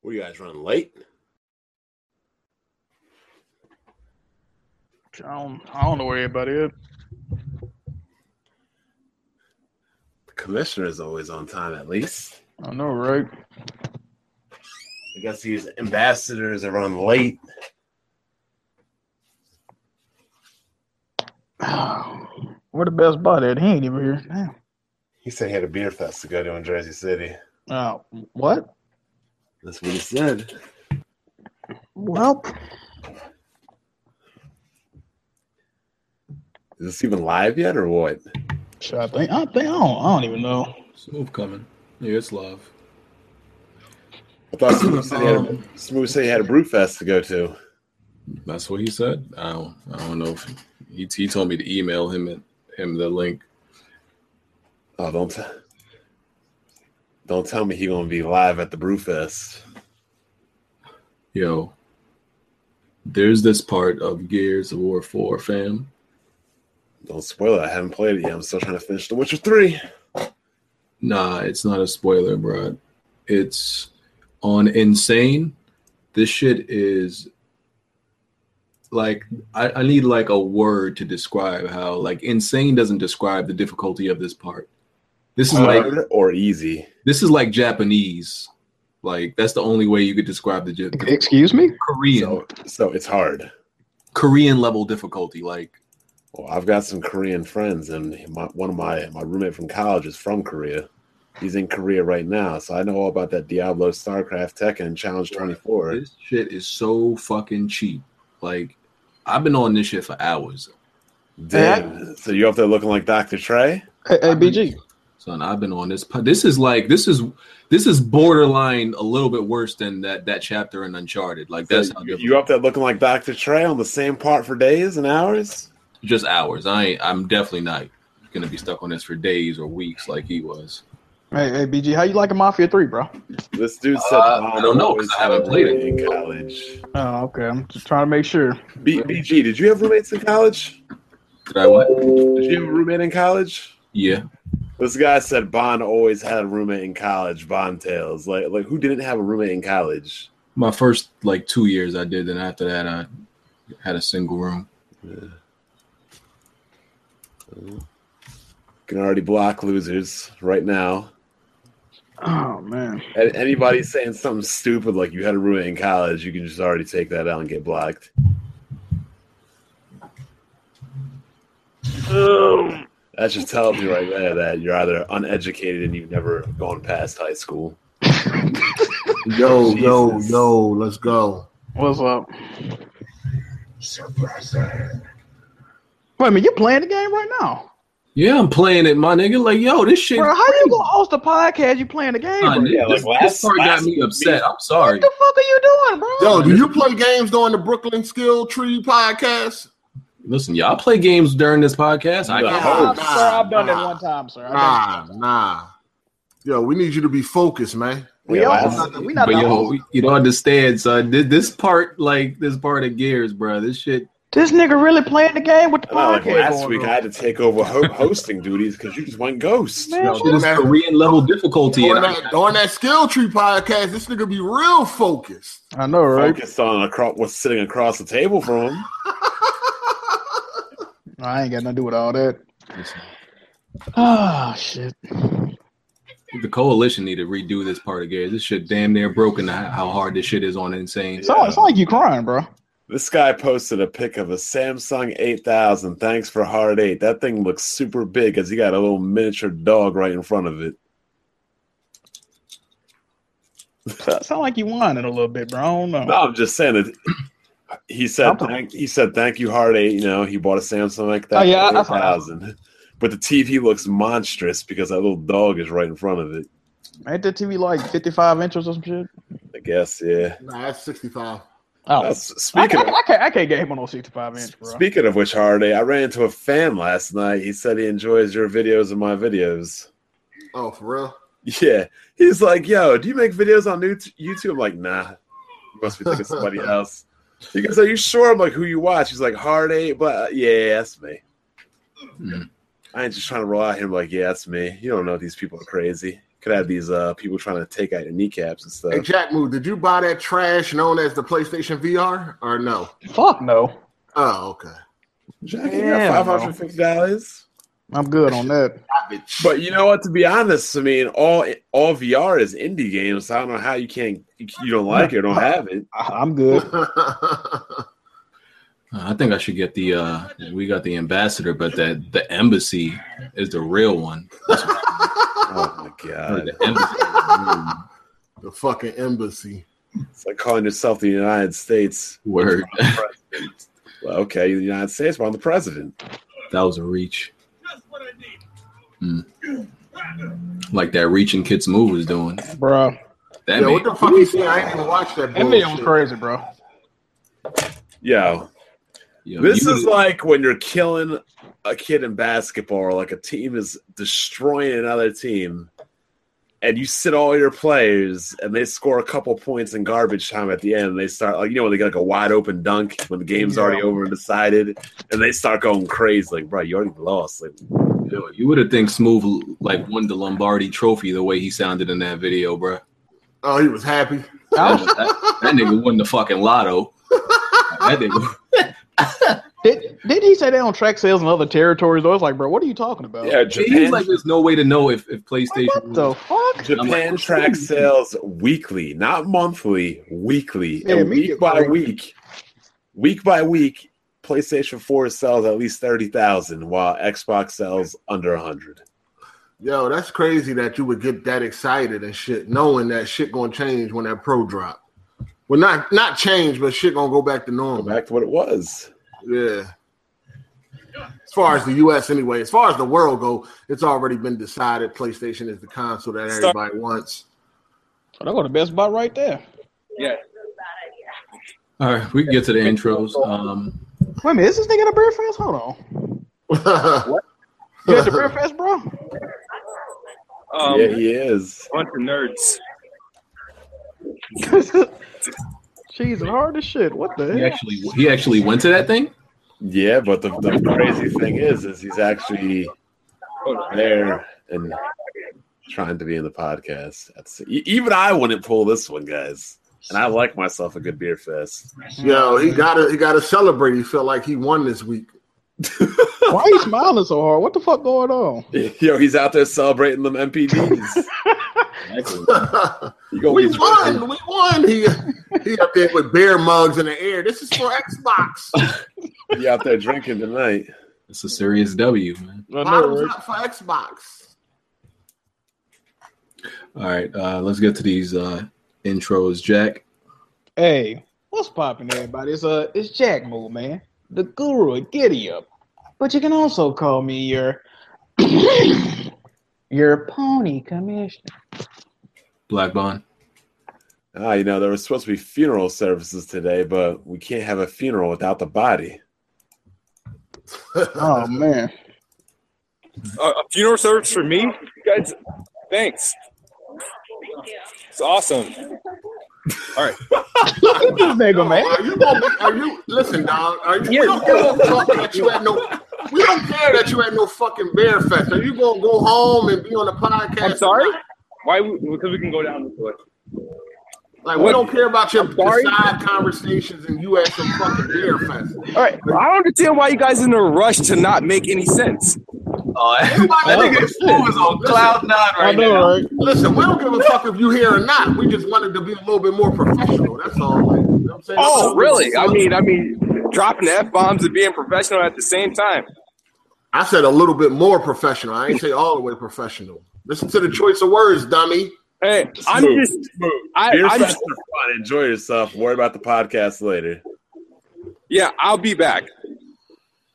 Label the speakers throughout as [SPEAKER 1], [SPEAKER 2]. [SPEAKER 1] What are you guys running late?
[SPEAKER 2] I don't, I don't know where everybody is.
[SPEAKER 1] The commissioner is always on time, at least.
[SPEAKER 2] I know, right?
[SPEAKER 1] I guess these ambassadors that run late.
[SPEAKER 2] Where the best body at? He ain't even here. Damn.
[SPEAKER 1] He said he had a beer fest to go to in Jersey City.
[SPEAKER 2] Uh, what?
[SPEAKER 1] That's what he said.
[SPEAKER 2] Well,
[SPEAKER 1] Is this even live yet or what?
[SPEAKER 2] shit, I think I think I don't, I don't even know.
[SPEAKER 3] Smooth coming. Yeah, it's live.
[SPEAKER 1] I thought Smooth City had a, Smooth City had a brew fest to go to.
[SPEAKER 3] That's what he said. I don't. I don't know. If he he told me to email him and him the link.
[SPEAKER 1] Oh, don't t- don't tell me he gonna be live at the brew fest.
[SPEAKER 3] Yo, there's this part of Gears of War Four, fam.
[SPEAKER 1] Don't spoil it. I haven't played it yet. I'm still trying to finish The Witcher Three.
[SPEAKER 3] Nah, it's not a spoiler, bro. It's on insane. This shit is like I, I need like a word to describe how like insane doesn't describe the difficulty of this part. This is like
[SPEAKER 1] Hard or easy.
[SPEAKER 3] this is like Japanese. Like that's the only way you could describe the Jap-
[SPEAKER 2] Excuse me?
[SPEAKER 3] Korean
[SPEAKER 1] So, so it's hard.
[SPEAKER 3] Korean level difficulty. Like
[SPEAKER 1] Well, I've got some Korean friends, and my, one of my my roommate from college is from Korea. He's in Korea right now, so I know all about that Diablo, StarCraft, Tekken, Challenge Twenty Four.
[SPEAKER 3] this shit is so fucking cheap. Like I've been on this shit for hours,
[SPEAKER 1] Damn! So you up there looking like Dr. Trey?
[SPEAKER 2] Hey, hey, BG.
[SPEAKER 3] son. I've been on this. po- This is like this is this is borderline a little bit worse than that that chapter in Uncharted. Like that's
[SPEAKER 1] So
[SPEAKER 3] how
[SPEAKER 1] you,
[SPEAKER 3] difficult.
[SPEAKER 1] you up there looking like Dr. Trey on the same part for days and hours?
[SPEAKER 3] just hours. I ain't, I'm definitely not gonna be stuck on this for days or weeks like he was.
[SPEAKER 2] Hey, hey, BG. How you liking Mafia Three, bro?
[SPEAKER 1] This dude said,
[SPEAKER 3] Uh, I
[SPEAKER 1] "Mom
[SPEAKER 3] don't know,
[SPEAKER 1] always
[SPEAKER 3] 'cause I haven't
[SPEAKER 1] had
[SPEAKER 3] played it."
[SPEAKER 1] Korea in college."
[SPEAKER 2] Oh, okay. I'm just trying to make sure.
[SPEAKER 1] B- BG, did you have roommates in college?
[SPEAKER 3] Did I what?
[SPEAKER 1] Did you have a roommate in college?
[SPEAKER 3] Yeah,
[SPEAKER 1] This guy said Bond always had a roommate in college. Bond tales like like who didn't have a roommate in college?
[SPEAKER 3] my first like two years I did, then after that I had a single room.
[SPEAKER 1] Can already block losers right now.
[SPEAKER 2] Oh man.
[SPEAKER 1] And anybody saying something stupid like you had a roommate in college, you can just already take that out and get blocked. That just tells me right there that you're either uneducated and you've never gone past high school.
[SPEAKER 4] Yo, yo,
[SPEAKER 1] Jesus.
[SPEAKER 4] yo, let's go.
[SPEAKER 2] What's up? Wait a minute. You playing the game right now,
[SPEAKER 3] Yeah, I'm playing it, my nigga. Like, yo, this shit.
[SPEAKER 2] bro? How you gonna host a podcast? You playing the game?
[SPEAKER 3] Nah,
[SPEAKER 2] right now?
[SPEAKER 3] nigga,
[SPEAKER 1] Yeah, like
[SPEAKER 3] this,
[SPEAKER 1] last-
[SPEAKER 3] this part got
[SPEAKER 1] last
[SPEAKER 3] me upset.
[SPEAKER 1] meeting-
[SPEAKER 3] I'm sorry.
[SPEAKER 2] What the fuck are you doing, bro?
[SPEAKER 4] Yo, do you play games during the Brooklyn Skill Tree podcast?
[SPEAKER 3] Listen, y'all play games during this podcast. I
[SPEAKER 1] No.
[SPEAKER 3] can't.
[SPEAKER 2] Nah,
[SPEAKER 4] Oh,
[SPEAKER 2] sir, I've done
[SPEAKER 4] nah,
[SPEAKER 2] it one time, sir. I've done it.
[SPEAKER 4] Nah, nah. Yo, we need you to be focused, man.
[SPEAKER 2] We
[SPEAKER 1] Yeah,
[SPEAKER 2] all
[SPEAKER 1] last-
[SPEAKER 2] we not
[SPEAKER 3] But
[SPEAKER 2] the
[SPEAKER 3] yo,
[SPEAKER 2] host.
[SPEAKER 3] you don't understand, son. This, this part, like this part of Gears, bro. This shit.
[SPEAKER 2] This nigga really playing the game with the
[SPEAKER 1] Not like
[SPEAKER 2] podcast.
[SPEAKER 1] last
[SPEAKER 2] going
[SPEAKER 1] week,
[SPEAKER 2] on.
[SPEAKER 1] I had to take over ho- hosting duties because you just went ghost.
[SPEAKER 2] Man,
[SPEAKER 4] Yo,
[SPEAKER 2] shut
[SPEAKER 3] This
[SPEAKER 4] Man.
[SPEAKER 3] Korean level difficulty,
[SPEAKER 4] During
[SPEAKER 3] and I,
[SPEAKER 4] that, during that Skill Tree podcast, this nigga be real focused.
[SPEAKER 2] I know, right?
[SPEAKER 1] Focused on across, what's sitting across the table from him.
[SPEAKER 2] I ain't got nothing to do with all that.
[SPEAKER 3] Listen,
[SPEAKER 2] Ah, shit.
[SPEAKER 3] the coalition need to redo this part of Gears. This shit damn near broken. How how hard this shit is on insane.
[SPEAKER 2] It's not, it's not like you crying, bro.
[SPEAKER 1] This guy posted a pic of a Samsung 8000. Thanks for Hard 8. That thing looks super big as he got a little miniature dog right in front of it.
[SPEAKER 2] It sound like you whining a little bit, bro. I don't know.
[SPEAKER 1] No, I'm just saying that he said
[SPEAKER 2] I'm-
[SPEAKER 1] thank, he said thank you Hard 8, you know, he bought a Samsung like that
[SPEAKER 2] Oh, yeah, I- I saw that.
[SPEAKER 1] 8000. But the TV looks monstrous because that little dog is right in front of it.
[SPEAKER 2] Ain't that TV like 55 inches or some shit?
[SPEAKER 1] I guess, yeah.
[SPEAKER 4] Nah, that's 65.
[SPEAKER 2] Oh.
[SPEAKER 1] That's,
[SPEAKER 2] I,
[SPEAKER 1] speaking
[SPEAKER 2] can't,
[SPEAKER 1] of
[SPEAKER 2] I, can't, I can't get him on no 65 inch, bro.
[SPEAKER 1] Speaking of which, Holiday, I ran into a fan last night. He said he enjoys your videos and my videos.
[SPEAKER 4] Oh, for real?
[SPEAKER 1] Yeah. He's like, yo, do you make videos on Nut- YouTube? I'm like, nah. You must be thinking of somebody else. He goes, are you sure? I'm like, who you watch? He's like, Hard Eight, but uh, yeah, that's me.
[SPEAKER 3] Hmm.
[SPEAKER 1] I ain't just trying to roll out here. I'm like, yeah, that's me. You don't know these people are crazy. could have these uh, people trying to take out your kneecaps and stuff.
[SPEAKER 4] Hey, Jack Move, did you buy that trash known as the PlayStation VR or no?
[SPEAKER 2] Fuck no.
[SPEAKER 4] Oh, okay.
[SPEAKER 1] Jack, you
[SPEAKER 2] Yeah,
[SPEAKER 1] got
[SPEAKER 2] bro.
[SPEAKER 1] five hundred fifty dollars.
[SPEAKER 2] I'm good on that.
[SPEAKER 4] Garbage.
[SPEAKER 1] But you know what? To be honest, I mean, all all VR is indie games. So I don't know how you can't you, you don't like it or don't have it.
[SPEAKER 2] I, I'm good.
[SPEAKER 3] Uh, I think I should get the uh we got the ambassador, but that the embassy is the real one.
[SPEAKER 1] Oh my
[SPEAKER 3] Or
[SPEAKER 1] god!
[SPEAKER 3] the embassy
[SPEAKER 4] the fucking embassy.
[SPEAKER 1] It's like calling yourself the United States.
[SPEAKER 3] word.
[SPEAKER 1] Well, okay, you're the United States, but I'm the president.
[SPEAKER 3] That was a reach. Mm. Like that reaching kids move was doing.
[SPEAKER 2] bro.
[SPEAKER 3] That
[SPEAKER 4] Yo,
[SPEAKER 3] made-
[SPEAKER 4] what the fuck you saying? I ain't even watched that
[SPEAKER 2] That video was
[SPEAKER 4] bullshit.
[SPEAKER 2] crazy, bro.
[SPEAKER 1] Yo,
[SPEAKER 3] yo,
[SPEAKER 1] this
[SPEAKER 3] you-
[SPEAKER 1] is like when you're killing a kid in basketball, or like a team is destroying another team, and you sit all your players, and they score a couple points in garbage time at the end, and they start like you know when they get like a wide open dunk when the game's already over and decided, and they start going crazy, like bro, you already lost, like
[SPEAKER 3] yo, you would have think Smooth like won the Lombardi Trophy the way he sounded in that video, bro.
[SPEAKER 4] Oh, he was happy.
[SPEAKER 3] That, was- that- that nigga won the fucking lotto. That nigga,
[SPEAKER 2] Did did he say they on track sales in other territories? I was like, bro, what are you talking about?
[SPEAKER 1] yeah,
[SPEAKER 3] he's
[SPEAKER 1] Japan,
[SPEAKER 3] like, there's no way to know if, if PlayStation.
[SPEAKER 2] What the fuck?
[SPEAKER 1] Japan
[SPEAKER 3] I'm like,
[SPEAKER 1] track sales weekly, not monthly, weekly.
[SPEAKER 2] Yeah,
[SPEAKER 1] and
[SPEAKER 2] me
[SPEAKER 1] week
[SPEAKER 2] get
[SPEAKER 1] by
[SPEAKER 2] crazy.
[SPEAKER 1] week, week by week, PlayStation 4 sells at least 30,000 while Xbox sells under 100.
[SPEAKER 4] Yo, that's crazy that you would get that excited and shit, knowing that shit gonna change when that pro drop. Well, not not change, but shit gonna go back to
[SPEAKER 1] Go
[SPEAKER 4] normal.
[SPEAKER 1] back to what it was.
[SPEAKER 4] Yeah. As far as the U.S. anyway, as far as the world go, it's already been decided. PlayStation is the console that
[SPEAKER 1] Start-
[SPEAKER 4] everybody wants.
[SPEAKER 2] I got the best buy right there.
[SPEAKER 3] All right, we can get to the intros. Um,
[SPEAKER 2] Wait a minute, is this nigga at a beer fest? Hold on. You at the beer fest, bro?
[SPEAKER 5] Um,
[SPEAKER 1] yeah, he is.
[SPEAKER 5] Bunch of nerds.
[SPEAKER 2] She's hard as shit. What the
[SPEAKER 3] he
[SPEAKER 2] hell?
[SPEAKER 3] actually he actually went to that thing.
[SPEAKER 1] Yeah, but the, the crazy thing is, is he's actually
[SPEAKER 5] Hold on.
[SPEAKER 1] there and trying to be in the podcast. That's, e- even I wouldn't pull this one, guys. And I like myself a good beer fest.
[SPEAKER 4] Yo, he gotta he gotta celebrate. He felt like he won this week.
[SPEAKER 2] Why are you smiling so hard? What the fuck going on?
[SPEAKER 1] Yo, he's out there celebrating them MPDs. You gonna
[SPEAKER 4] we
[SPEAKER 1] be-
[SPEAKER 4] won, we won. He he up there with beer mugs in the air. This is for Xbox.
[SPEAKER 1] You out there drinking tonight?
[SPEAKER 3] It's a serious W, man.
[SPEAKER 4] Bottoms up for Xbox.
[SPEAKER 3] All right, uh, let's get to these uh, intros. Jack,
[SPEAKER 2] Hey, what's poppin', everybody? It's uh, it's Jack Moo, man, the guru at Giddy Up. But you can also call me your your pony commissioner.
[SPEAKER 3] Black Bond.
[SPEAKER 1] Ah, you know there was supposed to be funeral services today, but we can't have a funeral without the body.
[SPEAKER 2] Oh man,
[SPEAKER 5] A, Uh, a funeral service for me, You guys. Thanks. It's awesome.
[SPEAKER 2] look at this nigga, man.
[SPEAKER 4] Are you gonna be, are you listen, dog? Are you,
[SPEAKER 5] Yeah.
[SPEAKER 4] we don't give a fuck that you had no we don't care that you had no fucking bear fest. Are you gonna go home and be on the podcast?
[SPEAKER 5] I'm sorry. Why? we- Because we can go down this way.
[SPEAKER 4] Like we don't care about your
[SPEAKER 5] I'm sorry.
[SPEAKER 4] side conversations and you at some fucking beer fest.
[SPEAKER 5] All right. I don't understand why you guys in a rush to not make any sense. Oh.
[SPEAKER 4] Everybody-
[SPEAKER 3] Oh, on
[SPEAKER 4] cloud
[SPEAKER 3] nine
[SPEAKER 2] I know, right?
[SPEAKER 4] Listen, we don't give a fuck if you here or not. We just wanted to be a little bit more professional. That's all. Like, you know what I'm saying?
[SPEAKER 5] Oh, really? I mean, I mean, dropping the f bombs and being professional at the same time.
[SPEAKER 4] I said a little bit more professional. I ain't say all the way professional. Listen to the choice of words, dummy.
[SPEAKER 5] Hey, I'm
[SPEAKER 1] Smooth.
[SPEAKER 5] just. I,
[SPEAKER 1] Beer
[SPEAKER 5] I'm
[SPEAKER 1] fest is
[SPEAKER 5] just.
[SPEAKER 1] fun. Enjoy yourself. Worry about the podcast later.
[SPEAKER 5] Yeah, I'll be back.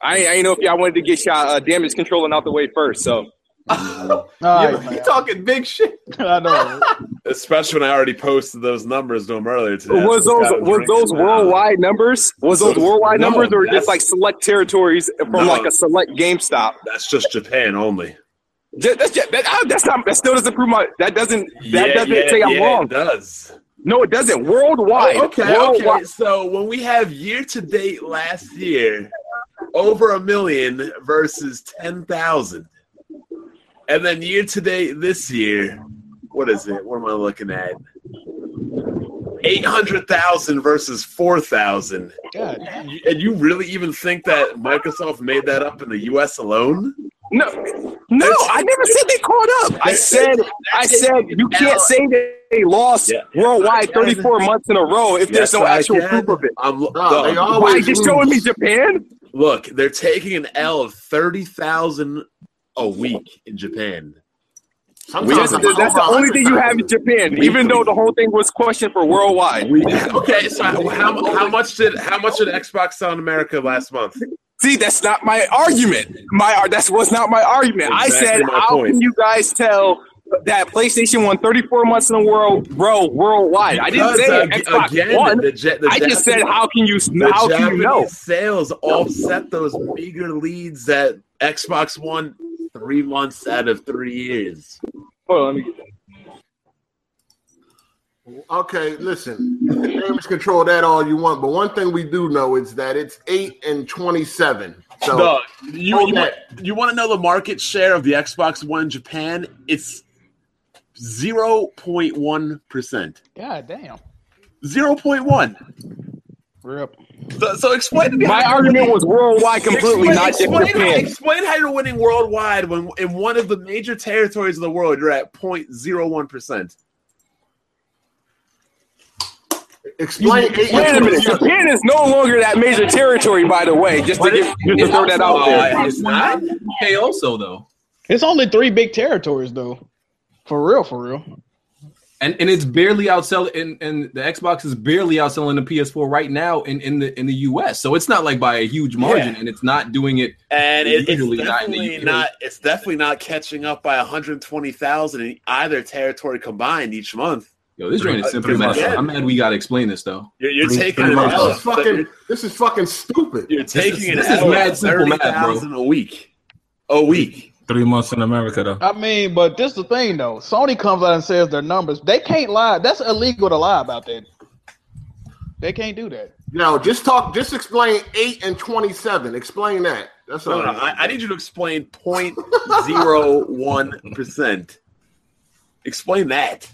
[SPEAKER 5] I, I ain't know if y'all wanted to get shot uh, damage controlling out the way first. So
[SPEAKER 2] All right, man.
[SPEAKER 3] talking big shit.
[SPEAKER 2] I know. right?
[SPEAKER 1] Especially when I already posted those numbers to him earlier today.
[SPEAKER 5] was
[SPEAKER 1] So
[SPEAKER 5] those
[SPEAKER 1] I
[SPEAKER 5] was
[SPEAKER 1] drinking
[SPEAKER 5] those
[SPEAKER 1] now.
[SPEAKER 5] worldwide numbers? Was those
[SPEAKER 1] Those-
[SPEAKER 5] worldwide
[SPEAKER 1] no,
[SPEAKER 5] numbers, or
[SPEAKER 1] that's-
[SPEAKER 5] just like select territories from
[SPEAKER 1] No.
[SPEAKER 5] like a select GameStop?
[SPEAKER 1] That's just Japan only.
[SPEAKER 5] Ju- That's ju- that, ah, that's not that still doesn't prove my that doesn't that
[SPEAKER 1] Yeah,
[SPEAKER 5] doesn't
[SPEAKER 1] yeah,
[SPEAKER 5] say I'm
[SPEAKER 1] yeah,
[SPEAKER 5] wrong.
[SPEAKER 1] It does.
[SPEAKER 5] No, it doesn't. Worldwide.
[SPEAKER 1] Oh, okay,
[SPEAKER 5] Worldwide.
[SPEAKER 1] okay. So when we have year to date last year, over a million versus 10,000. And then year to date this year, what is it? What am I looking at? Eight hundred thousand versus four thousand,
[SPEAKER 2] God,
[SPEAKER 1] and you really even think that Microsoft made that up in the U.S. alone?
[SPEAKER 5] No, no, I never said they caught up. I said, I said, you can't say they lost
[SPEAKER 1] Yeah.
[SPEAKER 5] worldwide 34 months in a row if there's
[SPEAKER 1] Yes,
[SPEAKER 5] no
[SPEAKER 1] I
[SPEAKER 5] actual
[SPEAKER 1] can.
[SPEAKER 5] proof of it.
[SPEAKER 1] I'm,
[SPEAKER 4] No, they
[SPEAKER 1] look,
[SPEAKER 5] Why
[SPEAKER 4] always
[SPEAKER 5] just showing me
[SPEAKER 4] lose.
[SPEAKER 5] Japan?
[SPEAKER 1] look, they're taking an L of thirty thousand a week in Japan.
[SPEAKER 4] Sometimes
[SPEAKER 5] That's,
[SPEAKER 4] it's
[SPEAKER 5] that's the
[SPEAKER 4] over
[SPEAKER 5] only thing you have in Japan, even though the whole thing was questioned for worldwide.
[SPEAKER 1] We, okay, so how, how much did how much did Xbox sell in America last month?
[SPEAKER 5] See, that's not my argument. My uh, that was not my argument. I
[SPEAKER 1] Exactly
[SPEAKER 5] said,
[SPEAKER 1] my
[SPEAKER 5] how
[SPEAKER 1] point.
[SPEAKER 5] can you guys tell that PlayStation won 34 months in a world, bro, worldwide? I didn't
[SPEAKER 1] Because,
[SPEAKER 5] say
[SPEAKER 1] ag-
[SPEAKER 5] Xbox
[SPEAKER 1] again,
[SPEAKER 5] won.
[SPEAKER 1] the Ja- the
[SPEAKER 5] I just said,
[SPEAKER 1] Japanese-
[SPEAKER 5] how can you?
[SPEAKER 1] the
[SPEAKER 5] How can
[SPEAKER 1] Japanese
[SPEAKER 5] you know?
[SPEAKER 1] sales offset those meager leads that Xbox won three months out of three years.
[SPEAKER 5] Hold on, let me get that.
[SPEAKER 4] Okay, listen. Damage control that all you want, but one thing we do know is that it's eight and twenty-seven. So
[SPEAKER 1] Dog, you,
[SPEAKER 4] Hold
[SPEAKER 1] you, want,
[SPEAKER 4] that.
[SPEAKER 1] you want to know the market share of the Xbox One in Japan? It's 0.1%.
[SPEAKER 2] God damn.
[SPEAKER 1] 0.1.
[SPEAKER 2] Rip.
[SPEAKER 1] So, so explain to me
[SPEAKER 5] My
[SPEAKER 1] how
[SPEAKER 5] argument was worldwide completely,
[SPEAKER 1] Explain-
[SPEAKER 5] not just
[SPEAKER 1] explain,
[SPEAKER 5] Japan.
[SPEAKER 1] Explain how you're winning worldwide when in one of the major territories of the world you're at 0.01%.
[SPEAKER 4] explain eight
[SPEAKER 5] Wait a
[SPEAKER 4] and
[SPEAKER 5] minute.
[SPEAKER 4] 27.
[SPEAKER 5] Japan is no longer that major territory, by the way. Just to,
[SPEAKER 3] What
[SPEAKER 5] give,
[SPEAKER 3] is-
[SPEAKER 5] just to throw that out there.
[SPEAKER 3] Oh,
[SPEAKER 1] Uh, it's not?
[SPEAKER 3] Okay, also though,
[SPEAKER 2] It's only three big territories though. For real, for real.
[SPEAKER 3] and and it's barely outselling, and, and the Xbox is barely outselling the PS4 right now in, in the in the US. So it's not like by a huge margin, and it's not doing it.
[SPEAKER 1] And it,
[SPEAKER 3] Usually
[SPEAKER 1] it's
[SPEAKER 3] not in the
[SPEAKER 1] definitely
[SPEAKER 3] UK.
[SPEAKER 1] not. It's definitely not catching up by 120,000 in either territory combined each month.
[SPEAKER 3] Yo, this joint is simple.
[SPEAKER 1] Pretty much.
[SPEAKER 3] mess. I'm mad we gotta explain this though.
[SPEAKER 1] You're, you're
[SPEAKER 3] Pretty-
[SPEAKER 1] taking an
[SPEAKER 3] pretty much.
[SPEAKER 1] L. of
[SPEAKER 4] This is fucking. This is fucking stupid.
[SPEAKER 1] You're taking
[SPEAKER 3] is-
[SPEAKER 1] an
[SPEAKER 3] this is
[SPEAKER 1] L. of
[SPEAKER 3] mad simple math, bro.
[SPEAKER 1] 30,000 a week. A week.
[SPEAKER 6] Three months in America, though.
[SPEAKER 2] I mean, but this the thing though. Sony comes out and says their numbers. They can't lie. That's illegal to lie about that. They can't do that.
[SPEAKER 4] No, just talk. Just explain eight and twenty-seven. Explain that. That's all.
[SPEAKER 1] No, no, I, I need you to explain 0.01%. Explain that.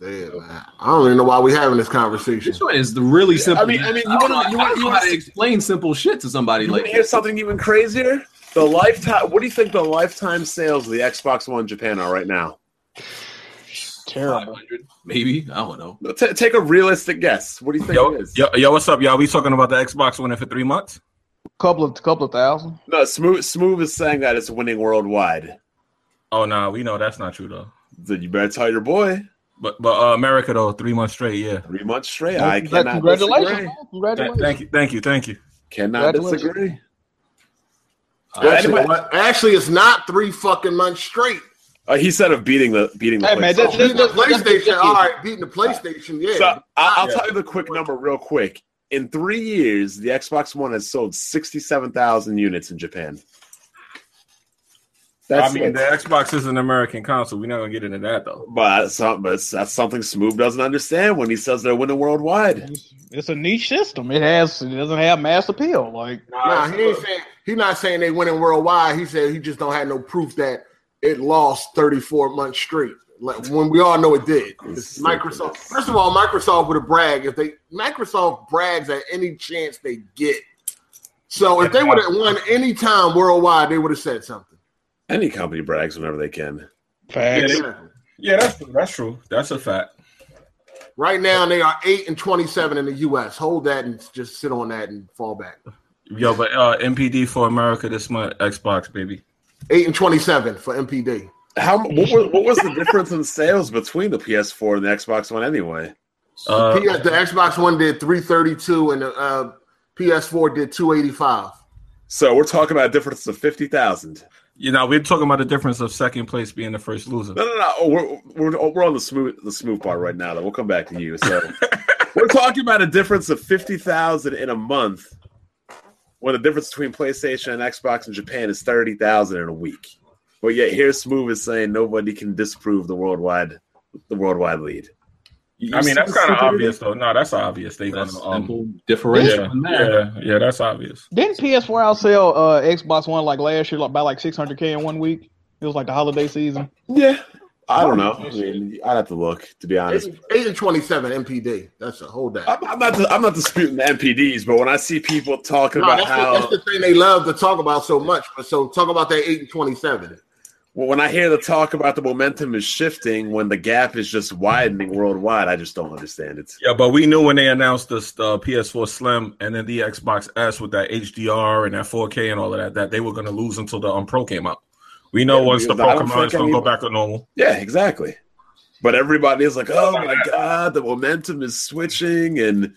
[SPEAKER 4] Yeah, man. I don't even know why we're having this conversation.
[SPEAKER 3] This joint is the really simple.
[SPEAKER 1] I mean- I mean, you
[SPEAKER 3] math.
[SPEAKER 1] wanna-
[SPEAKER 3] I don't
[SPEAKER 1] you wanna-
[SPEAKER 3] know- I don't
[SPEAKER 1] you
[SPEAKER 3] know
[SPEAKER 1] wanna-
[SPEAKER 3] how to explain simple shit to somebody
[SPEAKER 1] You
[SPEAKER 3] like
[SPEAKER 1] want to hear something even crazier? The lifetime. What do you think the lifetime sales of the Xbox One in Japan are right now?
[SPEAKER 2] Terrible.
[SPEAKER 3] maybe I don't know.
[SPEAKER 1] T- take a realistic guess. What do you think
[SPEAKER 6] Yo,
[SPEAKER 1] it is?
[SPEAKER 6] yo, yo, what's up, y'all? We talking about the Xbox winning for three months?
[SPEAKER 2] Couple of couple of thousand.
[SPEAKER 1] No, Smooth. Smooth is saying that it's winning worldwide.
[SPEAKER 6] Oh, nah, we know that's not true though.
[SPEAKER 1] Then you better tell your boy
[SPEAKER 6] But but uh, America though, three months straight, yeah.
[SPEAKER 1] three months straight. I
[SPEAKER 2] Congratulations.
[SPEAKER 1] cannot
[SPEAKER 2] Congratulations.
[SPEAKER 1] disagree.
[SPEAKER 2] man.
[SPEAKER 6] Th-
[SPEAKER 2] Congratulations.
[SPEAKER 6] thank you, thank you, thank you.
[SPEAKER 1] Cannot
[SPEAKER 2] Congratulations.
[SPEAKER 1] disagree.
[SPEAKER 4] Actually,
[SPEAKER 1] anyway-
[SPEAKER 4] what- actually, it's not three fucking months straight.
[SPEAKER 1] Uh, he said of beating the beating the.
[SPEAKER 2] Hey, man,
[SPEAKER 1] PlayStation.
[SPEAKER 2] that's- that's-
[SPEAKER 4] Beating the
[SPEAKER 2] that's- that's-
[SPEAKER 4] PlayStation. All right, beating the PlayStation. Yeah.
[SPEAKER 1] So I, I'll
[SPEAKER 6] Yeah.
[SPEAKER 1] tell you the quick number real quick. In three years, the Xbox One has sold sixty-seven thousand units in Japan. That's
[SPEAKER 6] I mean, the Xbox is an American console. We're not gonna get into that though.
[SPEAKER 1] But that's, some- but that's something Smooth doesn't understand when he says they're winning worldwide.
[SPEAKER 2] It's, it's a niche system. It has it doesn't have mass appeal. Like
[SPEAKER 4] Nah, he ain't saying he not saying they winning worldwide. He said he just don't have no proof that it lost 34 months straight. Like when we all know it did. It's Microsoft. First of all, Microsoft would have bragged if they Microsoft brags at any chance they get. So if they would have won any time worldwide, they would have said something.
[SPEAKER 1] Any company brags whenever they can.
[SPEAKER 6] Yeah,
[SPEAKER 2] facts.
[SPEAKER 6] they- yeah, that's that's true. That's a fact.
[SPEAKER 4] Right now they are eight and twenty-seven in the US. Hold that and just sit on that and fall back.
[SPEAKER 6] Yo, but uh, MPD for America this month, Xbox baby.
[SPEAKER 4] Eight and twenty-seven for MPD.
[SPEAKER 1] How what was, what was the difference in sales between the PS4 and the Xbox One anyway?
[SPEAKER 6] Uh,
[SPEAKER 4] PS, the Xbox One did 332 and the uh, PS4 did 285.
[SPEAKER 1] So we're talking about a difference of fifty thousand.
[SPEAKER 6] you know, we're talking about the difference of second place being the first loser.
[SPEAKER 1] No, no, no. Oh, we're, we're we're on the smooth the smooth part right now. Though we'll come back to you. So we're talking about a difference of fifty thousand in a month, when the difference between PlayStation and Xbox in Japan is thirty thousand in a week. But yet here, Smooth is saying nobody can disprove the worldwide the worldwide lead. You- you
[SPEAKER 6] I
[SPEAKER 1] see
[SPEAKER 6] mean, that's
[SPEAKER 1] the
[SPEAKER 6] kind of
[SPEAKER 1] stupidity?
[SPEAKER 6] obvious though. No, that's obvious. They
[SPEAKER 3] That's
[SPEAKER 6] gonna um,
[SPEAKER 3] simple
[SPEAKER 6] yeah,
[SPEAKER 3] differential. in math.
[SPEAKER 6] yeah, yeah, that's obvious.
[SPEAKER 2] Didn't PS4 outsell uh, Xbox One like last year like, by like 600k in one week? It was like the holiday season.
[SPEAKER 1] Yeah. I don't know. I mean, I'd have to look to be honest.
[SPEAKER 4] Eight, eight and twenty-seven MPD. That's a hold that.
[SPEAKER 1] I'm, I'm not. I'm not disputing the MPDs, but when I see people talking
[SPEAKER 4] No,
[SPEAKER 1] about
[SPEAKER 4] that's,
[SPEAKER 1] how
[SPEAKER 4] the, that's the thing they love to talk about so much. But so talk about that eight and twenty-seven.
[SPEAKER 1] Well, when I hear the talk about the momentum is shifting when the gap is just widening worldwide, I just don't understand it.
[SPEAKER 6] Yeah, but we knew when they announced this uh, PS4 Slim and then the Xbox S with that HDR and that 4K and all of that, that they were going to lose until the um, Pro came out. We know
[SPEAKER 1] Yeah,
[SPEAKER 6] once the
[SPEAKER 1] because I
[SPEAKER 6] Pro
[SPEAKER 1] don't
[SPEAKER 6] comes out, it's
[SPEAKER 1] think
[SPEAKER 6] going to go
[SPEAKER 1] anyone-
[SPEAKER 6] back to normal.
[SPEAKER 1] Yeah, exactly. But everybody is like, "Oh my god, the momentum is switching," and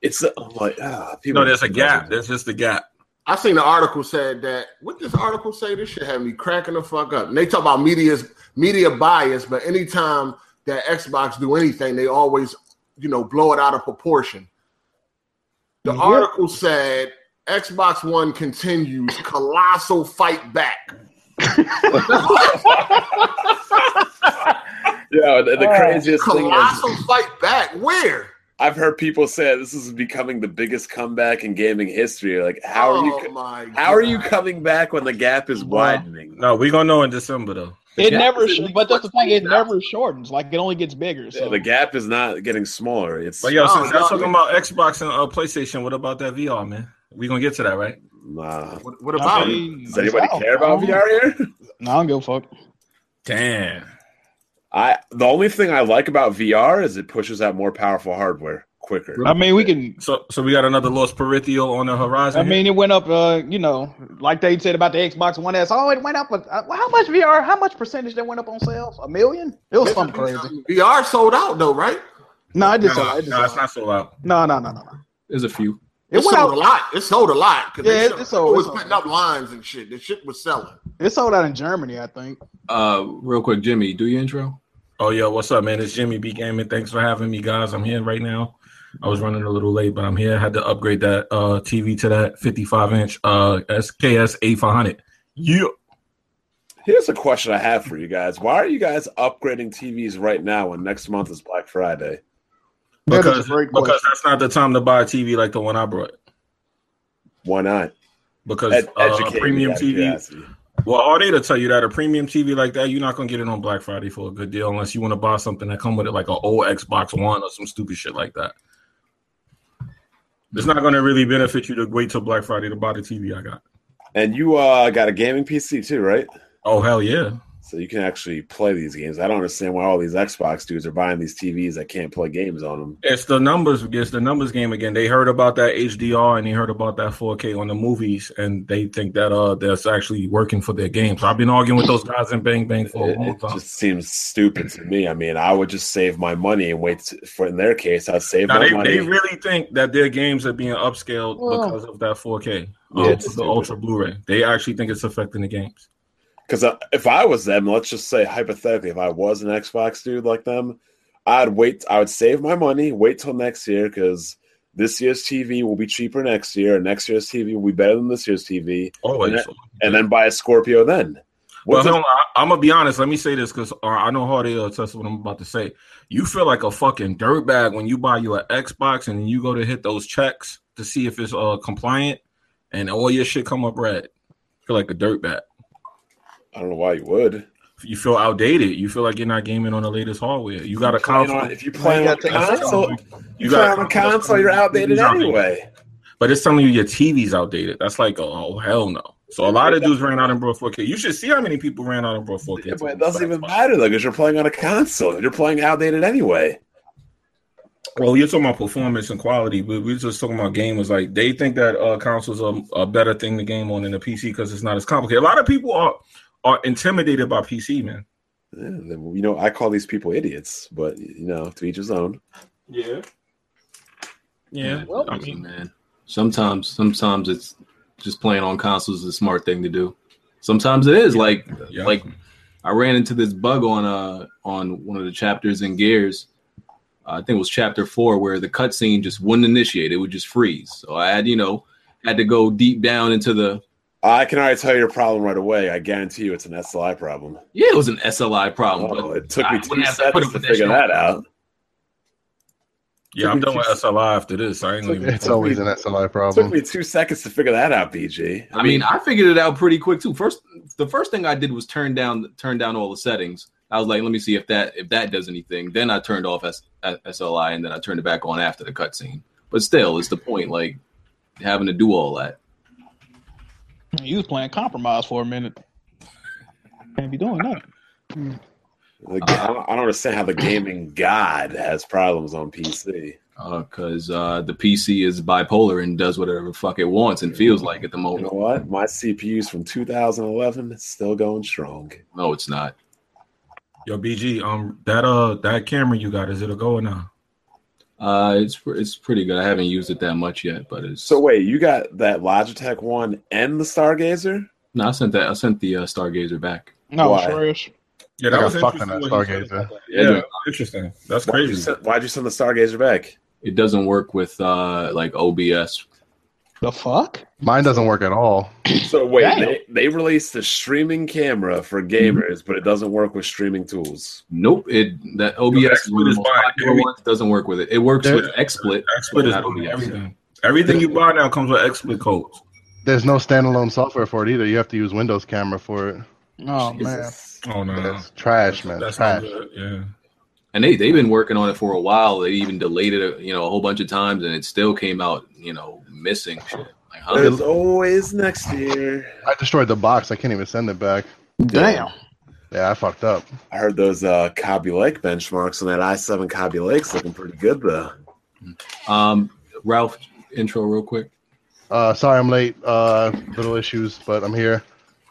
[SPEAKER 1] it's I'm like, ah,
[SPEAKER 6] You
[SPEAKER 1] people.
[SPEAKER 6] know, there's a gap. There's just a gap.
[SPEAKER 4] I seen the article said that. What this article say? This should have me cracking the fuck up. And they talk about media's media bias, but anytime that Xbox do anything, they always you know blow it out of proportion. The
[SPEAKER 2] Yep.
[SPEAKER 4] article said Xbox One continues colossal fight back.
[SPEAKER 1] Yeah, the, the
[SPEAKER 2] Oh,
[SPEAKER 1] craziest thing is,
[SPEAKER 4] Colossal fight back. Where?
[SPEAKER 1] I've heard people say this is becoming the biggest comeback in gaming history. Like, how are you?
[SPEAKER 4] Oh
[SPEAKER 1] co-
[SPEAKER 4] my
[SPEAKER 1] How are you
[SPEAKER 4] God.
[SPEAKER 1] coming back when the gap is
[SPEAKER 2] Wow.
[SPEAKER 1] widening?
[SPEAKER 6] No, we're going to know in December, though.
[SPEAKER 2] It
[SPEAKER 1] Yeah.
[SPEAKER 2] never, sh- but that's the thing. It never shortens. Like it only gets bigger. So
[SPEAKER 1] Yeah, the gap is not getting smaller. It's
[SPEAKER 6] But yo,
[SPEAKER 4] No,
[SPEAKER 6] since y'all
[SPEAKER 4] no,
[SPEAKER 6] talking
[SPEAKER 4] yeah.
[SPEAKER 6] about Xbox and uh, PlayStation, what about that VR, man? We're going to get to that, right?
[SPEAKER 1] nah.
[SPEAKER 4] What, what about it?
[SPEAKER 1] Does anybody care about VR here?
[SPEAKER 2] No, I don't give a fuck.
[SPEAKER 6] Damn.
[SPEAKER 1] I the only thing I like about VR is it pushes out more powerful hardware quicker.
[SPEAKER 2] I mean, we can.
[SPEAKER 6] So so we got another Lost Perithio on the horizon.
[SPEAKER 2] I mean, it went up. Uh, you know, like they said about the Xbox One S. Oh, it went up. A, uh, well, how much VR? How much percentage that went up on sales? A million? It was something crazy.
[SPEAKER 4] VR sold out though, right?
[SPEAKER 2] No, I
[SPEAKER 6] no,
[SPEAKER 2] just.
[SPEAKER 6] no,
[SPEAKER 2] I
[SPEAKER 6] it's
[SPEAKER 2] just-
[SPEAKER 6] not so loud.
[SPEAKER 2] No, no, no, no, no.
[SPEAKER 3] There's a few.
[SPEAKER 4] It,
[SPEAKER 2] It went
[SPEAKER 4] sold a
[SPEAKER 2] out.
[SPEAKER 4] lot. It sold a lot. 'cause
[SPEAKER 2] Yeah,
[SPEAKER 4] they
[SPEAKER 2] it-
[SPEAKER 4] sold-
[SPEAKER 2] it sold-
[SPEAKER 4] It
[SPEAKER 2] it
[SPEAKER 4] was
[SPEAKER 2] sold.
[SPEAKER 4] putting up lines and shit. The shit was selling.
[SPEAKER 2] It sold out in Germany, I think.
[SPEAKER 3] Uh, real quick, Jimmy, do your intro.
[SPEAKER 6] Oh yo, what's up, man? It's Jimmy B Gaming. Thanks for having me, guys. I'm here right now. I was running a little late, but I'm here. I had to upgrade that uh TV to that 55 inch uh SKS A500. Yeah.
[SPEAKER 1] Here's a question I have for you guys. Why are you guys upgrading TVs right now when next month is Black Friday?
[SPEAKER 2] That is a
[SPEAKER 6] Because,
[SPEAKER 2] great
[SPEAKER 6] because
[SPEAKER 2] question.
[SPEAKER 6] that's not the time to buy a TV like the one I brought.
[SPEAKER 1] Why not?
[SPEAKER 6] Because
[SPEAKER 1] Ed-
[SPEAKER 6] uh,
[SPEAKER 1] educate me
[SPEAKER 6] premium
[SPEAKER 1] out of
[SPEAKER 6] TV,
[SPEAKER 1] curiosity.
[SPEAKER 6] Well, all they to tell you that a premium TV like that, you're not gonna get it on Black Friday for a good deal unless you want to buy something that come with it, like an old Xbox One or some stupid shit like that. It's not gonna really benefit you to wait till Black Friday to buy the TV I got.
[SPEAKER 1] And you uh, got a gaming PC too, right?
[SPEAKER 6] Oh hell yeah!
[SPEAKER 1] So you can actually play these games. I don't understand why all these Xbox dudes are buying these TVs that can't play games on them.
[SPEAKER 6] It's the numbers. It's the numbers game again. They heard about that HDR and they heard about that 4K on the movies, and they think that uh that's actually working for their game. So I've been arguing with those guys in Bang Bang for a
[SPEAKER 1] It,
[SPEAKER 6] long
[SPEAKER 1] it
[SPEAKER 6] Oh, time.
[SPEAKER 1] just seems stupid to me. I mean, I would just save my money and wait t- for. In their case, I'd save
[SPEAKER 6] Now
[SPEAKER 1] my
[SPEAKER 6] they,
[SPEAKER 1] money.
[SPEAKER 6] they really think that their games are being upscaled
[SPEAKER 2] Well.
[SPEAKER 6] because of that 4K,
[SPEAKER 1] Yeah,
[SPEAKER 6] um,
[SPEAKER 1] it's
[SPEAKER 6] the
[SPEAKER 1] stupid.
[SPEAKER 6] Ultra Blu-ray. They actually think it's affecting the games.
[SPEAKER 1] Because if I was them, let's just say hypothetically, if I was an Xbox dude like them, I'd wait. I would save my money, wait till next year because this year's TV will be cheaper next year, and next year's TV will be better than this year's TV,
[SPEAKER 6] Always.
[SPEAKER 1] Yeah. and then buy a Scorpio then.
[SPEAKER 6] Well,
[SPEAKER 1] What's
[SPEAKER 6] hold on, I, am gonna be honest. Let me say this because uh, I know how they uh, test what I'm about to say. You feel like a fucking dirtbag when you buy you an Xbox and then you go to hit those checks to see if it's uh compliant, and all your shit come up red. feel like a dirtbag.
[SPEAKER 1] I don't know why you would.
[SPEAKER 6] You feel outdated. You feel like you're not gaming on the latest hardware. You got a
[SPEAKER 1] Playing
[SPEAKER 6] console.
[SPEAKER 1] on- if you play on a console, you,
[SPEAKER 6] You
[SPEAKER 1] play
[SPEAKER 6] got
[SPEAKER 1] on a console, you're outdated anyway.
[SPEAKER 6] But it's telling you your TV's outdated. That's like, oh hell no. So a lot of dudes ran out and brought 4K. You should see how many people ran out and brought 4K.
[SPEAKER 1] Yeah,
[SPEAKER 6] to
[SPEAKER 1] but it
[SPEAKER 6] the
[SPEAKER 1] doesn't even
[SPEAKER 6] Xbox.
[SPEAKER 1] matter though, because you're playing on a console. You're playing outdated anyway.
[SPEAKER 6] Well, you're talking about performance and quality, but we're just talking about gamers. Like they think that uh, consoles are a better thing to game on than a PC because it's not as complicated. A lot of people are are intimidated by PC, man.
[SPEAKER 1] Yeah, then, you know, I call these people idiots, but you know, to each his own.
[SPEAKER 6] Yeah. Yeah.
[SPEAKER 2] Well,
[SPEAKER 6] I mean,
[SPEAKER 3] man, sometimes, sometimes it's just playing on consoles is a smart thing to do. Sometimes it is. Like,
[SPEAKER 6] yeah.
[SPEAKER 3] like I ran into this bug on uh on one of the chapters in Gears. I think it was chapter four where the cutscene just wouldn't initiate; it would just freeze. So I had, you know, had to go deep down into the.
[SPEAKER 1] I can already tell you a problem right away. I guarantee you it's an SLI problem.
[SPEAKER 3] Yeah, it was an SLI problem.
[SPEAKER 1] Oh,
[SPEAKER 3] Um, but
[SPEAKER 1] it took
[SPEAKER 3] I
[SPEAKER 1] me
[SPEAKER 3] wouldn't
[SPEAKER 1] two
[SPEAKER 3] have to
[SPEAKER 1] seconds
[SPEAKER 3] put up
[SPEAKER 1] to
[SPEAKER 3] with
[SPEAKER 1] figure
[SPEAKER 3] shit.
[SPEAKER 1] that out.
[SPEAKER 6] Yeah, I'm done with SLI after this. I ain't gonna even.
[SPEAKER 7] It's always an SLI
[SPEAKER 1] Took
[SPEAKER 7] problem.
[SPEAKER 1] me two seconds to figure that out, BG.
[SPEAKER 3] I mean, I figured it out pretty quick too. First, the first thing I did was turn down turn down all the settings. I was like, let me see if that if that does anything. Then I turned off S- S- SLI and then I turned it back on after the cutscene. But still, it's the point like having to do all that.
[SPEAKER 2] You was playing compromise for a minute. Can't be doing that.
[SPEAKER 1] Like, I, don't, I don't understand how the gaming god has problems on PC.
[SPEAKER 3] Because uh, the PC is bipolar and does whatever the fuck it wants and feels like at the
[SPEAKER 1] You know
[SPEAKER 3] moment.
[SPEAKER 1] what? My CPU's from 2011, still going strong.
[SPEAKER 3] No, it's not.
[SPEAKER 6] Yo, BG, um, that uh, that camera you got, is it a go or not?
[SPEAKER 3] Uh, it's pr- it's pretty good. I haven't used it that much yet, but it's
[SPEAKER 1] So wait, you got that Logitech one and the Stargazer?
[SPEAKER 3] no. I sent that. I sent the uh, Stargazer back.
[SPEAKER 2] No,
[SPEAKER 1] Why?
[SPEAKER 2] trash.
[SPEAKER 6] Yeah,
[SPEAKER 7] I got fucked
[SPEAKER 6] interesting.
[SPEAKER 7] on that
[SPEAKER 6] what he said
[SPEAKER 7] Stargazer.
[SPEAKER 6] about that. Yeah,
[SPEAKER 3] Yeah.
[SPEAKER 6] interesting. That's
[SPEAKER 1] Why'd you,
[SPEAKER 6] crazy.
[SPEAKER 1] send, why'd you send the Stargazer back?
[SPEAKER 3] It doesn't work with uh, like OBS.
[SPEAKER 2] The fuck?
[SPEAKER 7] Mine doesn't work at all.
[SPEAKER 1] So wait,
[SPEAKER 2] Damn.
[SPEAKER 1] they, they released the streaming camera for gamers, but it doesn't work with streaming tools.
[SPEAKER 3] Nope, it that OBS
[SPEAKER 6] that's
[SPEAKER 3] is one
[SPEAKER 6] what
[SPEAKER 3] of
[SPEAKER 6] is
[SPEAKER 3] the most
[SPEAKER 6] fine.
[SPEAKER 3] popular ones, doesn't work with it. It works with XSplit.
[SPEAKER 6] XSplit is
[SPEAKER 3] Not
[SPEAKER 6] on
[SPEAKER 3] OBS.
[SPEAKER 6] everything. Everything you buy now comes with XSplit codes.
[SPEAKER 7] There's no standalone software for it either. You have to use Windows Camera for it.
[SPEAKER 2] Oh man.
[SPEAKER 6] Oh no,
[SPEAKER 7] That's trash, man.
[SPEAKER 6] that's not
[SPEAKER 7] trash.
[SPEAKER 6] good. Yeah.
[SPEAKER 3] And they they've been working on it for a while. They even deleted it, you know, a whole bunch of times, and it still came out, you know, missing shit. Like, huh?
[SPEAKER 1] There's always next year.
[SPEAKER 7] I destroyed the box. I can't even send it back.
[SPEAKER 2] Damn.
[SPEAKER 7] Yeah, I fucked up.
[SPEAKER 1] I heard those uh, Cobby Lake benchmarks on that i7 Cobby Lake's looking pretty good though.
[SPEAKER 3] Um, Ralph, intro real quick.
[SPEAKER 7] Uh, sorry I'm late. Uh, little issues, but I'm here.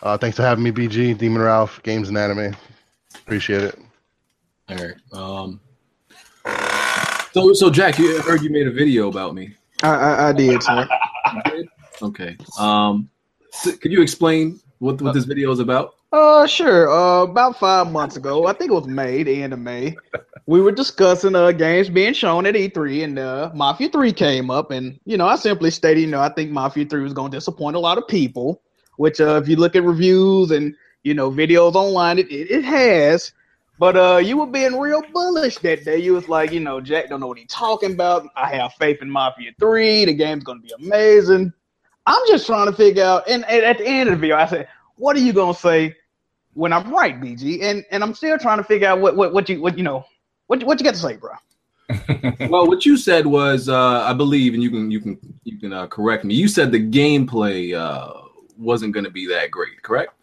[SPEAKER 7] Uh, thanks for having me, BG, Demon Ralph, Games and Anime. Appreciate it.
[SPEAKER 3] All right. Um, so so Jack, you I heard you made a video about me.
[SPEAKER 2] I, I I did, sir.
[SPEAKER 3] Okay. Um, s- could you explain what what this video is about?
[SPEAKER 2] Uh, sure. Uh, about five months ago, I think it was May, the end of May, we were discussing uh games being shown at E3, and uh, Mafia Three came up, and you know, I simply stated, you know, I think Mafia Three was going to disappoint a lot of people. Which, uh, if you look at reviews and you know videos online, it it, it has. But uh, you were being real bullish that day. You was like, you know, Jack don't know what he's talking about. I have faith in Mafia Three. The game's gonna be amazing. I'm just trying to figure out. And, and at the end of the video, I said, "What are you gonna say when I'm right, BG?" And and I'm still trying to figure out what what, what you what you know what you- what you got to say, bro.
[SPEAKER 3] Well, what you said was, uh, I believe, and you can you can you can uh, correct me. You said the gameplay uh, wasn't going to be that great, correct?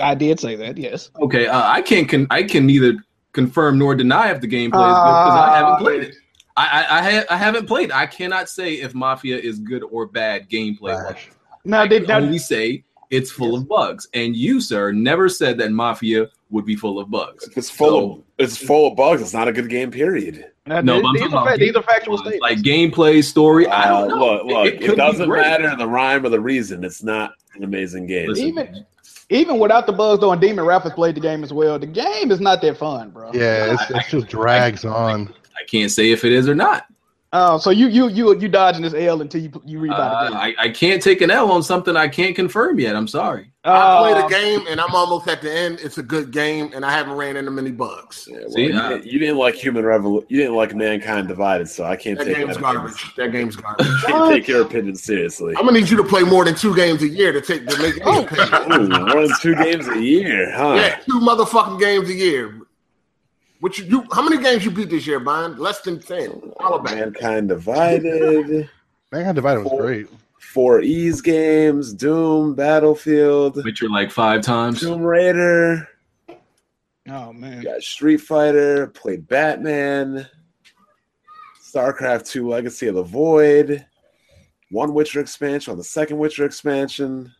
[SPEAKER 2] I did say that, yes.
[SPEAKER 3] Okay, uh, I can't con- I can neither confirm nor deny if the gameplay is good because I haven't played it. I I, I, ha- I haven't played. I cannot say if Mafia is good or bad gameplay. wise.
[SPEAKER 2] Now
[SPEAKER 3] I
[SPEAKER 2] did
[SPEAKER 3] can
[SPEAKER 2] now,
[SPEAKER 3] only say it's full of bugs, and you, sir, never said that Mafia would be full of bugs.
[SPEAKER 1] If It's full of it's full of bugs. It's not a good game. Period.
[SPEAKER 2] now,
[SPEAKER 3] No,
[SPEAKER 2] these-
[SPEAKER 3] but I'm
[SPEAKER 2] these,
[SPEAKER 3] talking
[SPEAKER 2] are,
[SPEAKER 3] about
[SPEAKER 2] fa- these are factual
[SPEAKER 3] Uh, Like
[SPEAKER 2] statements.
[SPEAKER 3] gameplay, story, I
[SPEAKER 1] Uh,
[SPEAKER 3] don't know.
[SPEAKER 1] Look, look. It,
[SPEAKER 3] could be
[SPEAKER 1] doesn't
[SPEAKER 3] great.
[SPEAKER 1] matter the rhyme or the reason. It's not an amazing game.
[SPEAKER 3] Listen,
[SPEAKER 2] Even- Even without the bugs, though, and Demon Ralph has played the game as well. The game is not that fun, bro.
[SPEAKER 7] Yeah, it's, it just drags on.
[SPEAKER 3] I can't say if it is or not.
[SPEAKER 2] Oh, so you you you you dodging this L until you you read about
[SPEAKER 3] Uh,
[SPEAKER 2] the game.
[SPEAKER 3] I, I can't take an L on something I can't confirm yet. I'm sorry.
[SPEAKER 4] I played
[SPEAKER 2] Uh,
[SPEAKER 4] a game and I'm almost at the end. It's a good game and I haven't ran into many bugs.
[SPEAKER 1] Yeah, well,
[SPEAKER 3] See,
[SPEAKER 1] you,
[SPEAKER 3] uh,
[SPEAKER 1] didn't, you didn't like human revol. You didn't like mankind divided. So I can't
[SPEAKER 4] That
[SPEAKER 1] take
[SPEAKER 4] game's
[SPEAKER 1] that-
[SPEAKER 4] garbage. That game's garbage.
[SPEAKER 1] I can't take your opinion seriously.
[SPEAKER 4] I'm gonna need you to play more than two games a year to take to make me
[SPEAKER 2] Oh.
[SPEAKER 4] a pay.
[SPEAKER 1] Ooh, more than two games a year, huh?
[SPEAKER 4] Yeah, two motherfucking games a year. What you, you? How many games you beat this year, Bond? Less than ten. All about. it.
[SPEAKER 1] Mankind Divided,
[SPEAKER 7] Mankind Divided was great.
[SPEAKER 1] Four E's games, Doom, Battlefield,
[SPEAKER 3] Witcher like five times.
[SPEAKER 1] Doom Raider,
[SPEAKER 2] oh man,
[SPEAKER 1] got Street Fighter, played Batman, StarCraft 2 Legacy of the Void, one Witcher expansion on the second Witcher expansion.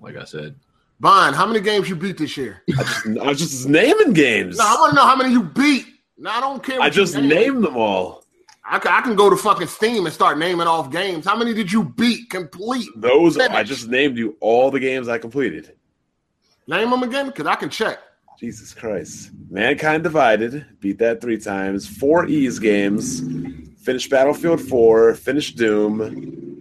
[SPEAKER 3] Like I said,
[SPEAKER 4] Bond, how many games you beat this year?
[SPEAKER 1] I just, I was just naming games.
[SPEAKER 4] No, I want to know how many you beat. No, I don't care. what
[SPEAKER 1] I
[SPEAKER 4] you
[SPEAKER 1] just
[SPEAKER 4] name.
[SPEAKER 1] named them all.
[SPEAKER 4] I, ca- I can go to fucking Steam and start naming off games. How many did you beat complete?
[SPEAKER 1] Those I just named you all the games I completed.
[SPEAKER 4] Name them again, cause I can check.
[SPEAKER 1] Jesus Christ. Mankind Divided, beat that three times. Four E's games, finished Battlefield 4, finished Doom,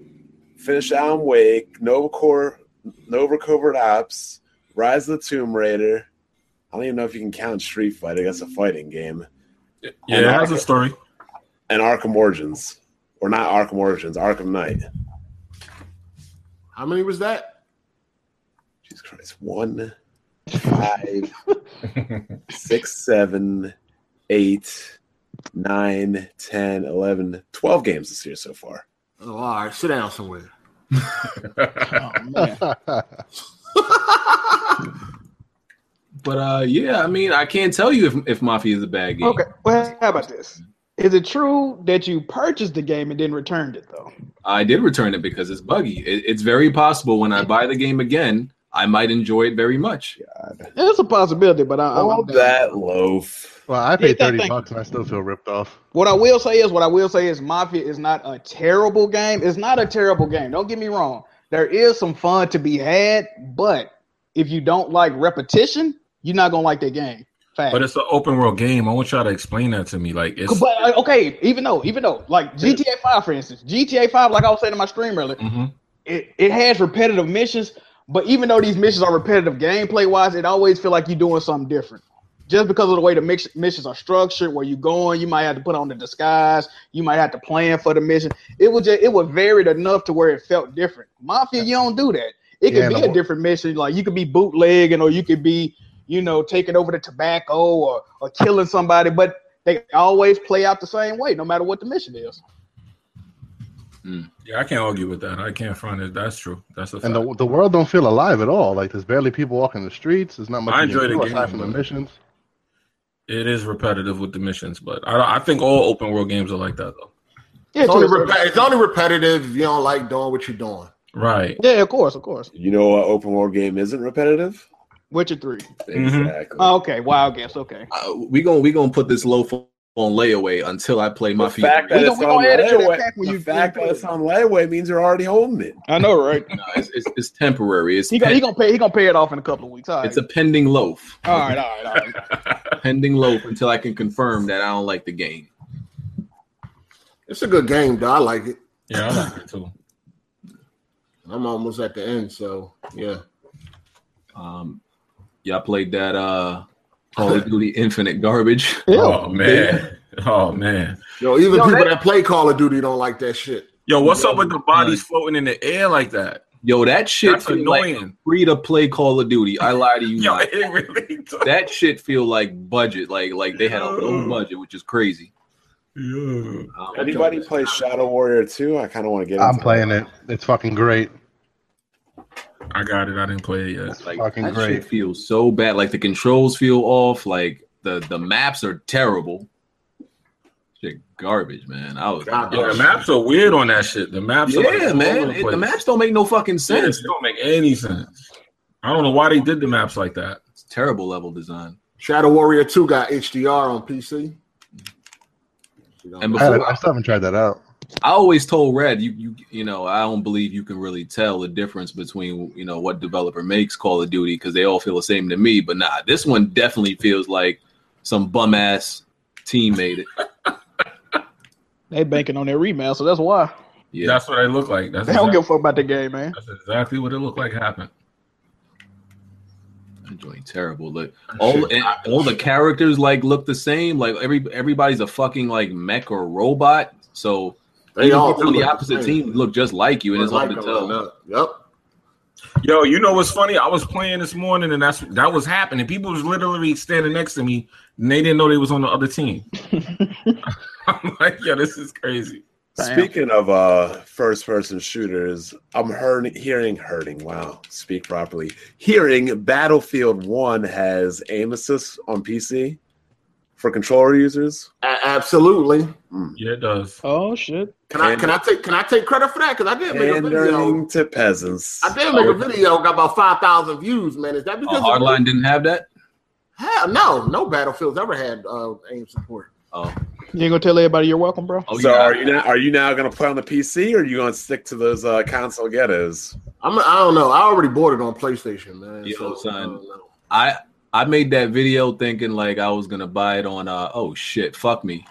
[SPEAKER 1] finished Alan Wake, Nova Core, Nova Covert Ops, Rise of the Tomb Raider. I don't even know if you can count Street Fighter. That's a fighting game.
[SPEAKER 6] Yeah, it has a story.
[SPEAKER 1] and Arkham Origins, or not Arkham Origins, Arkham Knight.
[SPEAKER 4] How many was that?
[SPEAKER 1] Jesus Christ, one, five, six, seven, eight, nine, ten, eleven, twelve games this year so far.
[SPEAKER 4] Oh, all right. Sit down somewhere.
[SPEAKER 2] Oh, man.
[SPEAKER 3] But uh, yeah, I mean, I can't tell you if if Mafia is a bad game.
[SPEAKER 2] okay, well, how about this? Is it true that you purchased the game and then returned it though?
[SPEAKER 3] I did return it because it's buggy. It, it's very possible when I buy the game again, I might enjoy it very much.
[SPEAKER 2] It's a possibility, but I, I'm,
[SPEAKER 1] Oh,
[SPEAKER 2] I'm
[SPEAKER 1] that loaf.
[SPEAKER 7] Well, I paid
[SPEAKER 2] Yeah,
[SPEAKER 7] thirty
[SPEAKER 2] thank-
[SPEAKER 7] bucks and I still feel ripped off.
[SPEAKER 2] What I will say is, what I will say is, Mafia is not a terrible game. It's not a terrible game. Don't get me wrong. There is some fun to be had, but if you don't like repetition, you're not gonna like that game. Fact.
[SPEAKER 6] But it's an open world game. I want y'all to explain that to me. Like it's
[SPEAKER 2] But uh, okay, even though, even though, like GTA Five, for instance, GTA Five, like I was saying in my stream earlier,
[SPEAKER 6] Mhm.
[SPEAKER 2] it, it has repetitive missions. But even though these missions are repetitive gameplay wise, it always feel like you're doing something different. Just because of the way the mix, missions are structured, where you're going, you might have to put on the disguise, you might have to plan for the mission. It was just it was varied enough to where it felt different. Mafia, you don't do that. It could
[SPEAKER 7] Yeah,
[SPEAKER 2] be
[SPEAKER 7] the-
[SPEAKER 2] a different mission, like you could be bootlegging, or you could be, you know, taking over the tobacco or or killing somebody. But they always play out the same way, no matter what the mission is.
[SPEAKER 6] yeah, I can't argue with that. I can't find it. That's true. That's a fact.
[SPEAKER 7] And the the world don't feel alive at all. Like there's barely people walking the streets. There's not much
[SPEAKER 6] I
[SPEAKER 7] you can
[SPEAKER 6] enjoy the
[SPEAKER 7] do
[SPEAKER 6] game,
[SPEAKER 7] aside from the
[SPEAKER 6] but-
[SPEAKER 7] missions.
[SPEAKER 6] it is repetitive with the missions, but I, I think all open world games are like that though.
[SPEAKER 2] Yeah,
[SPEAKER 4] It's
[SPEAKER 2] to
[SPEAKER 4] only,
[SPEAKER 2] a certain-
[SPEAKER 4] repe- it's only repetitive if you don't like doing what you're doing.
[SPEAKER 6] Right.
[SPEAKER 2] yeah, of course, of course.
[SPEAKER 1] You know what open world game isn't repetitive?
[SPEAKER 2] Witcher three.
[SPEAKER 6] Mhm.
[SPEAKER 4] Mm-hmm.
[SPEAKER 1] Exactly.
[SPEAKER 2] Oh, okay, wild guess. Okay,
[SPEAKER 3] Uh, we gon' we gonna put this loaf on layaway until I play
[SPEAKER 1] the
[SPEAKER 3] Mafia.
[SPEAKER 1] fact that
[SPEAKER 2] We
[SPEAKER 1] it's
[SPEAKER 2] don't- we
[SPEAKER 1] on
[SPEAKER 2] don't add it to that
[SPEAKER 1] layaway,
[SPEAKER 2] pack when
[SPEAKER 1] the
[SPEAKER 2] you-
[SPEAKER 1] fact
[SPEAKER 2] when you
[SPEAKER 1] that it's on layaway means you're already holding it.
[SPEAKER 2] I know, right?
[SPEAKER 3] No, it's, it's, it's temporary. It's
[SPEAKER 2] He gonna, he
[SPEAKER 3] pen-
[SPEAKER 2] gonna pay. He gonna pay it off in a couple of weeks. All right.
[SPEAKER 3] it's a pending loaf.
[SPEAKER 2] all right, all right, all right.
[SPEAKER 3] Pending loaf until I can confirm that I don't like the game.
[SPEAKER 4] It's a good game, though. I like it.
[SPEAKER 6] Yeah, I like it too.
[SPEAKER 4] I'm almost at the end, so yeah.
[SPEAKER 3] Um, y'all played that uh Call of Duty Infinite garbage.
[SPEAKER 2] Yeah.
[SPEAKER 6] Oh man. Oh man.
[SPEAKER 4] Yo, even
[SPEAKER 2] Yo,
[SPEAKER 4] people
[SPEAKER 2] that-
[SPEAKER 4] that play Call of Duty don't like that shit.
[SPEAKER 6] Yo, what's up with the bodies floating in the air like that?
[SPEAKER 3] Yo, that shit
[SPEAKER 6] That's
[SPEAKER 3] feel like
[SPEAKER 6] annoying.
[SPEAKER 3] free to play Call of Duty. I lie to you.
[SPEAKER 6] Yo,
[SPEAKER 3] not.
[SPEAKER 6] it really does.
[SPEAKER 3] that shit feel like budget. Like like they had a low budget, which is crazy.
[SPEAKER 6] Yeah.
[SPEAKER 3] Um,
[SPEAKER 1] Anybody play Shadow Warrior 2? I kind of want to get
[SPEAKER 7] I'm
[SPEAKER 1] into
[SPEAKER 7] playing it. It's fucking great.
[SPEAKER 6] I got it. I didn't play it yet.
[SPEAKER 3] Like
[SPEAKER 7] Fucking
[SPEAKER 3] that
[SPEAKER 7] great.
[SPEAKER 3] shit feels so bad. Like the controls feel off. Like the the maps are terrible. Shit, garbage, man. I was
[SPEAKER 4] God,
[SPEAKER 6] Yeah, the maps are weird on that shit. The maps, are
[SPEAKER 3] yeah,
[SPEAKER 6] like all over
[SPEAKER 3] man.
[SPEAKER 6] the
[SPEAKER 3] It- the
[SPEAKER 6] place.
[SPEAKER 3] maps don't make no fucking
[SPEAKER 6] Yeah,
[SPEAKER 3] sense.
[SPEAKER 6] it don't make any sense. I don't know why they did the maps like that.
[SPEAKER 3] It's terrible level design.
[SPEAKER 4] Shadow Warrior 2 got HDR on PC.
[SPEAKER 3] And
[SPEAKER 7] I, haven't-
[SPEAKER 3] before,
[SPEAKER 7] I still haven't tried that out.
[SPEAKER 3] I always told Red, you you you know, I don't believe you can really tell the difference between you know what developer makes Call of Duty because they all feel the same to me. But nah, this one definitely feels like some bum ass team made it.
[SPEAKER 2] They banking on their remail, so that's why
[SPEAKER 3] Yeah,
[SPEAKER 6] That's what they look like. That's,
[SPEAKER 2] they don't
[SPEAKER 6] exactly,
[SPEAKER 2] give a fuck about the game, man.
[SPEAKER 6] that's exactly what it looked like happened.
[SPEAKER 3] that joint terrible. Look, all and all the characters like look the same. Like every everybody's a fucking like mech or robot. So
[SPEAKER 4] They
[SPEAKER 3] even
[SPEAKER 4] all
[SPEAKER 3] people on
[SPEAKER 4] do
[SPEAKER 3] the
[SPEAKER 4] look the
[SPEAKER 3] opposite
[SPEAKER 4] same.
[SPEAKER 3] team look just like you, and it's hard to tell.
[SPEAKER 4] Yep.
[SPEAKER 6] Yo, you know what's funny? I was playing this morning, and that's that was happening. People was literally standing next to me, and they didn't know they was on the other team. I'm like, yo, this is crazy.
[SPEAKER 2] Damn.
[SPEAKER 1] Speaking of uh first person shooters, I'm hearing hearing hurting. Wow, speak properly. Hearing Battlefield 1 has aim assist on PC for controller users.
[SPEAKER 4] A- absolutely.
[SPEAKER 6] Yeah, it does.
[SPEAKER 2] Oh shit!
[SPEAKER 4] Can I can I take can I take credit for that? Because I did make a video.
[SPEAKER 1] Pandering to peasants.
[SPEAKER 4] I did
[SPEAKER 3] Oh.
[SPEAKER 4] make a video got about five thousand views, man. Is that
[SPEAKER 3] Uh,
[SPEAKER 4] because of-
[SPEAKER 3] Hardline didn't have that.
[SPEAKER 4] Hell no, no battlefields ever had uh, aim support.
[SPEAKER 3] Oh,
[SPEAKER 2] You ain't gonna tell everybody you're welcome, bro.
[SPEAKER 3] oh
[SPEAKER 1] so
[SPEAKER 3] yeah.
[SPEAKER 1] are you now are you now gonna play on the PC or are you gonna stick to those uh console ghettos?
[SPEAKER 4] I'm I don't know. I already bought it on PlayStation, man.
[SPEAKER 3] Yo,
[SPEAKER 4] so,
[SPEAKER 3] son.
[SPEAKER 4] I don't know.
[SPEAKER 3] I I made that video thinking like I was gonna buy it on uh oh shit, fuck me.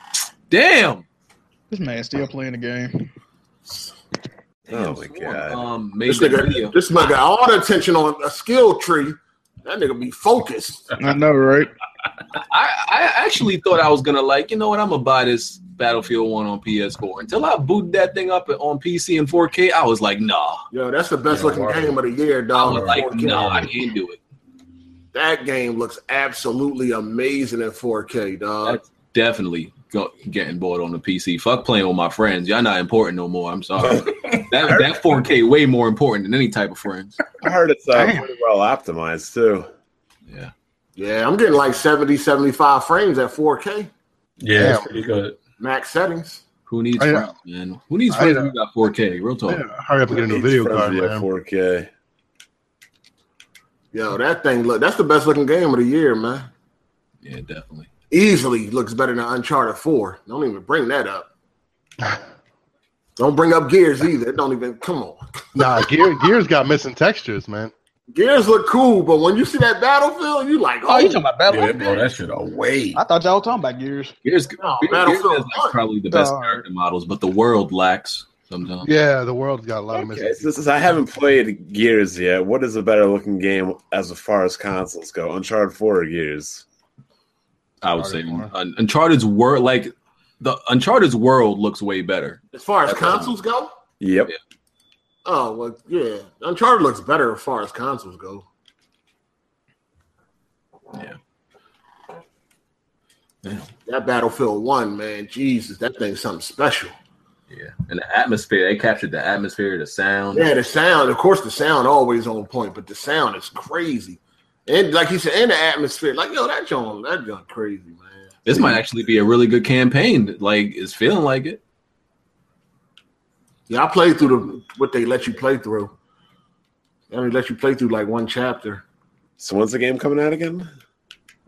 [SPEAKER 3] Damn.
[SPEAKER 2] This man still playing the game.
[SPEAKER 1] Oh my
[SPEAKER 3] Damn,
[SPEAKER 1] god.
[SPEAKER 3] Um made
[SPEAKER 4] This
[SPEAKER 3] that video.
[SPEAKER 4] nigga, this nigga got all the attention on a skill tree. That nigga be focused.
[SPEAKER 2] I know, right?
[SPEAKER 3] I, I actually thought I was gonna like, you know what? I'm gonna buy this Battlefield One on PS4. Until I booted that thing up on PC in 4K, I was like, nah.
[SPEAKER 4] Yo, that's the best
[SPEAKER 6] Yeah,
[SPEAKER 4] looking
[SPEAKER 6] wow.
[SPEAKER 4] game of the year,
[SPEAKER 3] I
[SPEAKER 4] dog.
[SPEAKER 3] was like,
[SPEAKER 4] 4K.
[SPEAKER 3] no, I can't do it.
[SPEAKER 4] That game looks absolutely amazing in 4K, dog.
[SPEAKER 3] That's definitely go, getting bored on the PC. Fuck playing with my friends. Y'all not important no more. I'm sorry. that that 4K way more important than any type of friends.
[SPEAKER 1] I heard it's uh,
[SPEAKER 2] Damn.
[SPEAKER 1] pretty well optimized too.
[SPEAKER 3] Yeah.
[SPEAKER 4] Yeah, I'm getting like 70, 75 frames at 4K,
[SPEAKER 6] Yeah, it's
[SPEAKER 7] Damn.
[SPEAKER 6] pretty good.
[SPEAKER 4] max settings.
[SPEAKER 3] Who needs
[SPEAKER 7] I-
[SPEAKER 3] friends, man? Who needs
[SPEAKER 7] I-
[SPEAKER 3] friends? when You got 4K. Real talk.
[SPEAKER 7] Yeah, hurry up and get a new video card, man.
[SPEAKER 1] 4K.
[SPEAKER 4] Yo, that thing look that's the best looking game of the year, man.
[SPEAKER 3] Yeah, definitely.
[SPEAKER 4] Easily looks better than Uncharted 4. Don't even bring that up. Don't bring up Gears either. It don't even come on.
[SPEAKER 7] Nah, Gear, Gear's got missing textures, man.
[SPEAKER 4] Gears look cool, but when you see that battlefield, you like,
[SPEAKER 2] Oh,
[SPEAKER 4] oh,
[SPEAKER 2] you talking about
[SPEAKER 6] Yeah, they
[SPEAKER 2] Battlefield?
[SPEAKER 6] blow that shit away.
[SPEAKER 2] I thought y'all were talking about Gears.
[SPEAKER 3] Gears,
[SPEAKER 4] No,
[SPEAKER 3] Gears-
[SPEAKER 4] Battlefield
[SPEAKER 3] Gears has, like,
[SPEAKER 4] one.
[SPEAKER 3] probably the best
[SPEAKER 2] Dog.
[SPEAKER 3] character models, but the world lacks sometimes.
[SPEAKER 7] Yeah, the world's got a lot of missing.
[SPEAKER 1] Okay, so this is, I haven't played Gears yet. What is a better looking game as far as consoles go? Uncharted 4 or Gears?
[SPEAKER 3] I would say
[SPEAKER 7] Uncharted
[SPEAKER 3] Un- Uncharted's world, like the Uncharted's world, looks way better.
[SPEAKER 4] as far as
[SPEAKER 3] That's what-
[SPEAKER 4] consoles go,
[SPEAKER 1] Yep.
[SPEAKER 4] oh well, yeah. Uncharted looks better as far as consoles go.
[SPEAKER 3] Yeah.
[SPEAKER 4] That Battlefield One, man, Jesus, that thing's something special.
[SPEAKER 3] Yeah, and the atmosphere they captured the atmosphere, the sound.
[SPEAKER 4] Yeah, the sound, of course, the sound always on point, but the sound is crazy. And like you said, in the atmosphere, like yo, that John, that John crazy, man.
[SPEAKER 3] This might actually be a really good campaign. Like it's feeling like it.
[SPEAKER 4] Yeah, I played through the what they let you play through. They only let you play through like one chapter
[SPEAKER 1] So when's the game coming out again?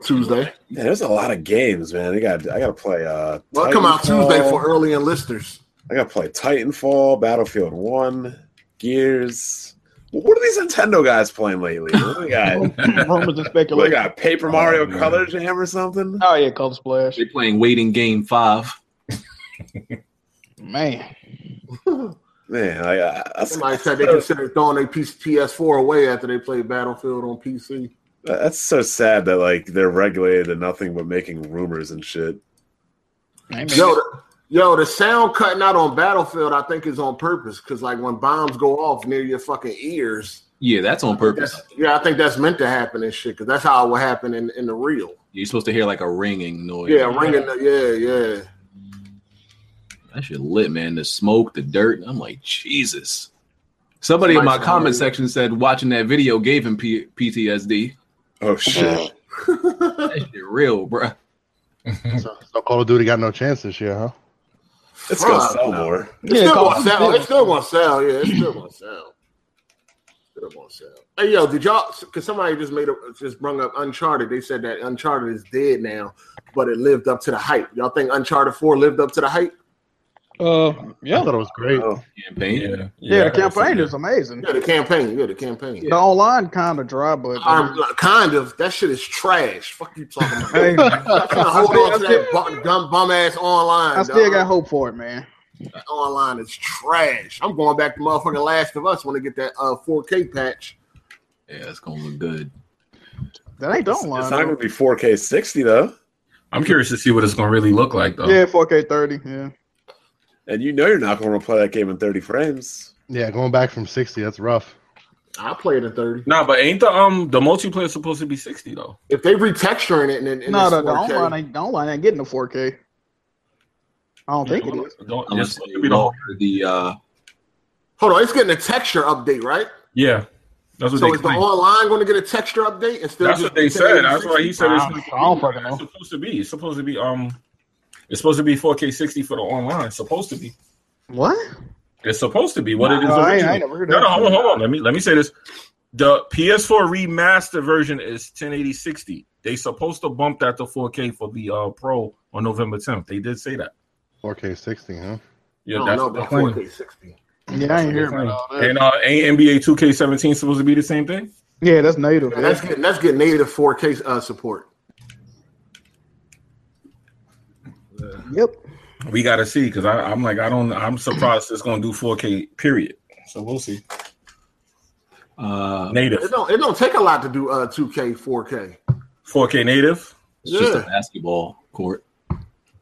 [SPEAKER 4] Tuesday.
[SPEAKER 1] Man, there's a lot of games, man. I got I got to play. Uh,
[SPEAKER 4] Well, it come out
[SPEAKER 1] Titanfall.
[SPEAKER 4] Tuesday for early enlisters.
[SPEAKER 1] I got to play Titanfall, Battlefield One, Gears. What are these Nintendo guys playing lately? What do they got?
[SPEAKER 2] Rumors and
[SPEAKER 1] what, they
[SPEAKER 2] speculation.
[SPEAKER 1] got Paper Mario
[SPEAKER 6] Oh, man.
[SPEAKER 1] Color Jam or something?
[SPEAKER 2] Oh yeah, Color Splash.
[SPEAKER 3] They're playing waiting game five.
[SPEAKER 2] Man,
[SPEAKER 1] Man, I, I, I,
[SPEAKER 4] Somebody said they considered throwing their piece PS4 away after they played Battlefield on PC.
[SPEAKER 1] that's so sad that like they're regulated to nothing but making rumors and shit.
[SPEAKER 2] I mean,
[SPEAKER 4] Yo, the, yo, the sound cutting out on Battlefield, I think, is on purpose because like when bombs go off near your fucking ears,
[SPEAKER 3] Yeah, that's on purpose.
[SPEAKER 4] That's, yeah, I think that's meant to happen and shit because that's how it would happen in, in the real.
[SPEAKER 3] You're supposed to hear like a ringing
[SPEAKER 1] Oh,
[SPEAKER 3] noise.
[SPEAKER 4] Yeah, ringing. The, yeah, yeah.
[SPEAKER 3] that shit lit, man. The smoke, the dirt. I'm like Jesus. Somebody in my
[SPEAKER 4] Somebody's
[SPEAKER 3] comment
[SPEAKER 4] hungry.
[SPEAKER 3] section said watching that video gave him P- PTSD.
[SPEAKER 1] Oh shit!
[SPEAKER 3] That shit real, bruh.
[SPEAKER 7] So, so Call of Duty got no chance this year, huh?
[SPEAKER 1] It's gonna
[SPEAKER 4] Fuck,
[SPEAKER 1] sell
[SPEAKER 4] no.
[SPEAKER 1] more.
[SPEAKER 4] It's
[SPEAKER 2] yeah,
[SPEAKER 4] still
[SPEAKER 2] Call
[SPEAKER 4] gonna
[SPEAKER 2] of
[SPEAKER 4] sell. It's
[SPEAKER 2] Duty.
[SPEAKER 4] still gonna sell. Yeah, it's still gonna sell. Still gonna sell. Hey, yo, did y'all? Because somebody just made a just brung up Uncharted. They said that Uncharted is dead now, but it lived up to the hype. Y'all think Uncharted Four lived up to the hype?
[SPEAKER 2] Uh,
[SPEAKER 7] I
[SPEAKER 2] yeah,
[SPEAKER 7] thought it was great.
[SPEAKER 1] Oh,
[SPEAKER 3] Campaign.
[SPEAKER 6] Yeah,
[SPEAKER 2] yeah. The
[SPEAKER 6] I heard
[SPEAKER 2] campaign
[SPEAKER 6] so.
[SPEAKER 2] is amazing.
[SPEAKER 4] Yeah, the campaign. Yeah, the campaign.
[SPEAKER 2] The online kind of dry, but
[SPEAKER 4] I'm like, kind of. That shit is trash. Fuck you talking about.
[SPEAKER 2] Hey,
[SPEAKER 4] I'm trying to
[SPEAKER 2] I
[SPEAKER 4] hold
[SPEAKER 2] still-
[SPEAKER 4] on to
[SPEAKER 2] I still-
[SPEAKER 4] that bu- dumb bum ass online.
[SPEAKER 2] I still
[SPEAKER 4] dog.
[SPEAKER 2] got hope for it, man.
[SPEAKER 4] online is trash. I'm going back to motherfucking Last of Us when I get that uh 4K patch.
[SPEAKER 3] Yeah, it's gonna look good.
[SPEAKER 2] That ain't the
[SPEAKER 1] it's, it's
[SPEAKER 2] online.
[SPEAKER 1] not
[SPEAKER 2] though.
[SPEAKER 1] gonna be 4K 60 though,
[SPEAKER 6] I'm curious to see what it's gonna really look like though.
[SPEAKER 2] Yeah, 4K 30. Yeah.
[SPEAKER 1] and you know you're not gonna play that game in 30 frames.
[SPEAKER 7] Yeah, going back from 60, that's rough.
[SPEAKER 4] I played in 30.
[SPEAKER 6] Nah, but ain't the um the multiplayer supposed to be 60 though?
[SPEAKER 4] If they retexturing it and, and
[SPEAKER 2] No,
[SPEAKER 4] it's
[SPEAKER 2] the, the
[SPEAKER 4] 4K,
[SPEAKER 2] online ain't the online ain't getting the 4K. I don't think it is.
[SPEAKER 6] Don't-
[SPEAKER 3] I'm
[SPEAKER 6] it's
[SPEAKER 3] gonna
[SPEAKER 6] supposed
[SPEAKER 3] say
[SPEAKER 6] to be the whole-
[SPEAKER 3] Walker, the uh
[SPEAKER 4] hold on, it's getting a texture update, right?
[SPEAKER 6] Yeah, that's what
[SPEAKER 4] So
[SPEAKER 6] they
[SPEAKER 4] is the
[SPEAKER 6] claim.
[SPEAKER 4] online going to get a texture update and still?
[SPEAKER 6] That's
[SPEAKER 4] just
[SPEAKER 6] what they said. That's why he said it's
[SPEAKER 2] I
[SPEAKER 6] not
[SPEAKER 2] don't- I don't fucking know.
[SPEAKER 6] it's supposed to be. It's supposed to be um it's supposed to be 4K 60 for the online. It's supposed to be.
[SPEAKER 2] What?
[SPEAKER 6] It's supposed to be what it is.
[SPEAKER 2] No, I ain't- I
[SPEAKER 6] originally.
[SPEAKER 2] ain't never heard
[SPEAKER 6] no,
[SPEAKER 2] that.
[SPEAKER 6] no, hold on, hold on. Let me let me say this. The PS4 remaster version is 1080 60. They supposed to bump that to 4K for the uh, Pro on November 10th. They did say that.
[SPEAKER 7] 4K 60, huh?
[SPEAKER 2] Oh,
[SPEAKER 6] Yeah,
[SPEAKER 4] I
[SPEAKER 6] that's
[SPEAKER 4] don't
[SPEAKER 6] the
[SPEAKER 4] know about
[SPEAKER 6] claim.
[SPEAKER 4] 4K 60.
[SPEAKER 2] Yeah, I ain't hearing
[SPEAKER 6] Claim.
[SPEAKER 2] about all that.
[SPEAKER 6] And uh, ain't NBA 2K17 supposed to be the same thing?
[SPEAKER 2] Yeah, that's native.
[SPEAKER 4] Yeah, that's getting that's getting native 4K uh, support.
[SPEAKER 2] Yep.
[SPEAKER 6] We got to see because I'm like I don't I'm surprised it's going to do 4K period. So we'll see.
[SPEAKER 3] uh
[SPEAKER 4] It
[SPEAKER 6] Native
[SPEAKER 4] uh, don't it don't take a lot to do uh 2K 4K.
[SPEAKER 6] 4K native.
[SPEAKER 3] It's just a
[SPEAKER 4] Yeah.
[SPEAKER 3] basketball court.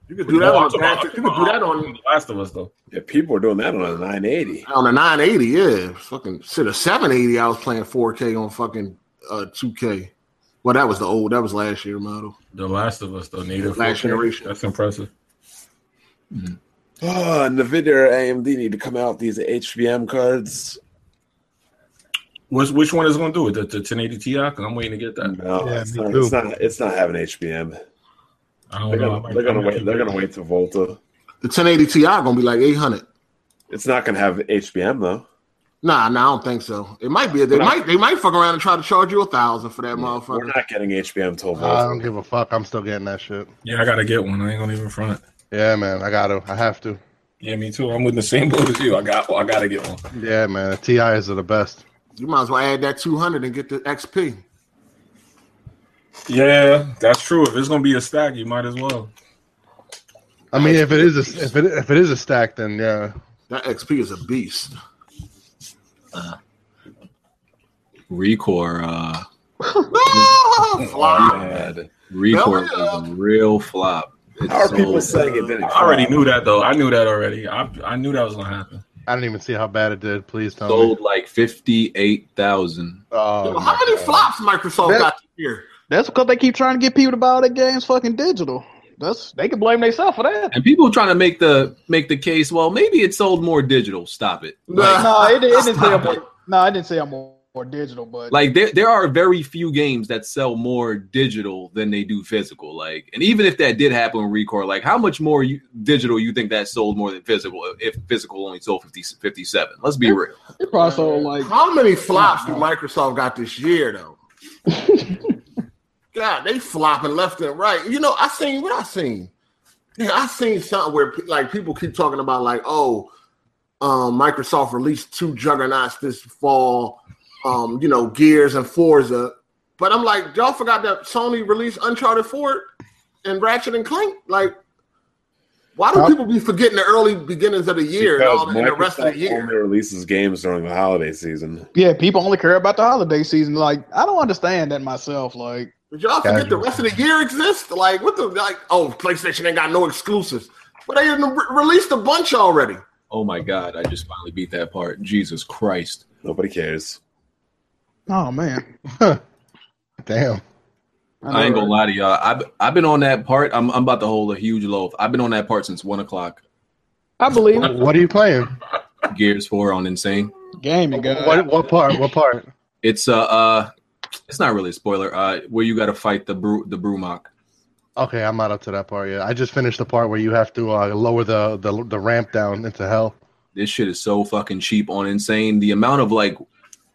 [SPEAKER 4] You could do that on Patrick. You could do that on
[SPEAKER 6] The Last of Us though.
[SPEAKER 1] Yeah, people are doing that on a 980.
[SPEAKER 4] on a 980. Yeah, fucking shit. A 780. I was playing 4K on fucking uh 2K. Well, that was the old. That was last year model.
[SPEAKER 6] The Last of Us though. Native
[SPEAKER 4] Last generation.
[SPEAKER 6] That's impressive.
[SPEAKER 1] Oh, NVIDIA or AMD need to come out with these HVM cards.
[SPEAKER 6] Which which one is going to do it? The, the 1080 Ti? Because I'm waiting to get that.
[SPEAKER 1] No,
[SPEAKER 7] Yeah,
[SPEAKER 1] it's,
[SPEAKER 7] me
[SPEAKER 1] not,
[SPEAKER 7] too.
[SPEAKER 1] it's not. It's not having HBM.
[SPEAKER 6] I don't
[SPEAKER 1] They're
[SPEAKER 6] know. I
[SPEAKER 1] gonna,
[SPEAKER 6] might-
[SPEAKER 1] they're gonna
[SPEAKER 6] I might
[SPEAKER 1] wait.
[SPEAKER 6] keep
[SPEAKER 1] They're
[SPEAKER 6] it.
[SPEAKER 1] gonna wait to Volta.
[SPEAKER 4] The 1080 Ti gonna be like 800.
[SPEAKER 1] It's not gonna have HBM though.
[SPEAKER 4] Nah, nah, I don't think so. It might be. They might. They might fuck around and try to charge you a thousand for that
[SPEAKER 1] We're
[SPEAKER 4] motherfucker.
[SPEAKER 1] not getting HBM till Volta.
[SPEAKER 7] I don't give a fuck. I'm still getting that shit.
[SPEAKER 6] Yeah, I gotta get one. I ain't gonna even front.
[SPEAKER 7] Yeah, man. I got to. I have to.
[SPEAKER 6] Yeah, me too. I'm with the same boat as you. I got. I gotta get one.
[SPEAKER 7] Yeah, man. The TIs are the best.
[SPEAKER 4] You might as well add that 200 and get the XP.
[SPEAKER 6] Yeah, that's true. If it's gonna be a stack, you might as well.
[SPEAKER 7] I mean, if it is a, if it if it is a stack, then yeah.
[SPEAKER 4] That XP is a beast.
[SPEAKER 3] Recore, uh,
[SPEAKER 6] Man.
[SPEAKER 3] Recore
[SPEAKER 4] Hell
[SPEAKER 3] was a real flop. It
[SPEAKER 1] How are
[SPEAKER 3] sold-
[SPEAKER 1] people saying it didn't?
[SPEAKER 6] I already knew that though. I knew that already. I I knew that was gonna happen.
[SPEAKER 7] I didn't even see how bad it did. Please tell me.
[SPEAKER 3] sold like fifty eight thousand.
[SPEAKER 7] Oh,
[SPEAKER 4] How many flops Microsoft
[SPEAKER 2] That-
[SPEAKER 4] got this year?
[SPEAKER 2] That's because they keep trying to get people to buy all their games fucking digital. That's they can blame themselves for that.
[SPEAKER 3] And people trying to make the make the case. Well, maybe it sold more digital. Stop it. Like,
[SPEAKER 2] No, it, it didn't say I'm more. No, I didn't say I'm more, more digital, but
[SPEAKER 3] like there, there are very few games that sell more digital than they do physical. Like, and even if that did happen with Recore, like how much more you, digital you think that sold more than physical? If physical only sold 50, 57. let's be real.
[SPEAKER 2] it probably sold like
[SPEAKER 4] How many flops did Microsoft got this year though? God, they flopping left and right. You know, I seen what I seen. Yeah, I seen something where pe- like people keep talking about like, oh, um, Microsoft released two juggernauts this fall. Um, you know, Gears and Forza. But I'm like, y'all forgot that Sony released Uncharted 4 and Ratchet and Clank. Like, why do
[SPEAKER 7] Huh?
[SPEAKER 4] people be forgetting the early beginnings of the year and, all,
[SPEAKER 1] Because
[SPEAKER 4] that- and the rest of
[SPEAKER 1] Microsoft
[SPEAKER 4] the year?
[SPEAKER 1] only releases games during the holiday season.
[SPEAKER 2] yeah, people only care about the holiday season. Like I don't understand that myself. Like
[SPEAKER 4] Did y'all forget the
[SPEAKER 7] Casual.
[SPEAKER 4] rest of the year exists? Like, what the like? Oh, PlayStation ain't got no exclusives, but they done re- released a bunch already.
[SPEAKER 3] Oh my god, I just finally beat that part. Jesus Christ.
[SPEAKER 1] Nobody cares.
[SPEAKER 2] oh man,
[SPEAKER 7] damn.
[SPEAKER 3] I ain't gonna lie to y'all. I've I've been on that part. I'm I'm about to hold a huge loaf. I've been on that part since one o'clock.
[SPEAKER 2] I believe it.
[SPEAKER 7] What are you playing?
[SPEAKER 3] Gears four on insane.
[SPEAKER 2] gaming guy.
[SPEAKER 7] What what part? What part?
[SPEAKER 3] It's uh uh it's not really a spoiler. Uh where you gotta fight the brew the brewmach.
[SPEAKER 7] Okay, I'm not up to that part yet. I just finished the part where you have to uh, lower the, the the ramp down into hell.
[SPEAKER 3] This shit is so fucking cheap on insane. The amount of like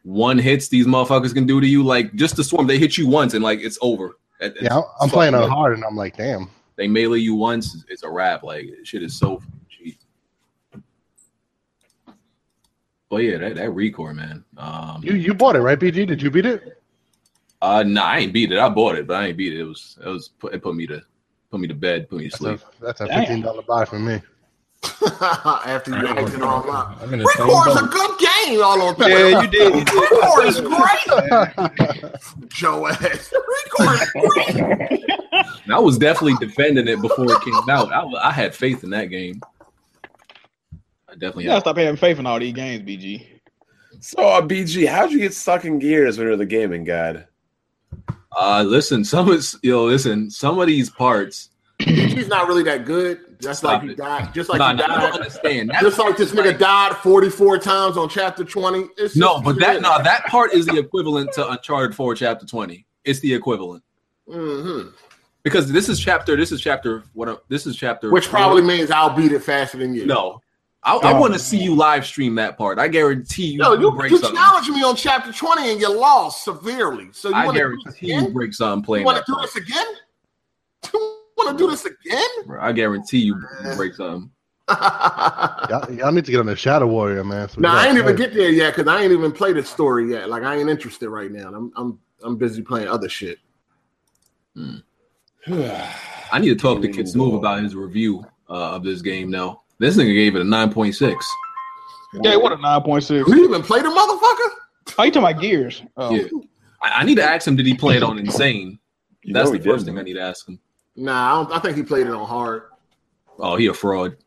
[SPEAKER 3] one hits these motherfuckers can do to you, like just the swarm. They hit you once and like it's over. It- it's-
[SPEAKER 7] Yeah, I'm, I'm playing on hard, and I'm like, damn.
[SPEAKER 3] They melee you once, it's a wrap. Like shit is so fucking cheap. But yeah, that, that recore, man. Um
[SPEAKER 7] You you bought it right, BG? Did you beat it?
[SPEAKER 3] Uh, no, I ain't beat it. I bought it, but I ain't beat it. It was, it was, put, it put me to, put me to bed, put me to
[SPEAKER 7] That's a,
[SPEAKER 3] sleep.
[SPEAKER 7] that's a
[SPEAKER 2] Damn.
[SPEAKER 7] fifteen dollar buy for me.
[SPEAKER 4] After you exit all out.
[SPEAKER 6] I'm in the same
[SPEAKER 4] Record is a
[SPEAKER 6] boat.
[SPEAKER 4] good game, all on
[SPEAKER 3] Yeah,
[SPEAKER 4] Twitter.
[SPEAKER 3] you did. You did.
[SPEAKER 4] Record is great, Joe ass. Record is great.
[SPEAKER 3] And I was definitely defending it before it came out. I, I had faith in that game. I definitely
[SPEAKER 2] You gotta
[SPEAKER 3] had.
[SPEAKER 2] stop having faith in all these games, BG.
[SPEAKER 1] So, uh, BG, how'd you get stuck in gears when you're the gaming god?
[SPEAKER 3] Uh, listen, some is, yo, listen, some of these parts.
[SPEAKER 4] He's not really that good. That's
[SPEAKER 3] Stop
[SPEAKER 4] like he
[SPEAKER 3] it.
[SPEAKER 4] died. Just like
[SPEAKER 3] Nah,
[SPEAKER 4] he
[SPEAKER 3] nah, I don't
[SPEAKER 4] died.
[SPEAKER 3] understand. That's-
[SPEAKER 4] Just like this nigga died 44 times on chapter 20. It's just-
[SPEAKER 3] no, but that no, that part is the equivalent to Uncharted Four, Chapter Twenty. It's the equivalent
[SPEAKER 4] Mhm.
[SPEAKER 3] because this is chapter. This is chapter. What? This is chapter.
[SPEAKER 4] Which
[SPEAKER 3] four.
[SPEAKER 4] probably means I'll beat it faster than you.
[SPEAKER 3] No. I, I want to see you live stream that part. I guarantee you.
[SPEAKER 4] Yo, you,
[SPEAKER 3] break
[SPEAKER 4] you
[SPEAKER 3] something.
[SPEAKER 4] challenged me on chapter 20 and you lost severely. So you
[SPEAKER 3] I
[SPEAKER 4] want to do this
[SPEAKER 3] guarantee you
[SPEAKER 4] again?
[SPEAKER 3] break something
[SPEAKER 4] You
[SPEAKER 3] playing
[SPEAKER 4] want
[SPEAKER 3] that
[SPEAKER 4] to do
[SPEAKER 3] part.
[SPEAKER 4] this again? You want to do this again?
[SPEAKER 3] bro. I guarantee you break something.
[SPEAKER 4] nah,
[SPEAKER 7] Y'all, y'all need to get on the Shadow Warrior, man. So we got
[SPEAKER 4] I ain't even
[SPEAKER 7] played.
[SPEAKER 4] get there yet because I ain't even played the story yet. Like I ain't interested right now. I'm I'm I'm busy playing other shit.
[SPEAKER 3] I need to talk to Kids Move about his review uh, of this game now. This nigga gave it a 9.6.
[SPEAKER 2] Yeah, what a nine point six.
[SPEAKER 4] You even played the motherfucker?
[SPEAKER 2] Are you talking about Gears? Oh.
[SPEAKER 3] Yeah. I, I need to ask him, did he play it on Insane?
[SPEAKER 1] You
[SPEAKER 3] That's
[SPEAKER 1] know he
[SPEAKER 3] the first
[SPEAKER 1] didn't.
[SPEAKER 3] thing I need to ask him.
[SPEAKER 4] Nah, I, don't, I think he played it on hard.
[SPEAKER 3] Oh, he a fraud.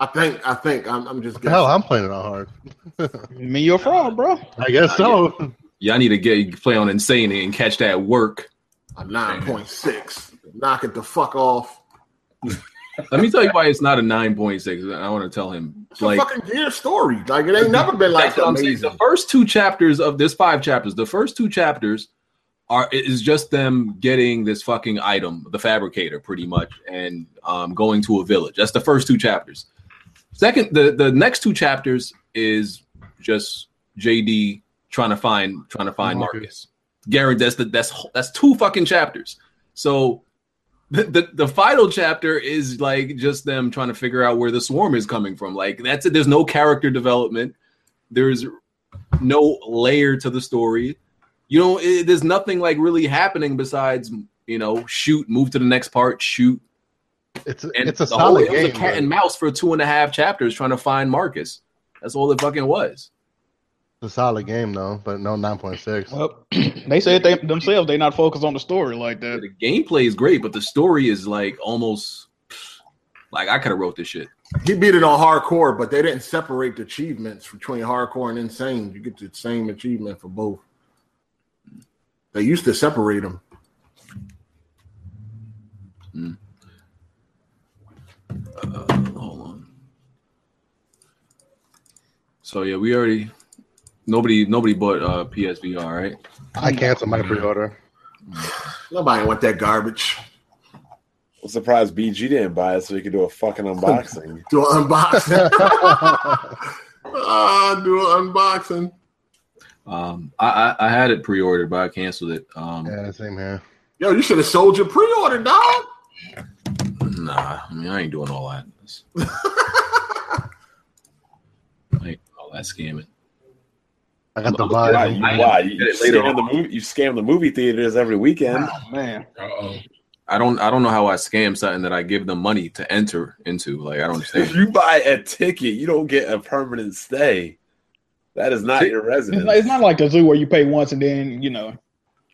[SPEAKER 4] I think. I think. I'm, I'm just.
[SPEAKER 7] The hell, I'm playing it on hard.
[SPEAKER 2] I mean, you're a fraud, bro.
[SPEAKER 7] I guess so.
[SPEAKER 3] Y'all need to get play on insane and catch that work.
[SPEAKER 4] a nine point six. Knock it the fuck off.
[SPEAKER 3] Let me tell you why it's not a nine point six. I want to tell him
[SPEAKER 4] It's
[SPEAKER 3] like
[SPEAKER 4] a fucking gear story. Like it ain't never been like
[SPEAKER 3] That's what
[SPEAKER 4] that.
[SPEAKER 3] I'm saying. The first two chapters of this five chapters, the first two chapters are is just them getting this fucking item, the fabricator, pretty much, and um, going to a village. That's the first two chapters. Second, the the next two chapters is just JD trying to find trying to find
[SPEAKER 7] Marcus.
[SPEAKER 3] Marcus. Garrett, that's the that's that's two fucking chapters. So. The, the, the final chapter is like just them trying to figure out where the swarm is coming from. Like that's it. There's no character development there's no layer to the story. You know, it, there's nothing like really happening besides you know shoot, move to the next part, shoot.
[SPEAKER 7] It's a-
[SPEAKER 3] And
[SPEAKER 7] it's a
[SPEAKER 3] the whole-
[SPEAKER 7] solid
[SPEAKER 3] It
[SPEAKER 7] game.
[SPEAKER 3] was a cat and
[SPEAKER 7] but
[SPEAKER 3] mouse for two and a half chapters trying to find Marcus. That's all it fucking was.
[SPEAKER 7] It's a solid game though, but no nine point six.
[SPEAKER 2] Well, they said they themselves they not focused on the story like that.
[SPEAKER 3] The gameplay is great, but the story is like almost like I could have wrote this shit.
[SPEAKER 4] He beat it on hardcore, but they didn't separate the achievements between hardcore and insane. You get the same achievement for both. They used to separate them.
[SPEAKER 3] Uh, hold on. So yeah, we already nobody nobody bought uh, PSVR, right?
[SPEAKER 7] I canceled my pre-order.
[SPEAKER 4] Nobody want that garbage.
[SPEAKER 1] I'm surprised BG didn't buy it so he could do a fucking unboxing.
[SPEAKER 4] Do an unboxing. Ah, do an unboxing.
[SPEAKER 3] Um, I, I I had it pre-ordered, but I canceled it. Um,
[SPEAKER 7] Yeah, same here.
[SPEAKER 4] Yo, you should have sold your pre-order, dog.
[SPEAKER 3] nah, I mean I ain't doing all that. That's- I ain't doing all that scamming.
[SPEAKER 7] I got the
[SPEAKER 3] No, you're
[SPEAKER 1] Why?
[SPEAKER 7] vibe.
[SPEAKER 1] You,
[SPEAKER 3] I-
[SPEAKER 1] why? You,
[SPEAKER 3] I-
[SPEAKER 1] scam the movie, you scam the movie theaters every weekend.
[SPEAKER 2] Oh, man,
[SPEAKER 6] Uh-oh.
[SPEAKER 3] I don't I don't know how I scam something that I give them money to enter into. Like I don't
[SPEAKER 1] If
[SPEAKER 3] understand.
[SPEAKER 1] you buy a ticket, you don't get a permanent stay. That is not your
[SPEAKER 2] it's
[SPEAKER 1] residence.
[SPEAKER 2] not, it's not like the zoo where you pay once and then you know.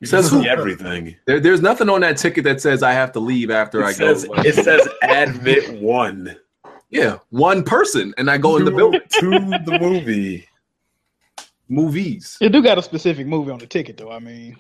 [SPEAKER 1] it says see everything.
[SPEAKER 3] There, there's nothing on that ticket that says I have to leave after I
[SPEAKER 1] It says,
[SPEAKER 3] go.
[SPEAKER 1] it says admit one
[SPEAKER 3] yeah, one person, and I go in the
[SPEAKER 1] to-
[SPEAKER 3] building.
[SPEAKER 1] to the movie.
[SPEAKER 3] Movies.
[SPEAKER 2] You do got a specific movie on the ticket though. I mean,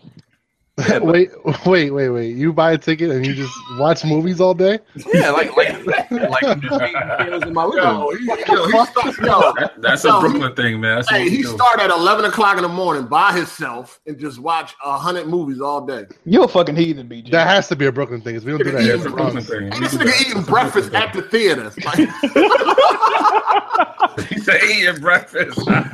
[SPEAKER 7] wait, wait, wait, wait. You buy a ticket and you just watch movies all day?
[SPEAKER 3] Yeah, like like like I'm just eating potatoes in my living room.
[SPEAKER 4] Yo, he, yo, he start, yo,
[SPEAKER 6] That- that's
[SPEAKER 4] No,
[SPEAKER 6] a
[SPEAKER 4] he-
[SPEAKER 6] Brooklyn thing, man. That's
[SPEAKER 4] hey,
[SPEAKER 6] what we
[SPEAKER 4] he
[SPEAKER 6] do.
[SPEAKER 4] started at eleven o'clock in the morning by himself and just watch a hundred movies all day.
[SPEAKER 2] you're a fucking heathen, BG.
[SPEAKER 7] That has to be a Brooklyn thing. 'cause We don't do that here.
[SPEAKER 6] That's a Brooklyn thing.
[SPEAKER 4] And this nigga eating breakfast at the theaters. Like,
[SPEAKER 6] He said eating breakfast.
[SPEAKER 7] Um,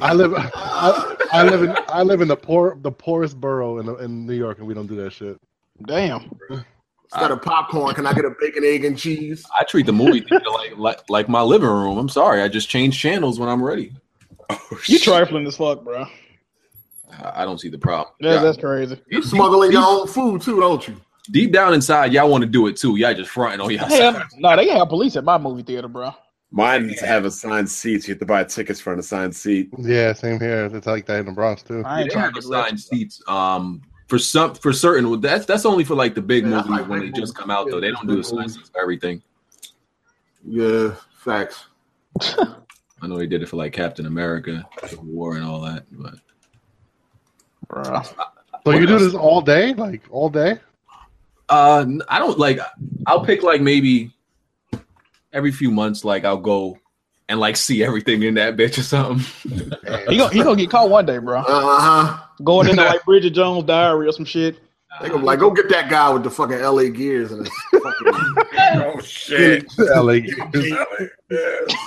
[SPEAKER 7] I live, I, I live in, I live in the poor, the poorest borough in, in New York, and we don't do that shit.
[SPEAKER 2] Damn.
[SPEAKER 4] instead of popcorn, can I get a bacon, egg, and cheese?
[SPEAKER 3] I treat the movie theater like, like like my living room. I'm sorry, I just change channels when I'm ready.
[SPEAKER 2] You trifling as fuck, bro.
[SPEAKER 3] I I don't see the problem.
[SPEAKER 2] That,
[SPEAKER 3] Yeah.
[SPEAKER 2] That's crazy.
[SPEAKER 4] You smuggling your own food too, don't you?
[SPEAKER 3] Deep down inside, y'all want to do it too. Y'all just fronting on y'all.
[SPEAKER 2] Hey, I'm- nah, they have police at my movie theater, bro.
[SPEAKER 1] Mine have assigned seats. You have to buy tickets for an assigned seat.
[SPEAKER 7] Yeah, same here. It's like that in the Bronx too.
[SPEAKER 2] I
[SPEAKER 3] They
[SPEAKER 2] ain't trying
[SPEAKER 3] have
[SPEAKER 2] to get rich.
[SPEAKER 3] assigned seats. Um, for some, for certain, that's that's only for like the big
[SPEAKER 4] Yeah,
[SPEAKER 3] movies
[SPEAKER 4] like
[SPEAKER 3] when they
[SPEAKER 4] big
[SPEAKER 3] just come out though. They don't do assigned seats for everything.
[SPEAKER 4] Yeah, facts.
[SPEAKER 3] I know they did it for like Captain America, Civil War, and all that. But
[SPEAKER 2] Bruh.
[SPEAKER 7] So you do this all day, like all day?
[SPEAKER 3] uh, n- I don't like. I'll pick like maybe every few months. Like I'll go and like see everything in that bitch or something.
[SPEAKER 2] He gonna, he gonna get caught one day, bro.
[SPEAKER 4] Uh huh.
[SPEAKER 2] Going into like Bridget Jones' diary or some shit.
[SPEAKER 4] They gonna be like, go get that guy with the fucking LA gears and his fucking
[SPEAKER 6] oh shit.
[SPEAKER 7] LA.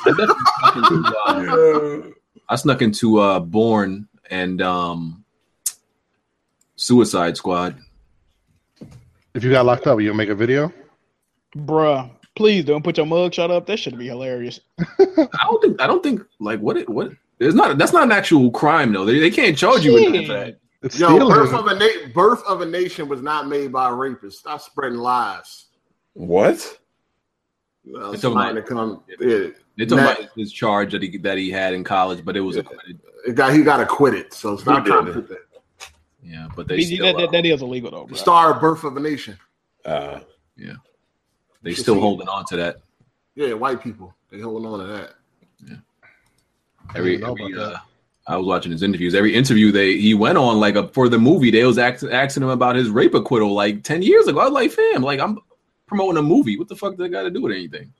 [SPEAKER 3] I definitely snuck into, uh, I snuck into uh, Born and um, Suicide Squad.
[SPEAKER 7] If you got locked up, you gonna make a video?
[SPEAKER 2] Bruh, please don't put your mug shot up. That should be hilarious.
[SPEAKER 3] I don't think. I don't think like what it what. It's not. That's not an actual crime though. They, they can't charge you with nothing for that.
[SPEAKER 7] It's
[SPEAKER 4] yo. Birth
[SPEAKER 7] stealing.
[SPEAKER 4] of a na- Birth of a Nation was not made by rapists. Stop spreading lies.
[SPEAKER 1] What?
[SPEAKER 4] Uh,
[SPEAKER 3] It's
[SPEAKER 4] somebody
[SPEAKER 3] about-
[SPEAKER 4] to come. Yeah,
[SPEAKER 3] They talking
[SPEAKER 4] Nah.
[SPEAKER 3] about his charge that he that he had in college, but it was acquitted.
[SPEAKER 4] it got he got acquitted. So stop
[SPEAKER 1] Who
[SPEAKER 4] trying to
[SPEAKER 1] did
[SPEAKER 4] put that.
[SPEAKER 3] Yeah, but they
[SPEAKER 2] BG,
[SPEAKER 3] still,
[SPEAKER 2] that, that, that is illegal though.
[SPEAKER 4] The
[SPEAKER 2] Bro.
[SPEAKER 4] star of Birth of a Nation.
[SPEAKER 1] Uh,
[SPEAKER 3] they still holding on to that.
[SPEAKER 4] Yeah, white people. They holding on to that.
[SPEAKER 3] Every,
[SPEAKER 7] know
[SPEAKER 3] every,
[SPEAKER 7] about that.
[SPEAKER 3] uh, I was watching his interviews. Every interview they he went on like a, for the movie, they was ax- asking him about his rape acquittal like ten years ago. I was like, fam, like I'm promoting a movie. What the fuck does that got to do with anything?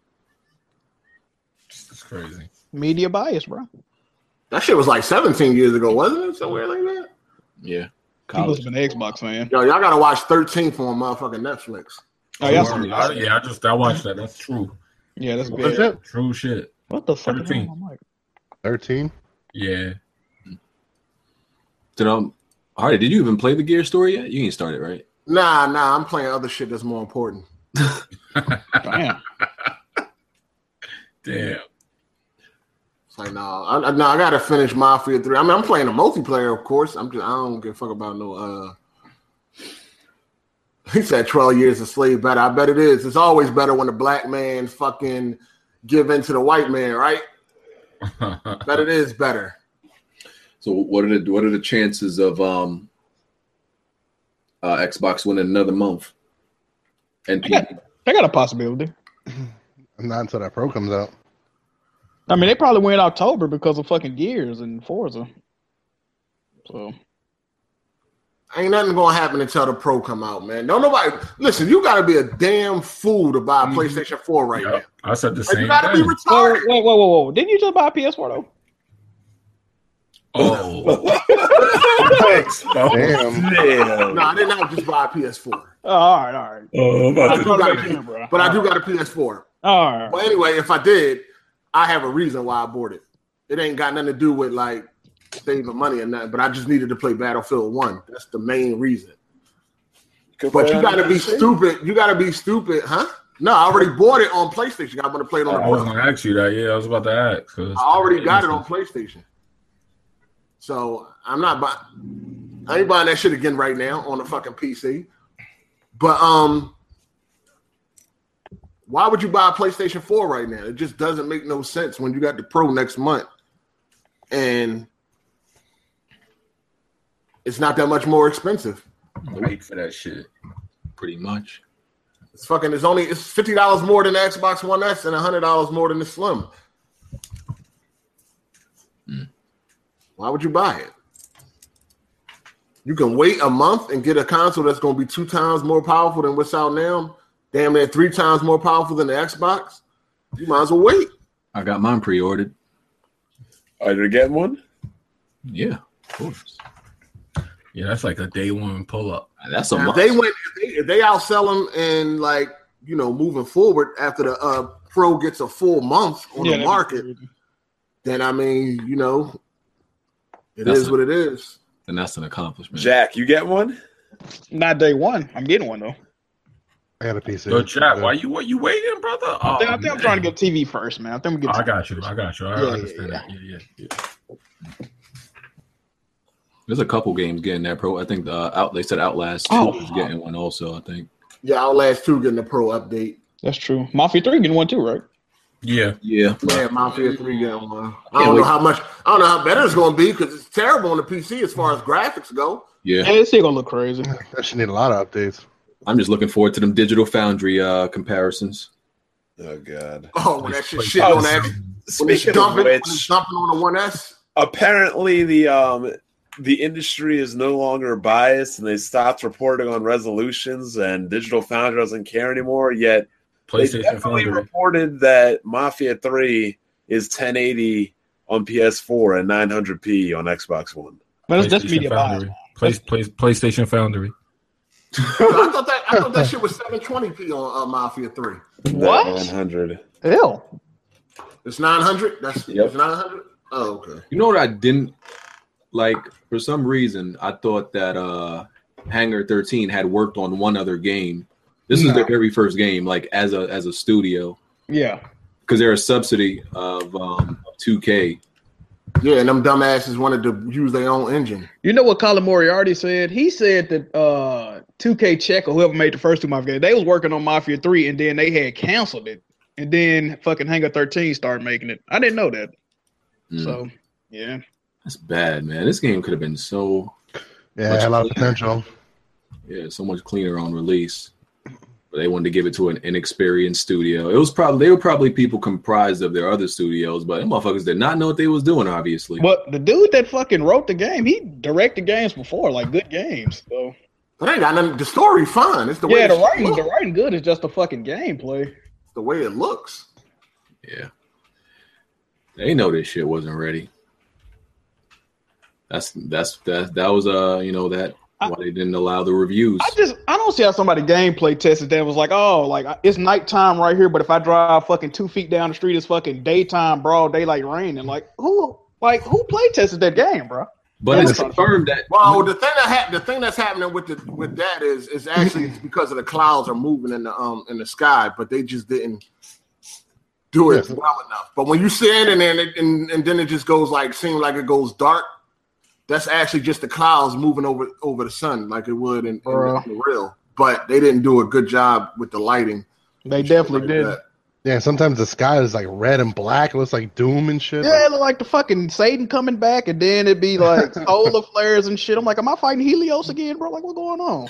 [SPEAKER 6] It's crazy.
[SPEAKER 2] Media bias, bro.
[SPEAKER 4] That shit was like 17 years ago, wasn't it? Somewhere like that.
[SPEAKER 3] Yeah,
[SPEAKER 2] He must
[SPEAKER 3] college.
[SPEAKER 2] have been an Xbox fan.
[SPEAKER 4] Yo, y'all gotta watch 13 for on motherfucking Netflix.
[SPEAKER 2] Oh, that's
[SPEAKER 6] Don't worry. I- yeah, I just I watched that. That's true.
[SPEAKER 2] yeah, that's
[SPEAKER 7] That's
[SPEAKER 2] bad.
[SPEAKER 7] it.
[SPEAKER 6] True shit.
[SPEAKER 2] What the fuck? is wrong
[SPEAKER 6] 13.
[SPEAKER 2] with my mic?
[SPEAKER 7] Thirteen.
[SPEAKER 6] Yeah.
[SPEAKER 3] Did um, Hardy? Did you even play the Gear story yet? You ain't started, right?
[SPEAKER 4] Nah, nah, I'm playing other shit that's more important.
[SPEAKER 2] Damn.
[SPEAKER 6] Damn.
[SPEAKER 4] It's like, nah, I, I- nah, I gotta finish Mafia 3. I mean, I'm playing a multiplayer, of course. I'm just, I don't give a fuck about no, uh, he said 12 years a slave better. I bet it is. It's always better when the black man fucking give in to the white man, right? Bet it is better.
[SPEAKER 3] So what are the what are the chances of um uh Xbox winning another month? And
[SPEAKER 2] I got, I got a possibility.
[SPEAKER 7] Not until that pro comes out.
[SPEAKER 2] I mean, they probably win October because of fucking Gears and Forza. So
[SPEAKER 4] Ain't nothing gonna happen until the pro come out, man. Don't nobody listen. You gotta be a damn fool to buy a
[SPEAKER 6] Mhm.
[SPEAKER 4] PlayStation Four right
[SPEAKER 6] Yep. I said the
[SPEAKER 4] now. Like, you
[SPEAKER 6] same
[SPEAKER 4] gotta be
[SPEAKER 6] thing.
[SPEAKER 2] Whoa,
[SPEAKER 4] retarded.
[SPEAKER 2] wait, whoa, whoa, whoa! Didn't you just buy a PS4 though?
[SPEAKER 6] Oh,
[SPEAKER 7] Damn.
[SPEAKER 4] No, I did not just buy a PS4,
[SPEAKER 2] Oh, all right, all right.
[SPEAKER 6] oh, I'm about
[SPEAKER 2] I
[SPEAKER 6] to-
[SPEAKER 2] thought about you, bro.
[SPEAKER 4] but I do got a PS4.
[SPEAKER 2] All right.
[SPEAKER 4] But anyway, if I did, I have a reason why I bought it. It ain't got nothing to do with like saving money or nothing. But I just needed to play Battlefield One. That's the main reason. But you gotta be stupid. You gotta be stupid, huh? No, I already bought it on PlayStation. I'm gonna play it on
[SPEAKER 6] I
[SPEAKER 4] the
[SPEAKER 6] was gonna ask you that. Yeah, I was about to ask. 'cause-
[SPEAKER 4] I already got it on PlayStation. So I'm not buying. I ain't buying that shit again right now on a fucking PC. But um, why would you buy a PlayStation Four right now? It just doesn't make no sense when you got the Pro next month, and it's not that much more expensive.
[SPEAKER 6] Wait for that shit.
[SPEAKER 3] pretty much.
[SPEAKER 4] It's fucking. It's only it's fifty dollars more than the Xbox One S and hundred dollars more than the Slim. Why would you buy it? You can wait a month and get a console that's going to be two times more powerful than what's out now. Damn near three times more powerful than the Xbox. You might as well wait.
[SPEAKER 3] I got mine pre-ordered.
[SPEAKER 1] Are you getting one?
[SPEAKER 3] Yeah, of course.
[SPEAKER 6] Yeah, that's like a day one pull up.
[SPEAKER 3] That's a
[SPEAKER 4] Now, if
[SPEAKER 3] month.
[SPEAKER 4] they went, if they, if they outsell them and like you know moving forward after the uh, Pro gets a full month on
[SPEAKER 2] Yeah,
[SPEAKER 4] the
[SPEAKER 2] that'd be
[SPEAKER 4] market,
[SPEAKER 2] crazy.
[SPEAKER 4] then I mean you know it is
[SPEAKER 3] That's not-
[SPEAKER 4] what it is.
[SPEAKER 3] then that's an accomplishment.
[SPEAKER 1] Jack, you get one?
[SPEAKER 2] Not day one. I'm getting one though.
[SPEAKER 7] I got a piece of.
[SPEAKER 6] Yo, Jack, why you what you waiting, brother? Oh,
[SPEAKER 2] I think, I think I'm
[SPEAKER 6] man. Oh,
[SPEAKER 2] trying to get TV first, man. I think we get.
[SPEAKER 6] I
[SPEAKER 2] TV
[SPEAKER 6] got you. I got you. I
[SPEAKER 2] Yeah, yeah,
[SPEAKER 6] understand
[SPEAKER 2] yeah.
[SPEAKER 6] that. Yeah, yeah, yeah.
[SPEAKER 3] There's a couple games getting that pro. I think uh, out they said Outlast two
[SPEAKER 2] Oh.
[SPEAKER 3] is getting one also. I think.
[SPEAKER 4] Yeah, Outlast two getting the Pro update.
[SPEAKER 2] That's true. Mafia Three getting one too, right?
[SPEAKER 6] Yeah.
[SPEAKER 3] Yeah,
[SPEAKER 4] Yeah, Mafia Three getting one. I
[SPEAKER 3] Yeah,
[SPEAKER 4] don't know
[SPEAKER 3] wait.
[SPEAKER 4] how much. I don't know how better it's going to be because it's terrible on the PC as far as graphics go.
[SPEAKER 3] yeah.
[SPEAKER 2] Yeah, it's still gonna look crazy.
[SPEAKER 7] That should need a lot of updates.
[SPEAKER 3] I'm just looking forward to them Digital Foundry uh, comparisons.
[SPEAKER 1] Oh God.
[SPEAKER 4] Oh, when that shit
[SPEAKER 6] Like,
[SPEAKER 4] shit
[SPEAKER 1] oh,
[SPEAKER 4] on
[SPEAKER 1] so-
[SPEAKER 4] that. When it's
[SPEAKER 1] Speaking of
[SPEAKER 4] dumping, when it's
[SPEAKER 1] which,
[SPEAKER 4] dumping on the One S.
[SPEAKER 1] apparently the um the industry is no longer biased and they stopped reporting on resolutions and Digital Foundry doesn't care anymore. Yet they
[SPEAKER 6] PlayStation
[SPEAKER 1] definitely
[SPEAKER 6] Foundry.
[SPEAKER 1] reported that Mafia Three is 1080 on PS4 and 900p on Xbox One.
[SPEAKER 2] But it's just
[SPEAKER 6] PlayStation
[SPEAKER 2] media bias.
[SPEAKER 6] Foundry. Play, play, PlayStation Foundry.
[SPEAKER 4] I thought that I thought that shit was 720p on uh, Mafia Three.
[SPEAKER 2] What?
[SPEAKER 1] That 900.
[SPEAKER 2] Ew.
[SPEAKER 4] It's 900. That's
[SPEAKER 1] Yep.
[SPEAKER 4] it's 900. Oh, okay.
[SPEAKER 3] You know what I didn't like for some reason I thought that uh Hangar 13 had worked on one other game. This is their
[SPEAKER 2] No.
[SPEAKER 3] very first game like as a as a studio
[SPEAKER 2] Yeah.
[SPEAKER 3] because they're a subsidy of um 2K.
[SPEAKER 4] Yeah, and them dumbasses wanted to use their own engine.
[SPEAKER 2] You know what Colin Moriarty said? He said that uh 2K Check or whoever made the first two Mafia games, they was working on Mafia 3 and then they had canceled it. And then fucking Hangar 13 started making it. I didn't know that.
[SPEAKER 3] Mm,
[SPEAKER 2] So yeah.
[SPEAKER 3] That's bad, man. This game could have been so
[SPEAKER 7] Yeah, it had a lot of potential.
[SPEAKER 3] Yeah, so much cleaner on release. But they wanted to give it to an inexperienced studio. It was probably they were probably people comprised of their other studios, but them motherfuckers did not know what they was doing, obviously.
[SPEAKER 2] But the dude that fucking wrote the game, he directed games before, like good games. So
[SPEAKER 4] But ain't got nothing. The story fine. It's the way
[SPEAKER 2] yeah, the
[SPEAKER 4] it
[SPEAKER 2] writing,
[SPEAKER 4] look.
[SPEAKER 2] the writing good is just a fucking gameplay.
[SPEAKER 4] the way it looks.
[SPEAKER 3] Yeah. They know this shit wasn't ready. That's that's that that was uh, you know, that
[SPEAKER 2] I-
[SPEAKER 3] why they didn't allow the reviews.
[SPEAKER 2] I just I don't see how somebody gameplay tested that and was like, oh, like I- it's nighttime right here, but if I drive fucking two feet down the street, it's fucking daytime, broad daylight rain, and like who like who play tested that game, bro?
[SPEAKER 3] but it's
[SPEAKER 2] Amazon.
[SPEAKER 3] confirmed that
[SPEAKER 4] Well, the thing that hap the thing that's happening with the with that is is actually it's because of the clouds are moving in the um in the sky, but they just didn't do it
[SPEAKER 7] Yeah.
[SPEAKER 4] well enough. But when you stand in there and, it, and and then it just goes like seems like it goes dark. That's actually just the clouds moving over over the sun like it would in, in, the,
[SPEAKER 2] Bruh.
[SPEAKER 4] in the real. But they didn't do a good job with the lighting.
[SPEAKER 2] They definitely
[SPEAKER 4] Like
[SPEAKER 2] did.
[SPEAKER 4] that.
[SPEAKER 7] Yeah, sometimes the sky is like red and black. It looks like doom and shit.
[SPEAKER 2] Yeah, it looked like the fucking Satan coming back, and then it'd be like solar flares and shit. I'm like, am I fighting Helios again, bro? Like, what's going on?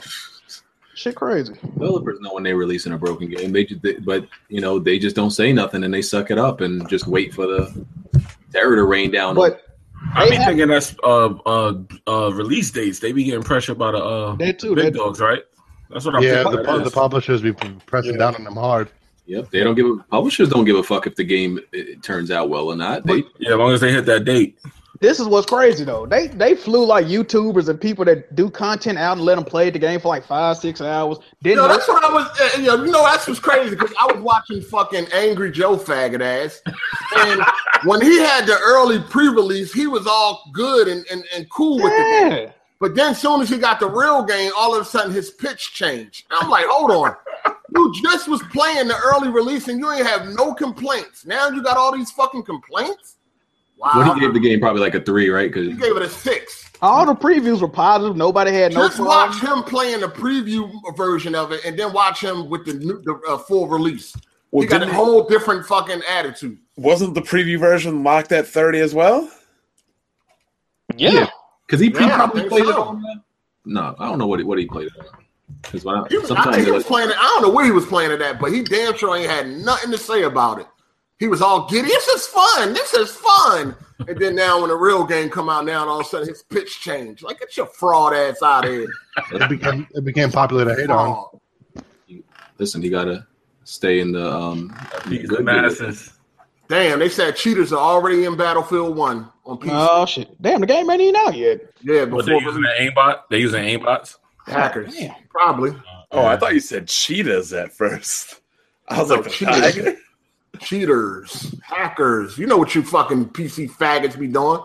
[SPEAKER 2] Shit, crazy.
[SPEAKER 3] developers know when they're releasing a broken game. They just, they, but you know, they just don't say nothing and they suck it up and just wait for the terror to rain down.
[SPEAKER 2] But
[SPEAKER 6] I
[SPEAKER 2] They
[SPEAKER 6] be
[SPEAKER 2] have-
[SPEAKER 6] thinking that's uh, uh uh release dates. They be getting pressure by the uh
[SPEAKER 2] That too,
[SPEAKER 6] the
[SPEAKER 2] that-
[SPEAKER 6] big dogs, right? That's what I'm
[SPEAKER 7] Yeah,
[SPEAKER 6] thinking.
[SPEAKER 7] the,
[SPEAKER 6] that
[SPEAKER 7] the
[SPEAKER 6] is.
[SPEAKER 7] publishers be pressing
[SPEAKER 2] Yeah.
[SPEAKER 7] down on them hard.
[SPEAKER 3] yep, they don't give a publishers don't give a fuck if the game it turns out well or not. They
[SPEAKER 6] yeah, as long as they hit that date.
[SPEAKER 2] this is what's crazy though. They they flew like YouTubers and people that do content out and let them play the game for like five, six hours. Didn't
[SPEAKER 4] Yo,
[SPEAKER 2] know-
[SPEAKER 4] that's what I was. uh, Yo, you know that's what's crazy because I was watching fucking Angry Joe faggot ass, and when he had the early pre-release, he was all good and, and, and cool with the game.
[SPEAKER 2] yeah.
[SPEAKER 4] But then, soon as he got the real game, all of a sudden his pitch changed. I'm like, hold on, you just was playing the early release and you ain't have no complaints. Now you got all these fucking complaints. Wow,
[SPEAKER 3] what he gave the game probably like a three, right? Because
[SPEAKER 4] he gave it a six.
[SPEAKER 2] All the previews were positive. Nobody had no
[SPEAKER 4] Just watch
[SPEAKER 2] problems.
[SPEAKER 4] him playing the preview version of it, and then watch him with the, new, the uh, full release.
[SPEAKER 1] Well,
[SPEAKER 4] he got a
[SPEAKER 1] didn't-
[SPEAKER 4] whole different fucking attitude.
[SPEAKER 1] Wasn't the preview version locked at 30 as well?
[SPEAKER 3] yeah, because he, he
[SPEAKER 4] Yeah, I
[SPEAKER 3] probably
[SPEAKER 4] think
[SPEAKER 3] played it
[SPEAKER 4] so.
[SPEAKER 3] on. uh, No, I don't know what he, what he played it on. 'Cause when I-
[SPEAKER 4] He was, I
[SPEAKER 3] sometimes
[SPEAKER 4] think he
[SPEAKER 3] they're
[SPEAKER 4] was
[SPEAKER 3] like,
[SPEAKER 4] playing it. I don't know where he was playing it at, but he damn sure ain't had nothing to say about it. He was all giddy. This is fun. This is fun. And then now, when the real game come out, now and all of a sudden his pitch changed. Like get your fraud ass out of here. Oh,
[SPEAKER 7] It became it became popular to hate on.
[SPEAKER 4] Fraud.
[SPEAKER 3] listen, he gotta stay in the um
[SPEAKER 6] He's
[SPEAKER 3] good
[SPEAKER 6] the masses.
[SPEAKER 4] Damn, they said cheaters are already in Battlefield One on PC.
[SPEAKER 2] Oh shit! Damn, the game ain't even out yet.
[SPEAKER 4] yeah,
[SPEAKER 6] But they
[SPEAKER 4] before
[SPEAKER 6] using an aimbot. They using aimbots.
[SPEAKER 4] hackers,
[SPEAKER 2] Damn.
[SPEAKER 4] probably.
[SPEAKER 1] Oh, I thought you said cheetahs at first. I was
[SPEAKER 6] Oh,
[SPEAKER 4] No,
[SPEAKER 1] like, the
[SPEAKER 4] cheetahs.
[SPEAKER 1] tiger?
[SPEAKER 4] cheaters, hackers. You know what you fucking PC faggots be doing.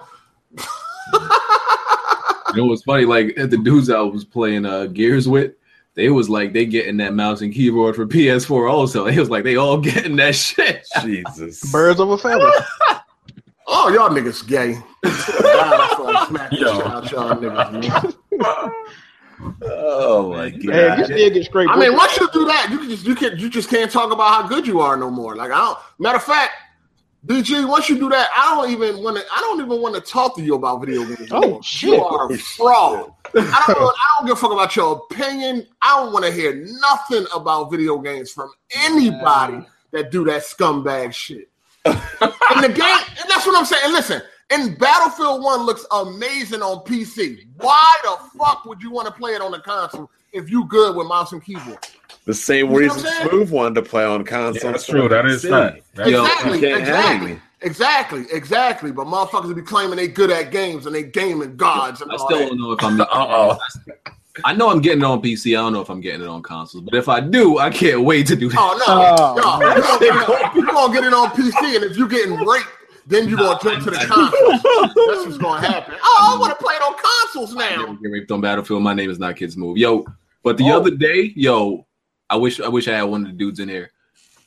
[SPEAKER 3] You know what's funny? Like at the dudes I was playing uh Gears with, they was like they getting that mouse and keyboard for PS4 also. They was like they all getting that shit.
[SPEAKER 1] Jesus.
[SPEAKER 2] Birds of a feather.
[SPEAKER 4] Oh, y'all niggas gay. God, I saw smack the shit
[SPEAKER 6] Yo.
[SPEAKER 4] out y'all niggas. man.
[SPEAKER 1] Oh, my
[SPEAKER 2] Man, you
[SPEAKER 1] God.
[SPEAKER 2] still get straight.
[SPEAKER 4] I mean, once you do that, you can just you can you just can't talk about how good you are no more. Like I don't. Matter of fact, BG, once you do that, I don't even want to. I don't even want to talk to you about video games. no
[SPEAKER 2] Oh,
[SPEAKER 4] more.
[SPEAKER 2] shit.
[SPEAKER 4] You are a fraud. I don't. I don't give a fuck about your opinion. I don't want to hear nothing about video games from anybody that do that scumbag shit. and the game, and that's what I'm saying. And listen, and Battlefield One looks amazing on PC. Why the fuck would you want to play it on the console if you good with mouse and keyboard?
[SPEAKER 1] The same
[SPEAKER 4] You know what
[SPEAKER 1] reason
[SPEAKER 4] I'm saying?
[SPEAKER 1] Smooth wanted to play on console.
[SPEAKER 6] Yeah, that's true. That is not. That
[SPEAKER 1] Yo, you
[SPEAKER 4] exactly,
[SPEAKER 1] can't have
[SPEAKER 4] exactly,
[SPEAKER 1] me.
[SPEAKER 4] exactly, exactly. But motherfuckers will be claiming they good at games and they gaming gods and
[SPEAKER 3] I
[SPEAKER 4] all
[SPEAKER 3] still
[SPEAKER 4] that.
[SPEAKER 3] don't know if I'm.
[SPEAKER 6] Uh-oh.
[SPEAKER 3] I know I'm getting it on PC. I don't know if I'm getting it on consoles, but if I do, I can't wait to do that.
[SPEAKER 4] Oh no,
[SPEAKER 2] Oh,
[SPEAKER 4] no, you gonna, get it, you gonna get it on PC, and if you getting raped, then you gonna jump to the console. That's what's gonna happen. Oh, I want to play it on consoles
[SPEAKER 3] I never
[SPEAKER 4] now.
[SPEAKER 3] get raped on Battlefield. My name is not Kids Move. Yo, but the other day, yo, I wish I wish I had one of the dudes in here.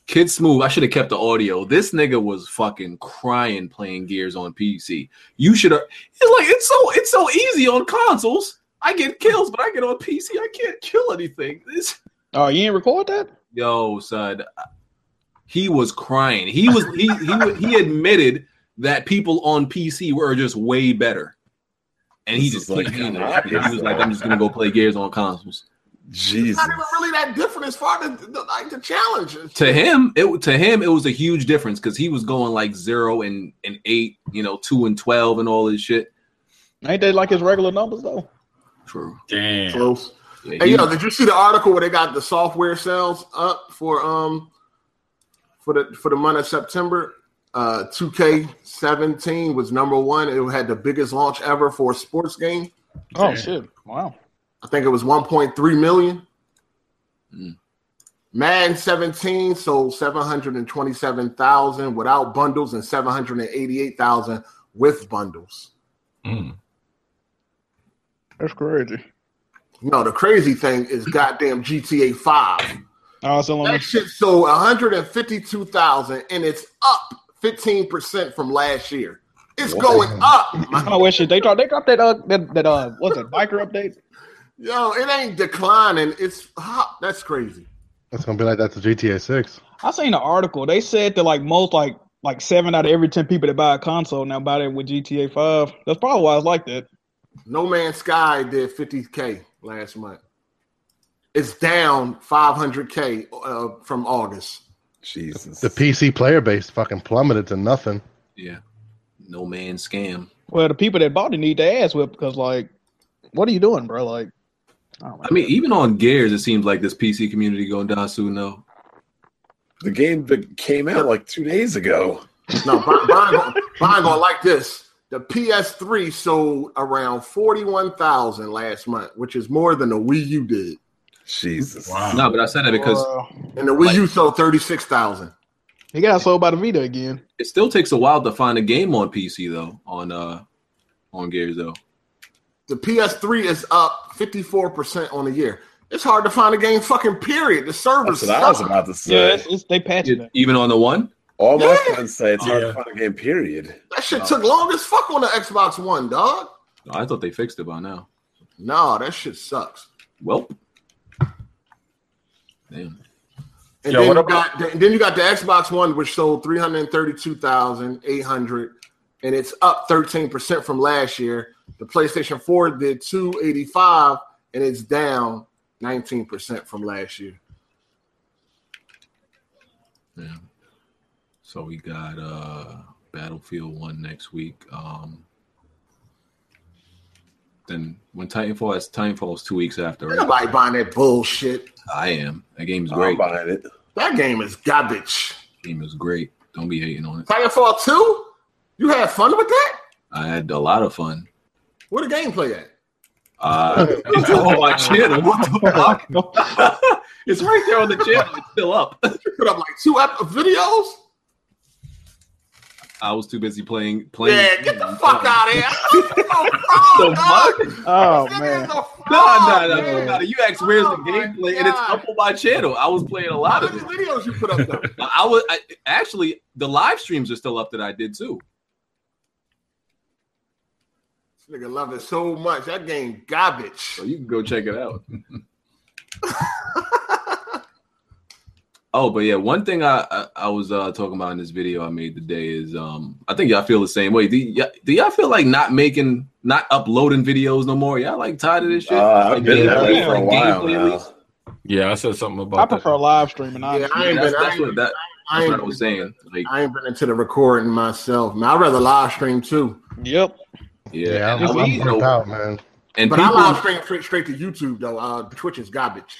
[SPEAKER 3] Kids Move. I should have kept the audio. This nigga was fucking crying playing Gears on PC. You should have. It's like it's so it's so easy on consoles. I get kills, but I get on PC. I can't kill anything. This
[SPEAKER 2] Oh, you ain't record that?
[SPEAKER 3] yo, son, he was crying. He was he he he admitted that people on PC were just way better. and he
[SPEAKER 1] This
[SPEAKER 3] just
[SPEAKER 1] is like-
[SPEAKER 3] kept being happy. He was like, "I'm just gonna go play Gears on consoles."
[SPEAKER 1] Jesus.
[SPEAKER 4] Not even really that different as far as the, the, like the challenge.
[SPEAKER 3] To him, it to him it was a huge difference because he was going like zero and and eight, you know, two and twelve, and all this shit.
[SPEAKER 2] Ain't they like his regular numbers though?
[SPEAKER 3] True.
[SPEAKER 6] Damn.
[SPEAKER 4] Close.
[SPEAKER 3] Yeah,
[SPEAKER 4] Hey,
[SPEAKER 3] he-
[SPEAKER 4] yo, did you see the article where they got the software sales up for um for the for the month of September? Uh, 2K17 was number one. It had the biggest launch ever for a sports game.
[SPEAKER 2] Oh
[SPEAKER 6] Damn.
[SPEAKER 2] shit! Wow.
[SPEAKER 4] I think it was 1.3 million.
[SPEAKER 3] Mm.
[SPEAKER 4] Madden 17 sold 727,000 without bundles and 788,000 with bundles.
[SPEAKER 6] Mm.
[SPEAKER 2] That's crazy.
[SPEAKER 4] No, the crazy thing is goddamn GTA 5.
[SPEAKER 2] Oh, it's only
[SPEAKER 4] That shit sold 152,000 and it's up 15% from last year. It's going up.
[SPEAKER 2] I know what shit they dropped. They dropped that uh that, that uh what's that biker update?
[SPEAKER 4] Yo, it ain't declining. It's hot. That's crazy.
[SPEAKER 7] That's gonna be like that to GTA Six.
[SPEAKER 2] I seen an article. They said that like most like like seven out of every ten people that buy a console now buy that with GTA Five. That's probably why it's like that.
[SPEAKER 4] No Man's Sky did 50K last month. It's down 500K uh, from August.
[SPEAKER 1] Jesus.
[SPEAKER 7] The PC player base fucking plummeted to nothing.
[SPEAKER 3] yeah. No man scam.
[SPEAKER 2] Well, the people that bought it need their ass whipped because like, what are you doing, bro? Like, I, don't know.
[SPEAKER 3] I mean, even on Gears, it seems like this PC community going down soon though.
[SPEAKER 1] The game that came out like two days ago.
[SPEAKER 4] No, Bond, Bond, gonna- Bond going like this. The PS3 sold around 41,000 last month, which is more than the Wii U did.
[SPEAKER 1] Jesus.
[SPEAKER 6] Wow.
[SPEAKER 3] No, but I said that because
[SPEAKER 2] Bro,
[SPEAKER 4] And the Wii U sold 36,000.
[SPEAKER 2] he got sold by the Vita again.
[SPEAKER 3] it still takes a while to find a game on PC though. On uh, on Gears though.
[SPEAKER 4] The PS3 is up 54% on the year. It's hard to find a game fucking period. The servers
[SPEAKER 1] That's what I was
[SPEAKER 4] suck.
[SPEAKER 1] about to say.
[SPEAKER 2] Yeah, it's, it's, they patched it.
[SPEAKER 3] Even on the one.
[SPEAKER 1] All my
[SPEAKER 4] Yeah.
[SPEAKER 1] friends say it's hard
[SPEAKER 6] Yeah.
[SPEAKER 1] to find a game, period.
[SPEAKER 4] That shit took long as fuck on the Xbox One, dog.
[SPEAKER 3] No, Oh, I thought they fixed it by now.
[SPEAKER 4] No, that shit sucks.
[SPEAKER 3] Well, damn.
[SPEAKER 4] And
[SPEAKER 6] Yo,
[SPEAKER 4] then,
[SPEAKER 6] what
[SPEAKER 4] you
[SPEAKER 6] about-
[SPEAKER 4] got, then then you got the Xbox One, which sold 332,800, and it's up 13% from last year. The PlayStation 4 did 285, and it's down 19% from last year.
[SPEAKER 3] Yeah. So we got uh Battlefield One next week. Um Then when Titanfall is Titanfall is two weeks after,
[SPEAKER 4] Ain't
[SPEAKER 3] right?
[SPEAKER 4] Nobody buying that bullshit.
[SPEAKER 3] I am. That game is
[SPEAKER 1] I'm
[SPEAKER 3] great. That
[SPEAKER 1] buying it.
[SPEAKER 4] That game is garbage.
[SPEAKER 3] game is great. Don't be hating on it.
[SPEAKER 4] Titanfall 2? You had fun with that?
[SPEAKER 3] I had a lot of fun.
[SPEAKER 4] Where the gameplay at?
[SPEAKER 3] Uh, it's on my channel. What the fuck? it's right there on the channel. It's still up.
[SPEAKER 4] You put up like two ep- videos?
[SPEAKER 3] I was too busy playing. playing
[SPEAKER 4] Yeah, get the fuck out of here. Oh,
[SPEAKER 3] The fuck?
[SPEAKER 4] dog.
[SPEAKER 2] Oh
[SPEAKER 4] That
[SPEAKER 2] man,
[SPEAKER 4] is a
[SPEAKER 3] No,
[SPEAKER 4] fraud,
[SPEAKER 3] no, no,
[SPEAKER 4] Oh, man.
[SPEAKER 3] no. You asked where's
[SPEAKER 4] Oh
[SPEAKER 3] the
[SPEAKER 4] my
[SPEAKER 3] gameplay, and it's
[SPEAKER 4] God.
[SPEAKER 3] up on my channel. I was playing a
[SPEAKER 4] How
[SPEAKER 3] lot of
[SPEAKER 4] many
[SPEAKER 3] it.
[SPEAKER 4] videos you put up though?
[SPEAKER 3] I was I, actually the live streams are still up that I did too.
[SPEAKER 4] This nigga love it so much. That game garbage.
[SPEAKER 3] So you can go check it out. oh, but yeah, one thing I I, I was uh, talking about in this video I made today is um I think y'all feel the same way. Do, y- do y'all feel like not making not uploading videos no more? Y'all like tired of this shit?
[SPEAKER 1] Uh, I've
[SPEAKER 3] Like,
[SPEAKER 1] been
[SPEAKER 3] game-
[SPEAKER 1] that way for a
[SPEAKER 3] like,
[SPEAKER 1] while
[SPEAKER 3] gameplay at
[SPEAKER 1] now.
[SPEAKER 3] least?
[SPEAKER 6] Yeah, I said something about
[SPEAKER 2] I prefer
[SPEAKER 6] that.
[SPEAKER 2] live streaming.
[SPEAKER 4] Yeah,
[SPEAKER 2] honestly.
[SPEAKER 4] I ain't
[SPEAKER 3] Yeah,
[SPEAKER 4] been,
[SPEAKER 3] that's,
[SPEAKER 4] I
[SPEAKER 3] that's
[SPEAKER 4] ain't,
[SPEAKER 3] what that,
[SPEAKER 4] I
[SPEAKER 3] that's
[SPEAKER 4] ain't
[SPEAKER 3] what I was saying. Like,
[SPEAKER 4] I ain't been into the recording myself. Man, I'd rather live stream too.
[SPEAKER 2] Yep.
[SPEAKER 3] yeah,
[SPEAKER 7] Yeah,
[SPEAKER 3] and
[SPEAKER 7] I'm,
[SPEAKER 3] we,
[SPEAKER 7] I'm
[SPEAKER 3] you
[SPEAKER 7] burnt
[SPEAKER 3] know,
[SPEAKER 7] out, man.
[SPEAKER 3] and
[SPEAKER 4] But I
[SPEAKER 3] people-
[SPEAKER 4] live stream straight, straight to YouTube though. Uh, Twitch is garbage.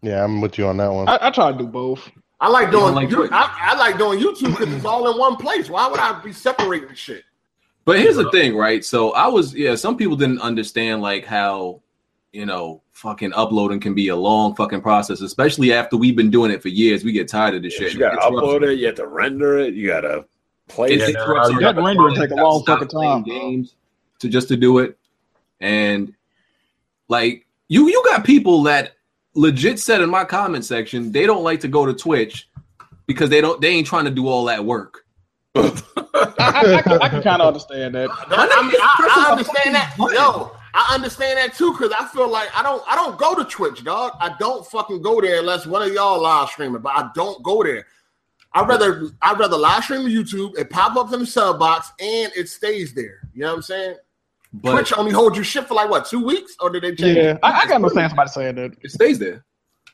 [SPEAKER 7] Yeah, I'm with you on that one.
[SPEAKER 2] I, I try to do both.
[SPEAKER 4] I like
[SPEAKER 3] You don't
[SPEAKER 4] doing
[SPEAKER 3] like
[SPEAKER 4] you-
[SPEAKER 3] Twitch?
[SPEAKER 4] I, I like doing YouTube because it's all in one place. Why would I be separating shit?
[SPEAKER 3] But here's the thing, right? So I was, yeah, some people didn't understand like how, you know, fucking uploading can be a long fucking process, especially after we've been doing it for years. We get tired of this shit.
[SPEAKER 1] You gotta
[SPEAKER 3] It's rough.
[SPEAKER 1] upload it, you have to render it, you gotta play
[SPEAKER 3] It's
[SPEAKER 1] it.
[SPEAKER 6] Yeah,
[SPEAKER 3] interrupts
[SPEAKER 6] no,
[SPEAKER 3] our
[SPEAKER 2] that rendering
[SPEAKER 3] quality.
[SPEAKER 2] take a
[SPEAKER 3] Gotta
[SPEAKER 2] long
[SPEAKER 3] stop
[SPEAKER 2] fucking
[SPEAKER 3] playing
[SPEAKER 2] time.
[SPEAKER 3] Games to just to do it, and like you, you got people that legit said in my comment section they don't like to go to Twitch because they don't, they ain't trying to do all that work.
[SPEAKER 2] I, I, I can, I can kind of understand that.
[SPEAKER 4] That- I, mean, I, I understand that. No, I understand that too because I feel like I don't I don't go to Twitch, dog. I don't fucking go there unless one of y'all live streaming, but I don't go there. I rather I rather live stream to YouTube. It pop up in the sub box and it stays there. You know what I'm saying?
[SPEAKER 3] But
[SPEAKER 4] Twitch only holds you shit for like what two weeks, or did they change?
[SPEAKER 2] Yeah,
[SPEAKER 4] it?
[SPEAKER 2] I, I got no sense about saying that.
[SPEAKER 3] it stays there.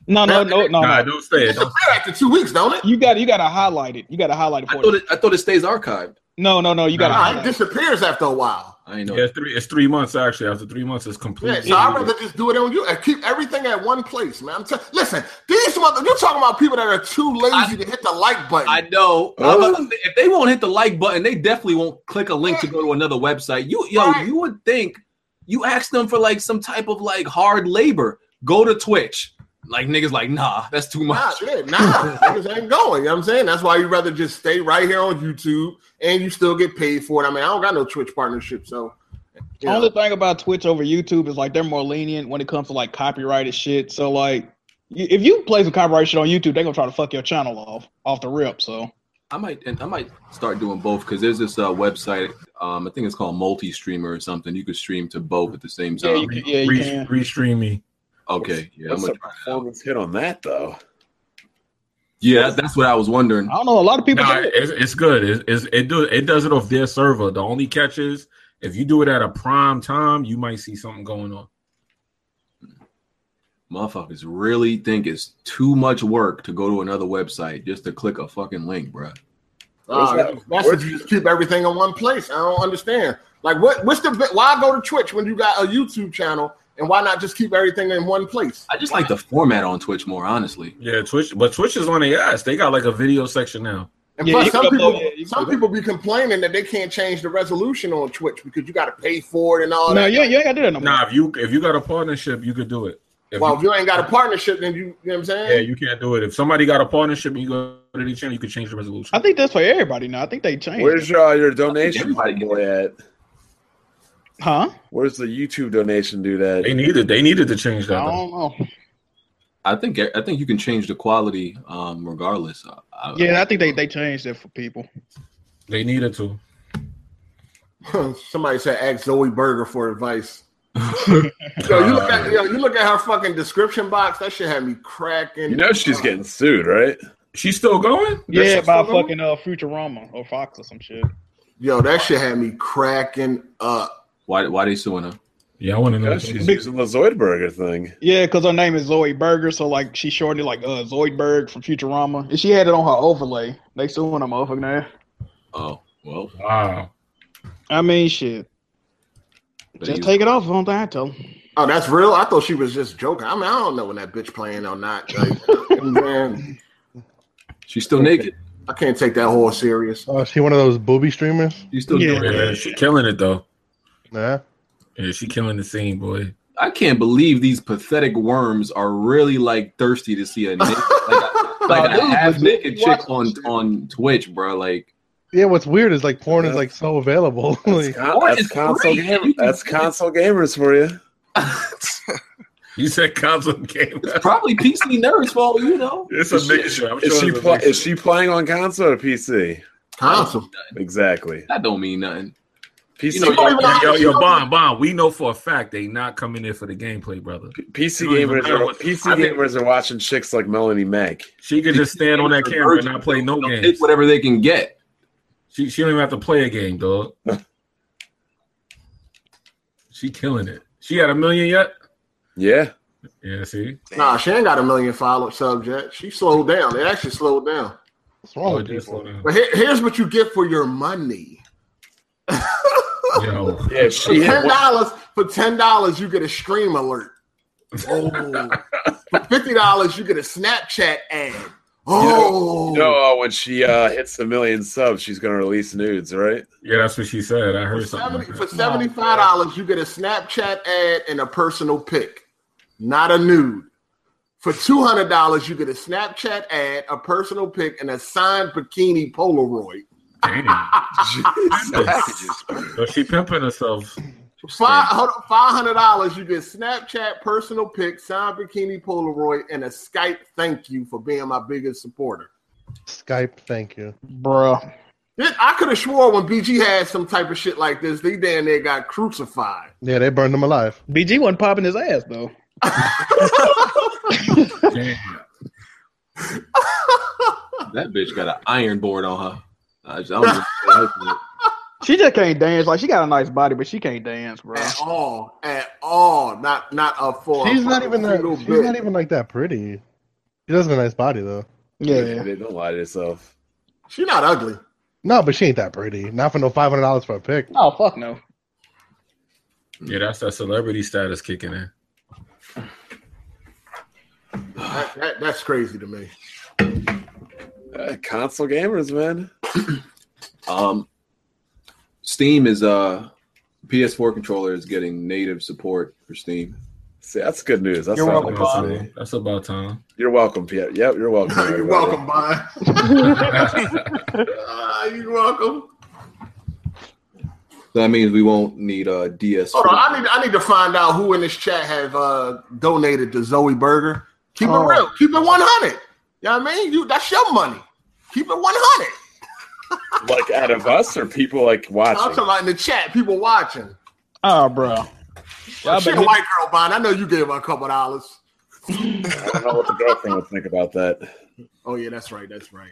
[SPEAKER 2] No, no, no, no.
[SPEAKER 6] Nah,
[SPEAKER 2] no.
[SPEAKER 6] don't stay.
[SPEAKER 4] It's
[SPEAKER 6] Don't
[SPEAKER 4] a fair after two weeks, don't it?
[SPEAKER 2] You got you got to highlight it. You got to highlight it
[SPEAKER 3] I
[SPEAKER 2] for
[SPEAKER 3] thought
[SPEAKER 2] us.
[SPEAKER 3] it, I thought it stays archived.
[SPEAKER 2] No, no, no. You got to.
[SPEAKER 6] Nah,
[SPEAKER 4] Nah, it
[SPEAKER 2] highlight it.
[SPEAKER 4] disappears after a while.
[SPEAKER 3] I ain't know.
[SPEAKER 6] Yeah, it's three. It's three months actually. After three months, it's complete.
[SPEAKER 4] Yeah, so I'd rather just do it on you and keep everything at one place, man. I'm t- listen, these mother, you're talking about people that are too lazy
[SPEAKER 3] I-
[SPEAKER 4] to hit the like button.
[SPEAKER 3] I know.
[SPEAKER 1] Uh.
[SPEAKER 3] I'm about to say, if they won't hit the like button, they definitely won't click a link to go to another website. You yo,
[SPEAKER 4] Right.
[SPEAKER 3] you would think you asked them for like some type of like hard labor. Go to Twitch. Like niggas like, nah, that's too
[SPEAKER 4] nah,
[SPEAKER 3] much.
[SPEAKER 4] yeah, nah, niggas ain't going. You know what I'm saying? That's why you'd rather just stay right here on YouTube and you still get paid for it. I mean, I don't got no Twitch partnership, so you know,
[SPEAKER 2] Only thing about Twitch over YouTube is like they're more lenient when it comes to like copyrighted shit. So like, y- if you play some copyright shit on YouTube, they're gonna try to fuck your channel off off the rip. So
[SPEAKER 3] I might and I might start doing both because there's this uh, website. Um, I think it's called multi streamer or something. You could stream to both at the same
[SPEAKER 2] yeah,
[SPEAKER 3] time.
[SPEAKER 2] you, can- yeah, you
[SPEAKER 6] re-
[SPEAKER 2] can.
[SPEAKER 6] restream me.
[SPEAKER 3] okay, yeah,
[SPEAKER 1] What's
[SPEAKER 3] I'm gonna,
[SPEAKER 1] the performance hit on that though?
[SPEAKER 3] yeah, that's what I was wondering.
[SPEAKER 2] I don't know. A lot of people.
[SPEAKER 6] Nah,
[SPEAKER 2] do it.
[SPEAKER 6] it's, it's good. It's, it's, it do it does it off their server. The only catch is if you do it at a prime time, you might see something going on.
[SPEAKER 3] Motherfuckers really think it's too much work to go to another website just to click a fucking link, bruh.
[SPEAKER 4] uh, that's if you just keep everything in one place. I don't understand. Like, what? What's the bi- why go to Twitch when you got a YouTube channel, and why not just keep everything in one place?
[SPEAKER 3] I just like the format on Twitch more, honestly.
[SPEAKER 6] Yeah, Twitch, but Twitch is on their ass. They got like a video section now.
[SPEAKER 4] And
[SPEAKER 2] Yeah,
[SPEAKER 4] plus,
[SPEAKER 2] you
[SPEAKER 4] some
[SPEAKER 2] can
[SPEAKER 4] people
[SPEAKER 2] upload- yeah, you can
[SPEAKER 4] some
[SPEAKER 2] do
[SPEAKER 4] people be complaining that they can't change the resolution on Twitch because you got to pay for it and all
[SPEAKER 2] No,
[SPEAKER 4] that.
[SPEAKER 2] you, ain't- you ain't got to do that no more.
[SPEAKER 6] Nah, if you if you got a partnership, you could do it. If
[SPEAKER 4] well,
[SPEAKER 6] you-
[SPEAKER 4] if you ain't got a partnership, then you, you know what I'm saying.
[SPEAKER 6] yeah, you can't do it. If somebody got a partnership and you go to the channel, you could change the resolution.
[SPEAKER 2] I think that's for everybody now. I think they changed.
[SPEAKER 1] Where's
[SPEAKER 2] it.
[SPEAKER 1] your uh, your donation
[SPEAKER 3] Everybody get
[SPEAKER 1] boy at?
[SPEAKER 2] huh?
[SPEAKER 1] Where's the YouTube donation dude at?
[SPEAKER 6] they needed they needed to change
[SPEAKER 2] I
[SPEAKER 6] that. though.
[SPEAKER 2] don't know.
[SPEAKER 3] I think e, I think you can change the quality um, regardless. I, I,
[SPEAKER 2] Yeah, I think they, they changed it for people.
[SPEAKER 6] They needed to.
[SPEAKER 4] Somebody said ask Zoe Berger for advice. Yo, you look at yo, you look at her fucking description box. That shit had me cracking.
[SPEAKER 1] You know she's getting sued, right?
[SPEAKER 6] She's still going.
[SPEAKER 2] Yeah,
[SPEAKER 6] That's-
[SPEAKER 2] by fucking uh, Futurama or Fox or some shit.
[SPEAKER 4] yo, that shit had me cracking up.
[SPEAKER 3] Why why they suing her?
[SPEAKER 6] Yeah, I want to
[SPEAKER 1] You know
[SPEAKER 6] know.
[SPEAKER 1] she's using the Zoidberger thing.
[SPEAKER 2] Yeah, because her name is Zoe Berger, so like she shortened it like uh, Zoidberg from Futurama, and she had it on her overlay. They suing her motherfucking ass.
[SPEAKER 3] Oh well,
[SPEAKER 6] Wow.
[SPEAKER 2] I mean, shit.
[SPEAKER 3] they
[SPEAKER 2] Just
[SPEAKER 3] use-
[SPEAKER 2] take it off. Don't I tell them.
[SPEAKER 4] Oh, that's real. I thought she was just joking. I mean, I don't know when that bitch playing or not. Like, man,
[SPEAKER 3] she's still naked.
[SPEAKER 4] I can't take that whole serious.
[SPEAKER 7] Oh, is she one of those booby streamers?
[SPEAKER 3] She's still
[SPEAKER 2] Yeah.
[SPEAKER 3] doing it.
[SPEAKER 6] Yeah, she killing it though.
[SPEAKER 7] Yeah.
[SPEAKER 6] Yeah, she killing the scene, boy.
[SPEAKER 3] I can't believe these pathetic worms are really like thirsty to see a naked, like,
[SPEAKER 2] Oh,
[SPEAKER 3] a- like a
[SPEAKER 2] dude,
[SPEAKER 3] half naked
[SPEAKER 2] watch
[SPEAKER 3] chick on on Twitch, bro. Like
[SPEAKER 7] Yeah, what's weird is like porn is like so available.
[SPEAKER 1] That's,
[SPEAKER 7] Like,
[SPEAKER 1] con-
[SPEAKER 3] Or
[SPEAKER 1] that's
[SPEAKER 3] it's
[SPEAKER 1] console
[SPEAKER 3] free.
[SPEAKER 1] game- that's console gamers for you.
[SPEAKER 6] You said console game.
[SPEAKER 3] it's probably PC nerds fault, you know.
[SPEAKER 6] It's a mixture. I'm
[SPEAKER 1] Is
[SPEAKER 6] sure
[SPEAKER 1] she
[SPEAKER 6] it's a
[SPEAKER 1] pl-
[SPEAKER 6] mixture.
[SPEAKER 1] is she playing on console or PC?
[SPEAKER 4] Console.
[SPEAKER 1] Exactly.
[SPEAKER 3] That don't mean nothing.
[SPEAKER 1] PC
[SPEAKER 3] You know, yo,
[SPEAKER 6] Yo, yo, yo, Bomb, Bomb, we know for a fact they not coming in for the gameplay, brother.
[SPEAKER 1] PC
[SPEAKER 6] It doesn't
[SPEAKER 1] gamers
[SPEAKER 6] matter
[SPEAKER 1] are
[SPEAKER 6] what-
[SPEAKER 1] PC
[SPEAKER 6] I think-
[SPEAKER 1] gamers are watching chicks like Melanie Mack.
[SPEAKER 6] She could just stand on that
[SPEAKER 3] They're
[SPEAKER 6] camera
[SPEAKER 3] virgins.
[SPEAKER 6] and not play no
[SPEAKER 3] They'll
[SPEAKER 6] games.
[SPEAKER 3] Take whatever they can get.
[SPEAKER 6] She she don't even have to play a game, dog. she killing it. She got a million yet?
[SPEAKER 1] Yeah,
[SPEAKER 6] Yeah, see.
[SPEAKER 4] Nah, she ain't got a million followers subject. She slowed down. It actually slowed down.
[SPEAKER 7] what's wrong
[SPEAKER 6] it
[SPEAKER 7] with
[SPEAKER 6] did Oh, slow
[SPEAKER 7] people?
[SPEAKER 6] down.
[SPEAKER 4] But here, here's what you get for your money.
[SPEAKER 6] Yo,
[SPEAKER 1] yeah. if
[SPEAKER 4] For
[SPEAKER 1] She hit
[SPEAKER 4] ten
[SPEAKER 1] one,
[SPEAKER 4] dollars, for ten dollars, you get a stream alert. Oh. for fifty dollars, you get a Snapchat ad. Oh,
[SPEAKER 1] you know, uh, when she uh, hits a million subs, she's gonna release nudes, right?
[SPEAKER 6] yeah, that's what she said. I
[SPEAKER 4] for
[SPEAKER 6] heard something.
[SPEAKER 4] seventy
[SPEAKER 6] Like
[SPEAKER 4] for
[SPEAKER 6] that.
[SPEAKER 4] seventy five dollars, you get a Snapchat ad and a personal pic, not a nude. For two hundred dollars, you get a Snapchat ad, a personal pic, and a signed bikini Polaroid.
[SPEAKER 6] Damn.
[SPEAKER 1] Jesus.
[SPEAKER 6] So she pimping herself.
[SPEAKER 4] Five hundred dollars, you get Snapchat personal pic, signed bikini Polaroid, and a Skype thank you for being my biggest supporter.
[SPEAKER 7] Skype, thank you.
[SPEAKER 2] Bruh.
[SPEAKER 4] This, I could have swore when BG had some type of shit like this, they damn near got crucified.
[SPEAKER 7] Yeah, they burned them alive.
[SPEAKER 2] BG wasn't popping his ass though.
[SPEAKER 6] Damn.
[SPEAKER 3] That bitch got an iron board on her. I, just, I don't even-
[SPEAKER 2] She just can't dance. Like she got a nice body, but she can't dance, bro.
[SPEAKER 4] At all, at all, not not a for.
[SPEAKER 7] She's not even that,
[SPEAKER 4] little
[SPEAKER 7] she's
[SPEAKER 4] bit.
[SPEAKER 7] not even like that pretty. She does have a nice body though.
[SPEAKER 2] Yeah.
[SPEAKER 1] Don't lie to yourself.
[SPEAKER 4] She not ugly.
[SPEAKER 7] No, but she ain't that pretty. Not for no five hundred dollars for a pick.
[SPEAKER 2] Oh fuck no.
[SPEAKER 6] Yeah, that's that celebrity status kicking in.
[SPEAKER 4] That, that, that's crazy to me.
[SPEAKER 1] Uh, console gamers, man.
[SPEAKER 3] Um, Steam is uh, PS4 controller is getting native support for Steam.
[SPEAKER 1] See, that's good news. That's
[SPEAKER 2] You're
[SPEAKER 1] what I
[SPEAKER 2] welcome,
[SPEAKER 1] like to
[SPEAKER 6] About
[SPEAKER 1] see.
[SPEAKER 6] time. That's about time.
[SPEAKER 1] You're welcome, Pierre. Yep, you're welcome.
[SPEAKER 4] You're
[SPEAKER 1] everybody.
[SPEAKER 4] welcome, bye. Uh, you're welcome.
[SPEAKER 3] So that means we won't need a DS.
[SPEAKER 4] Hold on, I need I need to find out who in this chat have uh, donated to Zoe Burger. Keep
[SPEAKER 2] Oh.
[SPEAKER 4] it real. Keep it one hundred. You know what I mean? You that's your money. Keep it one hundred.
[SPEAKER 1] Like out of us or people like
[SPEAKER 4] I'm talking
[SPEAKER 1] watching.
[SPEAKER 4] about in the chat, people watching.
[SPEAKER 2] Oh, bro. Y'all
[SPEAKER 4] She
[SPEAKER 2] been
[SPEAKER 4] a white girl, Bond. I know you gave her a couple dollars.
[SPEAKER 1] I don't know what the girlfriend would think about that.
[SPEAKER 4] Oh yeah, that's right. That's right.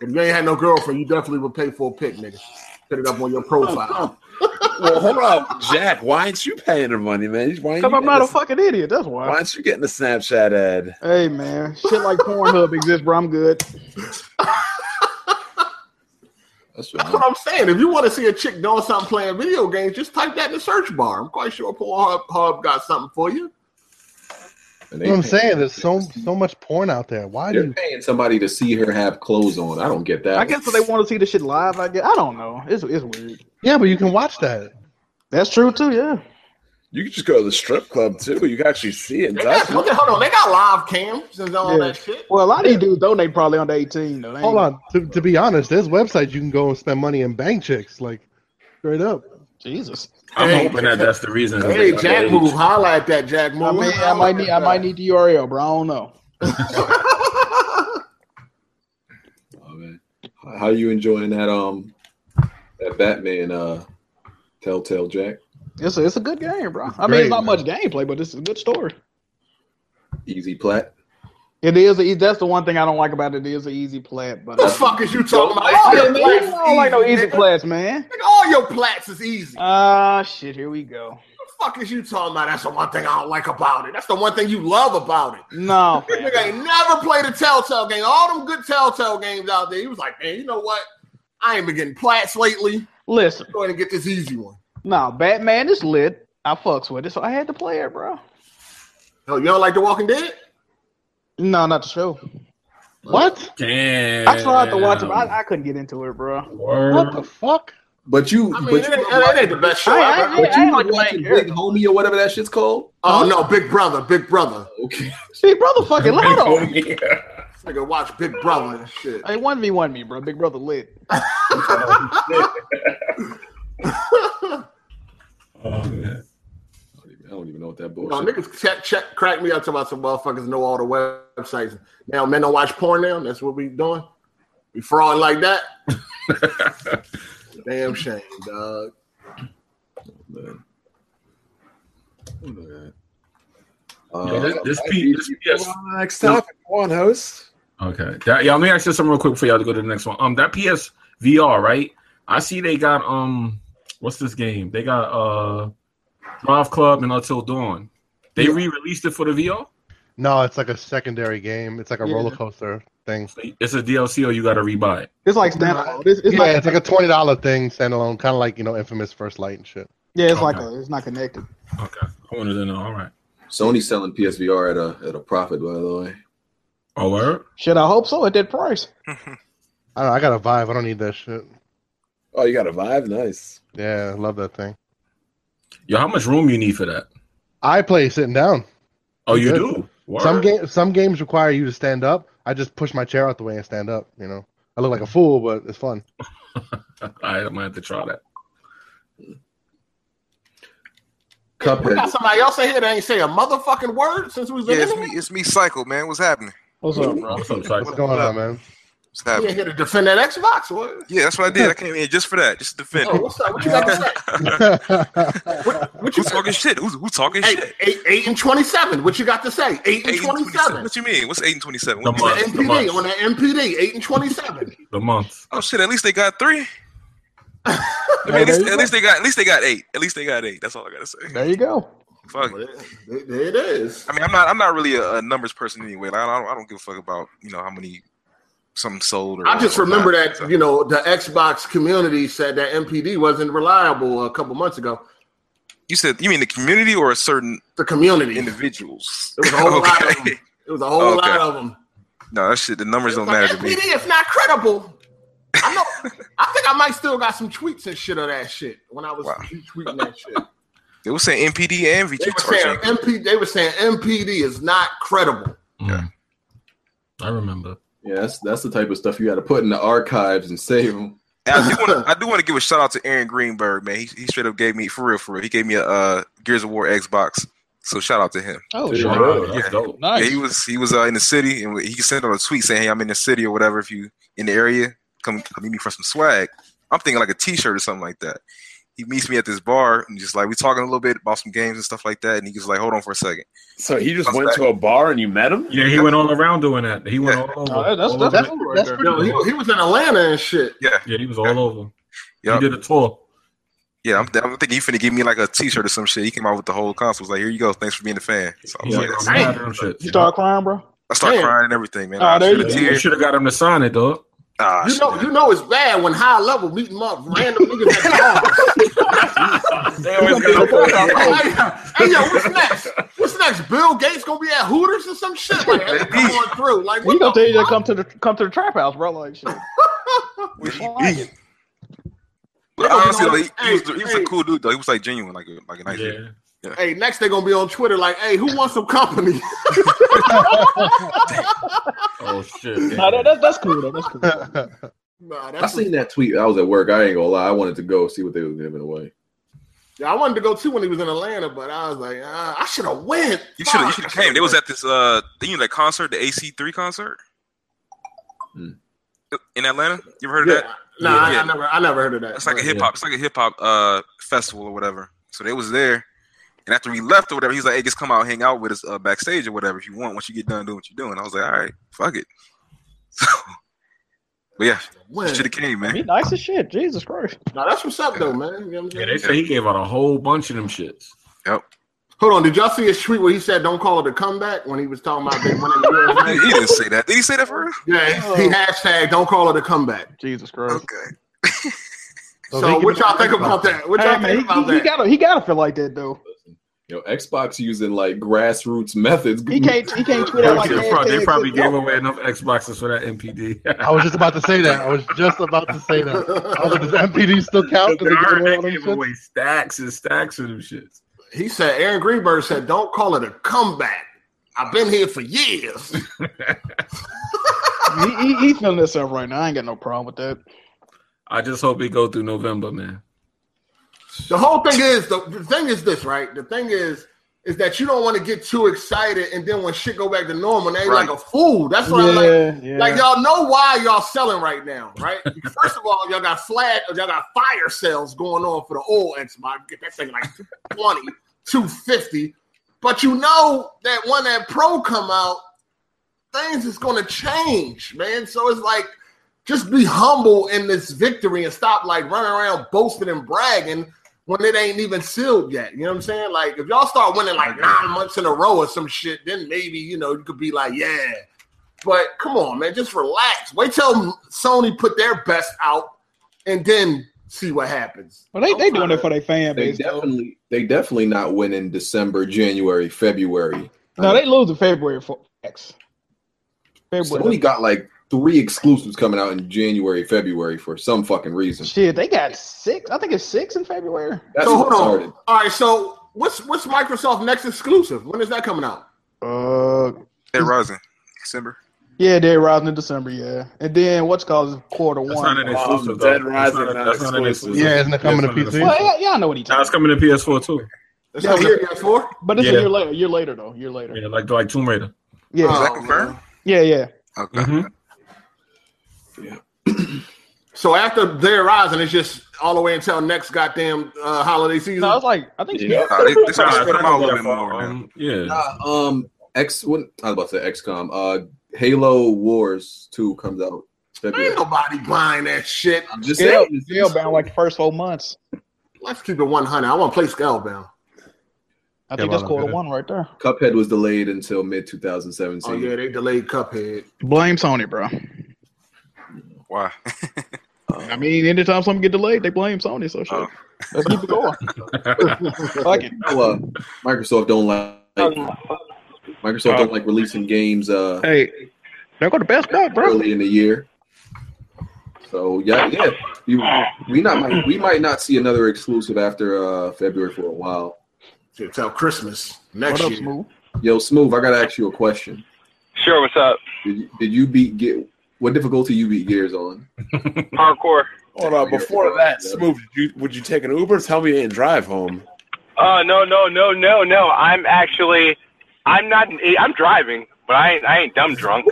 [SPEAKER 4] If you ain't had no girlfriend, you definitely would pay for a pic, nigga. Put it up on your profile.
[SPEAKER 1] Well, hold on, Jack. Why ain't you paying her money, man? Why ain't, you
[SPEAKER 2] Because I'm
[SPEAKER 1] getting
[SPEAKER 2] not
[SPEAKER 1] a,
[SPEAKER 2] a fucking idiot. That's
[SPEAKER 1] why
[SPEAKER 2] why.
[SPEAKER 1] ain't you getting a Snapchat ad?
[SPEAKER 2] Hey man, shit like Pornhub exists, bro. I'm good.
[SPEAKER 3] That's
[SPEAKER 4] That's what
[SPEAKER 3] right.
[SPEAKER 4] I'm saying. If you want to see a chick doing something playing video games, just type that in the search bar. I'm quite sure Pornhub Hub got something for you.
[SPEAKER 3] And
[SPEAKER 7] You
[SPEAKER 3] they
[SPEAKER 7] know what
[SPEAKER 3] paying-
[SPEAKER 7] I'm saying? There's so so much porn out there. Why do
[SPEAKER 3] They're
[SPEAKER 7] you
[SPEAKER 3] paying somebody to see her have clothes on. I don't get that.
[SPEAKER 2] I guess if they want to see the shit live, I guess I don't know. It's it's weird.
[SPEAKER 7] Yeah, but you can watch that.
[SPEAKER 2] That's true too. Yeah.
[SPEAKER 1] You could just go to the strip club too. You can actually see it. and
[SPEAKER 4] They got,
[SPEAKER 1] touch
[SPEAKER 4] look
[SPEAKER 1] it.
[SPEAKER 4] at, hold on, they got live cams and all
[SPEAKER 2] Yeah.
[SPEAKER 4] that shit.
[SPEAKER 2] Well, a lot of these dudes donate probably on the 18 though. They ain't-
[SPEAKER 7] Hold on. To, to be honest, there's websites you can go and spend money and bang chicks, like straight up.
[SPEAKER 2] Jesus.
[SPEAKER 6] I'm
[SPEAKER 4] Hey.
[SPEAKER 6] hoping that that's the reason.
[SPEAKER 4] Hey, Jack move, holla at that Jack move.
[SPEAKER 2] I mean, I might need I might need the URL, bro. I don't know.
[SPEAKER 3] Oh, man. How you enjoying that um that Batman uh Telltale Jack?
[SPEAKER 2] It's a, it's a good game, bro. I mean,
[SPEAKER 7] Great,
[SPEAKER 2] it's not
[SPEAKER 7] man.
[SPEAKER 2] much gameplay, but it's a good story.
[SPEAKER 3] Easy plat.
[SPEAKER 2] It is. A, that's the one thing I don't like about it. It is an easy plat, but uh,
[SPEAKER 4] What the fuck is you talking about?
[SPEAKER 2] Oh,
[SPEAKER 4] All
[SPEAKER 2] yeah,
[SPEAKER 4] your
[SPEAKER 2] man, I
[SPEAKER 4] plats
[SPEAKER 2] don't like no easy
[SPEAKER 4] nigga.
[SPEAKER 2] plats, man.
[SPEAKER 4] Nigga, All your plats is easy. What
[SPEAKER 2] Ah, shit. Here we go.
[SPEAKER 4] the fuck is you talking about? That's the one thing I don't like about it. That's the one thing you love about it.
[SPEAKER 2] No,
[SPEAKER 4] This
[SPEAKER 2] man.
[SPEAKER 4] nigga ain't never played a Telltale game. All them good Telltale games out there. He was like, man, you know what? I ain't been getting plats lately.
[SPEAKER 2] listen.
[SPEAKER 4] Go ahead and get this easy one.
[SPEAKER 2] No, Batman is lit. I fucks with it, so I had to play it, bro.
[SPEAKER 4] Oh, you don't like The Walking Dead?
[SPEAKER 2] No, not the show.
[SPEAKER 7] What?
[SPEAKER 6] Damn.
[SPEAKER 2] I tried to watch it, but I, I couldn't get into it, bro.
[SPEAKER 6] Word.
[SPEAKER 7] What the fuck?
[SPEAKER 3] But you
[SPEAKER 4] I mean,
[SPEAKER 3] but
[SPEAKER 4] it,
[SPEAKER 3] you
[SPEAKER 4] ain't,
[SPEAKER 3] were
[SPEAKER 4] it ain't
[SPEAKER 3] watching,
[SPEAKER 4] the best show
[SPEAKER 2] I- I-
[SPEAKER 4] ever.
[SPEAKER 2] I-
[SPEAKER 3] but you
[SPEAKER 2] ain't
[SPEAKER 3] were
[SPEAKER 2] like the main
[SPEAKER 3] watching Big
[SPEAKER 2] character.
[SPEAKER 3] Homie or whatever that shit's called.
[SPEAKER 4] Oh no, Big Brother, Big Brother.
[SPEAKER 3] Okay.
[SPEAKER 2] See, brother, fucking loud on.
[SPEAKER 4] This nigga watch Big Brother and shit.
[SPEAKER 2] Hey, one v one me, bro. Big brother lit.
[SPEAKER 6] Oh, man.
[SPEAKER 3] I don't even know what that bullshit.
[SPEAKER 4] No, niggas check, check, crack me up talking about some motherfuckers know all the websites. Now men don't watch porn now. That's what we doing. We fraud like that. Damn shame, dog.
[SPEAKER 3] Man. Man.
[SPEAKER 6] Yeah,
[SPEAKER 3] Uh,
[SPEAKER 6] this, this, P, this PS.
[SPEAKER 1] Hold on to the next topic. Go on, host.
[SPEAKER 6] Okay. That, yeah, let me ask you something real quick for y'all to go to the next one. Um, that PS VR, right? I see they got um, what's this game? They got uh, Drive Club and Until Dawn. They re-released it for the VR.
[SPEAKER 7] No, it's like a secondary game. It's like a
[SPEAKER 2] Yeah.
[SPEAKER 7] roller coaster thing.
[SPEAKER 6] It's a DLC, or you got to rebuy it.
[SPEAKER 2] It's like standalone. It's, it's
[SPEAKER 7] yeah,
[SPEAKER 2] not.
[SPEAKER 7] it's like a twenty dollar thing standalone, kind of like you know, infamous first light and shit.
[SPEAKER 2] Yeah, it's like
[SPEAKER 6] Okay.
[SPEAKER 2] a, it's not connected.
[SPEAKER 6] Okay. I wanted to know. All right.
[SPEAKER 3] Sony's selling PSVR at a at a profit, by the way.
[SPEAKER 6] Oh, word?
[SPEAKER 2] Shit, I hope so at that price.
[SPEAKER 7] I don't. know, I got a vibe. I don't need that shit.
[SPEAKER 1] Oh, you got a vibe? Nice.
[SPEAKER 7] Yeah, I love that thing.
[SPEAKER 6] Yo, how much room you need for that?
[SPEAKER 7] I play sitting down.
[SPEAKER 6] Oh, you
[SPEAKER 7] Good.
[SPEAKER 6] do. Word.
[SPEAKER 7] Some games some games require you to stand up. I just push my chair out the way and stand up. You know, I look like a fool, but it's fun.
[SPEAKER 6] All right, I'm gonna have to try that.
[SPEAKER 4] We got
[SPEAKER 3] Cuphead.
[SPEAKER 4] somebody else in here that ain't say a motherfucking word since we was
[SPEAKER 8] Yeah,
[SPEAKER 4] in
[SPEAKER 8] it's
[SPEAKER 4] here.
[SPEAKER 8] me. It's me. Cycle man. What's happening?
[SPEAKER 2] What's up, bro?
[SPEAKER 6] What's up, Cypher?
[SPEAKER 7] What's going on, man?
[SPEAKER 8] What's
[SPEAKER 4] You ain't
[SPEAKER 8] happening?
[SPEAKER 4] here to defend that Xbox. What?
[SPEAKER 8] Yeah, that's what I did. I came in just for that, just to defend.
[SPEAKER 4] Oh,
[SPEAKER 8] it.
[SPEAKER 4] what's up? What you got to say? What, what you
[SPEAKER 8] Who's talking shit? Who's who talking
[SPEAKER 4] Eight,
[SPEAKER 8] shit?
[SPEAKER 4] eight, eight and twenty-seven. What you got to say? Eight and
[SPEAKER 8] Eight and
[SPEAKER 4] twenty-seven.
[SPEAKER 8] What you mean? What's eight and twenty-seven?
[SPEAKER 6] The month.
[SPEAKER 4] MPD on the MPD. Eight and twenty-seven.
[SPEAKER 6] The month.
[SPEAKER 8] Oh shit! At least they got three. I mean,
[SPEAKER 2] there
[SPEAKER 8] at, least,
[SPEAKER 2] you
[SPEAKER 8] at least they got at least they got eight. At least they got eight. That's all I gotta say.
[SPEAKER 2] There you go.
[SPEAKER 8] Fuck.
[SPEAKER 4] But it- it- it is.
[SPEAKER 8] I mean, I'm not I'm not really a, a numbers person anyway. Like, I don't I don't give a fuck about you know how many something sold. Or
[SPEAKER 4] I just remember
[SPEAKER 8] whatnot.
[SPEAKER 4] that you know the Xbox community said that MPD wasn't reliable a couple months ago.
[SPEAKER 8] you said you mean the community or a certain
[SPEAKER 4] The community, it
[SPEAKER 8] individuals.
[SPEAKER 4] was a whole lot of
[SPEAKER 8] Okay.
[SPEAKER 4] them. It was a whole
[SPEAKER 8] Okay.
[SPEAKER 4] lot of them.
[SPEAKER 8] No, that shit. The numbers don't
[SPEAKER 4] Like,
[SPEAKER 8] matter to me.
[SPEAKER 4] MPD is not credible. I know. I think I might still got some tweets and shit of that shit when I was
[SPEAKER 8] Wow.
[SPEAKER 4] tweeting that shit.
[SPEAKER 8] They were saying MPD and
[SPEAKER 4] They
[SPEAKER 8] VG
[SPEAKER 4] were saying
[SPEAKER 8] Torch.
[SPEAKER 4] MP. They were saying MPD is not credible.
[SPEAKER 8] Yeah.
[SPEAKER 6] Mm. I remember.
[SPEAKER 3] Yeah, that's that's the type of stuff you got to put in the archives and save them.
[SPEAKER 8] And I do want to I do want to give a shout out to Aaron Greenberg, man. He, he straight up gave me for real, for real. He gave me a uh, Gears of War Xbox. So shout out to him.
[SPEAKER 2] Oh,
[SPEAKER 3] Dude,
[SPEAKER 2] shit.
[SPEAKER 3] I
[SPEAKER 6] Wow,
[SPEAKER 3] really-
[SPEAKER 6] that's dope.
[SPEAKER 2] nice.
[SPEAKER 8] Yeah, he was he was uh, in the city, and he sent out a tweet saying, "Hey, I'm in the city or whatever. If you in the area, come, come meet me for some swag." I'm thinking like a T-shirt or something like that. He meets me at this bar and just like we talking a little bit about some games and stuff like that, and he was like, "Hold on for a second.
[SPEAKER 1] So he just went to a bar and you met him?
[SPEAKER 6] Yeah, he went all around doing that. He went all over.
[SPEAKER 2] Oh, that's
[SPEAKER 6] all
[SPEAKER 2] that's,
[SPEAKER 6] over
[SPEAKER 2] that's,
[SPEAKER 6] it.
[SPEAKER 2] pretty-
[SPEAKER 3] Yo,
[SPEAKER 4] Yo, he, he was in Atlanta and shit.
[SPEAKER 6] yeah, he was all over.
[SPEAKER 8] Yup.
[SPEAKER 6] He did a tour.
[SPEAKER 8] Yeah, I'm, I'm thinking he finna give me like a T-shirt or some shit. He came out with the whole console. Was like, "Here you go. Thanks for being a fan." So I
[SPEAKER 6] He
[SPEAKER 8] was
[SPEAKER 6] like,
[SPEAKER 8] like,
[SPEAKER 6] I'm mad at them shits.
[SPEAKER 2] you start crying, bro.
[SPEAKER 8] I start
[SPEAKER 4] Damn.
[SPEAKER 8] crying and everything, man.
[SPEAKER 2] Oh,
[SPEAKER 8] I
[SPEAKER 2] there
[SPEAKER 8] shed a
[SPEAKER 2] you
[SPEAKER 6] Yeah, You
[SPEAKER 8] tear.
[SPEAKER 6] should have got him to sign it, dog.
[SPEAKER 8] Ah,
[SPEAKER 4] You
[SPEAKER 8] shit.
[SPEAKER 4] know, you know it's bad when high level meeting up random niggas at the office.
[SPEAKER 6] They always
[SPEAKER 4] hey,
[SPEAKER 6] get him.
[SPEAKER 4] Oh, hey, yo, what's next? What's next? Bill Gates gonna be at Hooters or some shit? Like, hey, come on through. Like,
[SPEAKER 2] He
[SPEAKER 4] what
[SPEAKER 2] gonna tell you
[SPEAKER 4] the
[SPEAKER 2] to
[SPEAKER 4] fuck?
[SPEAKER 2] come to the come to the trap house, bro. Like shit.
[SPEAKER 8] But honestly, though, he, he was,
[SPEAKER 4] Hey,
[SPEAKER 8] he was
[SPEAKER 4] hey.
[SPEAKER 8] a cool dude though. He was like genuine, like a, like a nice. dude.
[SPEAKER 6] Yeah.
[SPEAKER 4] Hey, next they gonna be on Twitter. Like, hey, who wants some company?
[SPEAKER 6] Oh shit.
[SPEAKER 2] Nah, that, that's that's cool though. That's cool.
[SPEAKER 4] nah,
[SPEAKER 3] I
[SPEAKER 4] that's
[SPEAKER 3] seen that tweet. I was at work. I ain't gonna lie. I wanted to go see what they was giving away.
[SPEAKER 4] yeah, I wanted to go too when he was in Atlanta, but I was like, uh, I should have went.
[SPEAKER 8] You
[SPEAKER 4] Fuck,
[SPEAKER 8] should have you should
[SPEAKER 4] I
[SPEAKER 8] have
[SPEAKER 4] shoulda
[SPEAKER 8] came. They was
[SPEAKER 4] went.
[SPEAKER 8] at this uh you know that concert, the AC3 concert
[SPEAKER 3] Hmm.
[SPEAKER 8] in Atlanta. You ever heard of
[SPEAKER 4] Yeah.
[SPEAKER 8] that?
[SPEAKER 4] Nah, I-
[SPEAKER 8] Yeah.
[SPEAKER 4] I, never, I never heard of that.
[SPEAKER 8] It's like a
[SPEAKER 4] But-
[SPEAKER 8] hip hop. It's like a hip hop uh festival or whatever. So they was there, and after we left or whatever, he's like, "Hey, just come out, hang out with us uh, backstage or whatever if you want. Once you get done doing what you're doing." I was like, "All right, fuck it." So, but yeah,
[SPEAKER 4] When?
[SPEAKER 8] should have came, man.
[SPEAKER 2] He nice as shit. Jesus Christ.
[SPEAKER 4] Nah, that's what's up though, man. You know what I'm
[SPEAKER 6] Yeah,
[SPEAKER 4] saying?
[SPEAKER 6] they say he gave out a whole bunch of them shits.
[SPEAKER 4] Hold on, did y'all see his tweet where he said, "Don't call it a comeback" when he was talking about they winning the
[SPEAKER 8] He,
[SPEAKER 4] USA?
[SPEAKER 8] he didn't say that. Did he say that for real?
[SPEAKER 4] Yeah, he hashtag "Don't call it a comeback."
[SPEAKER 2] Jesus Christ.
[SPEAKER 8] Okay.
[SPEAKER 7] Oh,
[SPEAKER 4] So, what y'all think about that? What y'all
[SPEAKER 2] Hey, man,
[SPEAKER 4] think about
[SPEAKER 2] he, he, he
[SPEAKER 4] that?
[SPEAKER 2] gotta he gotta feel like that though.
[SPEAKER 3] You know, Xbox using like grassroots methods.
[SPEAKER 2] He can't he can't tweet
[SPEAKER 6] They,
[SPEAKER 2] out like that.
[SPEAKER 6] probably, they probably gave away enough Xboxes for that MPD.
[SPEAKER 7] I was just about to say that. I was just about to say that. I was like, does MPD still count? Did
[SPEAKER 6] They
[SPEAKER 7] they give
[SPEAKER 6] heard
[SPEAKER 7] away
[SPEAKER 6] they
[SPEAKER 7] all them
[SPEAKER 6] gave
[SPEAKER 7] shits?
[SPEAKER 6] away stacks and stacks of them shits.
[SPEAKER 4] he said Aaron Greenberg said, "Don't call it a comeback. I've been here for years."
[SPEAKER 2] He, he, he feeling himself right now. I ain't got no problem with that.
[SPEAKER 6] I just hope it go through November, man.
[SPEAKER 4] the whole thing is the, the thing is this, right? The thing is is that you don't want to get too excited, and then when shit go back to normal, they like
[SPEAKER 8] Right.
[SPEAKER 4] a fool. That's what I'm like.
[SPEAKER 2] Yeah, yeah.
[SPEAKER 4] Like y'all know why y'all selling right now, right? First of all, y'all got flag, y'all got fire sales going on for the old Xbox. Get that thing like 220, 250. But you know that when that pro come out, things is gonna change, man. So it's like just be humble in this victory and stop like running around boasting and bragging when it ain't even sealed yet. You know what I'm saying? Like if y'all start winning like nine months in a row or some shit, then maybe you know you could be like, yeah. But come on, man, just relax. Wait till Sony put their best out and then see what happens.
[SPEAKER 2] But they, they doing
[SPEAKER 4] it
[SPEAKER 2] it for their fan
[SPEAKER 3] They
[SPEAKER 2] base. though.
[SPEAKER 3] definitely, they definitely not winning December, January, February.
[SPEAKER 2] No, they lose in February for X.
[SPEAKER 3] Sony
[SPEAKER 2] February.
[SPEAKER 3] got like three exclusives coming out in January, February for some fucking reason.
[SPEAKER 2] Shit, they got six. I think it's six in February.
[SPEAKER 3] That's
[SPEAKER 4] so
[SPEAKER 3] what
[SPEAKER 4] hold on.
[SPEAKER 3] started.
[SPEAKER 4] All right, so what's what's Microsoft next exclusive? When is that coming out?
[SPEAKER 2] Uh,
[SPEAKER 8] Hey, Rising, December.
[SPEAKER 2] yeah, they're rising in December. Yeah, and then what's called is quarter
[SPEAKER 6] That's
[SPEAKER 2] one.
[SPEAKER 6] not an
[SPEAKER 1] Um,
[SPEAKER 6] exclusive.
[SPEAKER 1] Dead
[SPEAKER 6] though.
[SPEAKER 1] Rising
[SPEAKER 6] That's not a-
[SPEAKER 1] not
[SPEAKER 6] that's not
[SPEAKER 1] exclusive.
[SPEAKER 6] an exclusive.
[SPEAKER 7] Yeah, isn't it coming to PC?
[SPEAKER 2] well, yeah, yeah, I know what he
[SPEAKER 6] Nah, it's
[SPEAKER 2] talking.
[SPEAKER 6] coming to PS4 too.
[SPEAKER 4] It's
[SPEAKER 2] Yeah,
[SPEAKER 4] coming
[SPEAKER 2] yeah.
[SPEAKER 4] to PS4.
[SPEAKER 2] But it's
[SPEAKER 6] Yeah.
[SPEAKER 2] a year later. Year later though. Year later.
[SPEAKER 6] Yeah, like like Tomb Raider.
[SPEAKER 2] Yeah,
[SPEAKER 8] Is that
[SPEAKER 4] Oh,
[SPEAKER 8] confirmed?
[SPEAKER 4] man.
[SPEAKER 2] yeah, yeah.
[SPEAKER 8] Okay.
[SPEAKER 6] hmm
[SPEAKER 4] So after their rising, it's just all the way until next goddamn uh, holiday season.
[SPEAKER 2] No, it's like I think.
[SPEAKER 3] Yeah.
[SPEAKER 8] Nah, they, they
[SPEAKER 6] Nah,
[SPEAKER 8] started spreading
[SPEAKER 6] it's
[SPEAKER 8] them out a
[SPEAKER 6] not
[SPEAKER 8] little
[SPEAKER 6] that
[SPEAKER 8] bit
[SPEAKER 6] far.
[SPEAKER 8] more. now.
[SPEAKER 6] Um, yeah.
[SPEAKER 3] Nah, um, X. When, I was about to say XCOM. Uh, Halo Wars Uh, Two comes out
[SPEAKER 4] Ain't
[SPEAKER 3] February.
[SPEAKER 4] nobody buying that shit.
[SPEAKER 3] I'm just
[SPEAKER 2] Scale,
[SPEAKER 3] saying.
[SPEAKER 2] bound like the first four months.
[SPEAKER 4] Let's keep it 100. I want to play
[SPEAKER 2] I
[SPEAKER 4] Scalebound.
[SPEAKER 7] think
[SPEAKER 2] think
[SPEAKER 7] that's
[SPEAKER 2] that's
[SPEAKER 7] Scalebound, quarter
[SPEAKER 2] quarter
[SPEAKER 7] yeah.
[SPEAKER 2] one right there.
[SPEAKER 3] Cuphead was delayed until mid
[SPEAKER 4] Oh,
[SPEAKER 3] 2017.
[SPEAKER 4] yeah, they delayed Cuphead.
[SPEAKER 2] Blame Sony, bro.
[SPEAKER 8] Why?
[SPEAKER 2] I mean, anytime something get delayed, they blame Sony. So shit.
[SPEAKER 8] Oh.
[SPEAKER 2] Uh, Let's keep it going. Fuck it.
[SPEAKER 3] How, uh, Microsoft don't like
[SPEAKER 5] Oh,
[SPEAKER 3] Microsoft don't like releasing games uh,
[SPEAKER 2] Hey, they go to Best Buy, bro.
[SPEAKER 3] early in the year. So yeah, yeah, you, we not we might not see another exclusive after uh, February for a while.
[SPEAKER 4] Shit, Till Christmas next
[SPEAKER 2] What up,
[SPEAKER 4] year.
[SPEAKER 2] Smooth?
[SPEAKER 3] Yo, Smooth, I gotta ask you a question.
[SPEAKER 5] Sure, what's up?
[SPEAKER 3] Did you, did you beat get what difficulty you beat Gears on?
[SPEAKER 5] Hardcore.
[SPEAKER 1] Hold on, before that, Smooth, did you, would you take an Uber? Tell me you didn't drive home.
[SPEAKER 5] Oh no no no no no! I'm actually, I'm not. I'm driving, but I ain't. I ain't dumb drunk.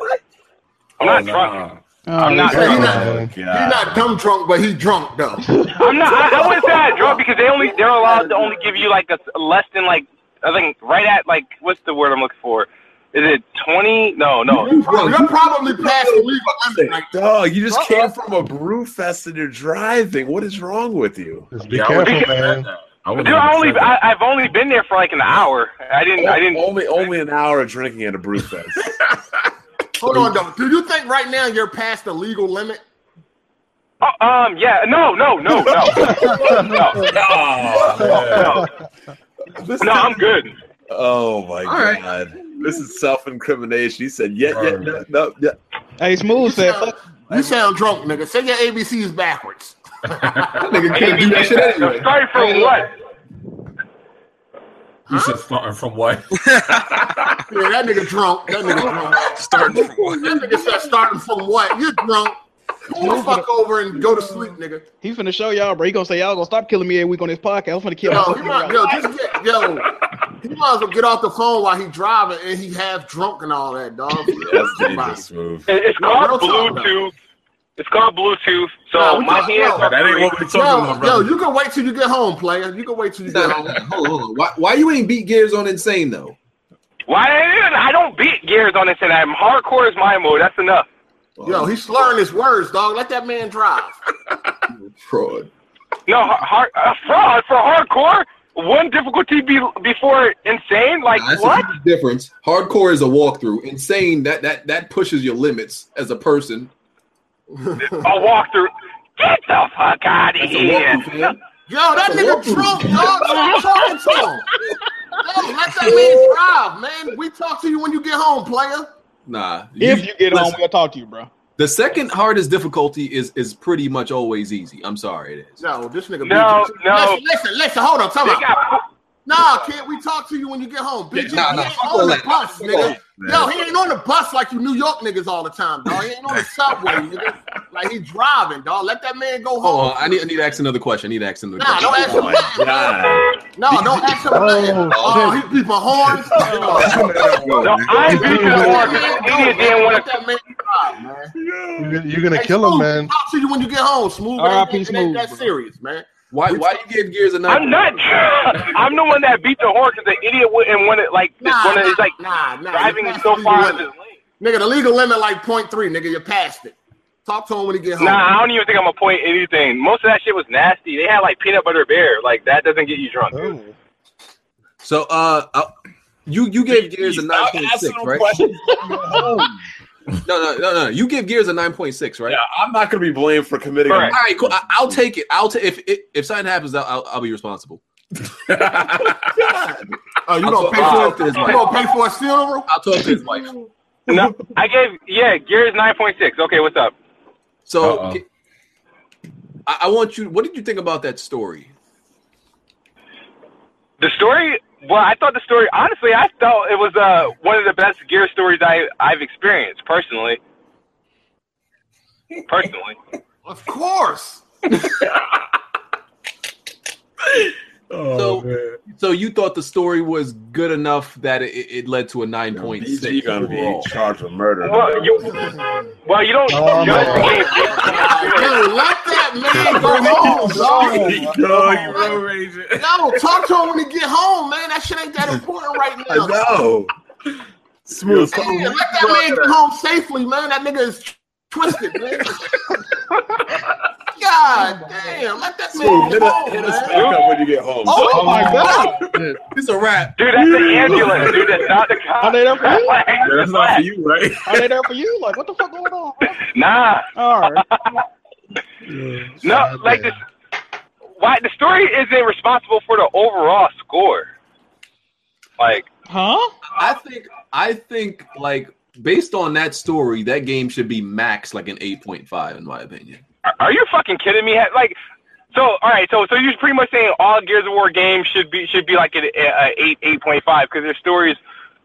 [SPEAKER 5] I'm not drunk.
[SPEAKER 2] Oh,
[SPEAKER 5] not-
[SPEAKER 2] they-
[SPEAKER 4] He's not,
[SPEAKER 7] Uh,
[SPEAKER 4] he not dumb drunk, but he drunk though.
[SPEAKER 5] I'm not. I, I wouldn't say I drunk because they only they're allowed to only give you like a less than like I think right at like what's the word I'm looking for? Is it twenty? No no.
[SPEAKER 4] Bro, you're probably past the legal limit. Like,
[SPEAKER 1] Dog, you just
[SPEAKER 4] Uh-uh.
[SPEAKER 1] came from a brew fest and you're driving. What is wrong with you?
[SPEAKER 7] just be
[SPEAKER 6] Yeah, I would
[SPEAKER 7] careful, man.
[SPEAKER 6] I would
[SPEAKER 5] Dude, I only I, I've only been there for like an hour. I didn't I
[SPEAKER 4] Oh,
[SPEAKER 5] didn't.
[SPEAKER 1] only only an hour of drinking at a brew fest.
[SPEAKER 4] hold on though. Do you think right now you're past the legal limit?
[SPEAKER 5] Oh, um yeah no no no no no no
[SPEAKER 1] This-
[SPEAKER 5] no I'm good.
[SPEAKER 1] Oh my
[SPEAKER 3] right.
[SPEAKER 1] god. This is self incrimination. He said, yeah, yeah,
[SPEAKER 6] Right.
[SPEAKER 1] no, no, yeah.
[SPEAKER 2] Hey, Smooth
[SPEAKER 4] You
[SPEAKER 2] said,
[SPEAKER 4] sound-
[SPEAKER 2] fuck-
[SPEAKER 4] you sound drunk, nigga. Say your ABCs backwards.
[SPEAKER 3] That nigga can't do that shit anyway.
[SPEAKER 5] Sorry for what?
[SPEAKER 6] You said starting from what?
[SPEAKER 4] Yeah, that nigga drunk. That nigga drunk.
[SPEAKER 8] Starting from what?
[SPEAKER 4] That nigga said starting from what? You're drunk. Go the fuck over and go to sleep, nigga.
[SPEAKER 2] he finna show y'all, bro. He gonna say, y'all gonna stop killing me every week on this podcast. I'm finna kill
[SPEAKER 4] Yo,
[SPEAKER 2] y'all.
[SPEAKER 4] he might, yo, just get, yo, he might as well get off the phone while he driving and he half drunk and all that, dog.
[SPEAKER 1] That's dangerous move.
[SPEAKER 5] It- It's
[SPEAKER 4] No,
[SPEAKER 5] called
[SPEAKER 4] real talk, though.
[SPEAKER 5] Bluetooth. It's called Bluetooth. So
[SPEAKER 4] No, we
[SPEAKER 5] my
[SPEAKER 4] talk-
[SPEAKER 5] hands
[SPEAKER 4] no.
[SPEAKER 5] are
[SPEAKER 6] that ain't what we talking
[SPEAKER 4] Yo,
[SPEAKER 6] about,
[SPEAKER 4] yo,
[SPEAKER 6] brother.
[SPEAKER 4] you can wait till you get home, player. You can wait till you
[SPEAKER 3] Nah,
[SPEAKER 4] get
[SPEAKER 3] hold
[SPEAKER 4] home.
[SPEAKER 3] on, hold on. Why, why you ain't beat Gears on Insane though?
[SPEAKER 5] Why didn't I don't beat gears on this and I'm hardcore is my mode. That's enough.
[SPEAKER 4] Yo, he's slurring his words, dog. Let that man drive.
[SPEAKER 3] fraud.
[SPEAKER 5] No, hard, uh, fraud for hardcore. One difficulty be, before insane. Like
[SPEAKER 3] Nah, that's
[SPEAKER 5] what?
[SPEAKER 3] a huge difference. Hardcore is a walkthrough. Insane that that that pushes your limits as a person.
[SPEAKER 5] A walkthrough. Get the fuck out of
[SPEAKER 3] That's a
[SPEAKER 5] here.
[SPEAKER 3] walkthrough, man.
[SPEAKER 4] Yo, that
[SPEAKER 3] That's a
[SPEAKER 4] nigga
[SPEAKER 3] walkthrough.
[SPEAKER 4] drunk, dog. Stop talking to him. Yo, let that man drive, man. We talk to you when you get home, player.
[SPEAKER 3] Nah.
[SPEAKER 2] If you get home,
[SPEAKER 3] listen,
[SPEAKER 2] we'll talk to you, bro.
[SPEAKER 3] the second hardest difficulty is is pretty much always easy. I'm sorry, it is.
[SPEAKER 4] No, this nigga.
[SPEAKER 5] No,
[SPEAKER 4] BG.
[SPEAKER 5] no.
[SPEAKER 4] Listen, listen, listen. Hold on, time
[SPEAKER 5] They
[SPEAKER 4] out.
[SPEAKER 5] got
[SPEAKER 4] Nah, kid, we talk to you when you get home. BG,
[SPEAKER 3] nah,
[SPEAKER 4] he
[SPEAKER 3] nah,
[SPEAKER 4] ain't
[SPEAKER 3] fuck all
[SPEAKER 4] on the
[SPEAKER 3] that.
[SPEAKER 4] bus,
[SPEAKER 3] Fuck
[SPEAKER 4] nigga.
[SPEAKER 1] all
[SPEAKER 4] Yo, he ain't on the bus like you New York niggas all the time, dog. He ain't on the subway, nigga. Like he driving, dog. Let that man go
[SPEAKER 3] Hold
[SPEAKER 4] home.
[SPEAKER 3] on, Oh, I need I need to ask another question. I need to ask another
[SPEAKER 4] Nah,
[SPEAKER 3] question.
[SPEAKER 4] don't ask
[SPEAKER 1] Oh
[SPEAKER 4] him
[SPEAKER 1] my
[SPEAKER 4] nothing.
[SPEAKER 1] god.
[SPEAKER 4] No, don't ask him nothing.
[SPEAKER 7] Oh,
[SPEAKER 4] Oh, he beeping horns. Yo,
[SPEAKER 5] no. I ain't beating the
[SPEAKER 4] let
[SPEAKER 5] war
[SPEAKER 4] that
[SPEAKER 5] because
[SPEAKER 4] man go,
[SPEAKER 5] India
[SPEAKER 4] man.
[SPEAKER 5] didn't want
[SPEAKER 4] Let
[SPEAKER 5] to.
[SPEAKER 4] that man drive, man.
[SPEAKER 7] You're, you're gonna
[SPEAKER 4] Hey,
[SPEAKER 7] kill him,
[SPEAKER 4] Smooth,
[SPEAKER 7] man.
[SPEAKER 4] Talk to you when you get home, smooth. It ain't,
[SPEAKER 2] R.I.P.
[SPEAKER 4] it ain't
[SPEAKER 2] Smooth,
[SPEAKER 4] that
[SPEAKER 2] bro.
[SPEAKER 4] serious, man.
[SPEAKER 3] Why why you give Gears a nine?
[SPEAKER 5] I'm not. I'm the one that beat the horn because the idiot wouldn't want it. Like this
[SPEAKER 4] Nah,
[SPEAKER 5] one
[SPEAKER 4] nah,
[SPEAKER 5] is like
[SPEAKER 4] nah, nah.
[SPEAKER 5] driving
[SPEAKER 4] You're
[SPEAKER 5] it so
[SPEAKER 4] past the legal
[SPEAKER 5] far. out of
[SPEAKER 4] limit.
[SPEAKER 5] his lane.
[SPEAKER 4] Nigga, the legal limit like point three, nigga. You passed it. Talk to him when he get home.
[SPEAKER 5] Nah, I don't even think I'm a point anything. Most of that shit was nasty. They had like peanut butter bear. Like that doesn't get you drunk.
[SPEAKER 7] Oh.
[SPEAKER 5] dude.
[SPEAKER 3] So uh, uh you you gave Gears a nine
[SPEAKER 1] Stop
[SPEAKER 3] point
[SPEAKER 1] asking
[SPEAKER 3] six,
[SPEAKER 1] him
[SPEAKER 3] right?
[SPEAKER 1] questions.
[SPEAKER 3] No, no, no, no. You give Gears a nine point six, right?
[SPEAKER 1] Yeah, I'm not going to be blamed for committing.
[SPEAKER 5] Correct.
[SPEAKER 3] All right, cool. I, I'll take it. I'll take if, if if something happens, I'll, I'll, I'll be responsible.
[SPEAKER 1] God.
[SPEAKER 4] Oh, you
[SPEAKER 3] I'll
[SPEAKER 4] gonna
[SPEAKER 3] talk-
[SPEAKER 4] pay
[SPEAKER 3] I'll
[SPEAKER 4] for
[SPEAKER 3] talk to his
[SPEAKER 4] you
[SPEAKER 3] wife.
[SPEAKER 4] gonna pay for a funeral?
[SPEAKER 3] I'll talk to his wife.
[SPEAKER 5] No, I gave yeah, Gears nine point six. Okay, what's up?
[SPEAKER 3] So
[SPEAKER 6] Uh-oh.
[SPEAKER 3] I, I want you. What did you think about that story?
[SPEAKER 5] The story. Well, I thought the story. Honestly, I thought it was uh one of the best Gear stories I I've experienced personally. Personally,
[SPEAKER 4] Of course. Oh,
[SPEAKER 3] so so you thought the story was good enough that it, it led to a nine point
[SPEAKER 1] You're
[SPEAKER 3] six
[SPEAKER 1] going to be
[SPEAKER 3] overall.
[SPEAKER 1] charged with murder.
[SPEAKER 5] well, you well you don't
[SPEAKER 7] Oh,
[SPEAKER 5] judge
[SPEAKER 7] man.
[SPEAKER 5] games based on
[SPEAKER 4] Like,
[SPEAKER 5] experience.
[SPEAKER 4] dude, let that man go
[SPEAKER 1] Oh,
[SPEAKER 4] home, dog.
[SPEAKER 6] road raging.
[SPEAKER 4] Yo, talk to him when he get home, man. That shit ain't that important right
[SPEAKER 1] I
[SPEAKER 4] now.
[SPEAKER 1] know. Smooth.
[SPEAKER 4] Yeah, let that man get home safely, man. That nigga is twisted, man. God damn, let that man
[SPEAKER 1] hit,
[SPEAKER 4] go,
[SPEAKER 1] us, hit us
[SPEAKER 4] man.
[SPEAKER 1] back up when you get home.
[SPEAKER 2] Oh, my god!
[SPEAKER 3] It's a wrap.
[SPEAKER 5] Dude, that's the ambulance. Dude, that's not the
[SPEAKER 2] Are
[SPEAKER 5] cop.
[SPEAKER 2] they there for you?
[SPEAKER 6] Yeah, that's not for you, right?
[SPEAKER 2] Are they there for you? Like, what the fuck going on? bro?
[SPEAKER 5] Nah,
[SPEAKER 2] All right.
[SPEAKER 5] no, like this. Why the story isn't responsible for the overall score? Like,
[SPEAKER 2] Huh?
[SPEAKER 3] I think I think like based on that story, that game should be max like an eight point five in my opinion.
[SPEAKER 5] Are, are you fucking kidding me? Ha- Like, so all right, so so you're pretty much saying all Gears of War games should be should be like an a, a eight eight point five because their stories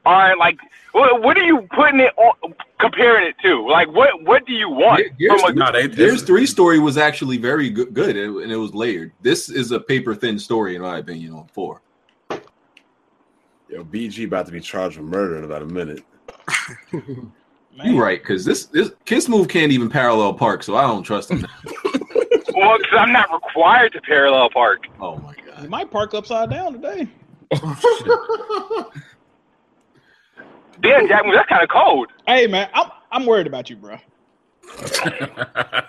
[SPEAKER 5] aren't like. What, what are you putting it on, comparing it to? Like, what what do you want?
[SPEAKER 3] Gears,
[SPEAKER 5] from
[SPEAKER 6] Nah, they-
[SPEAKER 3] Gears three story was actually very good, good and it- and it was layered. This is a paper thin story in my opinion on four.
[SPEAKER 1] Yo, BG about to be charged with murder in about a minute.
[SPEAKER 2] Man.
[SPEAKER 3] You're right because this this Kiss Move can't even parallel park, so I don't trust him.
[SPEAKER 5] a, well, because I'm not required to parallel park.
[SPEAKER 3] oh my
[SPEAKER 2] You
[SPEAKER 3] god,
[SPEAKER 2] might park upside down today.
[SPEAKER 5] Damn, Jack, that's kind of cold.
[SPEAKER 2] Hey man, I'm I'm worried about you, bro.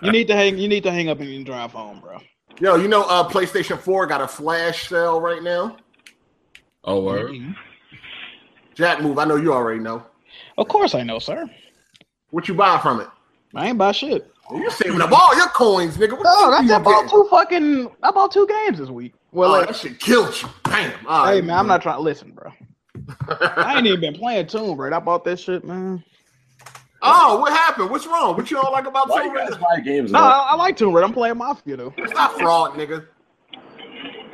[SPEAKER 2] You need to hang you need to hang up and you drive home, bro.
[SPEAKER 4] Yo, you know, uh, PlayStation Four got a flash sale right now.
[SPEAKER 6] oh, word.
[SPEAKER 2] Mm-hmm.
[SPEAKER 4] Jack, move. I know you already know.
[SPEAKER 2] Of course I know, sir.
[SPEAKER 4] What you buying from it?
[SPEAKER 2] I ain't buy shit.
[SPEAKER 4] You're saving up all your coins, nigga. What
[SPEAKER 2] No, that's
[SPEAKER 4] the fuck
[SPEAKER 2] Oh,
[SPEAKER 4] you
[SPEAKER 2] I bought
[SPEAKER 4] getting?
[SPEAKER 2] two fucking I bought two games this week. Well,
[SPEAKER 4] Oh,
[SPEAKER 2] like,
[SPEAKER 4] that shit killed you. Bam. All right.
[SPEAKER 2] hey man, I'm not trying. Listen, bro. I ain't even been playing Tomb Raider. I bought that shit, man.
[SPEAKER 4] oh, what happened? What's wrong? What you all like about
[SPEAKER 1] Why
[SPEAKER 4] Tomb
[SPEAKER 1] you guys
[SPEAKER 4] Raider?
[SPEAKER 1] buy games?
[SPEAKER 2] No,
[SPEAKER 1] though?
[SPEAKER 2] I, I like Tomb Raider. I'm playing Mafia though.
[SPEAKER 4] It's not fraud, nigga.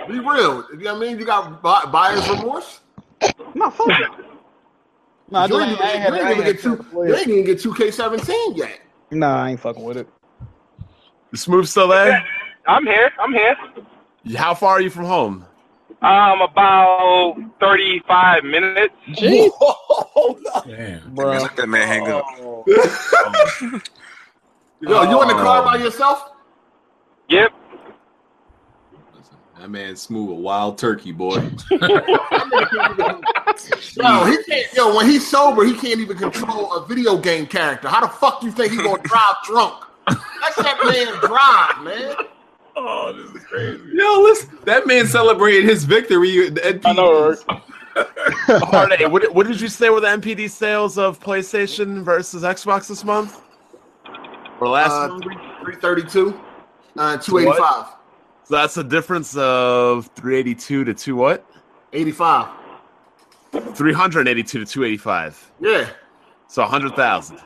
[SPEAKER 4] Be real. You know what I mean? You got bu- buyer's remorse?
[SPEAKER 2] No, fuck. it. No, I
[SPEAKER 4] you
[SPEAKER 2] just ain't,
[SPEAKER 4] ain't
[SPEAKER 2] I ain't had, I ain't
[SPEAKER 4] even- you ain't even
[SPEAKER 2] had
[SPEAKER 4] get
[SPEAKER 2] time
[SPEAKER 4] two.
[SPEAKER 2] to play
[SPEAKER 4] You
[SPEAKER 2] it.
[SPEAKER 4] ain't even get 2K17 yet.
[SPEAKER 2] Nah, I ain't fucking with it.
[SPEAKER 1] Smooth still there?
[SPEAKER 5] I'm here. I'm here.
[SPEAKER 1] How far are you from home?
[SPEAKER 5] Um, about thirty five minutes.
[SPEAKER 2] Jeez,
[SPEAKER 6] Damn.
[SPEAKER 2] bro.
[SPEAKER 8] Let that man hang up.
[SPEAKER 4] Yo, you in
[SPEAKER 1] Oh.
[SPEAKER 4] the car by yourself?
[SPEAKER 5] Yep.
[SPEAKER 3] Listen, that man smooth a wild turkey boy.
[SPEAKER 4] Yo, he can't. Yo, when he's sober, he can't even control a video game character. How the fuck you think he gonna drive drunk? That's that man drive, man.
[SPEAKER 6] Oh, this is crazy.
[SPEAKER 3] Yo, listen, that man celebrated his victory. At NPD.
[SPEAKER 2] I know, right?
[SPEAKER 1] Arne, what, what did you say were the MPD sales of PlayStation versus Xbox this month? Or last
[SPEAKER 4] Uh,
[SPEAKER 1] month?
[SPEAKER 4] 332, uh, 285,
[SPEAKER 1] So that's a difference of 382 to 2 what?
[SPEAKER 4] 85.
[SPEAKER 1] 382 to 285.
[SPEAKER 4] Yeah.
[SPEAKER 1] So 100,000.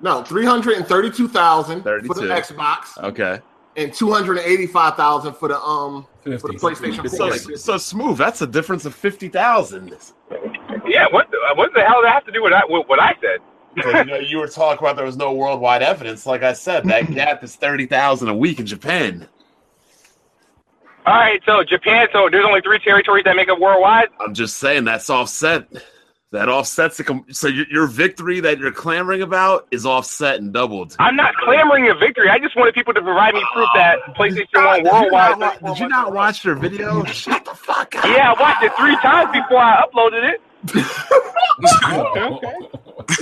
[SPEAKER 4] No, 332,000 for the
[SPEAKER 1] 32.
[SPEAKER 4] Xbox
[SPEAKER 1] Okay.
[SPEAKER 4] and 285,000 for the um for the
[SPEAKER 6] 50.
[SPEAKER 4] PlayStation 4.
[SPEAKER 1] So, so smooth. That's a difference of 50,000.
[SPEAKER 5] Yeah. What the, what the hell does that have to do with that, with what I said?
[SPEAKER 1] Because, you know, you were talking about there was no worldwide evidence. Like I said, that gap is 30,000 a week in Japan.
[SPEAKER 5] All right. So Japan. So there's only three territories that make up worldwide.
[SPEAKER 1] I'm just saying that's offset. That offsets the com- so your, your victory that you're clamoring about is offset and doubled.
[SPEAKER 5] I'm not clamoring a victory. I just wanted people to provide me proof that PlayStation One
[SPEAKER 1] Did
[SPEAKER 5] worldwide.
[SPEAKER 1] you not, wa- did you not watch their video? Shut the fuck up.
[SPEAKER 5] Yeah, I watched it three times before I uploaded it.
[SPEAKER 2] Okay, okay.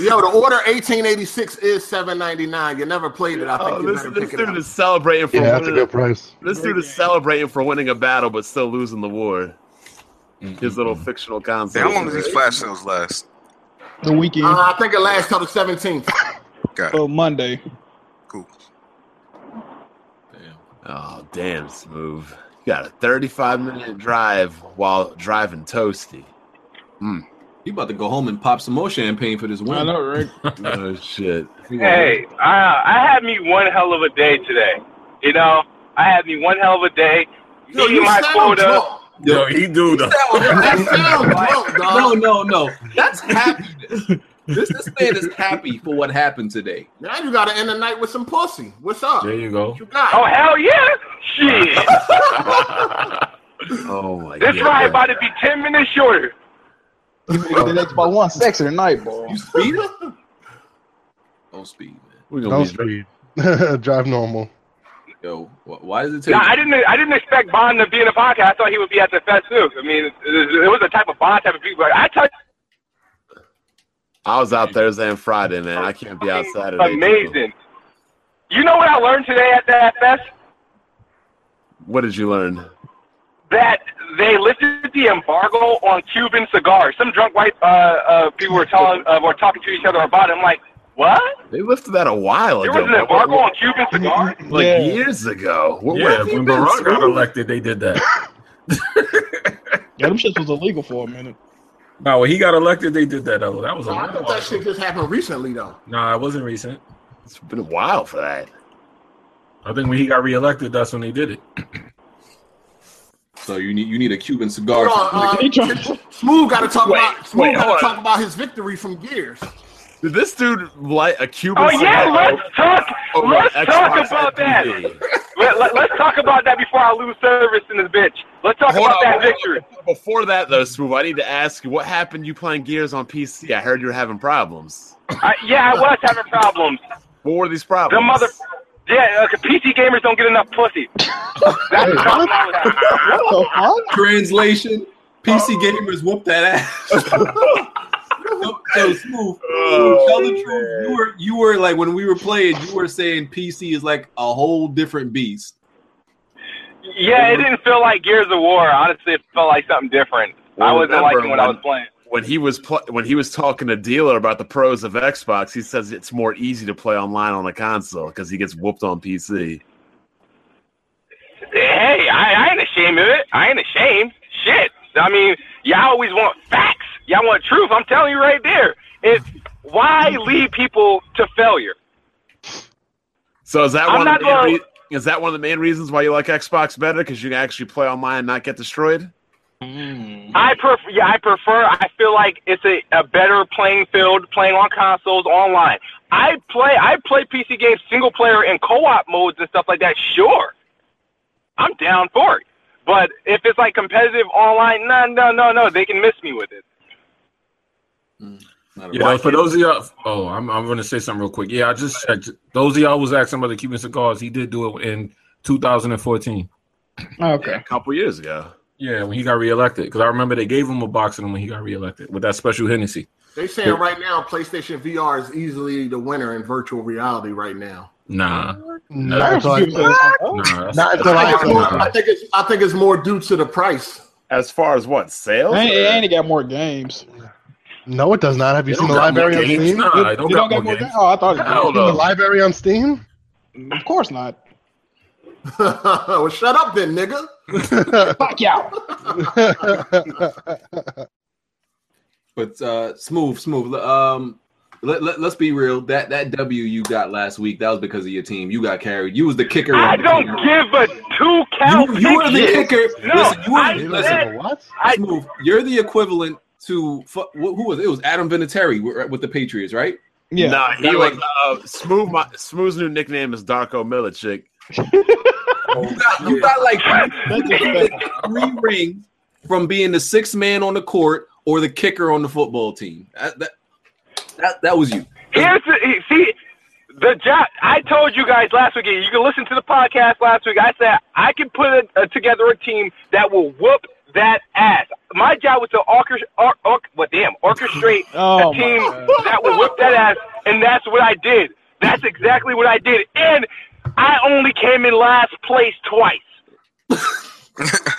[SPEAKER 4] Yo, the order 1886 is 799. You never played it. I think
[SPEAKER 1] Oh,
[SPEAKER 4] you
[SPEAKER 1] this,
[SPEAKER 4] better
[SPEAKER 1] this
[SPEAKER 4] pick it up.
[SPEAKER 1] dude is celebrating for
[SPEAKER 7] Yeah, that's a
[SPEAKER 1] winning,
[SPEAKER 7] good price.
[SPEAKER 1] this dude is celebrating for winning a battle but still losing the war.
[SPEAKER 6] Mm-hmm.
[SPEAKER 1] His little fictional
[SPEAKER 8] Damn,
[SPEAKER 1] console.
[SPEAKER 8] how long does these flash sales last?
[SPEAKER 2] The weekend
[SPEAKER 4] Uh, I think it lasts till the 17th.
[SPEAKER 8] Got it.
[SPEAKER 2] or Monday.
[SPEAKER 8] Cool.
[SPEAKER 3] Damn.
[SPEAKER 1] Oh damn, smooth. You got a 35 minute drive while driving toasty.
[SPEAKER 3] He about to go home and pop some more champagne for this win.
[SPEAKER 2] I know, right?
[SPEAKER 1] oh shit.
[SPEAKER 5] Hey, I, I had me one hell of a day today. You know, I had me one hell of a day.
[SPEAKER 4] Yo,
[SPEAKER 5] eating
[SPEAKER 4] you
[SPEAKER 5] my
[SPEAKER 4] sound
[SPEAKER 5] quota.
[SPEAKER 4] drunk.
[SPEAKER 6] Yo, he do though.
[SPEAKER 4] You sound drunk,
[SPEAKER 3] No,
[SPEAKER 4] dog.
[SPEAKER 3] no, no. That's happiness. this this man is happy for what happened today.
[SPEAKER 4] Now you gotta end the night with some pussy. What's up?
[SPEAKER 6] There
[SPEAKER 4] What
[SPEAKER 6] you go.
[SPEAKER 4] you got?
[SPEAKER 5] Oh hell yeah! Shit,
[SPEAKER 1] Oh my god.
[SPEAKER 5] this ride about to be ten minutes shorter.
[SPEAKER 2] You can get that Xbox One sexy tonight, boy.
[SPEAKER 3] You speed it? Don't speed, man.
[SPEAKER 1] We're gonna
[SPEAKER 7] Don't
[SPEAKER 1] be
[SPEAKER 7] speed. Drive normal.
[SPEAKER 3] Yo, wh- why does it take?
[SPEAKER 5] Now, I didn't, I didn't expect Bond to be in the podcast. I thought he would be at the fest too. I mean, it, it was a type of Bond type of people. I tell
[SPEAKER 1] I was out Thursday and Friday, man. I can't be out Saturday.
[SPEAKER 5] Amazing. You know what I learned today at that fest?
[SPEAKER 1] What did you learn?
[SPEAKER 5] That they lifted the embargo on Cuban cigars. Some drunk white uh, uh, people were telling, uh, were talking to each other about it. I'm like, what?
[SPEAKER 1] They lifted that a while
[SPEAKER 5] There
[SPEAKER 1] ago.
[SPEAKER 5] was an embargo on Cuban cigars?
[SPEAKER 1] like
[SPEAKER 2] Yeah.
[SPEAKER 1] years ago. What, what
[SPEAKER 6] yeah,
[SPEAKER 1] have you
[SPEAKER 6] when
[SPEAKER 1] been
[SPEAKER 6] Barack got
[SPEAKER 1] through?
[SPEAKER 6] elected, they did that.
[SPEAKER 2] Yeah, them shits was illegal for a minute.
[SPEAKER 6] No, when he got elected, they did that though. That was a
[SPEAKER 4] No, I
[SPEAKER 6] long
[SPEAKER 4] thought
[SPEAKER 6] while
[SPEAKER 4] that shit
[SPEAKER 6] ago.
[SPEAKER 4] just happened recently though.
[SPEAKER 6] Nah, it wasn't recent.
[SPEAKER 1] It's been a while for that.
[SPEAKER 6] I think when he got reelected, that's when they did it.
[SPEAKER 3] So you need you need a Cuban cigar.
[SPEAKER 4] Hold on, uh,
[SPEAKER 2] He trying-
[SPEAKER 4] Smooth got to talk
[SPEAKER 1] Wait,
[SPEAKER 4] about
[SPEAKER 1] wait,
[SPEAKER 4] Smooth got
[SPEAKER 1] hold
[SPEAKER 4] to
[SPEAKER 1] on.
[SPEAKER 4] talk about his victory from Gears.
[SPEAKER 1] Did this dude light a Cuban
[SPEAKER 5] Oh yeah,
[SPEAKER 1] cigar
[SPEAKER 5] let's talk.
[SPEAKER 1] over
[SPEAKER 5] Let's
[SPEAKER 1] Xbox
[SPEAKER 5] talk about that.
[SPEAKER 1] TV?
[SPEAKER 5] Let, let, us talk about that before I lose service in this bitch. Let's talk
[SPEAKER 1] Hold
[SPEAKER 5] about
[SPEAKER 1] on,
[SPEAKER 5] that
[SPEAKER 1] hold on.
[SPEAKER 5] victory.
[SPEAKER 1] Before that, though, Smooth, I need to ask you what happened. You playing Gears on PC? I heard you were having problems.
[SPEAKER 5] I, yeah, I was having problems.
[SPEAKER 1] What were these problems?
[SPEAKER 5] The mother. Yeah, uh, 'cause PC gamers don't get enough pussy. That's the problem I was having.
[SPEAKER 2] What the fuck?
[SPEAKER 3] Translation: PC gamers whoop that ass. so, so smooth. tell the truth. You were you were like when we were playing. You were saying PC is like a whole different beast.
[SPEAKER 5] Yeah, it didn't feel like Gears of War. Honestly, it felt like something different. I wasn't
[SPEAKER 1] Remember
[SPEAKER 5] liking what I was playing.
[SPEAKER 1] when he was pl- when he was talking to dealer about the pros of Xbox, he says it's more easy to play online on a console because he gets whooped on PC.
[SPEAKER 5] Hey, I, I ain't ashamed of it. I ain't ashamed. Shit. I mean, y'all always want facts. Y'all want truth. I'm telling you right there. It's why lead people to failure.
[SPEAKER 1] So is that
[SPEAKER 5] I'm
[SPEAKER 1] one? Of the
[SPEAKER 5] not
[SPEAKER 1] main
[SPEAKER 5] gonna-
[SPEAKER 1] re- is that one of the main reasons why you like Xbox better? Because you can actually play online and not get destroyed.
[SPEAKER 5] I prefer. Yeah, I prefer. I feel like it's a, a better playing field playing on consoles online. I play. I play PC games single player and co-op modes and stuff like that. Sure, I'm down for it. But if it's like competitive online, no, no, no, no, they can miss me with it.
[SPEAKER 3] Not a
[SPEAKER 6] Yeah, for those of y'all, oh, I'm, I'm going to say something real quick. Yeah, I just checked. Those of y'all was asking about the Cuban cigars. He did do it in 2014.
[SPEAKER 1] A
[SPEAKER 2] Oh, Okay.
[SPEAKER 1] couple years ago.
[SPEAKER 6] Yeah, when he got reelected, because I remember they gave him a box of them when he got reelected with that special Hennessy.
[SPEAKER 4] They saying right now PlayStation VR is easily the winner in virtual reality right now.
[SPEAKER 6] Nah,
[SPEAKER 7] Not until
[SPEAKER 2] Damn,
[SPEAKER 6] nah,
[SPEAKER 7] I,
[SPEAKER 2] Cuban-
[SPEAKER 6] that's-
[SPEAKER 7] not until
[SPEAKER 4] I think, it's more,
[SPEAKER 7] I
[SPEAKER 4] I think it's I think it's more due to the price.
[SPEAKER 1] As far as what sales?
[SPEAKER 2] Ain't-
[SPEAKER 1] or-
[SPEAKER 2] it ain't got more games.
[SPEAKER 7] no, it does not. Have you
[SPEAKER 6] They
[SPEAKER 7] seen
[SPEAKER 6] don't
[SPEAKER 7] the
[SPEAKER 6] got more
[SPEAKER 7] library on
[SPEAKER 6] games.
[SPEAKER 7] Steam?
[SPEAKER 6] Nah,
[SPEAKER 7] You
[SPEAKER 6] they don't
[SPEAKER 2] you
[SPEAKER 6] got more games.
[SPEAKER 2] Oh, I thought.
[SPEAKER 6] Hell
[SPEAKER 7] seen the
[SPEAKER 6] no.
[SPEAKER 7] library on Steam?
[SPEAKER 2] Of course not.
[SPEAKER 4] well, shut up then, nigga.
[SPEAKER 2] Fuck y'all.
[SPEAKER 3] But uh, smooth, smooth. Um, let, let, let's be real. That that W you got last week, that was because of your team. You got carried. You was the kicker.
[SPEAKER 5] I
[SPEAKER 3] on the
[SPEAKER 5] don't
[SPEAKER 3] team.
[SPEAKER 5] give a two count.
[SPEAKER 3] You, you were the kicker.
[SPEAKER 5] No,
[SPEAKER 3] listen, you were,
[SPEAKER 5] I
[SPEAKER 7] You
[SPEAKER 3] listen,
[SPEAKER 7] don't give
[SPEAKER 5] said-
[SPEAKER 7] a what?
[SPEAKER 5] I-
[SPEAKER 3] smooth. You're the equivalent to fu- who who was it? It was Adam Vinatieri uh, with, with the Patriots, right?
[SPEAKER 2] Yeah.
[SPEAKER 1] Nah, he
[SPEAKER 3] That
[SPEAKER 1] was
[SPEAKER 3] like-
[SPEAKER 1] uh, Smooth. My, Smooth's new nickname is Darko Milicic.
[SPEAKER 3] You got, you got like
[SPEAKER 2] That's disrespectful.
[SPEAKER 3] three rings from being the sixth man on the court or the kicker on the football team. That that that, that was you.
[SPEAKER 5] Here's the he- see the job. I told you guys last week. You can listen to the podcast last week. I said I can put a, a, together a team that will whoop that ass. My job was to orchestrate. Or, or, what damn orchestrate
[SPEAKER 2] Oh
[SPEAKER 5] a
[SPEAKER 2] my
[SPEAKER 5] team
[SPEAKER 2] God.
[SPEAKER 5] that will whip that ass, and that's what I did. That's exactly what I did, and I only came in last place twice.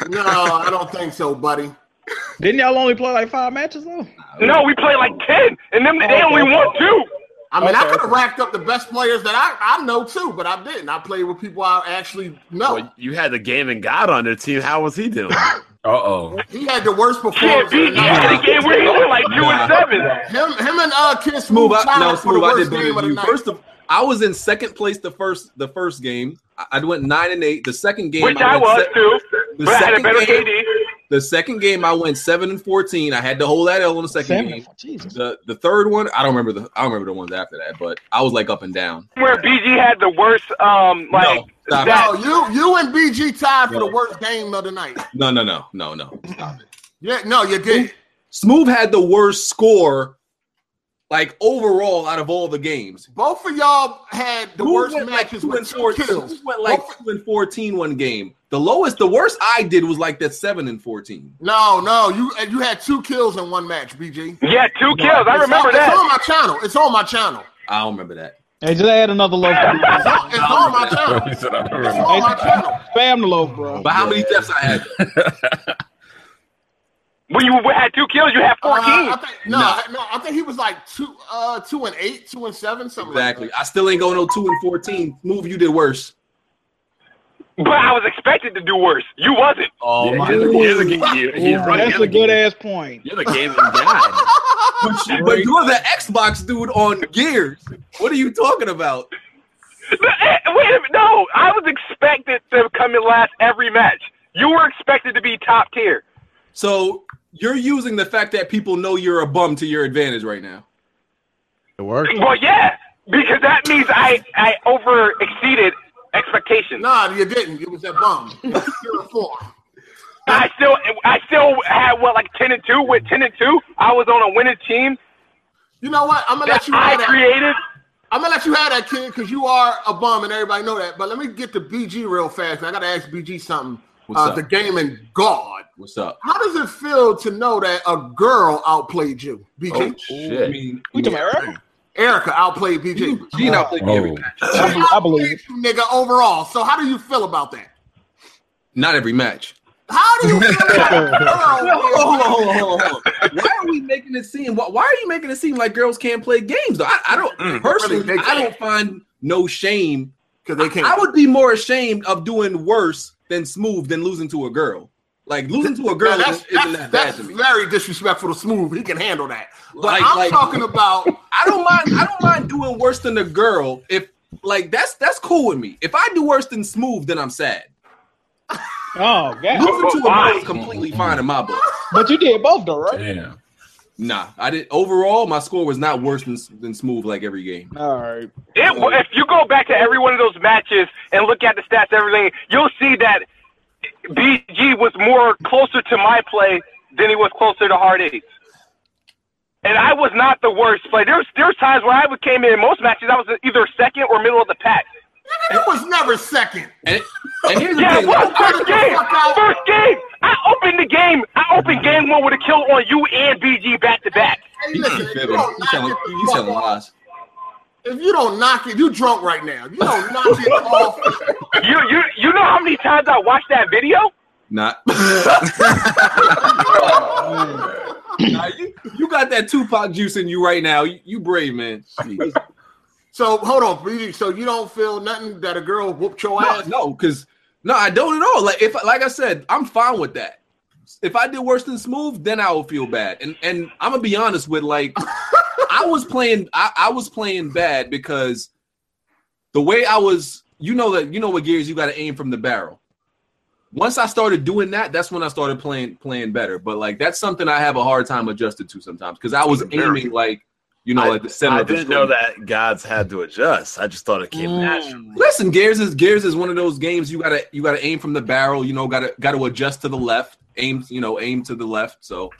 [SPEAKER 4] No, I don't think so, buddy.
[SPEAKER 2] Didn't y'all only play like five matches though?
[SPEAKER 5] No, we played like ten, and them they only
[SPEAKER 3] Oh.
[SPEAKER 5] won two.
[SPEAKER 4] I mean,
[SPEAKER 2] Okay.
[SPEAKER 4] I could have racked up the best players that I, I know too, but I didn't. I played with people I actually
[SPEAKER 3] Oh.
[SPEAKER 4] know.
[SPEAKER 1] Well, you had the gaming god on your team. How was he doing?
[SPEAKER 6] Uh oh.
[SPEAKER 4] he had the worst
[SPEAKER 5] Can't
[SPEAKER 4] performance.
[SPEAKER 5] beat. He had a game where he went like two and seven.
[SPEAKER 4] Him, him and uh, Kid Smooth
[SPEAKER 3] Smooth, I, no,
[SPEAKER 4] tied for the
[SPEAKER 3] smooth. I did
[SPEAKER 4] worst
[SPEAKER 3] better
[SPEAKER 4] game of
[SPEAKER 3] than
[SPEAKER 4] the
[SPEAKER 3] you.
[SPEAKER 4] night.
[SPEAKER 3] First of, I was in second place the first the first game. I, I went nine and eight. The second game,
[SPEAKER 5] Which I
[SPEAKER 3] went
[SPEAKER 5] was
[SPEAKER 3] se-
[SPEAKER 5] too,
[SPEAKER 3] The
[SPEAKER 5] but I had a
[SPEAKER 3] second
[SPEAKER 5] better
[SPEAKER 3] game-
[SPEAKER 5] KD.
[SPEAKER 3] The second game, I went seven and fourteen. I had to hold that L on the second
[SPEAKER 2] Seven and
[SPEAKER 3] game.
[SPEAKER 2] four. Jesus.
[SPEAKER 3] The the third one, I don't remember the I don't remember the ones after that, but I was like up and down.
[SPEAKER 5] Where BG had the worst, um, like
[SPEAKER 3] no, stop it.
[SPEAKER 4] no,
[SPEAKER 5] that.
[SPEAKER 4] you you and BG tied for the worst game of the night.
[SPEAKER 3] no, no, no, no, no, stop it.
[SPEAKER 4] Yeah, no, you did.
[SPEAKER 3] Smooth had the worst score Like overall, out of all the games,
[SPEAKER 4] Both of y'all had the
[SPEAKER 3] who
[SPEAKER 4] worst
[SPEAKER 3] went like
[SPEAKER 4] matches
[SPEAKER 3] two and
[SPEAKER 4] with two
[SPEAKER 3] fourteen.
[SPEAKER 4] kills.
[SPEAKER 3] Who went like
[SPEAKER 4] Both-
[SPEAKER 3] two and fourteen one game? The lowest, the worst I did was like that seven and fourteen.
[SPEAKER 4] No, no, you and you had two kills in one match, BG.
[SPEAKER 5] Yeah, two kills. I
[SPEAKER 4] It's
[SPEAKER 5] remember
[SPEAKER 4] on- It's on
[SPEAKER 5] that.
[SPEAKER 4] my channel. It's on my channel.
[SPEAKER 3] I don't remember that.
[SPEAKER 2] Hey, just add another loaf.
[SPEAKER 4] It's on, it's on my channel.
[SPEAKER 6] He said, I
[SPEAKER 4] It's
[SPEAKER 6] remember.
[SPEAKER 4] on my channel.
[SPEAKER 2] Spam the loaf, bro.
[SPEAKER 3] But how many deaths I had?
[SPEAKER 5] When you had two kills, you had
[SPEAKER 4] Uh,
[SPEAKER 5] fourteen.
[SPEAKER 4] I think, no,
[SPEAKER 3] No.
[SPEAKER 4] I- no, I think he was like two, uh, two and eight, two and seven, something
[SPEAKER 3] exactly.
[SPEAKER 4] like
[SPEAKER 3] I still ain't going no two and fourteen. Move, you did worse.
[SPEAKER 5] But I was expected to do worse. You wasn't.
[SPEAKER 3] Oh
[SPEAKER 1] Yeah,
[SPEAKER 3] my
[SPEAKER 1] you're the-
[SPEAKER 3] lord.
[SPEAKER 1] you're the- you- you're right,
[SPEAKER 2] That's
[SPEAKER 1] you're the
[SPEAKER 2] a good
[SPEAKER 1] game-
[SPEAKER 2] ass point.
[SPEAKER 1] You're the game guy.
[SPEAKER 3] But you're the Xbox dude on Gears. What are you talking about?
[SPEAKER 5] But, eh, Wait a minute. No, I was expected to come in last every match. You were expected to be top tier.
[SPEAKER 3] So you're using the fact that people know you're a bum to your advantage right now.
[SPEAKER 7] It worked.
[SPEAKER 5] Well, yeah, because that means I I over exceeded
[SPEAKER 4] that.
[SPEAKER 5] expectations.
[SPEAKER 4] Nah, you didn't. It was that bum. You're a four.
[SPEAKER 5] I still I still had what like ten and two. With ten and two, I was on a winning team
[SPEAKER 4] You know what? I'm gonna let
[SPEAKER 5] that
[SPEAKER 4] you
[SPEAKER 5] I
[SPEAKER 4] have that.
[SPEAKER 5] created.
[SPEAKER 4] I'm gonna let you have that kid because you are a bum and everybody know that. But let me get to BG real fast. I gotta ask BG something.
[SPEAKER 3] What's
[SPEAKER 4] Uh,
[SPEAKER 3] up?
[SPEAKER 4] the gaming god.
[SPEAKER 3] What's up?
[SPEAKER 4] How does it feel to know that a girl outplayed
[SPEAKER 3] Oh.
[SPEAKER 4] you, BG?
[SPEAKER 3] I mean,
[SPEAKER 2] We talking about Eric?
[SPEAKER 4] Erica outplayed BG.
[SPEAKER 3] Gene outplayed me every
[SPEAKER 6] Oh.
[SPEAKER 3] match.
[SPEAKER 2] I be- I believe it.
[SPEAKER 4] You nigga overall. So how do you feel about that?
[SPEAKER 3] Not every match.
[SPEAKER 4] How do you feel about
[SPEAKER 3] Hold on,
[SPEAKER 4] girl?
[SPEAKER 3] hold on, hold on, hold on, hold on. Why are we making it seem? Why, why are you making it seem like girls can't play games? Though I, I don't
[SPEAKER 8] Mm.
[SPEAKER 3] personally,
[SPEAKER 4] Really, they
[SPEAKER 3] I don't
[SPEAKER 4] can't.
[SPEAKER 3] find no shame.
[SPEAKER 4] Because they
[SPEAKER 3] I
[SPEAKER 4] can't.
[SPEAKER 3] would be more ashamed of doing worse than smooth than losing to a girl. Like losing to a
[SPEAKER 4] Now,
[SPEAKER 3] girl
[SPEAKER 4] that's
[SPEAKER 3] isn't, isn't
[SPEAKER 4] that's,
[SPEAKER 3] that bad
[SPEAKER 4] that's
[SPEAKER 3] to me.
[SPEAKER 4] very disrespectful to Smooth. He can handle that. But
[SPEAKER 3] Like-
[SPEAKER 4] I'm
[SPEAKER 3] like-
[SPEAKER 4] talking about
[SPEAKER 3] I don't mind. I don't mind doing worse than a girl. If like that's that's cool with me. If I do worse than smooth, then I'm sad.
[SPEAKER 2] Oh, God.
[SPEAKER 3] Losing to a girl is completely fine in my book.
[SPEAKER 2] But you did both, though, right?
[SPEAKER 6] Oh, Damn.
[SPEAKER 3] Nah, I did. Overall, my score was not worse than than smooth like every game.
[SPEAKER 2] All right.
[SPEAKER 5] It, if you go back to every one of those matches and look at the stats, everything, you'll see that BG was more closer to my play than he was closer to Hard Eight. And I was not the worst player. There was, there was times where I would came in, in most matches, I was either second or middle of the pack.
[SPEAKER 4] it was never second.
[SPEAKER 3] And, and here's the
[SPEAKER 5] Yeah,
[SPEAKER 3] thing.
[SPEAKER 5] it was first game. First game. I opened the game. I opened game one with a kill on you and BG back to back.
[SPEAKER 4] Hey,
[SPEAKER 3] You
[SPEAKER 4] listen,
[SPEAKER 3] keep
[SPEAKER 4] if you
[SPEAKER 3] fibbing.
[SPEAKER 4] don't
[SPEAKER 3] You
[SPEAKER 4] knock
[SPEAKER 3] telling,
[SPEAKER 4] it the
[SPEAKER 3] you
[SPEAKER 4] fuck
[SPEAKER 3] telling
[SPEAKER 4] off-
[SPEAKER 3] lies.
[SPEAKER 4] if you don't knock it, you drunk right now. You don't knock it off.
[SPEAKER 3] Oh,
[SPEAKER 5] You you you know how many times I watched that video?
[SPEAKER 3] Not. nah, you, you got that Tupac juice in you right now. You, you brave man. Jeez.
[SPEAKER 4] So hold on, BG. So you don't feel nothing that a girl whooped your
[SPEAKER 3] No,
[SPEAKER 4] ass?
[SPEAKER 3] no, because no, I don't at all. Like if, like I said, I'm fine with that. If I did worse than smooth, then I will feel bad. And and I'm gonna be honest with like, I was playing, I, I was playing bad because the way I was, you know that you know what gears you got to aim from the barrel. Once I started doing that, that's when I started playing playing better. But like that's something I have a hard time adjusted to sometimes because I was
[SPEAKER 8] Very.
[SPEAKER 3] aiming like, you know, at the center.
[SPEAKER 1] I
[SPEAKER 3] of the
[SPEAKER 1] didn't know
[SPEAKER 3] screen. Mm.
[SPEAKER 1] that gods had to adjust. I just thought it came natural.
[SPEAKER 3] Listen, Gears is Gears is one of those games you gotta you gotta aim from the barrel. You know, gotta gotta adjust to the left. Aim, you know, aim to the left. So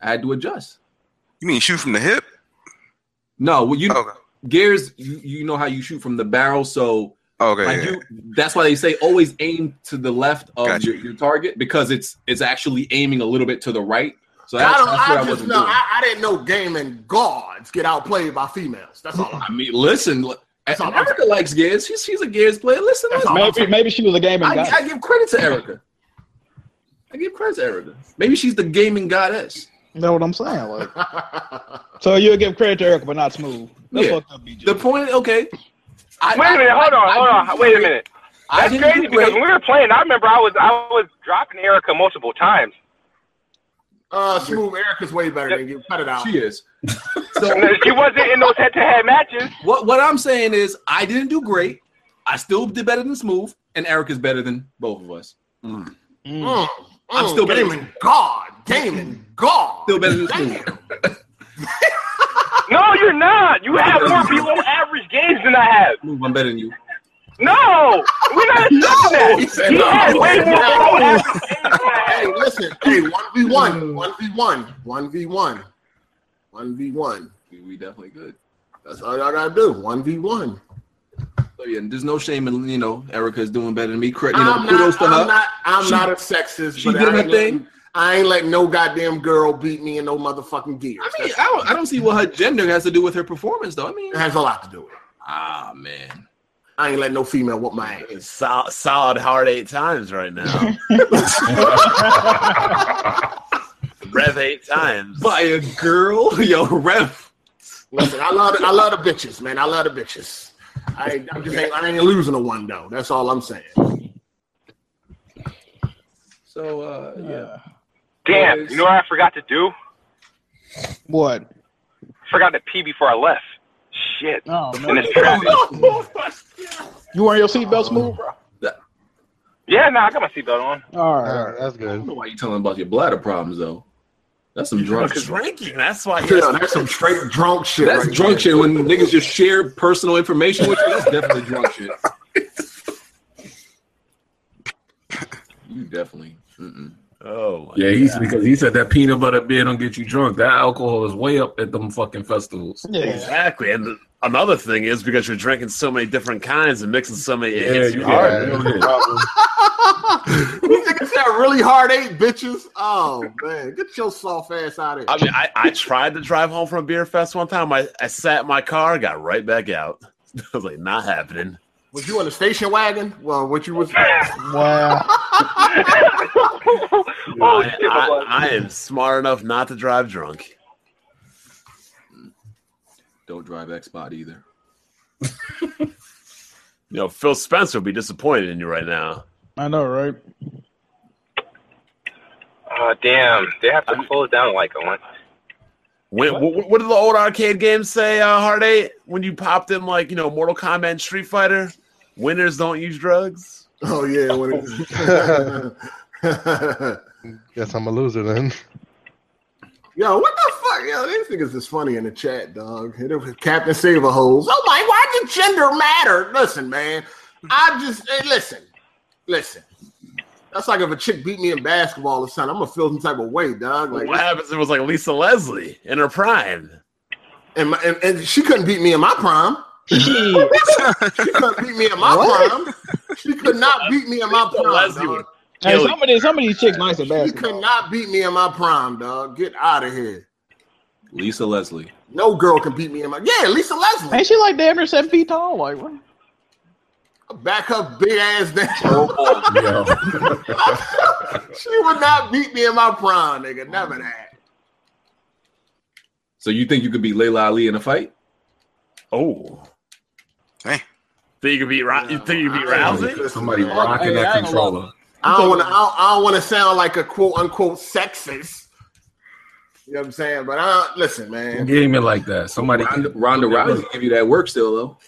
[SPEAKER 3] I had to adjust.
[SPEAKER 8] You mean shoot from the hip?
[SPEAKER 3] No, well, you
[SPEAKER 8] Okay.
[SPEAKER 3] Gears, you, you know how you shoot from the barrel. So
[SPEAKER 8] Okay.
[SPEAKER 3] like
[SPEAKER 8] yeah.
[SPEAKER 3] you, that's why they say always aim to the left of
[SPEAKER 8] Gotcha.
[SPEAKER 3] your, your target because it's it's actually aiming a little bit to the right. So
[SPEAKER 4] I
[SPEAKER 3] that's,
[SPEAKER 4] don't.
[SPEAKER 3] that's what I,
[SPEAKER 4] I just
[SPEAKER 3] wasn't
[SPEAKER 4] know.
[SPEAKER 3] doing.
[SPEAKER 4] I, I didn't know gaming gods get outplayed by females. That's all. I
[SPEAKER 3] I mean, listen, look,
[SPEAKER 4] all I'm
[SPEAKER 3] Erica likes Gears. She's she's a Gears player. Listen,
[SPEAKER 4] That's
[SPEAKER 3] listen.
[SPEAKER 4] all I'm
[SPEAKER 2] Maybe, maybe she was a gaming
[SPEAKER 3] I,
[SPEAKER 2] guy.
[SPEAKER 3] I give credit to Erica. I give credit to Erica. Maybe she's the gaming goddess.
[SPEAKER 2] That's what I'm saying. Like, so you'll give credit to Erica, but not Smooth. That's
[SPEAKER 3] Yeah.
[SPEAKER 2] fucked up, BG.
[SPEAKER 3] The point, okay. I,
[SPEAKER 5] Wait a minute, hold on,
[SPEAKER 3] I-
[SPEAKER 5] hold
[SPEAKER 3] I
[SPEAKER 5] on,
[SPEAKER 3] didn't
[SPEAKER 5] wait a
[SPEAKER 3] do
[SPEAKER 5] minute.
[SPEAKER 3] I
[SPEAKER 5] That's
[SPEAKER 3] didn't do
[SPEAKER 5] crazy because
[SPEAKER 3] great.
[SPEAKER 5] when we were playing, I remember I was I was dropping Erica multiple times.
[SPEAKER 4] uh, smooth. Erica's way better than you. Cut it out.
[SPEAKER 3] she is. So
[SPEAKER 5] And She wasn't in those head-to-head matches.
[SPEAKER 3] what what I'm saying is I didn't do great. I still did better than Smooth, and Eric is better than both of us.
[SPEAKER 4] Mm,
[SPEAKER 3] I'm
[SPEAKER 4] mm,
[SPEAKER 3] still better.
[SPEAKER 4] gaming god. Gaming god.
[SPEAKER 3] Still better than Smooth.
[SPEAKER 4] Damn.
[SPEAKER 5] No, you're not. You have more below average games than I have.
[SPEAKER 3] Smooth, I'm better than you.
[SPEAKER 5] No, we're not accepting that. He had way more below average games than I
[SPEAKER 4] Hey,
[SPEAKER 5] had.
[SPEAKER 4] listen. Hey, one v one. One v one. One v one. One v one.
[SPEAKER 3] We, we definitely good.
[SPEAKER 4] That's all y'all gotta do. One v one.
[SPEAKER 3] So yeah, there's no shame in you know Erica's doing better than me. Credit, you know,
[SPEAKER 4] I'm
[SPEAKER 3] kudos to
[SPEAKER 4] not.
[SPEAKER 3] her.
[SPEAKER 4] I'm not. I'm
[SPEAKER 3] She-
[SPEAKER 4] not a sexist.
[SPEAKER 3] she
[SPEAKER 4] but
[SPEAKER 3] did
[SPEAKER 4] I
[SPEAKER 3] her
[SPEAKER 4] ain't letting-
[SPEAKER 3] thing.
[SPEAKER 4] I ain't letting no goddamn girl beat me in no motherfucking gear.
[SPEAKER 3] I mean, I don't, I don't see what her gender has to do with her performance, though. I mean,
[SPEAKER 4] it has a lot to do with it.
[SPEAKER 3] ah man,
[SPEAKER 4] I ain't letting no female whoop my ass.
[SPEAKER 1] Sol- solid hard eight times right now. Rev eight times.
[SPEAKER 3] by a girl, yo, ref.
[SPEAKER 4] Listen, I love the, I love the bitches, man. I love the bitches. I, I'm just ain't, I ain't losing a one though. That's all I'm saying.
[SPEAKER 3] So uh, yeah,
[SPEAKER 5] Damn,
[SPEAKER 3] Boys.
[SPEAKER 5] you know what I forgot to do?
[SPEAKER 2] What?
[SPEAKER 5] forgot to pee before I left. Shit.
[SPEAKER 2] Oh,
[SPEAKER 5] In
[SPEAKER 2] no.
[SPEAKER 5] this traffic.
[SPEAKER 2] You wearing your seatbelt smooth, bro?
[SPEAKER 5] Yeah, no, I got my seatbelt on.
[SPEAKER 2] All
[SPEAKER 7] All
[SPEAKER 2] right.
[SPEAKER 7] right, that's
[SPEAKER 3] I don't
[SPEAKER 7] good.
[SPEAKER 3] know why you telling about your bladder problems though. That's some drunk. shit.
[SPEAKER 1] drinking. That's why.
[SPEAKER 4] Yeah, that's some straight drunk shit.
[SPEAKER 3] That's
[SPEAKER 4] right
[SPEAKER 3] drunk
[SPEAKER 4] there.
[SPEAKER 3] shit when niggas just share personal information with you. That's definitely drunk shit. You definitely. Mm-mm.
[SPEAKER 1] Oh my
[SPEAKER 6] Yeah, he's because he said that peanut butter beer don't get you drunk. That alcohol is way up at them fucking festivals.
[SPEAKER 2] Yeah.
[SPEAKER 1] Exactly. And another thing is because you're drinking so many different kinds and mixing so many, it hits you
[SPEAKER 6] you
[SPEAKER 1] hard.
[SPEAKER 6] are.
[SPEAKER 7] Yeah.
[SPEAKER 6] You know it is.
[SPEAKER 4] you niggas that really hard eight bitches. Oh man, get your soft ass out of here.
[SPEAKER 1] I mean, I, I tried to drive home from a beer fest one time. I, I sat in my car, got right back out. I was like, not happening.
[SPEAKER 4] was you in a station wagon? Well, what you was?
[SPEAKER 2] Wow.
[SPEAKER 5] oh,
[SPEAKER 1] I,
[SPEAKER 5] shit, my
[SPEAKER 1] I,
[SPEAKER 5] butt.
[SPEAKER 1] I am smart enough not to drive drunk.
[SPEAKER 3] Don't drive Xbox either.
[SPEAKER 1] You know, Phil Spencer would be disappointed in you right now.
[SPEAKER 2] I know, right?
[SPEAKER 5] Oh, damn. They have to close down like a one.
[SPEAKER 1] When, what? what did the old arcade games say, uh, Hard Eight? When you popped in, like, you know, Mortal Kombat and Street Fighter, winners don't use drugs.
[SPEAKER 4] oh yeah, when it-
[SPEAKER 7] Guess I'm a loser then.
[SPEAKER 4] Yo, what the fuck? Yo, these niggas is funny in the chat, dog. Hit it with Captain Saver holes. Oh my, why did gender matter? Listen, man. I just hey, listen, listen. That's like if a chick beat me in basketball or something. I'm gonna feel some type of way, dog. Like,
[SPEAKER 1] what happens? It was like Lisa Leslie in her prime.
[SPEAKER 4] and, my, and and she couldn't beat me in my prime. She couldn't beat me in my prime. She could not beat me in my
[SPEAKER 1] Lisa
[SPEAKER 4] prime.
[SPEAKER 1] Leslie
[SPEAKER 4] Dog.
[SPEAKER 1] would
[SPEAKER 2] Hey,
[SPEAKER 1] kill you.
[SPEAKER 2] some of, these, some of these chicks nice at
[SPEAKER 4] She could
[SPEAKER 2] basketball.
[SPEAKER 4] not beat me in my prime, dog. Get out of here.
[SPEAKER 3] Lisa Leslie.
[SPEAKER 4] No girl can beat me in my yeah. Lisa Leslie,
[SPEAKER 2] Ain't she like damn near seven feet tall? Like, what?
[SPEAKER 4] back her big ass down.
[SPEAKER 3] Oh,
[SPEAKER 6] Yo.
[SPEAKER 4] she would not beat me in my prime, nigga. Never that.
[SPEAKER 3] so you think you could beat Layla Ali in a fight?
[SPEAKER 1] Oh.
[SPEAKER 8] Hey.
[SPEAKER 1] Think you could beat, Ro- you think you beat
[SPEAKER 4] No, I-
[SPEAKER 1] Rousey?
[SPEAKER 6] Somebody
[SPEAKER 4] Hey,
[SPEAKER 6] rocking
[SPEAKER 2] I
[SPEAKER 6] that
[SPEAKER 2] ain't gonna lie.
[SPEAKER 6] controller.
[SPEAKER 4] I don't want to. I don't, want to sound like a quote unquote sexist. You know what I'm saying? But I listen,
[SPEAKER 6] Who
[SPEAKER 4] man.
[SPEAKER 6] Game it like that. Somebody
[SPEAKER 3] Ronda, Ronda Rousey give you that work still though.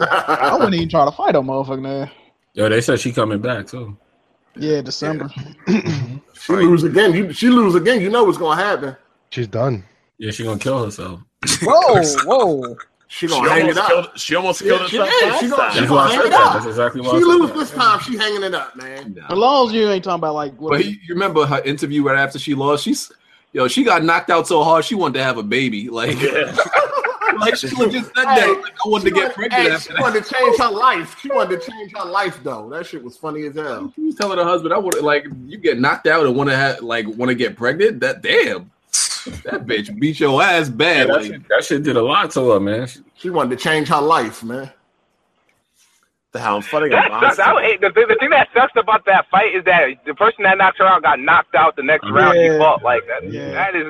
[SPEAKER 2] I wouldn't even try to fight a motherfucker there.
[SPEAKER 6] Yo, they said she coming back too.
[SPEAKER 2] Yeah, December.
[SPEAKER 4] she lose again. You, she lose again. You know what's gonna happen.
[SPEAKER 7] She's done.
[SPEAKER 6] Yeah, she gonna kill herself.
[SPEAKER 2] Whoa, whoa.
[SPEAKER 4] She
[SPEAKER 1] She
[SPEAKER 4] gonna hang it
[SPEAKER 1] almost,
[SPEAKER 4] up.
[SPEAKER 1] killed, she almost
[SPEAKER 4] Yeah,
[SPEAKER 1] killed
[SPEAKER 4] she
[SPEAKER 1] herself
[SPEAKER 4] did.
[SPEAKER 1] last
[SPEAKER 4] She gonna-
[SPEAKER 1] time.
[SPEAKER 6] That's why I
[SPEAKER 4] hang
[SPEAKER 6] said
[SPEAKER 4] it
[SPEAKER 6] that.
[SPEAKER 4] up.
[SPEAKER 6] That's exactly
[SPEAKER 4] She
[SPEAKER 6] why I said
[SPEAKER 4] lose
[SPEAKER 6] that.
[SPEAKER 4] this time. She hanging it up, man.
[SPEAKER 2] As long as you ain't talking about like what
[SPEAKER 3] But he, you remember her interview right after she lost? She's yo, she got knocked out so hard she wanted to have a baby. Like,
[SPEAKER 1] Yeah.
[SPEAKER 3] like she legit said
[SPEAKER 4] Hey,
[SPEAKER 3] that. Like, I wanted to
[SPEAKER 4] She
[SPEAKER 3] get
[SPEAKER 4] wanted-
[SPEAKER 3] pregnant
[SPEAKER 4] hey,
[SPEAKER 3] after
[SPEAKER 4] She
[SPEAKER 3] that.
[SPEAKER 4] wanted to change her life. She wanted to change her life, though. That shit was funny as hell.
[SPEAKER 3] She was telling her husband, "I want to like you get knocked out and want to have like want to get pregnant. That damn, that bitch beat your ass
[SPEAKER 6] Yeah,
[SPEAKER 3] bad.
[SPEAKER 6] that,
[SPEAKER 3] like,
[SPEAKER 6] shit, that shit did a lot to her, man. She-
[SPEAKER 4] She wanted to change her life, man.
[SPEAKER 1] The hell, I'm fighting a
[SPEAKER 5] That sucks. I
[SPEAKER 1] monster.
[SPEAKER 5] would hate, the, thing- the thing that sucks about that fight is that the person that knocked her out got knocked out the next round
[SPEAKER 2] Yeah.
[SPEAKER 5] he fought. Like that,
[SPEAKER 2] Yeah.
[SPEAKER 5] that is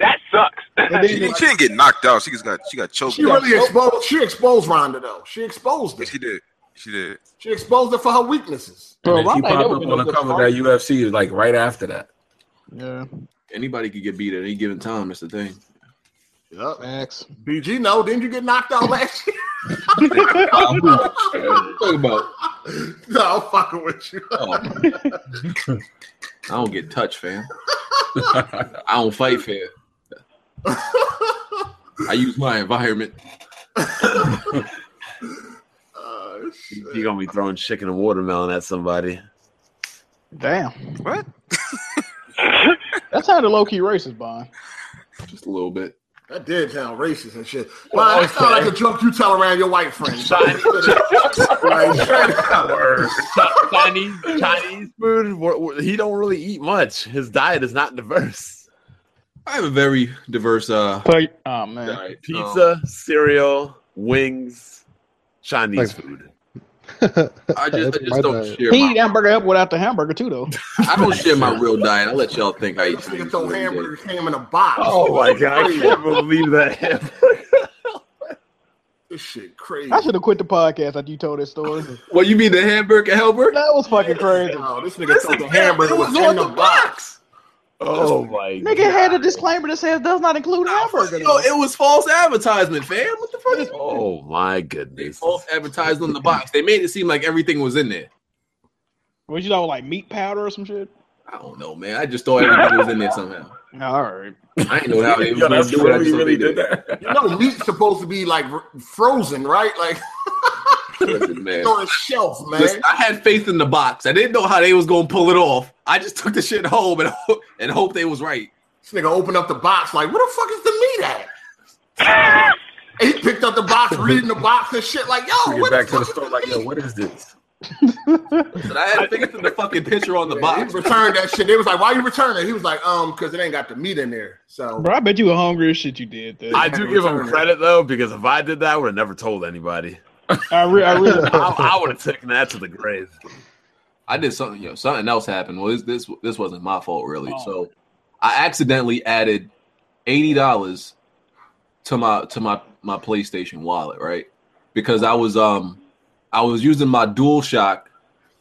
[SPEAKER 5] that sucks.
[SPEAKER 2] And
[SPEAKER 8] She,
[SPEAKER 2] then-
[SPEAKER 8] didn't- she didn't get knocked out. She just got she got choked.
[SPEAKER 4] She really exposed. She exposed Rhonda though. She exposed
[SPEAKER 8] She
[SPEAKER 4] it.
[SPEAKER 8] did. She did.
[SPEAKER 4] She exposed her for her weaknesses.
[SPEAKER 2] Bro,
[SPEAKER 6] and then she
[SPEAKER 2] Ronda ain't
[SPEAKER 6] popped
[SPEAKER 2] never
[SPEAKER 6] up
[SPEAKER 2] been
[SPEAKER 6] on
[SPEAKER 2] no
[SPEAKER 6] the
[SPEAKER 2] good
[SPEAKER 6] cover
[SPEAKER 2] fighter.
[SPEAKER 6] of that UFC like right after that.
[SPEAKER 2] Yeah,
[SPEAKER 3] anybody could get beat at any given time. That's the thing.
[SPEAKER 4] Yep.
[SPEAKER 2] facts.
[SPEAKER 4] BG, no, didn't you get knocked out last year?
[SPEAKER 3] Talk about.
[SPEAKER 4] no, I'm fucking with you.
[SPEAKER 3] oh. I don't get touched, fam. I don't fight fair. I use my environment.
[SPEAKER 4] Oh, shit.
[SPEAKER 1] You're going to be throwing chicken and watermelon at somebody.
[SPEAKER 2] Damn,
[SPEAKER 8] What?
[SPEAKER 2] that's how the low key racist, Bond.
[SPEAKER 3] Just a little bit.
[SPEAKER 4] That did sound racist and shit.
[SPEAKER 3] Oh,
[SPEAKER 4] Well, that sound like a joke you tell around your white friends. Like,
[SPEAKER 1] Chi- Chinese Chinese food. wha- wha- He don't really eat much. His diet is not diverse.
[SPEAKER 3] I have a very diverse uh
[SPEAKER 2] But oh man,
[SPEAKER 3] diet. Um,
[SPEAKER 1] Pizza, cereal, wings, Chinese
[SPEAKER 7] Like-
[SPEAKER 1] food.
[SPEAKER 3] I just, I just
[SPEAKER 7] My
[SPEAKER 3] don't
[SPEAKER 7] diet.
[SPEAKER 3] share.
[SPEAKER 2] he eat
[SPEAKER 3] My,
[SPEAKER 2] hamburger up without the hamburger too though.
[SPEAKER 3] I don't share my real diet. I let y'all think I eat.
[SPEAKER 4] this nigga
[SPEAKER 3] things
[SPEAKER 4] throw
[SPEAKER 3] every day.
[SPEAKER 4] hamburgers came in a box.
[SPEAKER 1] Oh my god, I can't believe that.
[SPEAKER 4] This shit crazy.
[SPEAKER 2] I should have quit the podcast after you told this story.
[SPEAKER 3] What you mean the hamburger helper?
[SPEAKER 2] That was fucking crazy.
[SPEAKER 4] Oh, this nigga thought the hamburger was in the box.
[SPEAKER 1] Oh my god.
[SPEAKER 2] Nigga had a disclaimer that says does not include hamburger.
[SPEAKER 3] Yo, it was false advertisement, fam. What the fuck? Is
[SPEAKER 1] Oh my
[SPEAKER 3] They
[SPEAKER 1] goodness.
[SPEAKER 3] false advertised on the box. They made it seem like everything was in there.
[SPEAKER 2] Was you know like meat powder or some shit?
[SPEAKER 3] I don't know, man. I just thought everything was in there somehow.
[SPEAKER 2] All right.
[SPEAKER 3] I didn't know how they was
[SPEAKER 6] Yo,
[SPEAKER 3] gonna
[SPEAKER 6] that's
[SPEAKER 3] do it. I
[SPEAKER 6] really,
[SPEAKER 3] just thought they
[SPEAKER 6] really did
[SPEAKER 3] did.
[SPEAKER 6] that.
[SPEAKER 4] You know, meat's supposed to be like r- frozen, right? Like
[SPEAKER 3] Listen, man.
[SPEAKER 4] on a shelf, man.
[SPEAKER 3] Listen, I had faith in the box. I didn't know how they was gonna pull it off. I just took the shit home and ho- and hope they was right.
[SPEAKER 4] This nigga opened up the box, like, where the fuck is the meat at? And he picked up the box, reading the box and shit, like, yo,
[SPEAKER 6] Get
[SPEAKER 4] Oh, what
[SPEAKER 6] back to
[SPEAKER 4] fuck
[SPEAKER 6] the
[SPEAKER 4] is
[SPEAKER 6] store like, yo,
[SPEAKER 4] meat?
[SPEAKER 6] what is this?
[SPEAKER 3] Listen, I had faith in the fucking picture on the
[SPEAKER 4] Yeah, He
[SPEAKER 3] box.
[SPEAKER 4] returned that shit. They was like, why you return it? He was like, um, because it ain't got the meat in there. So
[SPEAKER 2] Bro, I bet you were hungry as shit you did that.
[SPEAKER 1] I do give him credit though, because if I did that, I would have never told anybody.
[SPEAKER 2] I, re- I really
[SPEAKER 1] I, I would have taken that to the grave.
[SPEAKER 3] I did something, you know, something else happened. Well, this this this wasn't my fault really.
[SPEAKER 2] Oh.
[SPEAKER 3] So I accidentally added eighty dollars to my to my my PlayStation wallet, right? Because I was um I was using my DualShock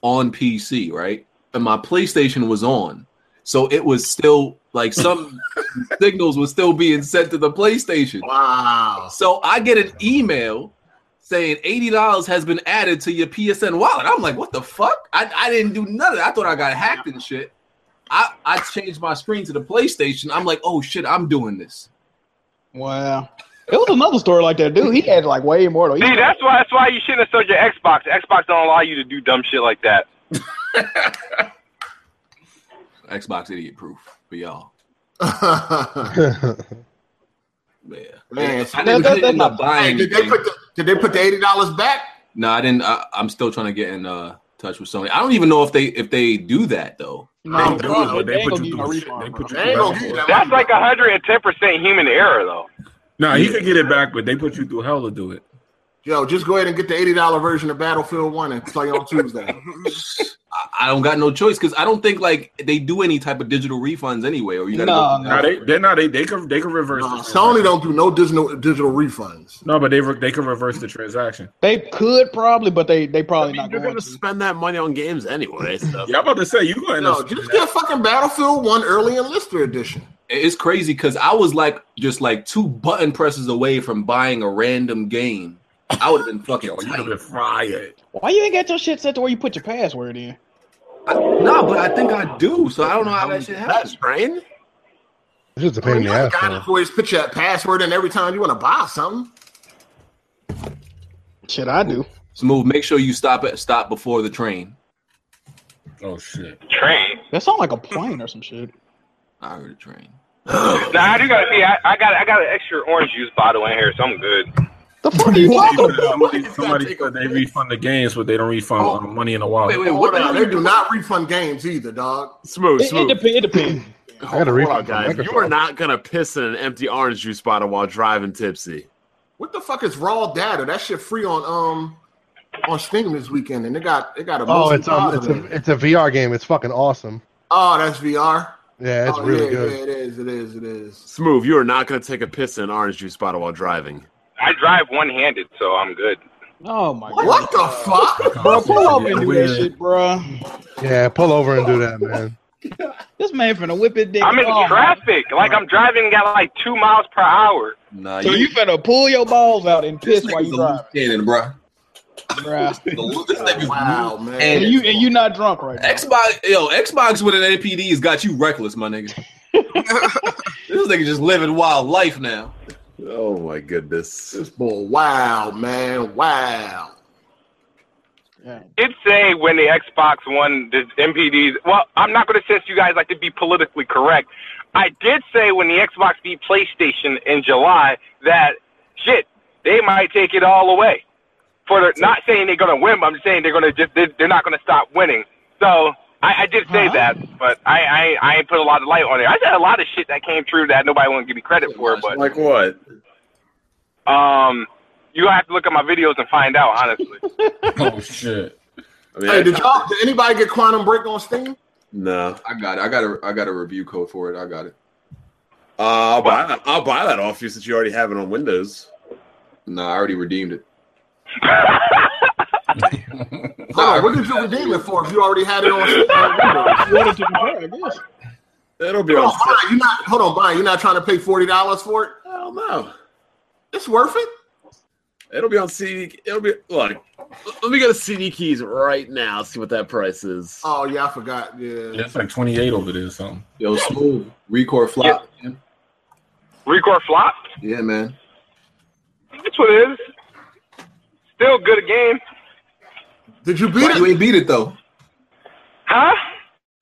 [SPEAKER 3] on PC, right? And my PlayStation was on. So it was still like some signals were still being sent to the PlayStation.
[SPEAKER 4] wow.
[SPEAKER 3] So I get an email saying eighty dollars has been added to your PSN wallet. I'm like, what the fuck? I, I didn't do none of that. I thought I got hacked and shit. I, I changed my screen to the PlayStation. I'm like, oh shit, I'm doing this.
[SPEAKER 2] Wow. It was another story like that, dude. He had like way more to
[SPEAKER 5] See,
[SPEAKER 2] eat.
[SPEAKER 5] that's why that's why you shouldn't have sold your Xbox. Xbox don't allow you to do dumb shit like that.
[SPEAKER 3] Xbox idiot proof for y'all. Yeah.
[SPEAKER 4] Man, so
[SPEAKER 3] I didn't
[SPEAKER 2] that- that's
[SPEAKER 3] end up
[SPEAKER 2] not-
[SPEAKER 3] buying
[SPEAKER 4] did they
[SPEAKER 3] anything.
[SPEAKER 4] put the did they put the eighty dollars back?
[SPEAKER 3] No, I didn't. I, I'm still trying to get in uh, touch with Sony. I don't even know if they if they do that though.
[SPEAKER 6] They
[SPEAKER 4] No,
[SPEAKER 6] do, but
[SPEAKER 2] they
[SPEAKER 6] they
[SPEAKER 2] ain't
[SPEAKER 6] put
[SPEAKER 2] gonna
[SPEAKER 6] you
[SPEAKER 2] give you
[SPEAKER 6] through
[SPEAKER 2] no
[SPEAKER 6] shit. They
[SPEAKER 2] refund,
[SPEAKER 6] put you
[SPEAKER 4] They ain't gonna give
[SPEAKER 6] through
[SPEAKER 4] you that
[SPEAKER 6] hell.
[SPEAKER 5] That's
[SPEAKER 4] money.
[SPEAKER 5] like hundred and ten percent human error, though.
[SPEAKER 6] Nah, he could get it back, but they put you through hell to do it.
[SPEAKER 4] Yo, just go ahead and get the eighty dollar version of Battlefield One and play on Tuesday.
[SPEAKER 3] I, I don't got no choice because I don't think like they do any type of digital refunds anyway. Or you gotta
[SPEAKER 2] No, no.
[SPEAKER 3] go
[SPEAKER 6] Nah, they they not they they could they could reverse.
[SPEAKER 4] Nah,
[SPEAKER 6] the
[SPEAKER 4] Uh, Sony
[SPEAKER 6] transaction.
[SPEAKER 4] don't do no digital digital refunds.
[SPEAKER 6] No, but they re- they could reverse the transaction.
[SPEAKER 2] They could probably, but they they
[SPEAKER 1] I
[SPEAKER 2] probably
[SPEAKER 1] mean,
[SPEAKER 2] not
[SPEAKER 1] you're
[SPEAKER 2] going
[SPEAKER 1] gonna
[SPEAKER 2] to.
[SPEAKER 1] spend that money on games anyway. So.
[SPEAKER 6] Yeah, I'm about to say you going
[SPEAKER 4] No,
[SPEAKER 6] to
[SPEAKER 4] just get fucking Battlefield One early enlister edition.
[SPEAKER 3] it's crazy because I was like just like two button presses away from buying a random game. I would have been fucking
[SPEAKER 6] Yo, you have
[SPEAKER 3] tight.
[SPEAKER 6] been fired.
[SPEAKER 2] Why you ain't got your shit set to where you put your password in?
[SPEAKER 3] No, but I think I do. So I don't know how that shit
[SPEAKER 1] That
[SPEAKER 3] happens.
[SPEAKER 1] strain?
[SPEAKER 7] It's just a
[SPEAKER 4] You
[SPEAKER 7] pain in the
[SPEAKER 4] know,
[SPEAKER 7] ass.
[SPEAKER 4] gotta
[SPEAKER 7] though.
[SPEAKER 4] always put your password in every time you want to buy something.
[SPEAKER 2] Shit, I do.
[SPEAKER 3] Smooth. Make sure you stop at stop before the train.
[SPEAKER 6] Oh shit!
[SPEAKER 5] Train.
[SPEAKER 2] That sound like a plane or some shit.
[SPEAKER 3] I heard a train.
[SPEAKER 5] Nah, I do gotta see. I, I got I got an extra orange juice bottle in here, so I'm good.
[SPEAKER 2] The fuck are you talking about?
[SPEAKER 6] somebody somebody said they refund the games, but they don't refund
[SPEAKER 2] Oh,
[SPEAKER 6] uh, money in a while.
[SPEAKER 3] Wait, wait,
[SPEAKER 4] Hold
[SPEAKER 3] what the
[SPEAKER 4] on,
[SPEAKER 3] hell?
[SPEAKER 4] they do not refund games either, dog.
[SPEAKER 1] Smooth,
[SPEAKER 2] It, it,
[SPEAKER 1] smooth.
[SPEAKER 2] dep- it depends.
[SPEAKER 7] I got a
[SPEAKER 1] Hold on,
[SPEAKER 7] refund,
[SPEAKER 1] guys. You are not gonna piss in an empty orange juice bottle while driving tipsy.
[SPEAKER 4] What the fuck is raw data? That shit free on um on Steam this weekend, and they got they got a
[SPEAKER 7] Oh,
[SPEAKER 4] mostly
[SPEAKER 7] it's um, it's
[SPEAKER 4] positive.
[SPEAKER 7] a it's a VR game. It's fucking awesome.
[SPEAKER 4] oh that's VR.
[SPEAKER 7] Yeah, it's
[SPEAKER 4] oh,
[SPEAKER 7] really
[SPEAKER 4] yeah,
[SPEAKER 7] good.
[SPEAKER 4] Yeah, it is. It is. It is.
[SPEAKER 1] Smooth, you are not gonna take a piss in an orange juice bottle while driving.
[SPEAKER 5] I drive one handed, so I'm good.
[SPEAKER 2] Oh my god.
[SPEAKER 4] What the fuck?
[SPEAKER 2] Bro, pull up
[SPEAKER 6] Oh, Yeah,
[SPEAKER 2] and do
[SPEAKER 6] weird.
[SPEAKER 2] that shit, bro.
[SPEAKER 7] Yeah, pull over and do that, man.
[SPEAKER 2] This man finna whip it dick.
[SPEAKER 5] I'm in
[SPEAKER 2] Oh,
[SPEAKER 5] traffic. Like I'm driving at like two miles per hour.
[SPEAKER 3] Nah,
[SPEAKER 2] So you
[SPEAKER 3] you.
[SPEAKER 2] finna pull your balls out and
[SPEAKER 3] This
[SPEAKER 2] piss while
[SPEAKER 3] nigga's
[SPEAKER 2] you
[SPEAKER 3] a
[SPEAKER 2] driving,
[SPEAKER 3] loose cannon, bro.
[SPEAKER 2] bro.
[SPEAKER 3] This nigga's
[SPEAKER 4] Wow,
[SPEAKER 3] And
[SPEAKER 4] man.
[SPEAKER 2] And you and you not drunk right now.
[SPEAKER 3] Xbox, yo, Xbox with an NPD has got you reckless, my nigga. this nigga just living wild life now.
[SPEAKER 1] Oh my goodness.
[SPEAKER 4] This boy, wow, man, wow.
[SPEAKER 5] It's say when the Xbox One, the MPDs. Well, I'm not going to since you guys like to be politically correct. I did say when the Xbox beat PlayStation in July that shit they might take it all away. For the, not saying they're going to win, but I'm saying they're going to just they're, they're not going to stop winning. So I, I did say that, but I, I I ain't put a lot of light on it. I said a lot of shit that came true that nobody won't give me credit for, but
[SPEAKER 1] Like what?
[SPEAKER 5] um, you gonna have to look at my videos and find out honestly.
[SPEAKER 6] Oh shit!
[SPEAKER 1] I mean,
[SPEAKER 4] Hey,
[SPEAKER 1] I-
[SPEAKER 4] did y'all? Did anybody get Quantum Break on Steam?
[SPEAKER 1] no.
[SPEAKER 3] I got it. I got a I got a review code for it. I got it.
[SPEAKER 1] Uh, I'll buy that. I'll buy that off you since you already have it on Windows.
[SPEAKER 3] Nah, I already redeemed it.
[SPEAKER 4] Hold on, what did you redeem it for if you already had it on Steam?
[SPEAKER 2] You wanted to compare, I guess.
[SPEAKER 1] It'll be
[SPEAKER 4] Hold
[SPEAKER 3] Oh,
[SPEAKER 1] on.
[SPEAKER 4] on, Brian, you not hold on, Brian. You're not trying to pay forty dollars for it.
[SPEAKER 1] Hell no.
[SPEAKER 4] It's worth it.
[SPEAKER 1] It'll be on CD. It'll be like. Let me go to CD keys right now. See what that price is.
[SPEAKER 5] Uh,
[SPEAKER 4] Oh yeah, I forgot. Yeah,
[SPEAKER 6] Yeah, it's like 28 over there or something.
[SPEAKER 3] Yo, smooth record flop. Yeah. Man.
[SPEAKER 5] Record flop.
[SPEAKER 3] yeah, man.
[SPEAKER 5] That's what it is. Still good a game,
[SPEAKER 4] did you beat
[SPEAKER 3] Why you
[SPEAKER 4] it?
[SPEAKER 3] ain't beat it though?
[SPEAKER 5] huh?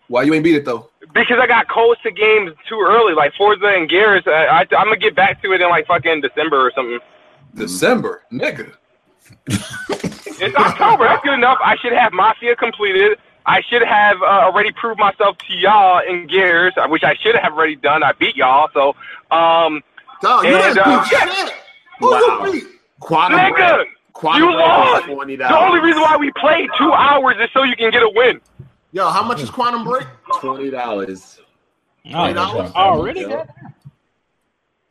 [SPEAKER 3] Why you ain't beat it though?
[SPEAKER 5] Because I got close to games too early, like Forza and Gears. I, I, I'm gonna get back to it in like fucking December or something.
[SPEAKER 4] Mm-hmm.
[SPEAKER 3] December, nigga.
[SPEAKER 5] It's October. That's good enough. I should have Mafia completed. I should have uh, already proved myself to y'all in Gears, uh, which I should have already done. I beat y'all, so um,
[SPEAKER 4] Dog, you
[SPEAKER 5] And,
[SPEAKER 4] didn't
[SPEAKER 5] uh,
[SPEAKER 4] beat shit. Who
[SPEAKER 1] Wow.
[SPEAKER 4] you beat?
[SPEAKER 1] Quantum
[SPEAKER 5] nigga,
[SPEAKER 1] Break. Quantum
[SPEAKER 5] you
[SPEAKER 1] Break
[SPEAKER 5] lost.
[SPEAKER 1] is twenty
[SPEAKER 5] The only
[SPEAKER 1] dollars.
[SPEAKER 5] reason why we played two hours is so you can get a win.
[SPEAKER 4] Yo, how much is Quantum Break?
[SPEAKER 1] Twenty dollars.
[SPEAKER 4] Wait, I was-
[SPEAKER 2] Already
[SPEAKER 1] Yeah.
[SPEAKER 2] got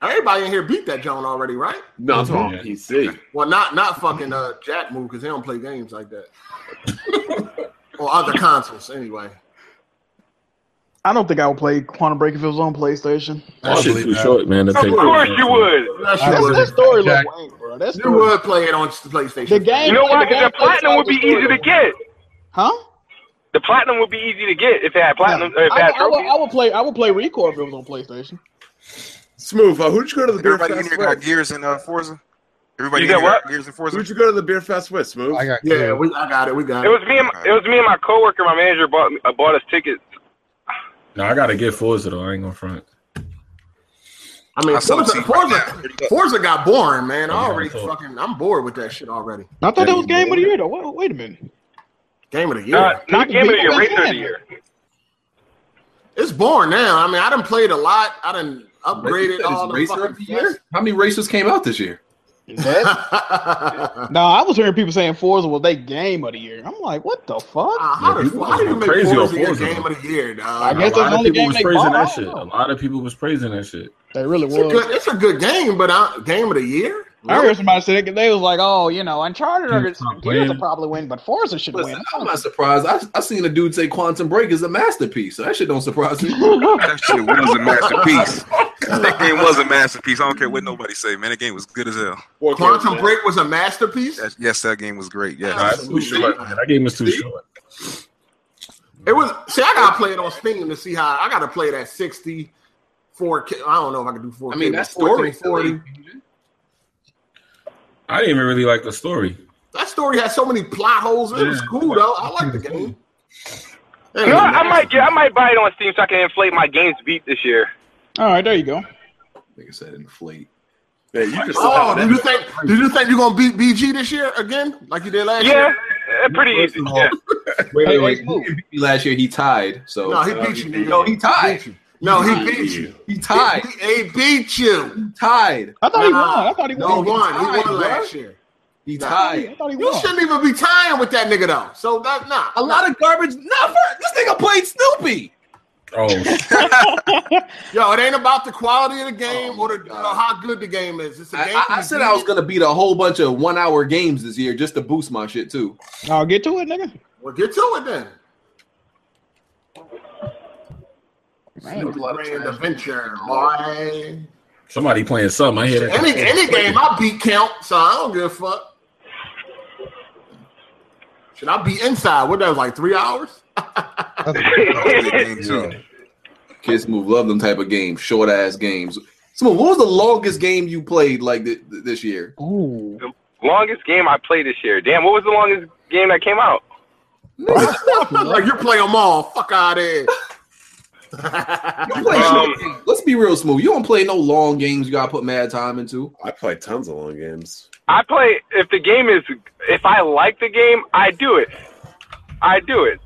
[SPEAKER 4] Everybody in here beat that Joan already, right?
[SPEAKER 1] No, it's on
[SPEAKER 6] Yeah.
[SPEAKER 1] PC.
[SPEAKER 4] Well, not not fucking uh, Jack move because they don't play games like that. or other consoles, anyway.
[SPEAKER 2] I don't think I would play Quantum Break if it was on PlayStation.
[SPEAKER 6] That shit's too short, man. to
[SPEAKER 5] Of
[SPEAKER 6] take-
[SPEAKER 5] course you would.
[SPEAKER 4] Yes,
[SPEAKER 2] That's
[SPEAKER 4] you would.
[SPEAKER 2] that story
[SPEAKER 7] Jack-
[SPEAKER 2] look lame, bro. That's
[SPEAKER 4] You would play it on the PlayStation.
[SPEAKER 2] The game.
[SPEAKER 5] You know why?
[SPEAKER 2] the game
[SPEAKER 5] Because the
[SPEAKER 2] plays
[SPEAKER 5] platinum would be
[SPEAKER 2] out the story
[SPEAKER 5] easy to
[SPEAKER 2] look-
[SPEAKER 5] get.
[SPEAKER 2] Huh?
[SPEAKER 5] The platinum would be easy to get if it had
[SPEAKER 2] No.
[SPEAKER 5] platinum. Or if it
[SPEAKER 2] I,
[SPEAKER 5] had
[SPEAKER 2] would- I, would,
[SPEAKER 5] trophies.
[SPEAKER 2] I would play. I would play Record if it was on PlayStation.
[SPEAKER 1] Smooth. Uh, who'd you go to the beer
[SPEAKER 8] Everybody in
[SPEAKER 1] fest
[SPEAKER 8] here got
[SPEAKER 1] with?
[SPEAKER 8] gears and uh, Forza. Everybody
[SPEAKER 5] You
[SPEAKER 8] in here
[SPEAKER 5] got what?
[SPEAKER 8] got gears and Forza.
[SPEAKER 1] Who'd you go to the beer fest with? Smooth.
[SPEAKER 7] I got
[SPEAKER 4] yeah, we, I got it. We got
[SPEAKER 5] It
[SPEAKER 4] it.
[SPEAKER 5] was me and it was me and my coworker. My manager bought me, uh, bought us tickets.
[SPEAKER 6] No, I gotta get Forza though. I ain't gonna front.
[SPEAKER 4] I mean,
[SPEAKER 8] I saw
[SPEAKER 4] Forza,
[SPEAKER 8] the team
[SPEAKER 4] Forza,
[SPEAKER 8] right now.
[SPEAKER 4] Forza got boring, man. I already
[SPEAKER 6] Yeah.
[SPEAKER 4] fucking, I'm bored with that shit already.
[SPEAKER 2] I thought
[SPEAKER 3] Yeah,
[SPEAKER 2] that was
[SPEAKER 3] you
[SPEAKER 2] Game of the
[SPEAKER 3] would.
[SPEAKER 2] Year though. Wait, wait a minute.
[SPEAKER 4] Game of the year.
[SPEAKER 5] Uh,
[SPEAKER 2] People
[SPEAKER 5] not game of the
[SPEAKER 2] beat
[SPEAKER 5] year,
[SPEAKER 2] us
[SPEAKER 5] racer of
[SPEAKER 2] in.
[SPEAKER 5] the year.
[SPEAKER 4] it's boring now. I mean, I done played a lot. I done
[SPEAKER 3] You
[SPEAKER 4] upgraded
[SPEAKER 3] said it's
[SPEAKER 4] all the
[SPEAKER 3] racer
[SPEAKER 4] fucking
[SPEAKER 3] of the year? How many racers came out this year?
[SPEAKER 2] That-
[SPEAKER 4] uh,
[SPEAKER 2] no, I was hearing people saying Forza was their Game of the Year. I'm like, what the fuck?
[SPEAKER 4] how,
[SPEAKER 6] Yeah,
[SPEAKER 4] does,
[SPEAKER 6] people
[SPEAKER 4] how do you
[SPEAKER 6] going
[SPEAKER 4] make
[SPEAKER 6] crazy
[SPEAKER 4] Forza
[SPEAKER 6] on
[SPEAKER 4] your
[SPEAKER 6] Forza,
[SPEAKER 4] game
[SPEAKER 6] though.
[SPEAKER 4] of the year,
[SPEAKER 2] I
[SPEAKER 4] dog?
[SPEAKER 2] guess that's
[SPEAKER 6] a lot
[SPEAKER 2] the
[SPEAKER 6] of
[SPEAKER 2] only
[SPEAKER 6] people
[SPEAKER 2] game
[SPEAKER 6] was
[SPEAKER 2] they
[SPEAKER 6] praising
[SPEAKER 2] bought. I
[SPEAKER 6] that
[SPEAKER 2] don't
[SPEAKER 6] shit.
[SPEAKER 2] know.
[SPEAKER 6] A lot of people was praising that shit.
[SPEAKER 2] They really
[SPEAKER 4] It's a
[SPEAKER 2] was.
[SPEAKER 4] good, it's a good game, but uh, game of the year?
[SPEAKER 2] I heard somebody say they was like, oh, you know, Uncharted or
[SPEAKER 6] Can't
[SPEAKER 2] Gears
[SPEAKER 6] stop
[SPEAKER 2] will
[SPEAKER 6] playing.
[SPEAKER 2] probably win, but Forza should win.
[SPEAKER 3] Listen, I'm not surprised. I I seen a dude say Quantum Break is a masterpiece, so that shit don't surprise me.
[SPEAKER 8] That shit was a masterpiece. that game was a masterpiece. I don't care what nobody say, man. That game was good as hell.
[SPEAKER 1] What
[SPEAKER 4] Quantum
[SPEAKER 1] game was
[SPEAKER 4] Break was a masterpiece.
[SPEAKER 8] That, yes, that game was great.
[SPEAKER 6] Nah,
[SPEAKER 8] Yes.
[SPEAKER 6] it's too short, man. That game was too short.
[SPEAKER 4] It was. See, I gotta play it on Steam to see how I gotta play it at 60, 4K. I don't know if I can do 4K.
[SPEAKER 3] I mean,
[SPEAKER 4] but
[SPEAKER 3] that story
[SPEAKER 4] 1440.
[SPEAKER 6] I didn't even really like the story.
[SPEAKER 4] That story had so many plot holes. It was
[SPEAKER 6] Yeah.
[SPEAKER 4] cool though. I like the game. Hey,
[SPEAKER 5] You know, I
[SPEAKER 4] man.
[SPEAKER 5] might get, I might buy it on Steam so I can inflate my games beat this year.
[SPEAKER 2] All right, there you go.
[SPEAKER 3] Nigga said inflate.
[SPEAKER 1] that? Yeah, you just
[SPEAKER 4] Oh, do you think? Do you think you're gonna beat BG this year again, like you did last
[SPEAKER 5] Yeah,
[SPEAKER 4] year?
[SPEAKER 5] uh, pretty
[SPEAKER 6] First
[SPEAKER 5] easy.
[SPEAKER 6] of all,
[SPEAKER 5] Yeah.
[SPEAKER 3] Wait,
[SPEAKER 2] Hey,
[SPEAKER 3] wait,
[SPEAKER 2] hey,
[SPEAKER 3] wait.
[SPEAKER 2] Smooth.
[SPEAKER 3] He didn't beat me last year. He tied. So
[SPEAKER 4] No, he beat you. Nigga.
[SPEAKER 3] No, he tied.
[SPEAKER 4] No, he
[SPEAKER 1] He
[SPEAKER 4] beat
[SPEAKER 1] beat
[SPEAKER 4] you.
[SPEAKER 3] He
[SPEAKER 4] He,
[SPEAKER 3] tied.
[SPEAKER 4] he- he beat you.
[SPEAKER 3] He tied.
[SPEAKER 2] I thought he won.
[SPEAKER 4] Nah,
[SPEAKER 2] I thought he
[SPEAKER 4] No,
[SPEAKER 2] won.
[SPEAKER 4] he won. He
[SPEAKER 3] tied,
[SPEAKER 4] won
[SPEAKER 3] bruh.
[SPEAKER 4] last year.
[SPEAKER 3] He
[SPEAKER 4] Nah.
[SPEAKER 2] I
[SPEAKER 3] tied.
[SPEAKER 2] thought he
[SPEAKER 4] You
[SPEAKER 2] won.
[SPEAKER 4] shouldn't even be tying with that nigga though. So that nah.
[SPEAKER 3] A lot of garbage. Never. This nigga played Snoopy.
[SPEAKER 6] Oh,
[SPEAKER 4] Yo, it ain't about the quality of the game
[SPEAKER 3] Oh,
[SPEAKER 4] or the,
[SPEAKER 3] God.
[SPEAKER 4] uh, how good the game is. It's a
[SPEAKER 3] I,
[SPEAKER 4] game.
[SPEAKER 3] I- I said I was gonna beat a whole bunch of one-hour games this year just to boost my shit too.
[SPEAKER 2] I'll Oh, get to it, nigga.
[SPEAKER 4] Well, get to it then.
[SPEAKER 3] There was a lot of
[SPEAKER 4] Grand
[SPEAKER 3] trash.
[SPEAKER 4] adventure, boy.
[SPEAKER 6] somebody playing something. I hear that.
[SPEAKER 4] Any any game I beat count, so I don't give a fuck. Should I be inside? What that was like three hours?
[SPEAKER 8] That was a good game, too.
[SPEAKER 3] Kids move. Love them type of games. Short ass games. Smooth. What was the longest game you played like th- th- this year?
[SPEAKER 2] Ooh.
[SPEAKER 5] longest game I played this year. Damn, what was the longest game that came out.
[SPEAKER 4] like you're playing them all. Fuck out of here. Um,
[SPEAKER 3] You play short games. Let's be real smooth. You don't play no long games. You gotta put mad time into.
[SPEAKER 1] I play tons of long games.
[SPEAKER 5] I play if the game is if I like the game, I do it. I do it.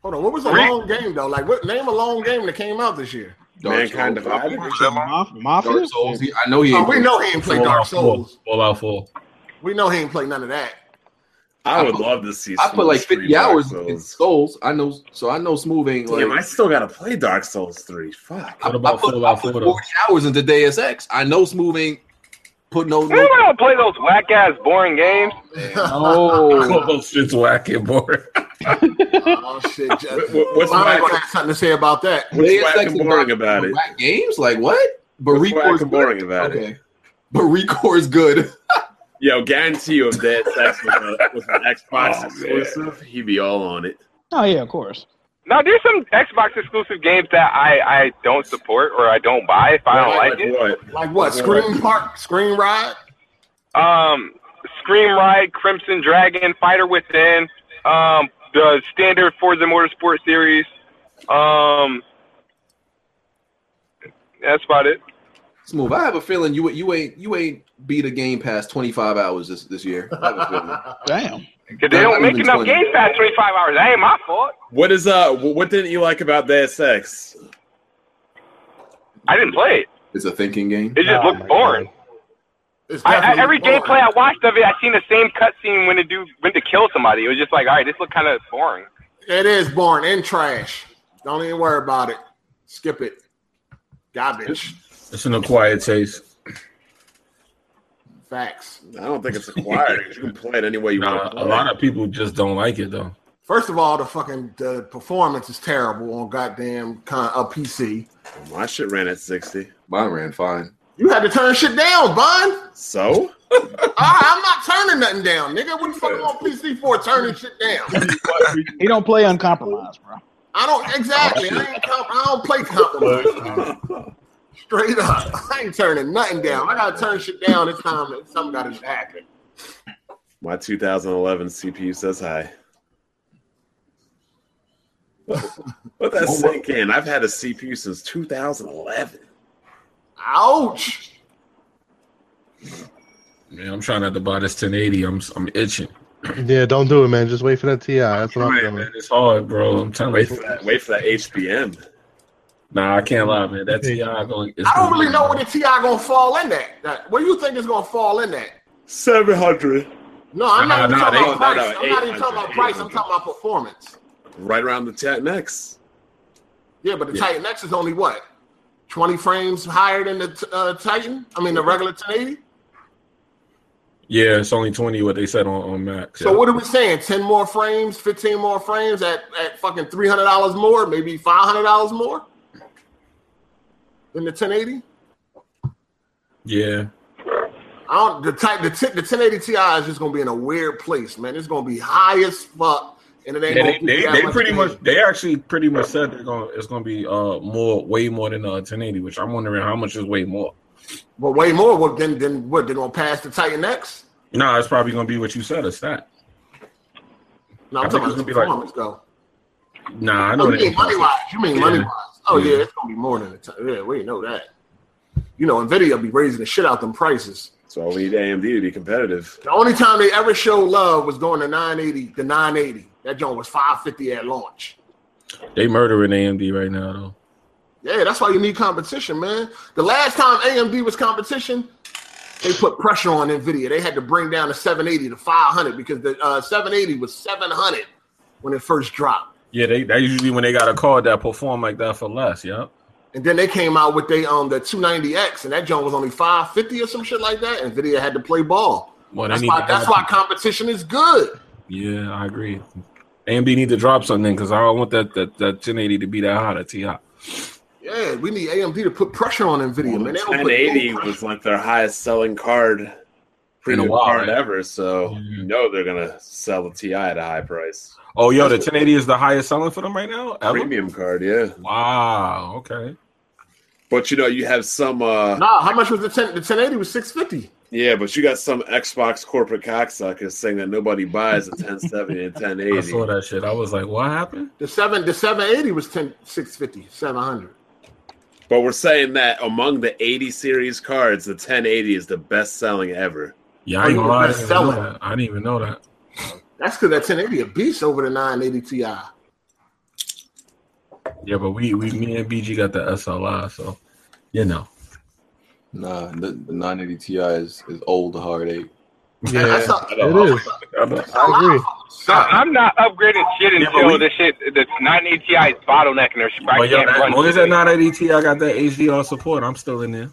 [SPEAKER 4] Hold on, what was a
[SPEAKER 5] Re-
[SPEAKER 4] long game though? Like, what name a long game that came out this year?
[SPEAKER 3] Dark
[SPEAKER 1] Mankind
[SPEAKER 3] Souls.
[SPEAKER 1] Divided?
[SPEAKER 8] Was that long?
[SPEAKER 2] Maf- Mafia?
[SPEAKER 3] Dark Souls. He- I know he
[SPEAKER 4] Oh,
[SPEAKER 3] ain't.
[SPEAKER 4] we know he ain't played Dark
[SPEAKER 6] Fallout 4.
[SPEAKER 4] Souls.
[SPEAKER 6] Fallout 4.
[SPEAKER 4] We know he ain't played none of that.
[SPEAKER 1] I would
[SPEAKER 3] I put-
[SPEAKER 1] love to see.
[SPEAKER 3] I put
[SPEAKER 1] Smooth
[SPEAKER 3] like
[SPEAKER 1] stream
[SPEAKER 3] 50
[SPEAKER 1] Dark
[SPEAKER 3] hours in
[SPEAKER 1] Souls.
[SPEAKER 3] Souls. I know, so I know Smooth ain't like.
[SPEAKER 1] Damn, I still gotta play Dark Souls three. Fuck.
[SPEAKER 3] I,
[SPEAKER 6] What about
[SPEAKER 3] I put,
[SPEAKER 6] Fallout
[SPEAKER 3] I put
[SPEAKER 6] 4 though?
[SPEAKER 3] 40 hours into Deus Ex. I know Smooth ain't put no. no
[SPEAKER 5] Remember when I play those whack ass boring games?
[SPEAKER 6] I
[SPEAKER 2] Oh,
[SPEAKER 6] call those shits whacking, boy.
[SPEAKER 4] oh shit! Just,
[SPEAKER 1] What- what's
[SPEAKER 4] Mom
[SPEAKER 1] whack-
[SPEAKER 4] gonna have something to say about that.
[SPEAKER 1] What's
[SPEAKER 3] Deus
[SPEAKER 1] whack
[SPEAKER 3] Ex
[SPEAKER 1] and
[SPEAKER 3] is
[SPEAKER 1] boring
[SPEAKER 3] not-
[SPEAKER 1] about it?
[SPEAKER 3] whack games like what? But
[SPEAKER 1] What's whack
[SPEAKER 3] Recore's
[SPEAKER 1] and
[SPEAKER 3] good.
[SPEAKER 1] boring about it?
[SPEAKER 3] Okay, but Recore's good.
[SPEAKER 1] Yo, guarantee you, if that X was, a, was an Xbox exclusive, he'd be all on it.
[SPEAKER 2] oh yeah, of course.
[SPEAKER 5] Now there's some Xbox exclusive games that I I don't support or I don't buy if I don't like it.
[SPEAKER 1] What?
[SPEAKER 4] Like what? Screen Park, Screen Ride.
[SPEAKER 5] Um, Scream Ride, Crimson Dragon, Fighter Within, um, the standard Forza Motorsport series. Um, that's about it.
[SPEAKER 3] Smooth. I have a feeling you you ain't you ain't beat a game past 25 hours this this year. I have a feeling.
[SPEAKER 2] Damn.
[SPEAKER 5] 'Cause they
[SPEAKER 3] Not
[SPEAKER 5] don't make
[SPEAKER 3] even
[SPEAKER 5] enough
[SPEAKER 3] 20.
[SPEAKER 5] games past 25 hours. That ain't my fault.
[SPEAKER 1] What is uh? wh- What didn't you like about Deus Ex?
[SPEAKER 5] I didn't play it.
[SPEAKER 3] It's a thinking game.
[SPEAKER 5] It just
[SPEAKER 7] Oh my
[SPEAKER 5] looked boring.
[SPEAKER 7] God.
[SPEAKER 4] It's
[SPEAKER 5] I, I,
[SPEAKER 4] definitely
[SPEAKER 5] every
[SPEAKER 4] boring.
[SPEAKER 5] gameplay I watched of it, I seen the same cutscene when the dude went to kill somebody. It was just like, all right, this looked kind of boring.
[SPEAKER 4] It is boring and trash. Don't even worry about it. Skip it. Garbage.
[SPEAKER 6] It's an acquired taste.
[SPEAKER 4] Facts.
[SPEAKER 1] I don't think it's acquired. 'cause you can play it any way you
[SPEAKER 6] Nah,
[SPEAKER 1] want.
[SPEAKER 6] Uh, a lot of people just don't like it though.
[SPEAKER 4] First of all, the fucking the performance is terrible on goddamn con, uh, a PC.
[SPEAKER 1] of my shit ran at sixty.
[SPEAKER 3] Mine ran fine.
[SPEAKER 4] You had to turn shit down, Bun.
[SPEAKER 1] So
[SPEAKER 4] I, I'm not turning nothing down, nigga. What the fuck am I on PC for turning shit down?
[SPEAKER 2] He don't play uncompromised, bro.
[SPEAKER 4] I don't exactly. I ain't comp- I don't play compromise. Straight up, I ain't turning nothing down. I gotta turn shit down. It's time. that Something gotta happen.
[SPEAKER 1] my 2011 CPU says hi. Let that sink in. I've had a CPU since 2011.
[SPEAKER 4] Ouch.
[SPEAKER 6] Man, I'm trying not to buy this 1080. I'm I'm itching.
[SPEAKER 7] Yeah, don't do it, man. Just wait for that Ti. That's what I'm
[SPEAKER 6] Man,
[SPEAKER 7] feeling.
[SPEAKER 6] man, it's hard, bro. I'm telling
[SPEAKER 1] Wait for
[SPEAKER 6] you.
[SPEAKER 1] that. Wait for that HBM.
[SPEAKER 6] Nah, I can't lie, man. That TI going.
[SPEAKER 4] I don't really know where the Ti gonna fall in that. that. Where you think it's gonna fall in that?
[SPEAKER 1] 700.
[SPEAKER 4] No, I'm
[SPEAKER 6] Nah,
[SPEAKER 4] not even
[SPEAKER 6] nah,
[SPEAKER 4] talking
[SPEAKER 6] they-
[SPEAKER 4] about price.
[SPEAKER 1] no, no,
[SPEAKER 4] I'm not even talking
[SPEAKER 1] 800,
[SPEAKER 4] about price. I'm
[SPEAKER 1] 800.
[SPEAKER 4] talking about performance.
[SPEAKER 1] Right around the Titan X.
[SPEAKER 4] Yeah, but the
[SPEAKER 6] Yeah.
[SPEAKER 4] Titan X is only what 20 frames higher than the uh, Titan. I mean the regular 1080.
[SPEAKER 6] Yeah, it's only 20. What they said on on Max.
[SPEAKER 4] So what are we saying? Ten more frames, fifteen more frames at, at fucking three hundred dollars more, maybe five hundred dollars more than the ten eighty.
[SPEAKER 6] Yeah.
[SPEAKER 4] I don't the type the t- the ten eighty Ti is just gonna be in a weird place, man. It's gonna be high as fuck, and it ain't
[SPEAKER 6] Yeah,
[SPEAKER 4] gonna
[SPEAKER 6] they,
[SPEAKER 4] be
[SPEAKER 6] they,
[SPEAKER 4] that
[SPEAKER 6] they
[SPEAKER 4] much
[SPEAKER 6] pretty
[SPEAKER 4] good.
[SPEAKER 6] much they actually pretty much said they're gonna it's gonna be uh more way more than uh 1080, which I'm wondering how much is way more.
[SPEAKER 4] but way more. Well, then then what? They're gonna pass the Titan X.
[SPEAKER 6] Nah, it's probably gonna be what you said. It's that.
[SPEAKER 4] No, I'm
[SPEAKER 6] I think
[SPEAKER 4] talking
[SPEAKER 6] it's
[SPEAKER 4] about
[SPEAKER 6] gonna be
[SPEAKER 4] the
[SPEAKER 6] like-
[SPEAKER 4] performance though.
[SPEAKER 6] Nah, I know
[SPEAKER 4] Oh, you
[SPEAKER 6] they
[SPEAKER 4] mean money wise? You mean
[SPEAKER 6] Yeah.
[SPEAKER 4] money wise? Oh yeah.
[SPEAKER 6] Yeah.
[SPEAKER 4] it's gonna be more than the Titan. Yeah, we know that. You know, Nvidia be raising the shit out them prices.
[SPEAKER 1] That's why we need AMD to be competitive.
[SPEAKER 4] The only time they ever showed love was going to 980, the 980. That joint was 550 at launch.
[SPEAKER 6] they murdering AMD right now though.
[SPEAKER 4] Yeah, that's why you need competition, man. The last time AMD was competition, they put pressure on Nvidia. They had to bring down the 780 to 500 because the uh, 780 was 700 when it first dropped.
[SPEAKER 6] Yeah, they that usually when they got a card that perform like that for less. Yeah,
[SPEAKER 4] And then they came out with they um the 290X, and that joint was only 550 or some shit like that. Nvidia had to play ball.
[SPEAKER 6] well, they
[SPEAKER 4] That's
[SPEAKER 6] need
[SPEAKER 4] why,
[SPEAKER 6] to
[SPEAKER 4] that's why
[SPEAKER 6] drop-
[SPEAKER 4] competition is good.
[SPEAKER 6] Yeah, I agree. AMD need to drop something because I don't want that, that that 1080 to be that hot at Ti.
[SPEAKER 4] Yeah, we need AMD to put pressure on Nvidia, man. They don't put no
[SPEAKER 1] 1080
[SPEAKER 4] pressure.
[SPEAKER 1] was like their highest selling card, premium
[SPEAKER 6] while,
[SPEAKER 1] card
[SPEAKER 6] right?
[SPEAKER 1] ever. So you know they're gonna sell the Ti at a high price.
[SPEAKER 6] Oh, yo, the 1080 is the highest selling for them right now. Ever?
[SPEAKER 1] Premium card, yeah.
[SPEAKER 6] Wow. Okay.
[SPEAKER 1] But you know you have some. uh
[SPEAKER 4] Nah, how much was the ten? The ten eighty was six fifty.
[SPEAKER 1] Yeah, but you got some Xbox corporate cocksuckers saying that nobody buys a 1070 and
[SPEAKER 6] I
[SPEAKER 1] 1080.
[SPEAKER 6] saw that shit. I was like, what happened?
[SPEAKER 4] The seven the seven eighty was ten six fifty, seven hundred.
[SPEAKER 1] But we're saying that among the 80 series cards, the 1080 is the best selling ever.
[SPEAKER 6] Yeah, I ain't gonna lie. I didn't even know
[SPEAKER 4] Selling.
[SPEAKER 6] that. I didn't even know that.
[SPEAKER 4] That's because that ten eighty a beast over the nine eighty Ti.
[SPEAKER 6] Yeah, but we, we me and BG got the SLI, so you know.
[SPEAKER 3] Nah, the, the 980 Ti is, is old heartache.
[SPEAKER 4] That's
[SPEAKER 7] Yeah,
[SPEAKER 4] a,
[SPEAKER 7] it is. I agree.
[SPEAKER 5] I, am not upgrading shit
[SPEAKER 6] Yeah, but
[SPEAKER 5] until
[SPEAKER 6] we-
[SPEAKER 5] this shit, the 980 Ti is bottlenecking or shit. I
[SPEAKER 6] But yo,
[SPEAKER 5] can't
[SPEAKER 6] that,
[SPEAKER 5] run.
[SPEAKER 6] long as that 980 Ti, I got that HDR support. I'm still in there.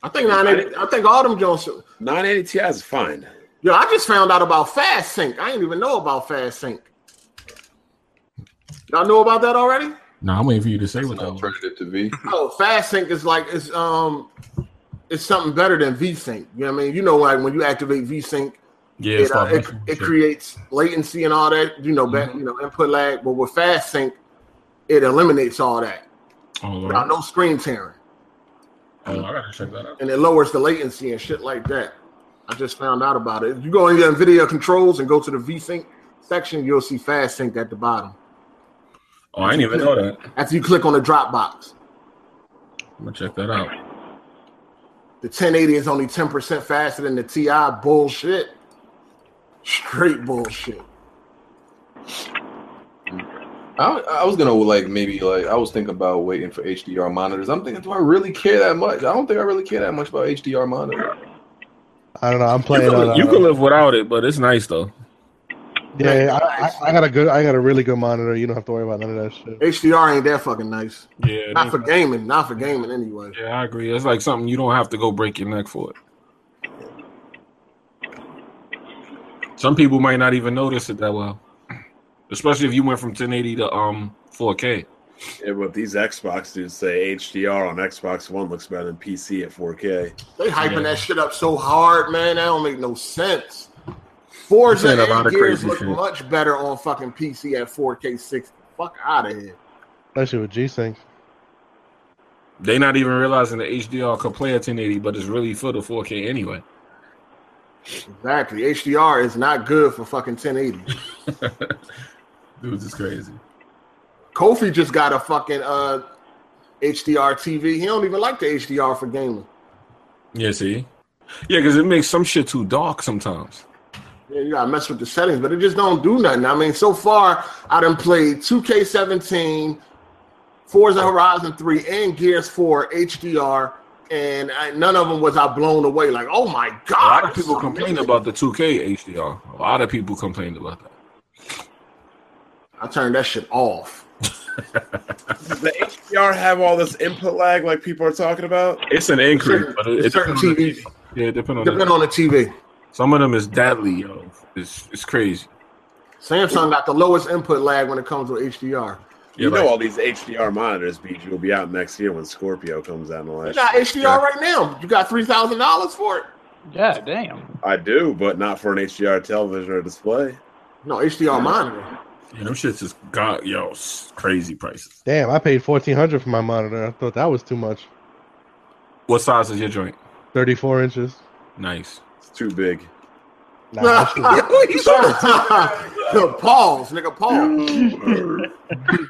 [SPEAKER 4] I think nine eighty. I think all them Jones.
[SPEAKER 1] 980 Ti is fine.
[SPEAKER 4] Yo, I just found out about Fast Sync. I didn't even know about Fast Sync. Y'all know about that already?
[SPEAKER 6] No, I'm waiting for you to say
[SPEAKER 3] It's
[SPEAKER 6] what
[SPEAKER 3] an
[SPEAKER 6] that was.
[SPEAKER 3] alternative to V.
[SPEAKER 4] Oh, Fast Sync is like it's um it's something better than VSync. You know what I mean? You know, like when you activate VSync,
[SPEAKER 6] Yeah,
[SPEAKER 4] it,
[SPEAKER 6] it's
[SPEAKER 4] uh,
[SPEAKER 6] not
[SPEAKER 4] it,
[SPEAKER 6] messing with
[SPEAKER 4] it
[SPEAKER 6] shit.
[SPEAKER 4] creates latency and all that. You know, back, you know, input lag. But with Fast Sync, it eliminates all that
[SPEAKER 6] Oh, Lord.
[SPEAKER 4] without no screen tearing,
[SPEAKER 6] Oh, I gotta check that out.
[SPEAKER 4] and it lowers the latency and shit like that. I just found out about it. If you go in your NVIDIA controls and go to the VSync section, you'll see Fast Sync at the bottom.
[SPEAKER 6] Oh, I didn't even know that.
[SPEAKER 4] After you click on the drop box,
[SPEAKER 6] I'm gonna check that out.
[SPEAKER 4] the 1080 is only 10% faster than the Ti. Bullshit. Straight bullshit.
[SPEAKER 3] I, I was gonna like maybe like I was thinking about waiting for HDR monitors. I'm thinking, do I really care that much? I don't think I really care that much about HDR monitors.
[SPEAKER 7] I don't know. I'm
[SPEAKER 6] You
[SPEAKER 7] playing
[SPEAKER 6] can,
[SPEAKER 7] on.
[SPEAKER 6] live, you
[SPEAKER 7] uh,
[SPEAKER 6] can live without it, but it's nice though.
[SPEAKER 7] Yeah, I, I, I got a good, I got a really good monitor. You don't have to worry about none of that shit.
[SPEAKER 4] HDR ain't that fucking nice.
[SPEAKER 6] Yeah,
[SPEAKER 4] Not for gaming. Not for gaming anyway.
[SPEAKER 6] yeah, I agree. It's like something you don't have to go break your neck for it. Some people might not even notice it that well, especially if you went from 1080 to um 4K.
[SPEAKER 1] Yeah, but these Xbox dudes say HDR on Xbox One looks better than PC at 4K.
[SPEAKER 4] They hyping
[SPEAKER 6] Yeah.
[SPEAKER 4] that shit up so hard, man. That don't make no sense. Forza
[SPEAKER 6] Saying a
[SPEAKER 4] and
[SPEAKER 6] lot of
[SPEAKER 4] Gears
[SPEAKER 6] crazy
[SPEAKER 4] look
[SPEAKER 6] shit.
[SPEAKER 4] much better on fucking PC at 4K 60. Fuck out of here.
[SPEAKER 7] Especially with G-Sync.
[SPEAKER 6] They not even realizing the HDR could play at 1080, but it's really for the 4K anyway.
[SPEAKER 4] Exactly. HDR is not good for fucking 1080.
[SPEAKER 6] Dude, is crazy.
[SPEAKER 4] Kofi just got a fucking uh HDR TV. He don't even like the HDR for gaming.
[SPEAKER 6] Yeah, see, yeah, because it makes some shit too dark sometimes.
[SPEAKER 4] Yeah, you gotta mess with the settings, but it just don't do nothing. I mean, so far I done played 2K17, Forza Horizon 3, and Gears 4 HDR, and I, none of them was I blown away. Like, oh my
[SPEAKER 6] A
[SPEAKER 4] god!
[SPEAKER 6] lot of people complain about the 2K HDR. A lot of people complained about that.
[SPEAKER 4] I turned that shit off.
[SPEAKER 1] Does the HDR have all this input lag like people are talking about?
[SPEAKER 6] It's an increase, but it, it
[SPEAKER 4] Certain
[SPEAKER 6] depends on the,
[SPEAKER 4] TVs
[SPEAKER 6] yeah, it depends on the-
[SPEAKER 4] depend on the TV.
[SPEAKER 6] some of them is deadly, yo. It's it's crazy.
[SPEAKER 4] Samsung got the lowest input lag when it comes to HDR.
[SPEAKER 1] You
[SPEAKER 6] Yeah,
[SPEAKER 1] know
[SPEAKER 6] like-
[SPEAKER 1] all these HDR monitors, BG, will be out next year when Scorpio comes out in the
[SPEAKER 4] You
[SPEAKER 1] last
[SPEAKER 4] got HDR right now. You got three thousand dollars for it.
[SPEAKER 2] God damn.
[SPEAKER 1] I do, but not for an HDR television or display.
[SPEAKER 4] No HDR monitor.
[SPEAKER 6] Yeah, them shits is god, yo, it's crazy prices.
[SPEAKER 7] Damn, I paid fourteen hundred for my monitor. I thought that was too much.
[SPEAKER 6] What size is your joint?
[SPEAKER 7] Thirty-four inches.
[SPEAKER 6] Nice.
[SPEAKER 1] It's too big.
[SPEAKER 7] Nah, that shit-
[SPEAKER 4] pause, nigga. Pause.
[SPEAKER 7] Mm.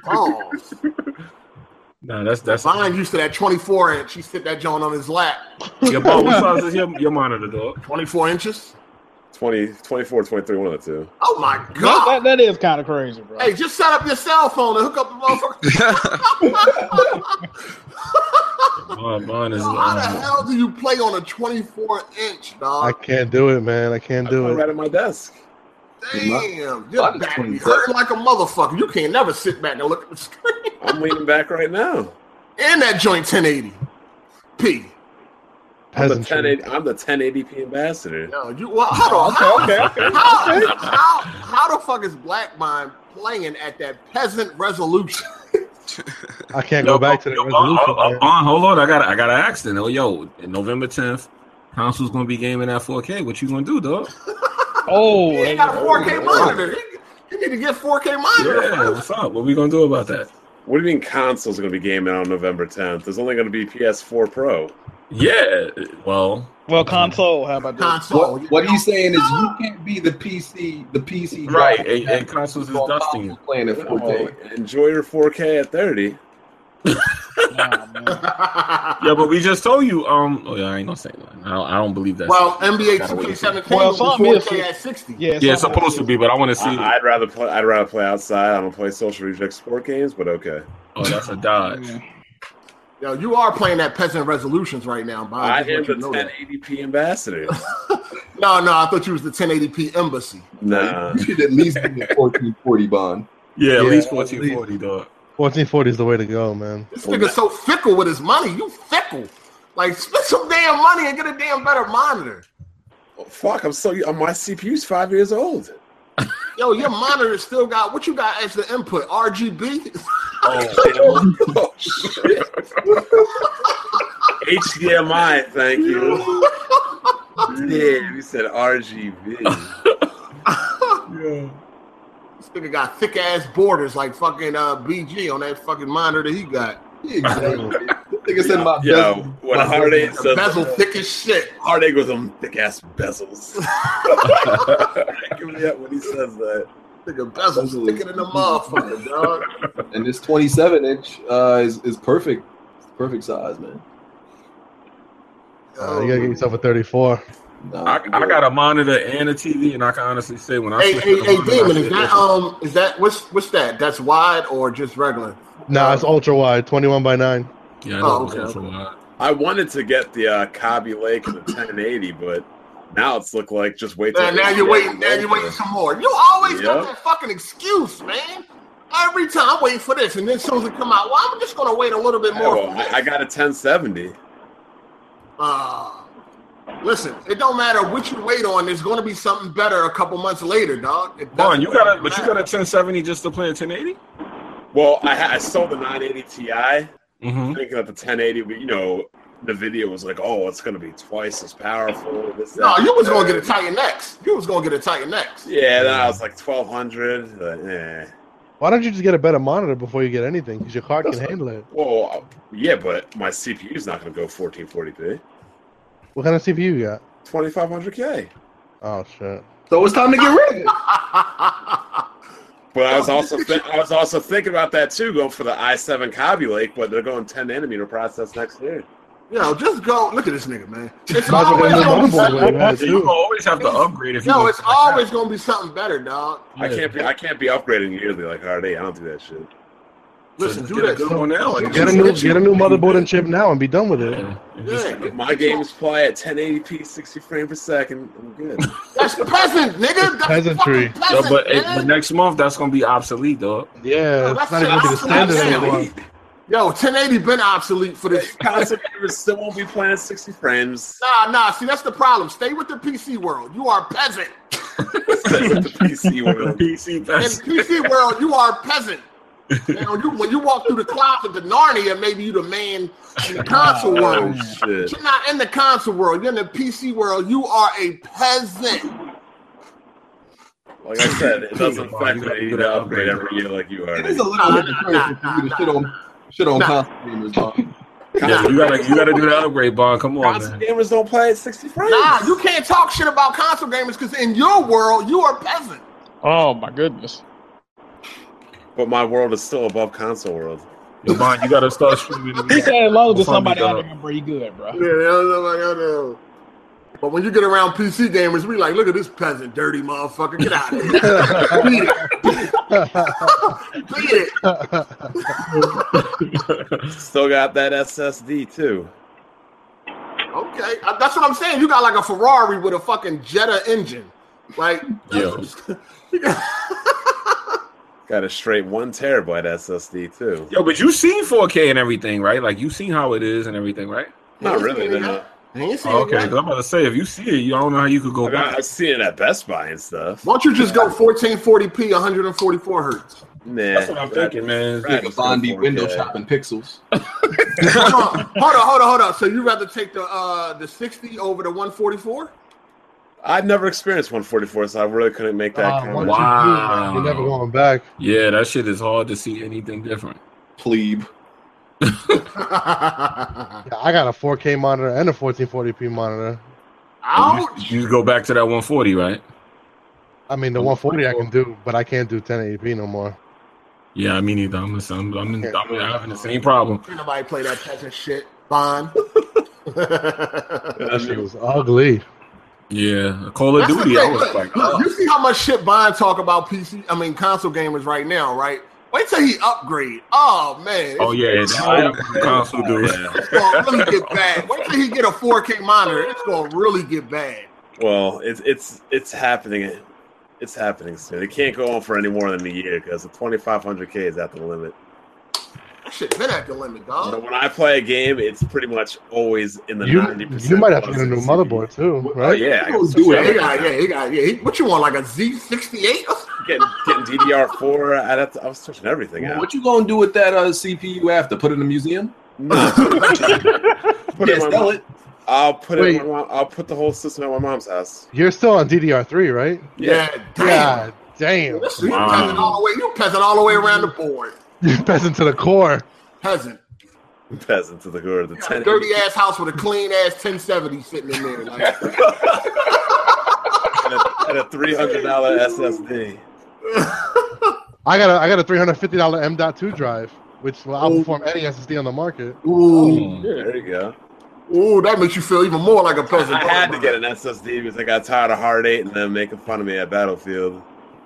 [SPEAKER 4] pause.
[SPEAKER 6] Nah, that's that's.
[SPEAKER 4] Vine used to that 24 inch. He sit that joint on his lap.
[SPEAKER 6] Your ball, what size is your, your monitor, dog?
[SPEAKER 4] 24 inches?
[SPEAKER 1] 20, 24, 23, one of the two.
[SPEAKER 4] Oh my
[SPEAKER 2] That, that,
[SPEAKER 4] god.
[SPEAKER 2] that is kind of crazy, bro.
[SPEAKER 4] Hey, just set up your cell phone and hook up the motherfucker.
[SPEAKER 6] Mine, mine is.
[SPEAKER 4] How the
[SPEAKER 6] Um,
[SPEAKER 4] hell do you play on a 24 inch,
[SPEAKER 7] I
[SPEAKER 4] dog?
[SPEAKER 7] can't do it, man. I can't
[SPEAKER 1] I'm
[SPEAKER 7] do
[SPEAKER 1] right
[SPEAKER 7] it.
[SPEAKER 1] at my desk.
[SPEAKER 4] Damn,
[SPEAKER 3] Mine
[SPEAKER 4] your
[SPEAKER 3] is
[SPEAKER 4] back be
[SPEAKER 3] 27.
[SPEAKER 4] hurting like a motherfucker. You can't never sit back and look at the screen.
[SPEAKER 1] I'm leaning back right now.
[SPEAKER 4] And that joint 1080. P.
[SPEAKER 1] I'm the, 1080,
[SPEAKER 7] Peasantry.
[SPEAKER 1] I'm the 1080p ambassador.
[SPEAKER 4] No, you well, hold on. How,
[SPEAKER 1] Okay, okay, okay.
[SPEAKER 4] how, how, how the fuck is Black Mind playing at that peasant resolution?
[SPEAKER 7] I can't go back to the
[SPEAKER 6] yo, uh, Vaughn,
[SPEAKER 7] resolution.
[SPEAKER 6] hold-
[SPEAKER 7] man.
[SPEAKER 6] Vaughn, hold on, I got I got an accident. Oh, yo, November 10th, console's gonna be gaming at 4K. What you gonna do, dog?
[SPEAKER 2] Oh,
[SPEAKER 4] He
[SPEAKER 2] they-
[SPEAKER 4] ain't got a 4K monitor. He, he need to get 4K monitor.
[SPEAKER 6] Yeah, what's up? What we gonna do about that?
[SPEAKER 1] What do you mean consoles are going to be gaming on November 10th? There's only going to be PS4 Pro.
[SPEAKER 6] Yeah, well,
[SPEAKER 2] Well, console. How about that?
[SPEAKER 4] console.
[SPEAKER 3] What, what he's saying is you can't be the PC, the PC
[SPEAKER 6] Right,
[SPEAKER 3] guy
[SPEAKER 6] and, and consoles is
[SPEAKER 3] who's on
[SPEAKER 6] dusting.
[SPEAKER 3] console playing it full
[SPEAKER 1] Oh,
[SPEAKER 3] day.
[SPEAKER 1] enjoy your 4K at 30.
[SPEAKER 2] Nah, man.
[SPEAKER 6] Yeah, but we just told you. Um, oh yeah, I ain't gonna say nothing. I don't, I don't believe that.
[SPEAKER 4] well, NBA
[SPEAKER 6] Gotta wait.
[SPEAKER 4] 2K17
[SPEAKER 2] Well,
[SPEAKER 4] was
[SPEAKER 2] some is-
[SPEAKER 4] 4K at 60.
[SPEAKER 2] Yeah,
[SPEAKER 6] yeah, it's supposed to be, but Uh, I want to see.
[SPEAKER 1] I, would rather play. I'd rather play outside. I don't play social reject sport games, but okay.
[SPEAKER 6] oh, that's a dodge.
[SPEAKER 2] Yeah.
[SPEAKER 4] Yo, you are playing that peasant resolutions right now, Bob.
[SPEAKER 1] I
[SPEAKER 4] just
[SPEAKER 1] am
[SPEAKER 4] want you
[SPEAKER 1] the
[SPEAKER 4] to know that.
[SPEAKER 1] 1080p ambassador.
[SPEAKER 4] No, no, I thought you was the 1080p embassy.
[SPEAKER 1] nah.
[SPEAKER 3] You should at least be the 1440 bond.
[SPEAKER 6] Yeah, at
[SPEAKER 7] Yeah,
[SPEAKER 6] least
[SPEAKER 7] at
[SPEAKER 6] fourteen forty, dog.
[SPEAKER 7] 1440 is the way to go, man.
[SPEAKER 4] This nigga's so fickle with his money. You fickle. Like, spend some damn money and get a damn better monitor.
[SPEAKER 1] Fuck, I'm so. uh, My CPU's five years old.
[SPEAKER 4] Yo, your monitor still got what you got as the input? RGB?
[SPEAKER 1] Oh, oh shit. HDMI, thank you. Yeah, we said RGB.
[SPEAKER 4] This nigga got thick ass borders like fucking uh, BG on that fucking monitor that he got.
[SPEAKER 6] Oh. uh,
[SPEAKER 3] Exactly. this nigga said my
[SPEAKER 1] Yo,
[SPEAKER 3] best-
[SPEAKER 1] when
[SPEAKER 3] my
[SPEAKER 1] Holiday
[SPEAKER 4] The bezel
[SPEAKER 1] says
[SPEAKER 4] thick as shit.
[SPEAKER 1] heartache with them thick ass bezels. Give me that when he says that.
[SPEAKER 4] Nigga, bezel's
[SPEAKER 3] Absolutely.
[SPEAKER 4] thicker than the motherfucker, dog.
[SPEAKER 3] and this 27 inch uh, is is perfect, perfect size, man.
[SPEAKER 7] Uh, you gotta get yourself a 34.
[SPEAKER 3] Nah,
[SPEAKER 6] I, I got a monitor and a TV, and I can honestly say when I
[SPEAKER 4] Hey,
[SPEAKER 6] switch
[SPEAKER 4] hey,
[SPEAKER 6] to the
[SPEAKER 4] hey,
[SPEAKER 6] monitor, I
[SPEAKER 4] Damon, is
[SPEAKER 6] said,
[SPEAKER 4] that
[SPEAKER 6] "Listen,
[SPEAKER 4] um, is that what's what's that? That's wide or just regular?
[SPEAKER 7] Nah, it's ultra wide, 21 by 9.
[SPEAKER 6] yeah,
[SPEAKER 4] oh,
[SPEAKER 6] I know it's
[SPEAKER 4] okay,
[SPEAKER 6] also
[SPEAKER 4] okay.
[SPEAKER 6] wide.
[SPEAKER 1] I wanted to get the uh, Cobby Lake and the 1080, but now it's look like just wait. till
[SPEAKER 4] Man, now you're waiting. Now you're waiting some more. You always
[SPEAKER 1] Yeah.
[SPEAKER 4] got that fucking excuse, man. Every time I'm waiting for this, and then as soon as it come out, well, I'm just gonna wait a little bit
[SPEAKER 1] Yeah,
[SPEAKER 4] more.
[SPEAKER 1] well,
[SPEAKER 4] for
[SPEAKER 1] I, I got a 1070.
[SPEAKER 4] Uh, listen, it don't matter what you wait on. There's gonna be something better a couple months later, dog. It
[SPEAKER 6] Vaughn, you
[SPEAKER 4] doesn't
[SPEAKER 6] got a but you got a
[SPEAKER 4] matter.
[SPEAKER 6] 1070 just to play a 1080.
[SPEAKER 1] Well, I, ha- I sold the 980 Ti,
[SPEAKER 6] Mm-hmm.
[SPEAKER 1] thinking that the 1080, would, you know, the video was like, oh, it's gonna be twice as powerful. This, that,
[SPEAKER 4] No, you was gonna get a
[SPEAKER 1] third.
[SPEAKER 4] Titan X. You was gonna get a Titan X.
[SPEAKER 1] Yeah, then I was like 1200. Like, eh.
[SPEAKER 7] Why don't you just get a better monitor before you get anything? Because your card can
[SPEAKER 1] That's-
[SPEAKER 7] handle it.
[SPEAKER 1] Well, uh, yeah, but my CPU's not gonna go 1440p.
[SPEAKER 7] What kind of CPU you got?
[SPEAKER 1] 2500K.
[SPEAKER 7] Oh, shit.
[SPEAKER 3] so it's time to get rid of it.
[SPEAKER 1] But I was also thi- I was also thinking about that too, going for the i7 Cobby Lake, but they're going 10 nanometer process next year.
[SPEAKER 4] Yo, just go. Look at this nigga, man. It's
[SPEAKER 7] Might as well
[SPEAKER 4] always
[SPEAKER 7] get a new
[SPEAKER 4] gonna be something.
[SPEAKER 7] motherboard with it, man,
[SPEAKER 6] Yeah, you
[SPEAKER 7] too.
[SPEAKER 6] always have to upgrade if you.
[SPEAKER 4] No,
[SPEAKER 6] go
[SPEAKER 4] it's
[SPEAKER 6] like that.
[SPEAKER 4] always gonna be something better, dog.
[SPEAKER 1] I can't be I can't be upgrading yearly like RD. I don't do that shit.
[SPEAKER 6] So
[SPEAKER 4] Listen,
[SPEAKER 6] just
[SPEAKER 4] do
[SPEAKER 6] get a
[SPEAKER 4] this.
[SPEAKER 6] good one now. and
[SPEAKER 7] Get a
[SPEAKER 6] just-
[SPEAKER 7] new, get a new motherboard and chip now and be done with it.
[SPEAKER 6] Yeah, and just-
[SPEAKER 4] Yeah,
[SPEAKER 1] My games play at 1080p, 60 frames per second. I'm good.
[SPEAKER 4] that's peasant, nigga. That's
[SPEAKER 7] Peasantry.
[SPEAKER 4] fucking
[SPEAKER 6] Yeah,
[SPEAKER 4] Peasant,
[SPEAKER 6] but, it,
[SPEAKER 4] man.
[SPEAKER 6] but next month that's gonna be obsolete, dog.
[SPEAKER 7] Yeah,
[SPEAKER 4] that's
[SPEAKER 7] it's not even up to the
[SPEAKER 4] awesome.
[SPEAKER 7] standard
[SPEAKER 4] That's
[SPEAKER 7] anymore.
[SPEAKER 4] awesome. Yo, 1080 been obsolete for this.
[SPEAKER 1] Console gamers still won't be playing at 60 frames.
[SPEAKER 4] Nah, nah. See, that's the problem. Stay with the PC world. You are peasant.
[SPEAKER 1] With the PC
[SPEAKER 6] The
[SPEAKER 1] world.
[SPEAKER 6] PC
[SPEAKER 4] In
[SPEAKER 6] best.
[SPEAKER 4] PC world, you are peasant. Now, you, when you walk through the closet to Narnia, maybe you the man in the console
[SPEAKER 1] Oh
[SPEAKER 4] world.
[SPEAKER 1] shit!
[SPEAKER 4] You're not in the console world. You're in the PC world. You are a peasant.
[SPEAKER 1] Like I said, it doesn't affect me. You gotta upgrade every year like you
[SPEAKER 3] It
[SPEAKER 1] are.
[SPEAKER 3] is a little bit encouraging for you to shit on shit on console gamers, dog.
[SPEAKER 6] Yeah, you gotta you gotta do the upgrade, Bond. Come on,
[SPEAKER 1] Console
[SPEAKER 6] man.
[SPEAKER 1] gamers don't play at 60 frames.
[SPEAKER 4] Nah, you can't talk shit about console gamers because in your world, you are peasant.
[SPEAKER 2] Oh my goodness.
[SPEAKER 1] But my world is still above console world.
[SPEAKER 6] Yo, Bond, you gotta start streaming.
[SPEAKER 2] He said as long as there's
[SPEAKER 6] Before we
[SPEAKER 2] somebody
[SPEAKER 6] go.
[SPEAKER 2] out there, bro, you good, bro.
[SPEAKER 4] Yeah, that was like, I know. But when you get around PC gamers, we like, look at this peasant, dirty motherfucker. Get out of here. Beat it. Beat it.
[SPEAKER 1] Still got that SSD too.
[SPEAKER 4] Okay. Uh, That's what I'm saying. You got like a Ferrari with a fucking Jetta engine. Like,
[SPEAKER 6] Yo,
[SPEAKER 1] Got a straight one terabyte SSD too.
[SPEAKER 6] yo, but you seen 4K and everything, right? Like you seen how it is and everything, right?
[SPEAKER 1] Not really. uh,
[SPEAKER 4] Yeah.
[SPEAKER 1] No.
[SPEAKER 4] I ain't saying
[SPEAKER 6] Oh, okay,
[SPEAKER 4] that.
[SPEAKER 6] 'cause I'm about to say if you see it, you I don't know how you could
[SPEAKER 1] I,
[SPEAKER 6] go
[SPEAKER 1] mean, I-
[SPEAKER 6] back.
[SPEAKER 1] I've seen it at Best Buy and stuff.
[SPEAKER 4] Why don't you just go 1440p, 144 hertz?
[SPEAKER 1] Nah,
[SPEAKER 6] That's what I'm thinking, man.
[SPEAKER 1] Right.
[SPEAKER 3] Nigga Bondi window shopping pixels.
[SPEAKER 4] hold on, hold on, hold on, hold on. So you rather take the uh the 60 over the 144?
[SPEAKER 1] I've never experienced 144, so I really couldn't make that
[SPEAKER 7] Uh,
[SPEAKER 1] comment.
[SPEAKER 7] once
[SPEAKER 6] Wow.
[SPEAKER 7] you do, you're never going back.
[SPEAKER 6] Yeah, that shit is hard to see anything different.
[SPEAKER 3] Plebe.
[SPEAKER 7] Yeah, I got a 4K monitor and a 1440p
[SPEAKER 6] You,
[SPEAKER 7] monitor.
[SPEAKER 4] Ouch.
[SPEAKER 6] you go back to that 140, right?
[SPEAKER 7] I mean, the 140 I can do, but I can't do 1080p no more.
[SPEAKER 6] Yeah, me neither. I'm, the- I'm, I'm, in- I'm, in- I'm having the same problem.
[SPEAKER 4] Ain't nobody play that peasant shit. Bond.
[SPEAKER 7] That shit was ugly.
[SPEAKER 6] Yeah, Call of
[SPEAKER 4] That's the
[SPEAKER 6] Duty. I
[SPEAKER 4] thing.
[SPEAKER 6] was
[SPEAKER 4] Look,
[SPEAKER 6] like,
[SPEAKER 4] look,
[SPEAKER 6] oh.
[SPEAKER 4] you see how much shit Bond talk about PC? I mean, console gamers right now, right? Wait till he upgrade. Oh man,
[SPEAKER 6] Oh yeah, it's
[SPEAKER 1] Yeah.
[SPEAKER 6] console dude.
[SPEAKER 4] it's gonna really get bad. Wait till he get a 4K monitor. It's gonna really get bad.
[SPEAKER 1] Well, it's it's it's happening. It's happening soon. It can't go on for any more than a year because the 2500K is at the limit.
[SPEAKER 4] That shit been at the limit,
[SPEAKER 1] So
[SPEAKER 4] dog.
[SPEAKER 1] when I play a game, it's pretty much always in the
[SPEAKER 7] You,
[SPEAKER 1] 90%.
[SPEAKER 7] you might have to
[SPEAKER 1] plus
[SPEAKER 7] get a new
[SPEAKER 1] of CPU.
[SPEAKER 7] motherboard too,
[SPEAKER 1] Oh,
[SPEAKER 7] right?
[SPEAKER 1] yeah. I
[SPEAKER 4] He
[SPEAKER 1] got
[SPEAKER 4] gonna
[SPEAKER 1] some
[SPEAKER 4] do it.
[SPEAKER 1] shit.
[SPEAKER 4] He got, yeah, he got, yeah. He, what you want, like a Z68?
[SPEAKER 1] Getting, getting DDR4. I'd have to, I was switching everything out.
[SPEAKER 3] What you gonna do with that uh, CPU after? Put it in a museum?
[SPEAKER 1] Put it
[SPEAKER 3] Yeah,
[SPEAKER 1] in my
[SPEAKER 3] sell
[SPEAKER 1] mom-
[SPEAKER 3] it.
[SPEAKER 1] I'll put it.
[SPEAKER 7] Wait.
[SPEAKER 1] In my mom, I'll put the whole system at my mom's house.
[SPEAKER 7] You're still on DDR3, right?
[SPEAKER 4] Yeah, damn.
[SPEAKER 7] God damn.
[SPEAKER 4] This you
[SPEAKER 6] Wow.
[SPEAKER 4] peasant all the way. You peasant all the way around the board.
[SPEAKER 7] You're peasant to the core.
[SPEAKER 4] Peasant.
[SPEAKER 1] Peasant to the core of the
[SPEAKER 4] You got a
[SPEAKER 1] ten.
[SPEAKER 4] dirty ass house with a clean ass 1070 sitting in there. Like,
[SPEAKER 1] and a- and a three hundred dollar SSD.
[SPEAKER 7] I got a I got a three hundred fifty dollar M. two drive, which will outperform
[SPEAKER 1] Oh.
[SPEAKER 7] any SSD on the market.
[SPEAKER 4] ooh,
[SPEAKER 1] There you go.
[SPEAKER 4] ooh, that makes you feel even more like a peasant.
[SPEAKER 1] I had to get an SSD because I got tired of Hard Eight and them making fun of me at Battlefield.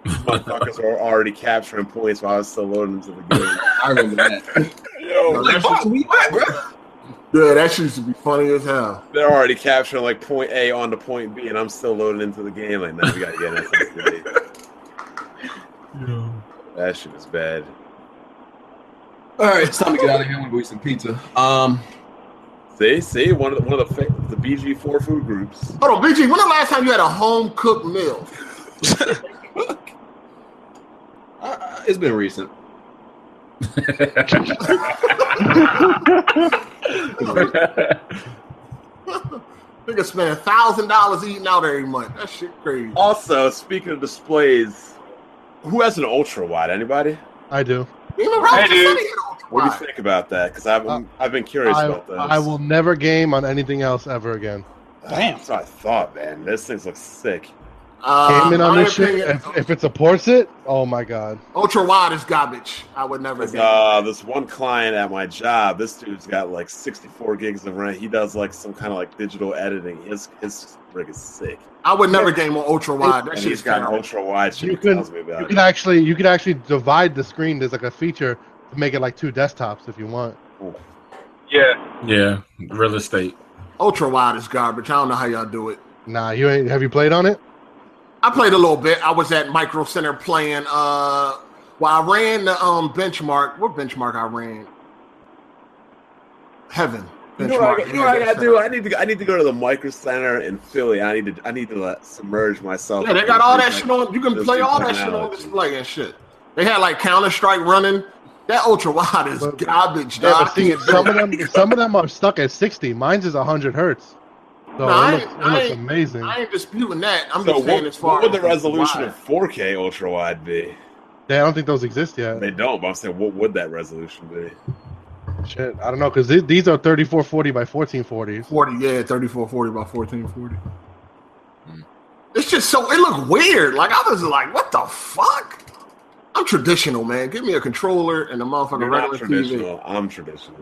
[SPEAKER 1] Motherfuckers were already capturing points while I was still loading into the game.
[SPEAKER 3] I remember that.
[SPEAKER 4] Oh,
[SPEAKER 1] Yo,
[SPEAKER 3] Like, "Boss, where you at, bro?"
[SPEAKER 4] Yeah, that shit used to be funny as hell.
[SPEAKER 1] they're already capturing like point A on to point B, and I'm still loading into the game. Like, now we gotta get an SSD. That shit was bad.
[SPEAKER 3] All right, it's time to get out of here. I'm gonna go eat some pizza. Um,
[SPEAKER 1] See, see, one of the, one of the fa- the BG four food groups.
[SPEAKER 4] Hold on, BG, when the last time you had a home cooked meal?
[SPEAKER 3] I, I, it's been recent.
[SPEAKER 4] Nigga spend a thousand dollars eating out every month. That shit crazy.
[SPEAKER 1] Also, speaking of displays, who has an ultra wide? Anybody?
[SPEAKER 7] I do.
[SPEAKER 4] Even Roger
[SPEAKER 5] dude.
[SPEAKER 4] said he had ultra
[SPEAKER 1] Oh, What do
[SPEAKER 4] wide.
[SPEAKER 1] you think about that? Because I've
[SPEAKER 7] Uh,
[SPEAKER 1] I've been curious
[SPEAKER 7] I,
[SPEAKER 1] about those.
[SPEAKER 7] I will never game on anything else ever again.
[SPEAKER 2] Damn.
[SPEAKER 1] That's what I thought, man. This things look sick.
[SPEAKER 4] Uh,
[SPEAKER 7] Gaming on
[SPEAKER 4] my
[SPEAKER 7] this shit.
[SPEAKER 4] opinion,
[SPEAKER 7] If, if it's a porcelain, oh my god.
[SPEAKER 4] ultra wide is garbage. I would never.
[SPEAKER 1] There's,
[SPEAKER 4] do
[SPEAKER 1] uh, this one client at my job, this dude's got like 64 gigs of RAM. He does like some kind of like digital editing. His his rig is sick.
[SPEAKER 4] I would never game on ultra wide. That
[SPEAKER 1] And
[SPEAKER 4] shit's
[SPEAKER 1] he's got an
[SPEAKER 4] terrible.
[SPEAKER 1] ultra wide shit.
[SPEAKER 7] You
[SPEAKER 1] He
[SPEAKER 7] can-
[SPEAKER 1] tells me about
[SPEAKER 7] You
[SPEAKER 1] it.
[SPEAKER 7] can actually you can actually divide the screen. There's like a feature to make it like two desktops if you want.
[SPEAKER 5] Yeah.
[SPEAKER 6] yeah, real estate.
[SPEAKER 4] Ultra wide is garbage. I don't know how y'all do it.
[SPEAKER 7] Nah, you ain't. Have you played on it?
[SPEAKER 4] I played a little bit. I was at Micro Center playing. Uh, well, I ran the um benchmark. What benchmark I ran? Heaven.
[SPEAKER 1] You know what I,
[SPEAKER 4] Benchmark.
[SPEAKER 1] you know what I gotta do? I need to go- I need to go to the micro center in Philly. I need to I need to like, submerge myself.
[SPEAKER 4] Yeah, they
[SPEAKER 1] in
[SPEAKER 4] got all
[SPEAKER 1] this,
[SPEAKER 4] that shit
[SPEAKER 1] like,
[SPEAKER 4] on. You can
[SPEAKER 1] this
[SPEAKER 4] play
[SPEAKER 1] new
[SPEAKER 4] all that shit on
[SPEAKER 1] technology.
[SPEAKER 4] display and shit. They had like Counter Strike running. That ultra wide is
[SPEAKER 7] But-
[SPEAKER 4] garbage,
[SPEAKER 7] Yeah,
[SPEAKER 4] dog.
[SPEAKER 7] but see, some of them some of them are stuck at 60. Mine's is 100 hertz. So
[SPEAKER 4] No, I
[SPEAKER 7] it
[SPEAKER 4] ain't-
[SPEAKER 7] looks, it
[SPEAKER 4] I
[SPEAKER 7] looks
[SPEAKER 4] ain't-
[SPEAKER 7] amazing.
[SPEAKER 4] I ain't disputing that. I'm
[SPEAKER 1] So
[SPEAKER 4] just saying
[SPEAKER 1] what,
[SPEAKER 4] as far
[SPEAKER 1] what would the
[SPEAKER 4] as
[SPEAKER 1] resolution
[SPEAKER 4] wide.
[SPEAKER 1] of 4K ultra wide be?
[SPEAKER 7] They, I don't think those exist yet.
[SPEAKER 1] They don't, but I'm saying what would that resolution be?
[SPEAKER 7] Shit, I don't know because these, these are 3440 by 1440.
[SPEAKER 4] 40, yeah, 34, 40 by 14, 40.
[SPEAKER 1] Hmm.
[SPEAKER 4] It's just so it looked weird. Like I was like, what the fuck? I'm traditional, man. Give me a controller and a motherfucking
[SPEAKER 1] You're not
[SPEAKER 4] regular TV.
[SPEAKER 1] traditional. I'm traditional.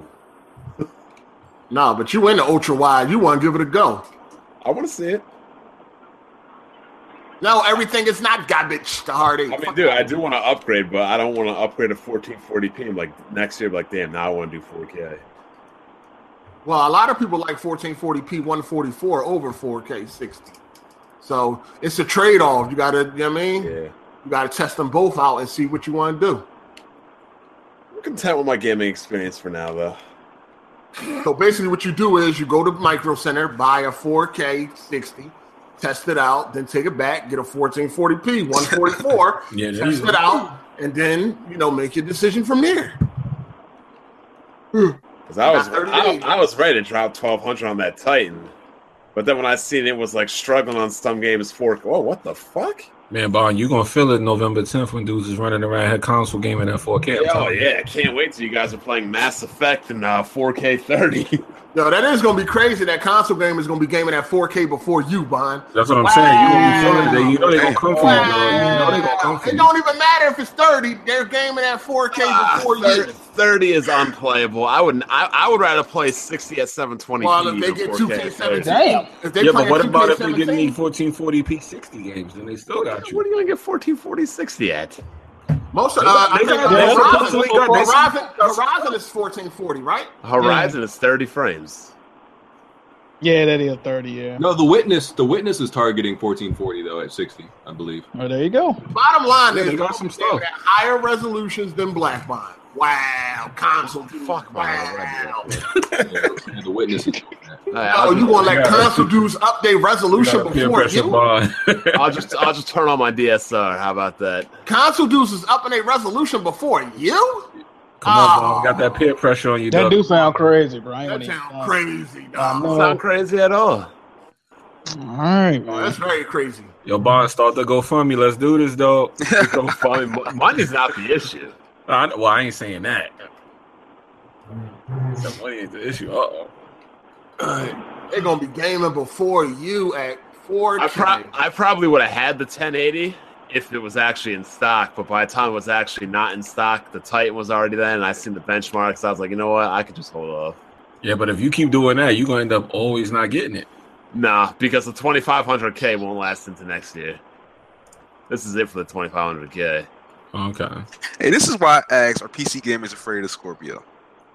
[SPEAKER 4] Nah, but you in the ultra wide. You want to give it a go.
[SPEAKER 1] I want to see it.
[SPEAKER 4] No, everything is not garbage. The hard eight.
[SPEAKER 1] I mean,
[SPEAKER 4] Fuck
[SPEAKER 1] dude, I do want to upgrade, but I don't want to upgrade to 1440p. I'm like next year, like damn, now I want to do 4K.
[SPEAKER 4] Well, a lot of people like 1440p 144 over 4K 60. So it's a trade off. You gotta, you know what I mean?
[SPEAKER 1] Yeah,
[SPEAKER 4] You gotta test them both out and see what you wanna do.
[SPEAKER 1] I'm content with my gaming experience for now, though.
[SPEAKER 4] So basically, what you do is you go to Micro Center, buy a 4K 60, test it out, then take it back, get a 1440p 144,
[SPEAKER 6] Yeah, there
[SPEAKER 4] test
[SPEAKER 6] you
[SPEAKER 4] it
[SPEAKER 6] go.
[SPEAKER 4] out, and then you know make your decision from there.
[SPEAKER 1] Because I was
[SPEAKER 4] Not 30
[SPEAKER 1] I,
[SPEAKER 4] days.
[SPEAKER 1] I was ready to drop 1200 on that Titan, but then when I seen it was like struggling on some games, 4K. Oh, what the fuck?
[SPEAKER 6] Man, Bond, you're gonna feel it November 10th when dudes is running around had console gaming at 4K. I'm
[SPEAKER 1] oh
[SPEAKER 6] telling you.
[SPEAKER 1] yeah, I can't wait till you guys are playing Mass Effect in uh, 4K 30.
[SPEAKER 4] Yo, that is gonna be crazy. That console game is gonna be gaming at 4K before you, Bond.
[SPEAKER 6] That's what I'm saying. You gonna be feeling it. You know they're gonna come for you, dog. You know they're gonna come for
[SPEAKER 4] It
[SPEAKER 6] you.
[SPEAKER 4] don't even matter if it's 30. They're gaming at 4K
[SPEAKER 1] Ah,
[SPEAKER 4] before you.
[SPEAKER 1] 30, 30 is unplayable. I would I, I would rather play 60 at 720p.
[SPEAKER 4] Well, if they
[SPEAKER 1] than
[SPEAKER 4] get
[SPEAKER 1] 4K
[SPEAKER 4] 2K17,
[SPEAKER 2] Dang.
[SPEAKER 4] if they
[SPEAKER 6] Yeah,
[SPEAKER 4] play
[SPEAKER 6] but what
[SPEAKER 4] 2K17,
[SPEAKER 6] about if they give me 1440p 60 games? Then they still got you.
[SPEAKER 1] What are you gonna get 1440 60 at?
[SPEAKER 4] Most of
[SPEAKER 6] They
[SPEAKER 4] uh,
[SPEAKER 6] got-
[SPEAKER 4] I
[SPEAKER 6] they
[SPEAKER 4] think
[SPEAKER 6] got-
[SPEAKER 7] they
[SPEAKER 4] Horizon-
[SPEAKER 6] supposedly got- they-
[SPEAKER 4] Horizon, Horizon is 1440, right?
[SPEAKER 1] Horizon is 30 frames.
[SPEAKER 2] Yeah, that is 30, yeah.
[SPEAKER 3] No, the witness. The witness is targeting 1440 though at 60, I believe.
[SPEAKER 2] Oh, there you go.
[SPEAKER 4] Bottom line
[SPEAKER 6] Yeah,
[SPEAKER 4] is
[SPEAKER 6] they got some
[SPEAKER 4] they're
[SPEAKER 6] stuff.
[SPEAKER 4] at higher resolutions than Black Bond. Wow, console dude.
[SPEAKER 1] Fuck my
[SPEAKER 4] wow.
[SPEAKER 3] Yeah, the witness is.
[SPEAKER 4] Oh, you want to let
[SPEAKER 6] Yeah.
[SPEAKER 4] console dudes up their
[SPEAKER 6] You
[SPEAKER 4] resolution
[SPEAKER 6] got a peer
[SPEAKER 4] before
[SPEAKER 6] pressure
[SPEAKER 4] you?
[SPEAKER 6] bond.
[SPEAKER 1] I'll just I'll just turn on my DSR. How about that?
[SPEAKER 4] Console dudes is upping their resolution before you?
[SPEAKER 6] Come on,
[SPEAKER 4] Oh.
[SPEAKER 6] Bond. Got that peer pressure on you,
[SPEAKER 2] That
[SPEAKER 6] dog.
[SPEAKER 2] do sound crazy, bro. I ain't
[SPEAKER 4] That
[SPEAKER 2] gonna even
[SPEAKER 4] sounds
[SPEAKER 2] lie.
[SPEAKER 4] crazy,
[SPEAKER 2] I
[SPEAKER 4] dog.
[SPEAKER 2] know.
[SPEAKER 1] Sound crazy at all?
[SPEAKER 2] All right, man.
[SPEAKER 4] Oh, that's very crazy.
[SPEAKER 6] Yo, Bond, start the GoFundMe. Let's do this, dog.
[SPEAKER 1] Go find me. Money's not the issue.
[SPEAKER 6] I, well, I ain't saying that. The money ain't the issue. Uh-oh.
[SPEAKER 4] They're gonna be gaming before you at 4K.
[SPEAKER 1] I, pro- I probably would have had the 1080 if it was actually in stock, but by the time it was actually not in stock, the Titan was already there, and I seen the benchmarks. I was like, you know what? I could just hold off.
[SPEAKER 6] Yeah, but if you keep doing that, you're gonna end up always not getting it.
[SPEAKER 1] Nah, because the 2500K won't last into next year. This is it for the 2500K.
[SPEAKER 6] Okay.
[SPEAKER 8] Hey, this is why I asked: Are PC gamers afraid of Scorpio?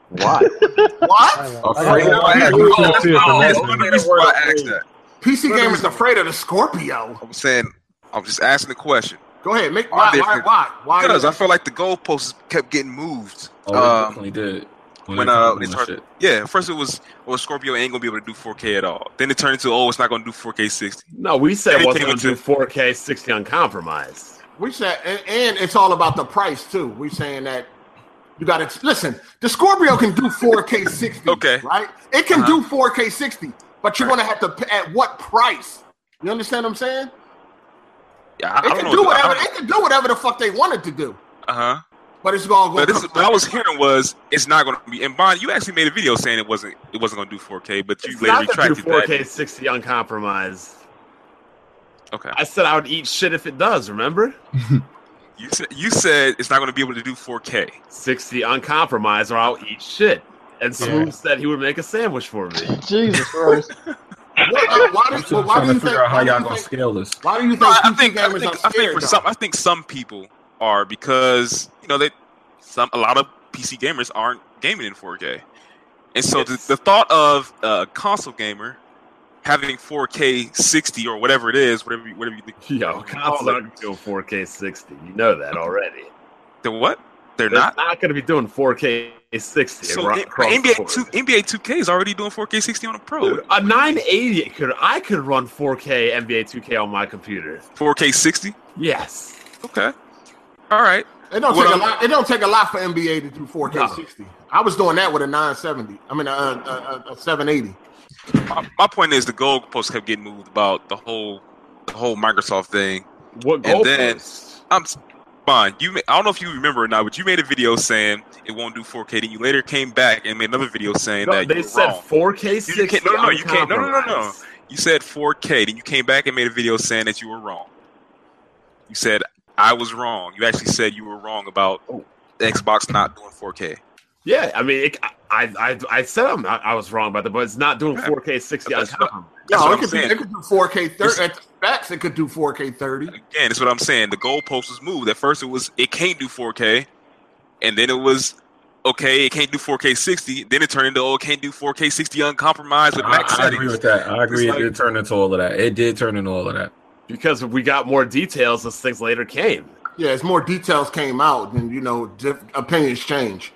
[SPEAKER 1] Why?
[SPEAKER 2] Oh,
[SPEAKER 4] what?
[SPEAKER 6] Afraid
[SPEAKER 7] I-
[SPEAKER 6] of
[SPEAKER 7] I- I-
[SPEAKER 6] it?
[SPEAKER 7] I- I- I- I-
[SPEAKER 4] Oh,
[SPEAKER 7] I-
[SPEAKER 8] That's the only reason why I asked that.
[SPEAKER 4] PC gamers afraid of the Scorpio.
[SPEAKER 8] I'm saying I'm just asking the question
[SPEAKER 4] Go ahead, make
[SPEAKER 8] Why
[SPEAKER 4] why
[SPEAKER 8] they-
[SPEAKER 4] why why why
[SPEAKER 8] because I feel like the goalposts kept getting moved.
[SPEAKER 6] Oh,
[SPEAKER 8] Um,
[SPEAKER 6] they definitely did.
[SPEAKER 8] when,
[SPEAKER 6] they
[SPEAKER 8] uh,
[SPEAKER 6] kept
[SPEAKER 8] they
[SPEAKER 6] doing
[SPEAKER 8] start-
[SPEAKER 6] shit.
[SPEAKER 8] Yeah, first it was, well, Scorpio ain't gonna be able to do 4K at all. Then it turned into, oh, it's not gonna do 4k 60.
[SPEAKER 1] No, we said
[SPEAKER 8] They
[SPEAKER 1] it wasn't
[SPEAKER 8] came
[SPEAKER 1] going to do
[SPEAKER 8] into-
[SPEAKER 1] 4K 60 uncompromised.
[SPEAKER 4] we said and, and it's all about the price too. We saying that you gotta listen, the Scorpio can do 4K 60.
[SPEAKER 8] Okay.
[SPEAKER 4] Right? It can do
[SPEAKER 8] Uh-huh.
[SPEAKER 4] 4K 60, but you're gonna have to pay at what price? You understand what I'm saying?
[SPEAKER 8] Yeah, I, I
[SPEAKER 4] It
[SPEAKER 8] don't
[SPEAKER 4] can
[SPEAKER 8] know.
[SPEAKER 4] do whatever it can do whatever the fuck they wanted to do,
[SPEAKER 8] Uh huh.
[SPEAKER 4] but it's gonna go
[SPEAKER 8] But this, what I was hearing was it's not gonna be. And Bond, you actually made a video saying it wasn't, it wasn't gonna do 4K, but you
[SPEAKER 1] It's
[SPEAKER 8] later
[SPEAKER 1] not going to do
[SPEAKER 8] retracted
[SPEAKER 1] 4K
[SPEAKER 8] that.
[SPEAKER 1] 60 uncompromised.
[SPEAKER 8] Okay.
[SPEAKER 1] I said I would eat shit if it does, remember?
[SPEAKER 8] You said you said it's not gonna be able to do 4K.
[SPEAKER 1] 60 uncompromised or I'll eat shit. And Smooth said he would make a sandwich for me.
[SPEAKER 2] Jesus Christ.
[SPEAKER 4] What- uh, why do
[SPEAKER 6] I'm
[SPEAKER 4] you-
[SPEAKER 6] still
[SPEAKER 4] why
[SPEAKER 6] trying
[SPEAKER 4] do
[SPEAKER 6] to
[SPEAKER 4] you
[SPEAKER 6] figure
[SPEAKER 4] think
[SPEAKER 6] out how
[SPEAKER 4] why do
[SPEAKER 6] y'all
[SPEAKER 4] you
[SPEAKER 6] gonna
[SPEAKER 4] think-
[SPEAKER 6] scale this.
[SPEAKER 4] why do you think
[SPEAKER 8] I, I
[SPEAKER 4] PC
[SPEAKER 8] think I
[SPEAKER 4] gamers
[SPEAKER 8] think,
[SPEAKER 4] are
[SPEAKER 8] I think
[SPEAKER 4] scared
[SPEAKER 8] for
[SPEAKER 4] though?
[SPEAKER 8] some I think some people are because you know that some a lot of PC gamers aren't gaming in 4K, and so
[SPEAKER 1] Yes.
[SPEAKER 8] the, the thought of a console gamer having 4K 60 or whatever it is, whatever you, whatever you think,
[SPEAKER 1] Yo, consoles
[SPEAKER 8] Call it.
[SPEAKER 1] aren't going to go 4K 60. You know that already.
[SPEAKER 8] the what they're
[SPEAKER 1] They're
[SPEAKER 8] not.
[SPEAKER 1] not, going to be doing 4K 60
[SPEAKER 8] So
[SPEAKER 1] acro-
[SPEAKER 8] N-
[SPEAKER 1] across the
[SPEAKER 8] NBA
[SPEAKER 1] board.
[SPEAKER 8] two NBA 2K is already doing 4K 60 on a pro.
[SPEAKER 1] Dude, a 980 could I could run 4K NBA 2K on my computer.
[SPEAKER 8] 4K 60.
[SPEAKER 1] Yes.
[SPEAKER 8] Okay, all right.
[SPEAKER 4] It don't
[SPEAKER 8] What
[SPEAKER 4] take
[SPEAKER 8] I'm-
[SPEAKER 4] a lot. It don't take a lot for NBA to do 4K
[SPEAKER 1] No.
[SPEAKER 4] 60. I was doing that with a 970. I mean, a, a, a, a 780.
[SPEAKER 8] My, my point is the goalposts kept getting moved about the whole the whole Microsoft thing.
[SPEAKER 1] What
[SPEAKER 8] And
[SPEAKER 1] goal?
[SPEAKER 8] then- I'm Bond. You, ma- I don't know if you remember or not, but you made a video saying it won't do 4K. Then you later came back and made another video saying
[SPEAKER 1] No,
[SPEAKER 8] that you
[SPEAKER 1] they
[SPEAKER 8] were
[SPEAKER 1] said
[SPEAKER 8] wrong.
[SPEAKER 1] 4K 60.
[SPEAKER 8] You can't- no, no, no, you can't- no, no, no, no.
[SPEAKER 1] uncompromised.
[SPEAKER 8] You said 4K. Then you came back and made a video saying that you were wrong. You said I was wrong. You actually said you were wrong about
[SPEAKER 1] Oh.
[SPEAKER 8] Xbox not doing 4K.
[SPEAKER 1] Yeah, I mean, it, I, I, I said I'm not, I was wrong about that, but it's not doing
[SPEAKER 8] Yeah.
[SPEAKER 1] 4K 60
[SPEAKER 8] That's what-
[SPEAKER 1] uncompromised.
[SPEAKER 8] That's
[SPEAKER 4] No,
[SPEAKER 8] what
[SPEAKER 4] it
[SPEAKER 8] I'm
[SPEAKER 4] could, be,
[SPEAKER 8] saying.
[SPEAKER 4] it could do 4K
[SPEAKER 8] It's-
[SPEAKER 4] 30. At the specs, it could do 4K 30.
[SPEAKER 8] Again, that's what I'm saying. The goalpost was moved. At first, it was it can't do 4K, and then it was okay, it can't do 4K 60. Then it turned into oh, it can't do 4K 60 uncompromised with
[SPEAKER 6] I,
[SPEAKER 8] max
[SPEAKER 6] I
[SPEAKER 8] settings.
[SPEAKER 6] agree with that. I agree.
[SPEAKER 8] It's
[SPEAKER 6] it
[SPEAKER 8] like-
[SPEAKER 6] did turn into all of that. It did turn into all of that.
[SPEAKER 1] Because we got more details as things later came.
[SPEAKER 4] Yeah, as more details came out, and you know, diff- opinions change.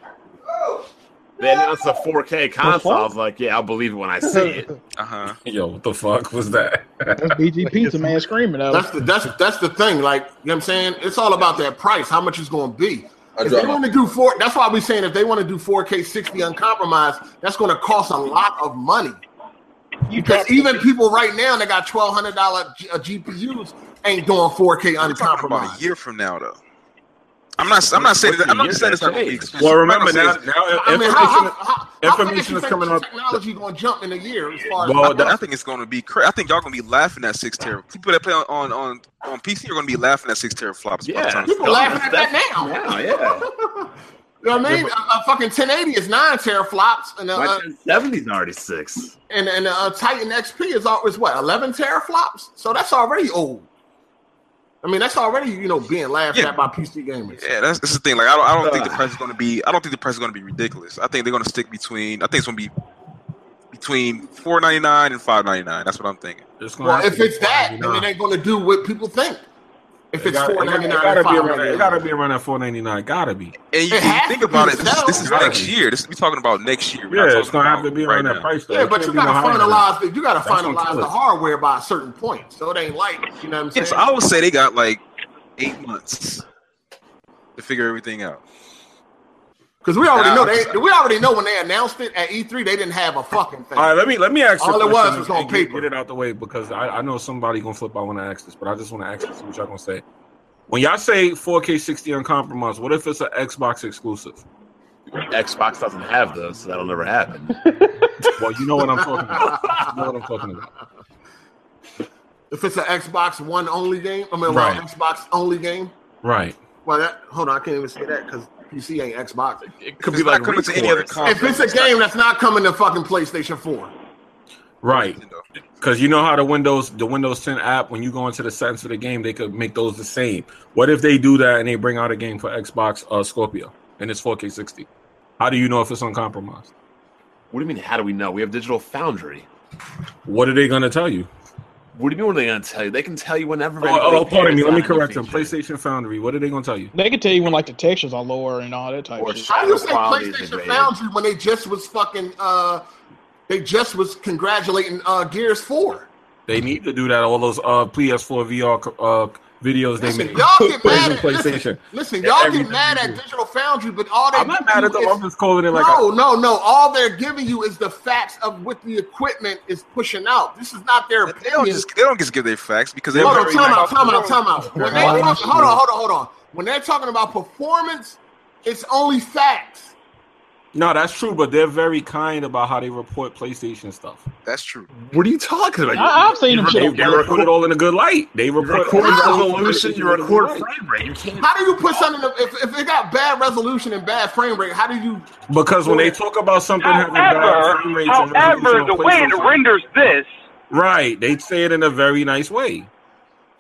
[SPEAKER 1] They announced a 4K console. I was like, yeah, I'll believe it when I see it.
[SPEAKER 8] Uh huh.
[SPEAKER 6] Yo, what the fuck was that?
[SPEAKER 2] That's BG Pizza Man screaming out.
[SPEAKER 4] That's the that's that's the thing. Like you know, what I'm saying it's all about that price. How much it's going to be.
[SPEAKER 3] I
[SPEAKER 4] If they
[SPEAKER 3] dropped my
[SPEAKER 4] want to do four, that's why we're saying if they want to do 4K 60 uncompromised, that's going to cost a lot of money.
[SPEAKER 9] You
[SPEAKER 4] Because
[SPEAKER 9] dropped
[SPEAKER 4] even people right now that got twelve hundred dollar uh, GPUs ain't doing four K
[SPEAKER 8] I'm talking about a
[SPEAKER 4] uncompromised.
[SPEAKER 8] year from now, though. I'm not. I'm not saying.
[SPEAKER 6] What's
[SPEAKER 8] That,
[SPEAKER 6] the
[SPEAKER 8] I'm not
[SPEAKER 6] year
[SPEAKER 8] saying it's
[SPEAKER 6] that
[SPEAKER 8] not going to be
[SPEAKER 6] changed?
[SPEAKER 8] expensive.
[SPEAKER 6] Well,
[SPEAKER 8] I'm not
[SPEAKER 6] remember
[SPEAKER 8] saying
[SPEAKER 6] now,
[SPEAKER 8] it's-
[SPEAKER 6] now
[SPEAKER 4] I mean, how, how,
[SPEAKER 6] information.
[SPEAKER 4] how, how fast
[SPEAKER 6] information
[SPEAKER 4] you
[SPEAKER 6] is
[SPEAKER 4] think
[SPEAKER 6] coming up-
[SPEAKER 4] Technology going to jump in a year as far as
[SPEAKER 6] Well,
[SPEAKER 8] I
[SPEAKER 6] that,
[SPEAKER 8] think it's going to be crazy. I think y'all going to be laughing at six teraflops. People that play on on on, on PC are going to be laughing at six teraflops. by the
[SPEAKER 1] Yeah.
[SPEAKER 8] time-
[SPEAKER 4] people
[SPEAKER 1] That's-
[SPEAKER 4] laughing at that
[SPEAKER 1] that's-
[SPEAKER 4] now.
[SPEAKER 1] now, yeah.
[SPEAKER 4] You know what I mean? A, a fucking 1080 is nine teraflops, and a,
[SPEAKER 1] My
[SPEAKER 4] a
[SPEAKER 1] 1070's already six.
[SPEAKER 4] and and a Titan XP is always what eleven teraflops. So that's already old. I mean, that's already you know being laughed
[SPEAKER 8] Yeah.
[SPEAKER 4] at by PC gamers.
[SPEAKER 8] Yeah, that's, that's the thing. Like, I don't, I don't think the price is going to be. I don't think the price is going to be ridiculous. I think they're going to stick between. I think it's going to be between four ninety nine and five ninety nine. That's what I'm thinking.
[SPEAKER 6] it's gonna
[SPEAKER 4] Well,
[SPEAKER 6] have to
[SPEAKER 4] if
[SPEAKER 6] be
[SPEAKER 4] it's that, then it
[SPEAKER 6] 499.
[SPEAKER 4] ain't going to do what people think. If
[SPEAKER 6] It
[SPEAKER 4] it's
[SPEAKER 6] gotta-
[SPEAKER 4] four ninety
[SPEAKER 6] it
[SPEAKER 4] nine,
[SPEAKER 6] gotta be around.
[SPEAKER 4] it
[SPEAKER 6] It gotta be around that four ninety nine. Gotta be.
[SPEAKER 8] And you,
[SPEAKER 4] It
[SPEAKER 8] you
[SPEAKER 4] has
[SPEAKER 8] think
[SPEAKER 4] to be
[SPEAKER 8] about it.
[SPEAKER 4] to
[SPEAKER 8] This,
[SPEAKER 4] sell.
[SPEAKER 8] this is
[SPEAKER 6] Gotta
[SPEAKER 8] next
[SPEAKER 6] be.
[SPEAKER 8] year. This we're talking about next year. We're not
[SPEAKER 6] Yeah, it's
[SPEAKER 8] talking
[SPEAKER 6] gonna have
[SPEAKER 8] about
[SPEAKER 6] to be
[SPEAKER 8] right
[SPEAKER 6] around that
[SPEAKER 8] now.
[SPEAKER 6] price. Though.
[SPEAKER 4] Yeah,
[SPEAKER 6] It
[SPEAKER 4] but you
[SPEAKER 6] can't
[SPEAKER 4] got
[SPEAKER 6] be no higher
[SPEAKER 4] to
[SPEAKER 6] than
[SPEAKER 4] finalize. The, you got to
[SPEAKER 6] That's what
[SPEAKER 4] finalize
[SPEAKER 6] kills
[SPEAKER 4] the
[SPEAKER 6] it.
[SPEAKER 4] hardware by a certain point. So it ain't like you know what I'm
[SPEAKER 8] Yeah,
[SPEAKER 4] saying.
[SPEAKER 8] so I would say they got like eight months to figure everything out.
[SPEAKER 4] Because we already
[SPEAKER 8] Nah,
[SPEAKER 4] know
[SPEAKER 8] I'm
[SPEAKER 4] they
[SPEAKER 8] sorry.
[SPEAKER 4] we already know when they announced it at E3, they didn't have a fucking thing.
[SPEAKER 6] All right, let me let me ask. you a
[SPEAKER 4] All it was
[SPEAKER 6] question
[SPEAKER 4] was
[SPEAKER 6] and
[SPEAKER 4] on
[SPEAKER 6] get-
[SPEAKER 4] paper.
[SPEAKER 6] Get it out the way because I, I know somebody gonna flip out when I ask this, but I just want to ask this, see what y'all gonna say. When y'all say 4K 60 uncompromised, what if it's an Xbox exclusive?
[SPEAKER 1] Xbox doesn't have those, so that'll never happen.
[SPEAKER 6] Well, you know what I'm talking about. You know what I'm talking about.
[SPEAKER 4] If it's an Xbox One only game, I mean,
[SPEAKER 6] Right.
[SPEAKER 4] well, Xbox only game.
[SPEAKER 6] Right.
[SPEAKER 4] Well, that hold on, I can't even say that because PC ain't Xbox.
[SPEAKER 1] It
[SPEAKER 8] If
[SPEAKER 1] could
[SPEAKER 8] it's
[SPEAKER 1] be
[SPEAKER 8] not
[SPEAKER 1] like
[SPEAKER 8] coming to any other
[SPEAKER 1] Recourse.
[SPEAKER 6] Oh,
[SPEAKER 8] console.
[SPEAKER 4] If it's a
[SPEAKER 8] not
[SPEAKER 4] game that's not coming to fucking PlayStation Four,
[SPEAKER 6] Right.
[SPEAKER 8] Nintendo.
[SPEAKER 6] Because you know how the Windows the Windows 10 app, when you go into the settings for the game, they could make those the same. What if they do that and they bring out a game for Xbox uh, Scorpio and it's 4K 60? How do you know if it's uncompromised?
[SPEAKER 1] What do you mean? How do we know? We have Digital Foundry.
[SPEAKER 6] What are they gonna tell you?
[SPEAKER 1] What do you mean? What are they going to tell you? They can tell you whenever.
[SPEAKER 6] Oh,
[SPEAKER 1] anybody
[SPEAKER 6] oh, pardon
[SPEAKER 1] cares
[SPEAKER 6] me. Let me
[SPEAKER 1] about a new
[SPEAKER 6] correct them.
[SPEAKER 1] feature.
[SPEAKER 6] PlayStation Foundry. What are they gonna tell you?
[SPEAKER 9] They can tell you when like the textures are lower and all that type
[SPEAKER 1] Or
[SPEAKER 9] shit.
[SPEAKER 1] shit.
[SPEAKER 4] how do you
[SPEAKER 1] The
[SPEAKER 4] say
[SPEAKER 1] quality is
[SPEAKER 4] PlayStation
[SPEAKER 1] degraded.
[SPEAKER 4] Foundry when they just was fucking uh they just was congratulating uh Gears Four?
[SPEAKER 6] They need to do that. All those uh, PS4 VR uh, videos they
[SPEAKER 4] Listen,
[SPEAKER 6] make.
[SPEAKER 4] y'all get mad
[SPEAKER 6] Praising
[SPEAKER 4] at listen,
[SPEAKER 6] PlayStation.
[SPEAKER 4] listen,
[SPEAKER 6] Yeah,
[SPEAKER 4] y'all
[SPEAKER 6] everything
[SPEAKER 4] get mad
[SPEAKER 6] they
[SPEAKER 4] at
[SPEAKER 6] do.
[SPEAKER 4] Digital Foundry, but all they
[SPEAKER 6] I'm not
[SPEAKER 4] do
[SPEAKER 6] mad at them.
[SPEAKER 4] is-
[SPEAKER 6] I'm just calling it like I-
[SPEAKER 4] no, no, no. All they're giving you is the facts of what the equipment is pushing out. This is not their
[SPEAKER 8] They don't
[SPEAKER 4] opinion.
[SPEAKER 8] just they don't just give their facts because they're
[SPEAKER 4] Hold on,
[SPEAKER 8] very
[SPEAKER 4] time out,
[SPEAKER 8] like-
[SPEAKER 4] time out, time out. When they
[SPEAKER 9] Wow.
[SPEAKER 4] talk, hold on, hold on, hold on. When they're talking about performance, it's only facts.
[SPEAKER 6] no, that's true, but they're very kind about how they report PlayStation stuff.
[SPEAKER 8] That's true.
[SPEAKER 1] What are you talking about?
[SPEAKER 9] I, I've seen them
[SPEAKER 1] You
[SPEAKER 9] shit.
[SPEAKER 6] They,
[SPEAKER 1] They-
[SPEAKER 9] on-
[SPEAKER 6] they
[SPEAKER 1] they record-
[SPEAKER 6] report it all in a good light. They
[SPEAKER 1] You
[SPEAKER 6] report
[SPEAKER 1] record
[SPEAKER 4] Nah.
[SPEAKER 1] resolution. You record frame rate. You can't.
[SPEAKER 4] How do you put something if, if it got bad resolution and bad frame rate? How do you?
[SPEAKER 6] because when they talk about something having bad frame
[SPEAKER 5] However,
[SPEAKER 6] rates and resolution
[SPEAKER 5] however,
[SPEAKER 6] on
[SPEAKER 5] the way it
[SPEAKER 6] PlayStation-
[SPEAKER 5] renders this,
[SPEAKER 6] right, they say it in a very nice way.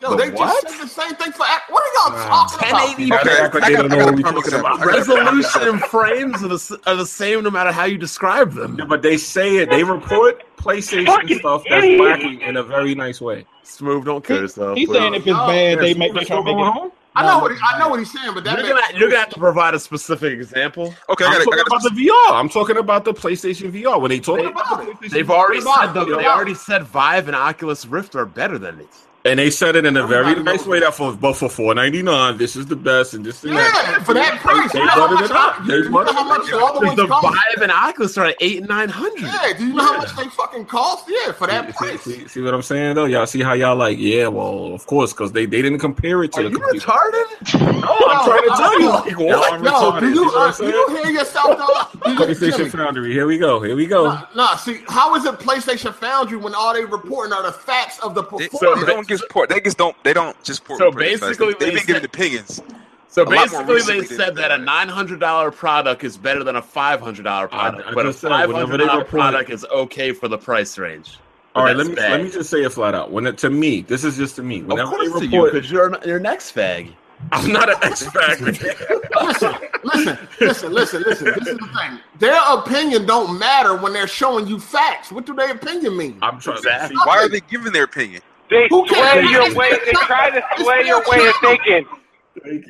[SPEAKER 4] Yo,
[SPEAKER 1] The
[SPEAKER 4] they
[SPEAKER 1] what?
[SPEAKER 4] just said the same thing for. What are y'all
[SPEAKER 6] Nah.
[SPEAKER 4] talking about?
[SPEAKER 6] They act like they don't know what we're talking about.
[SPEAKER 1] Resolution and frames are the, s- are the same no matter how you describe them.
[SPEAKER 6] Yeah, but they say it. They report PlayStation
[SPEAKER 5] Fucking
[SPEAKER 6] stuff that's
[SPEAKER 5] idiot.
[SPEAKER 6] lacking in a very nice way.
[SPEAKER 1] Smooth, don't
[SPEAKER 9] He-
[SPEAKER 1] kill yourself.
[SPEAKER 9] He's saying if
[SPEAKER 1] please.
[SPEAKER 9] it's bad, they make they
[SPEAKER 6] We're
[SPEAKER 9] try
[SPEAKER 6] still
[SPEAKER 9] to make
[SPEAKER 6] going
[SPEAKER 9] it.
[SPEAKER 6] home.
[SPEAKER 4] I know what he, I know what he's saying, but that
[SPEAKER 1] you're
[SPEAKER 4] makes-
[SPEAKER 1] gonna you're gonna have to provide a specific example.
[SPEAKER 8] Okay,
[SPEAKER 6] I'm
[SPEAKER 8] I
[SPEAKER 6] talking
[SPEAKER 8] got
[SPEAKER 6] about the VR. I'm talking about the PlayStation VR. When they talking
[SPEAKER 4] They-
[SPEAKER 6] about the PlayStation
[SPEAKER 1] They've already
[SPEAKER 4] What
[SPEAKER 1] said
[SPEAKER 4] about-
[SPEAKER 1] though,
[SPEAKER 4] what
[SPEAKER 1] they
[SPEAKER 4] about-
[SPEAKER 1] already said Vive and Oculus Rift are better than it.
[SPEAKER 6] and they said it in a very
[SPEAKER 4] Everybody
[SPEAKER 6] nice
[SPEAKER 4] knows
[SPEAKER 6] way that for but for four ninety nine, this is the best and this and
[SPEAKER 4] yeah,
[SPEAKER 6] that.
[SPEAKER 4] for that price.
[SPEAKER 6] They
[SPEAKER 4] you know how
[SPEAKER 6] buttered
[SPEAKER 4] much,
[SPEAKER 6] it up. They
[SPEAKER 4] you know
[SPEAKER 6] buttered
[SPEAKER 4] how much
[SPEAKER 6] it
[SPEAKER 4] the
[SPEAKER 6] up.
[SPEAKER 4] other ones
[SPEAKER 1] the
[SPEAKER 4] cost?
[SPEAKER 1] Vive and Oculus are at eight and nine hundred.
[SPEAKER 4] Yeah, do you know how much they fucking cost? Yeah, for that
[SPEAKER 6] See,
[SPEAKER 4] price.
[SPEAKER 6] see, see what I'm saying though? Y'all see how y'all like? Yeah, well, of course, because they, they didn't compare it to
[SPEAKER 1] Are
[SPEAKER 6] the
[SPEAKER 1] you
[SPEAKER 6] computer.
[SPEAKER 1] retarded?
[SPEAKER 6] No, I'm trying to tell you. Like, what?
[SPEAKER 4] Yo,
[SPEAKER 6] retarded.
[SPEAKER 4] do
[SPEAKER 6] See
[SPEAKER 4] you,
[SPEAKER 6] what I'm
[SPEAKER 4] uh, do
[SPEAKER 6] saying?
[SPEAKER 4] you hear yourself though? Do you- Jimmy,
[SPEAKER 6] PlayStation Foundry. Here we go. Here we go.
[SPEAKER 4] Nah, nah, see, how is it PlayStation Foundry when all they reporting are the facts of the
[SPEAKER 8] They,
[SPEAKER 4] performance?
[SPEAKER 1] So-
[SPEAKER 8] they don't just port. They just don't. They don't just port.
[SPEAKER 1] So
[SPEAKER 8] reports, guys.
[SPEAKER 1] basically
[SPEAKER 8] they, have
[SPEAKER 1] they
[SPEAKER 8] been giving
[SPEAKER 1] said-
[SPEAKER 8] opinions.
[SPEAKER 1] So
[SPEAKER 8] lot more
[SPEAKER 1] basically, they
[SPEAKER 8] recently than-
[SPEAKER 1] said that a nine hundred dollar product is better than a five hundred dollar product,
[SPEAKER 6] I
[SPEAKER 1] but a
[SPEAKER 6] just said, whenever
[SPEAKER 1] five
[SPEAKER 6] they
[SPEAKER 1] hundred dollar
[SPEAKER 6] report-
[SPEAKER 1] product is okay for the price range. But
[SPEAKER 6] All right, let
[SPEAKER 1] that's
[SPEAKER 6] me
[SPEAKER 1] bad.
[SPEAKER 6] let me just say it flat out. When it, to me, this is just to me.
[SPEAKER 1] Of
[SPEAKER 6] Whenever
[SPEAKER 1] course,
[SPEAKER 6] they
[SPEAKER 1] to you
[SPEAKER 6] report,
[SPEAKER 1] because you're an, you're an ex fag.
[SPEAKER 6] I'm not an X factor.
[SPEAKER 4] listen, listen, listen, listen, listen. This is the thing. Their opinion don't matter when they're showing you facts. What do their opinion mean?
[SPEAKER 6] I'm trying to see.
[SPEAKER 1] Exactly.
[SPEAKER 8] Why are they giving their opinion?
[SPEAKER 5] they
[SPEAKER 4] Who
[SPEAKER 5] sway
[SPEAKER 4] cares?
[SPEAKER 5] your way. They try to sway your way of thinking.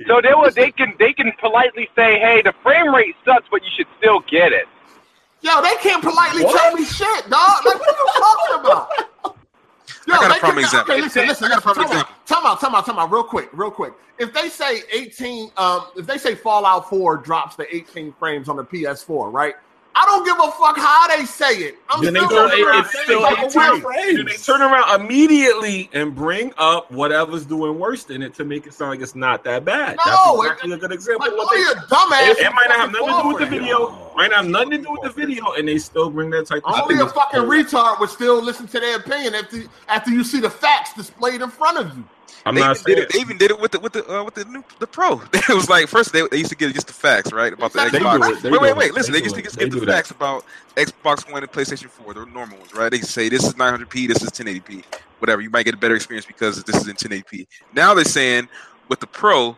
[SPEAKER 5] So they will. They can. They can politely say, "Hey, the frame rate sucks, but you should still get it."
[SPEAKER 4] Yo, they can't politely tell me shit, dog. Like, what are you talking about? Yo,
[SPEAKER 8] I got a
[SPEAKER 4] they
[SPEAKER 8] prime
[SPEAKER 4] can't-
[SPEAKER 8] example.
[SPEAKER 4] Okay, listen, listen. I got a prime
[SPEAKER 8] example.
[SPEAKER 4] Time out, time out, time out. Real quick, real quick. If they say 18, um, if they say Fallout 4 drops to 18 frames on the PS4, right? I don't give a fuck how they say it. I'm
[SPEAKER 6] Then they
[SPEAKER 4] still
[SPEAKER 6] turn
[SPEAKER 4] gonna
[SPEAKER 6] around,
[SPEAKER 4] say
[SPEAKER 6] it's still
[SPEAKER 4] fucking
[SPEAKER 6] 18.
[SPEAKER 4] way.
[SPEAKER 6] Then they turn around immediately and bring up whatever's doing worse than it to make it sound like it's not that bad.
[SPEAKER 4] No,
[SPEAKER 6] That's exactly a good example.
[SPEAKER 4] Like,
[SPEAKER 6] of what
[SPEAKER 4] oh,
[SPEAKER 6] they-
[SPEAKER 4] you a dumbass.
[SPEAKER 6] it, it might not have nothing to do with the
[SPEAKER 4] Fucking
[SPEAKER 6] video. Might not have nothing to do with the video, and they still bring that type. of
[SPEAKER 4] Only
[SPEAKER 6] shit.
[SPEAKER 4] a fucking retard would still listen to their opinion after after you see the facts displayed in front of you.
[SPEAKER 6] I'm
[SPEAKER 8] they,
[SPEAKER 6] not
[SPEAKER 8] even did
[SPEAKER 6] saying
[SPEAKER 8] it, they even did it with the with the uh, with the new the pro. It was like first they, they used to give just the facts right about the
[SPEAKER 4] They do
[SPEAKER 8] Xbox.
[SPEAKER 6] it, they
[SPEAKER 8] wait,
[SPEAKER 6] do
[SPEAKER 8] wait,
[SPEAKER 6] it,
[SPEAKER 8] wait! Listen,
[SPEAKER 6] they
[SPEAKER 8] they,
[SPEAKER 6] do
[SPEAKER 8] used to
[SPEAKER 6] it,
[SPEAKER 8] just
[SPEAKER 6] they
[SPEAKER 8] give
[SPEAKER 6] do
[SPEAKER 8] the
[SPEAKER 6] that.
[SPEAKER 8] facts about Xbox One and PlayStation Four, the normal ones, right? They say this is 900p, this is 1080p, whatever. You might get a better experience because this is in 1080p. Now they're saying with the pro.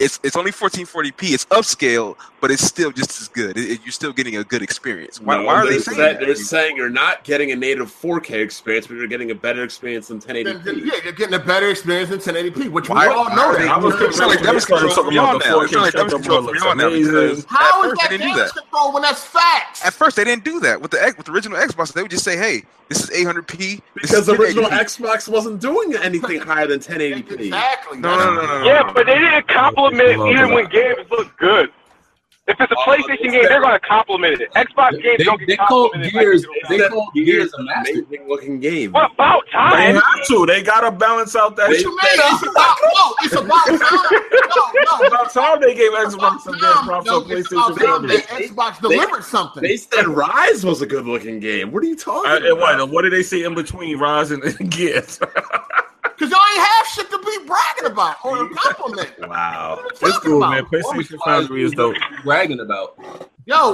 [SPEAKER 8] It's, it's only 1440p. It's upscale, but it's still just as good. It- it- you're still getting a good experience. Why,
[SPEAKER 1] No,
[SPEAKER 8] why are
[SPEAKER 1] they're
[SPEAKER 8] they
[SPEAKER 1] sa-
[SPEAKER 8] saying that?
[SPEAKER 1] they're saying you're not getting a native 4K experience, but you're getting a better experience than
[SPEAKER 4] Then-
[SPEAKER 1] 1080p.
[SPEAKER 4] then, yeah, you're getting a better experience than 1080p, which
[SPEAKER 8] Why-
[SPEAKER 4] we all know
[SPEAKER 8] why
[SPEAKER 4] that.
[SPEAKER 6] I was
[SPEAKER 8] It
[SPEAKER 6] thinking
[SPEAKER 8] sounds like
[SPEAKER 6] when they
[SPEAKER 8] damage
[SPEAKER 6] started
[SPEAKER 8] control from
[SPEAKER 6] talking
[SPEAKER 8] y'all
[SPEAKER 6] about the
[SPEAKER 8] now. It
[SPEAKER 6] 4K
[SPEAKER 8] sounds like
[SPEAKER 6] shut
[SPEAKER 8] damage control
[SPEAKER 6] up,
[SPEAKER 8] from
[SPEAKER 6] looks
[SPEAKER 8] y'all now because
[SPEAKER 6] amazing.
[SPEAKER 4] How
[SPEAKER 8] at
[SPEAKER 4] is
[SPEAKER 8] first
[SPEAKER 4] that
[SPEAKER 8] they didn't do that.
[SPEAKER 4] damage control when that's facts?
[SPEAKER 8] At first, they didn't do that with the X- with the original Xbox. They would just say, "Hey, this is 800p." this
[SPEAKER 1] Because
[SPEAKER 8] is
[SPEAKER 1] the original
[SPEAKER 8] 1080p."
[SPEAKER 1] Xbox wasn't doing anything higher than 1080p.
[SPEAKER 4] Exactly.
[SPEAKER 8] No, no, no, no,
[SPEAKER 4] Uh,
[SPEAKER 8] no.
[SPEAKER 5] Yeah, but they didn't compliment
[SPEAKER 6] Love
[SPEAKER 5] even
[SPEAKER 6] that.
[SPEAKER 5] when games look good. If it's a
[SPEAKER 1] Oh,
[SPEAKER 5] PlayStation
[SPEAKER 1] it's
[SPEAKER 5] game, they're
[SPEAKER 1] better.
[SPEAKER 5] going to compliment it. Xbox games
[SPEAKER 3] They,
[SPEAKER 5] don't get
[SPEAKER 3] they call
[SPEAKER 5] complimented. like
[SPEAKER 3] Gears.
[SPEAKER 5] they do
[SPEAKER 3] They
[SPEAKER 5] now.
[SPEAKER 3] call
[SPEAKER 1] Gears
[SPEAKER 3] Gears
[SPEAKER 1] is
[SPEAKER 3] a
[SPEAKER 1] an
[SPEAKER 3] master.
[SPEAKER 1] amazing looking game.
[SPEAKER 5] What about
[SPEAKER 6] They
[SPEAKER 5] time?
[SPEAKER 6] have to. They gotta balance out that.
[SPEAKER 1] They-
[SPEAKER 6] shit.
[SPEAKER 4] What you mean? It's about, no, it's about time. No, no.
[SPEAKER 6] About time they gave
[SPEAKER 4] It's about
[SPEAKER 6] Xbox some damn
[SPEAKER 4] time.
[SPEAKER 6] props
[SPEAKER 4] No,
[SPEAKER 6] on
[SPEAKER 4] it's about
[SPEAKER 6] PlayStation.
[SPEAKER 4] time that
[SPEAKER 6] Founders.
[SPEAKER 4] Xbox
[SPEAKER 1] They-
[SPEAKER 4] delivered something.
[SPEAKER 1] They said Rise was a good looking game. What are you talking
[SPEAKER 6] Uh, and
[SPEAKER 1] about?
[SPEAKER 6] what, what did they say in between Rise and, and Gears?
[SPEAKER 4] Because y'all ain't have shit to be bragging about or to compliment.
[SPEAKER 1] Wow.
[SPEAKER 4] What are you
[SPEAKER 6] It's
[SPEAKER 4] talking
[SPEAKER 6] cool,
[SPEAKER 4] about?
[SPEAKER 6] man. PlayStation Foundry is dope.
[SPEAKER 3] Bragging about.
[SPEAKER 4] Oh,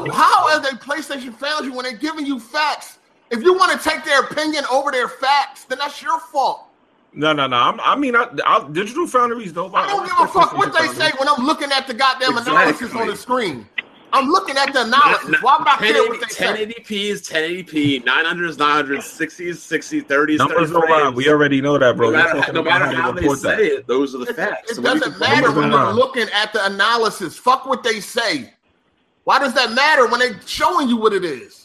[SPEAKER 4] Yo, how are they PlayStation failure when they're giving you facts? If you want to take their opinion over their facts, then that's your fault.
[SPEAKER 6] No, no, no. I'm, I mean, I, I, Digital Foundry is dope.
[SPEAKER 4] I don't give a fuck what they say when I'm looking at the goddamn analysis
[SPEAKER 1] Exactly.
[SPEAKER 4] on the screen. I'm looking at the
[SPEAKER 1] Not-
[SPEAKER 4] analysis.
[SPEAKER 1] not-
[SPEAKER 4] Why am I
[SPEAKER 1] 1080,
[SPEAKER 4] caring what they say?
[SPEAKER 1] 1080p is 1080p, 900 is 900, 60 is 60, 30 is 30.
[SPEAKER 6] Numbers don't lie.
[SPEAKER 1] frames.
[SPEAKER 6] We already know that, bro.
[SPEAKER 1] no
[SPEAKER 6] They're
[SPEAKER 1] matter,
[SPEAKER 6] talking
[SPEAKER 1] no
[SPEAKER 6] about
[SPEAKER 1] matter
[SPEAKER 6] they
[SPEAKER 1] how they
[SPEAKER 6] report
[SPEAKER 1] say
[SPEAKER 6] that.
[SPEAKER 1] it, those are the
[SPEAKER 4] It,
[SPEAKER 1] facts. What
[SPEAKER 4] it
[SPEAKER 1] do you
[SPEAKER 4] doesn't
[SPEAKER 1] complain
[SPEAKER 4] matter
[SPEAKER 1] about?
[SPEAKER 4] when
[SPEAKER 6] about?
[SPEAKER 4] you're looking at the analysis. Fuck what they say. Why does that matter when they showing you what it is?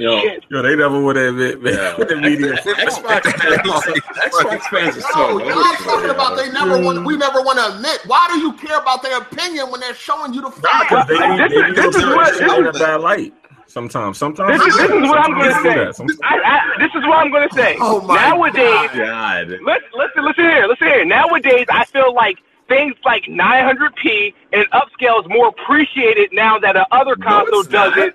[SPEAKER 7] Yo,
[SPEAKER 6] Yo, they never would admit, man.
[SPEAKER 1] Yeah.
[SPEAKER 6] With the media.
[SPEAKER 1] Xbox, fans, Xbox fans are so
[SPEAKER 4] No,
[SPEAKER 1] annoying,
[SPEAKER 4] y'all talking
[SPEAKER 1] yo.
[SPEAKER 4] about they never want. We never want to admit. Why do you care about their opinion when they're showing you the
[SPEAKER 6] Nah,
[SPEAKER 4] facts?
[SPEAKER 6] 'cause they
[SPEAKER 5] This
[SPEAKER 6] do, they
[SPEAKER 5] is-
[SPEAKER 6] do
[SPEAKER 5] this is
[SPEAKER 6] put
[SPEAKER 5] what-
[SPEAKER 6] shit
[SPEAKER 5] this
[SPEAKER 6] in a
[SPEAKER 5] is-
[SPEAKER 6] bad light sometimes. Sometimes.
[SPEAKER 5] This is- this is what I'm
[SPEAKER 6] sometimes
[SPEAKER 5] gonna
[SPEAKER 6] they do
[SPEAKER 5] say.
[SPEAKER 6] that. Sometimes-
[SPEAKER 5] I, I, this is what I'm going to say.
[SPEAKER 4] Oh my
[SPEAKER 5] Nowadays,
[SPEAKER 1] God.
[SPEAKER 5] Let's listen, listen here, listen here. Nowadays, I feel like things like 900p and upscale is more appreciated now that the other console
[SPEAKER 1] it's not.
[SPEAKER 5] does it.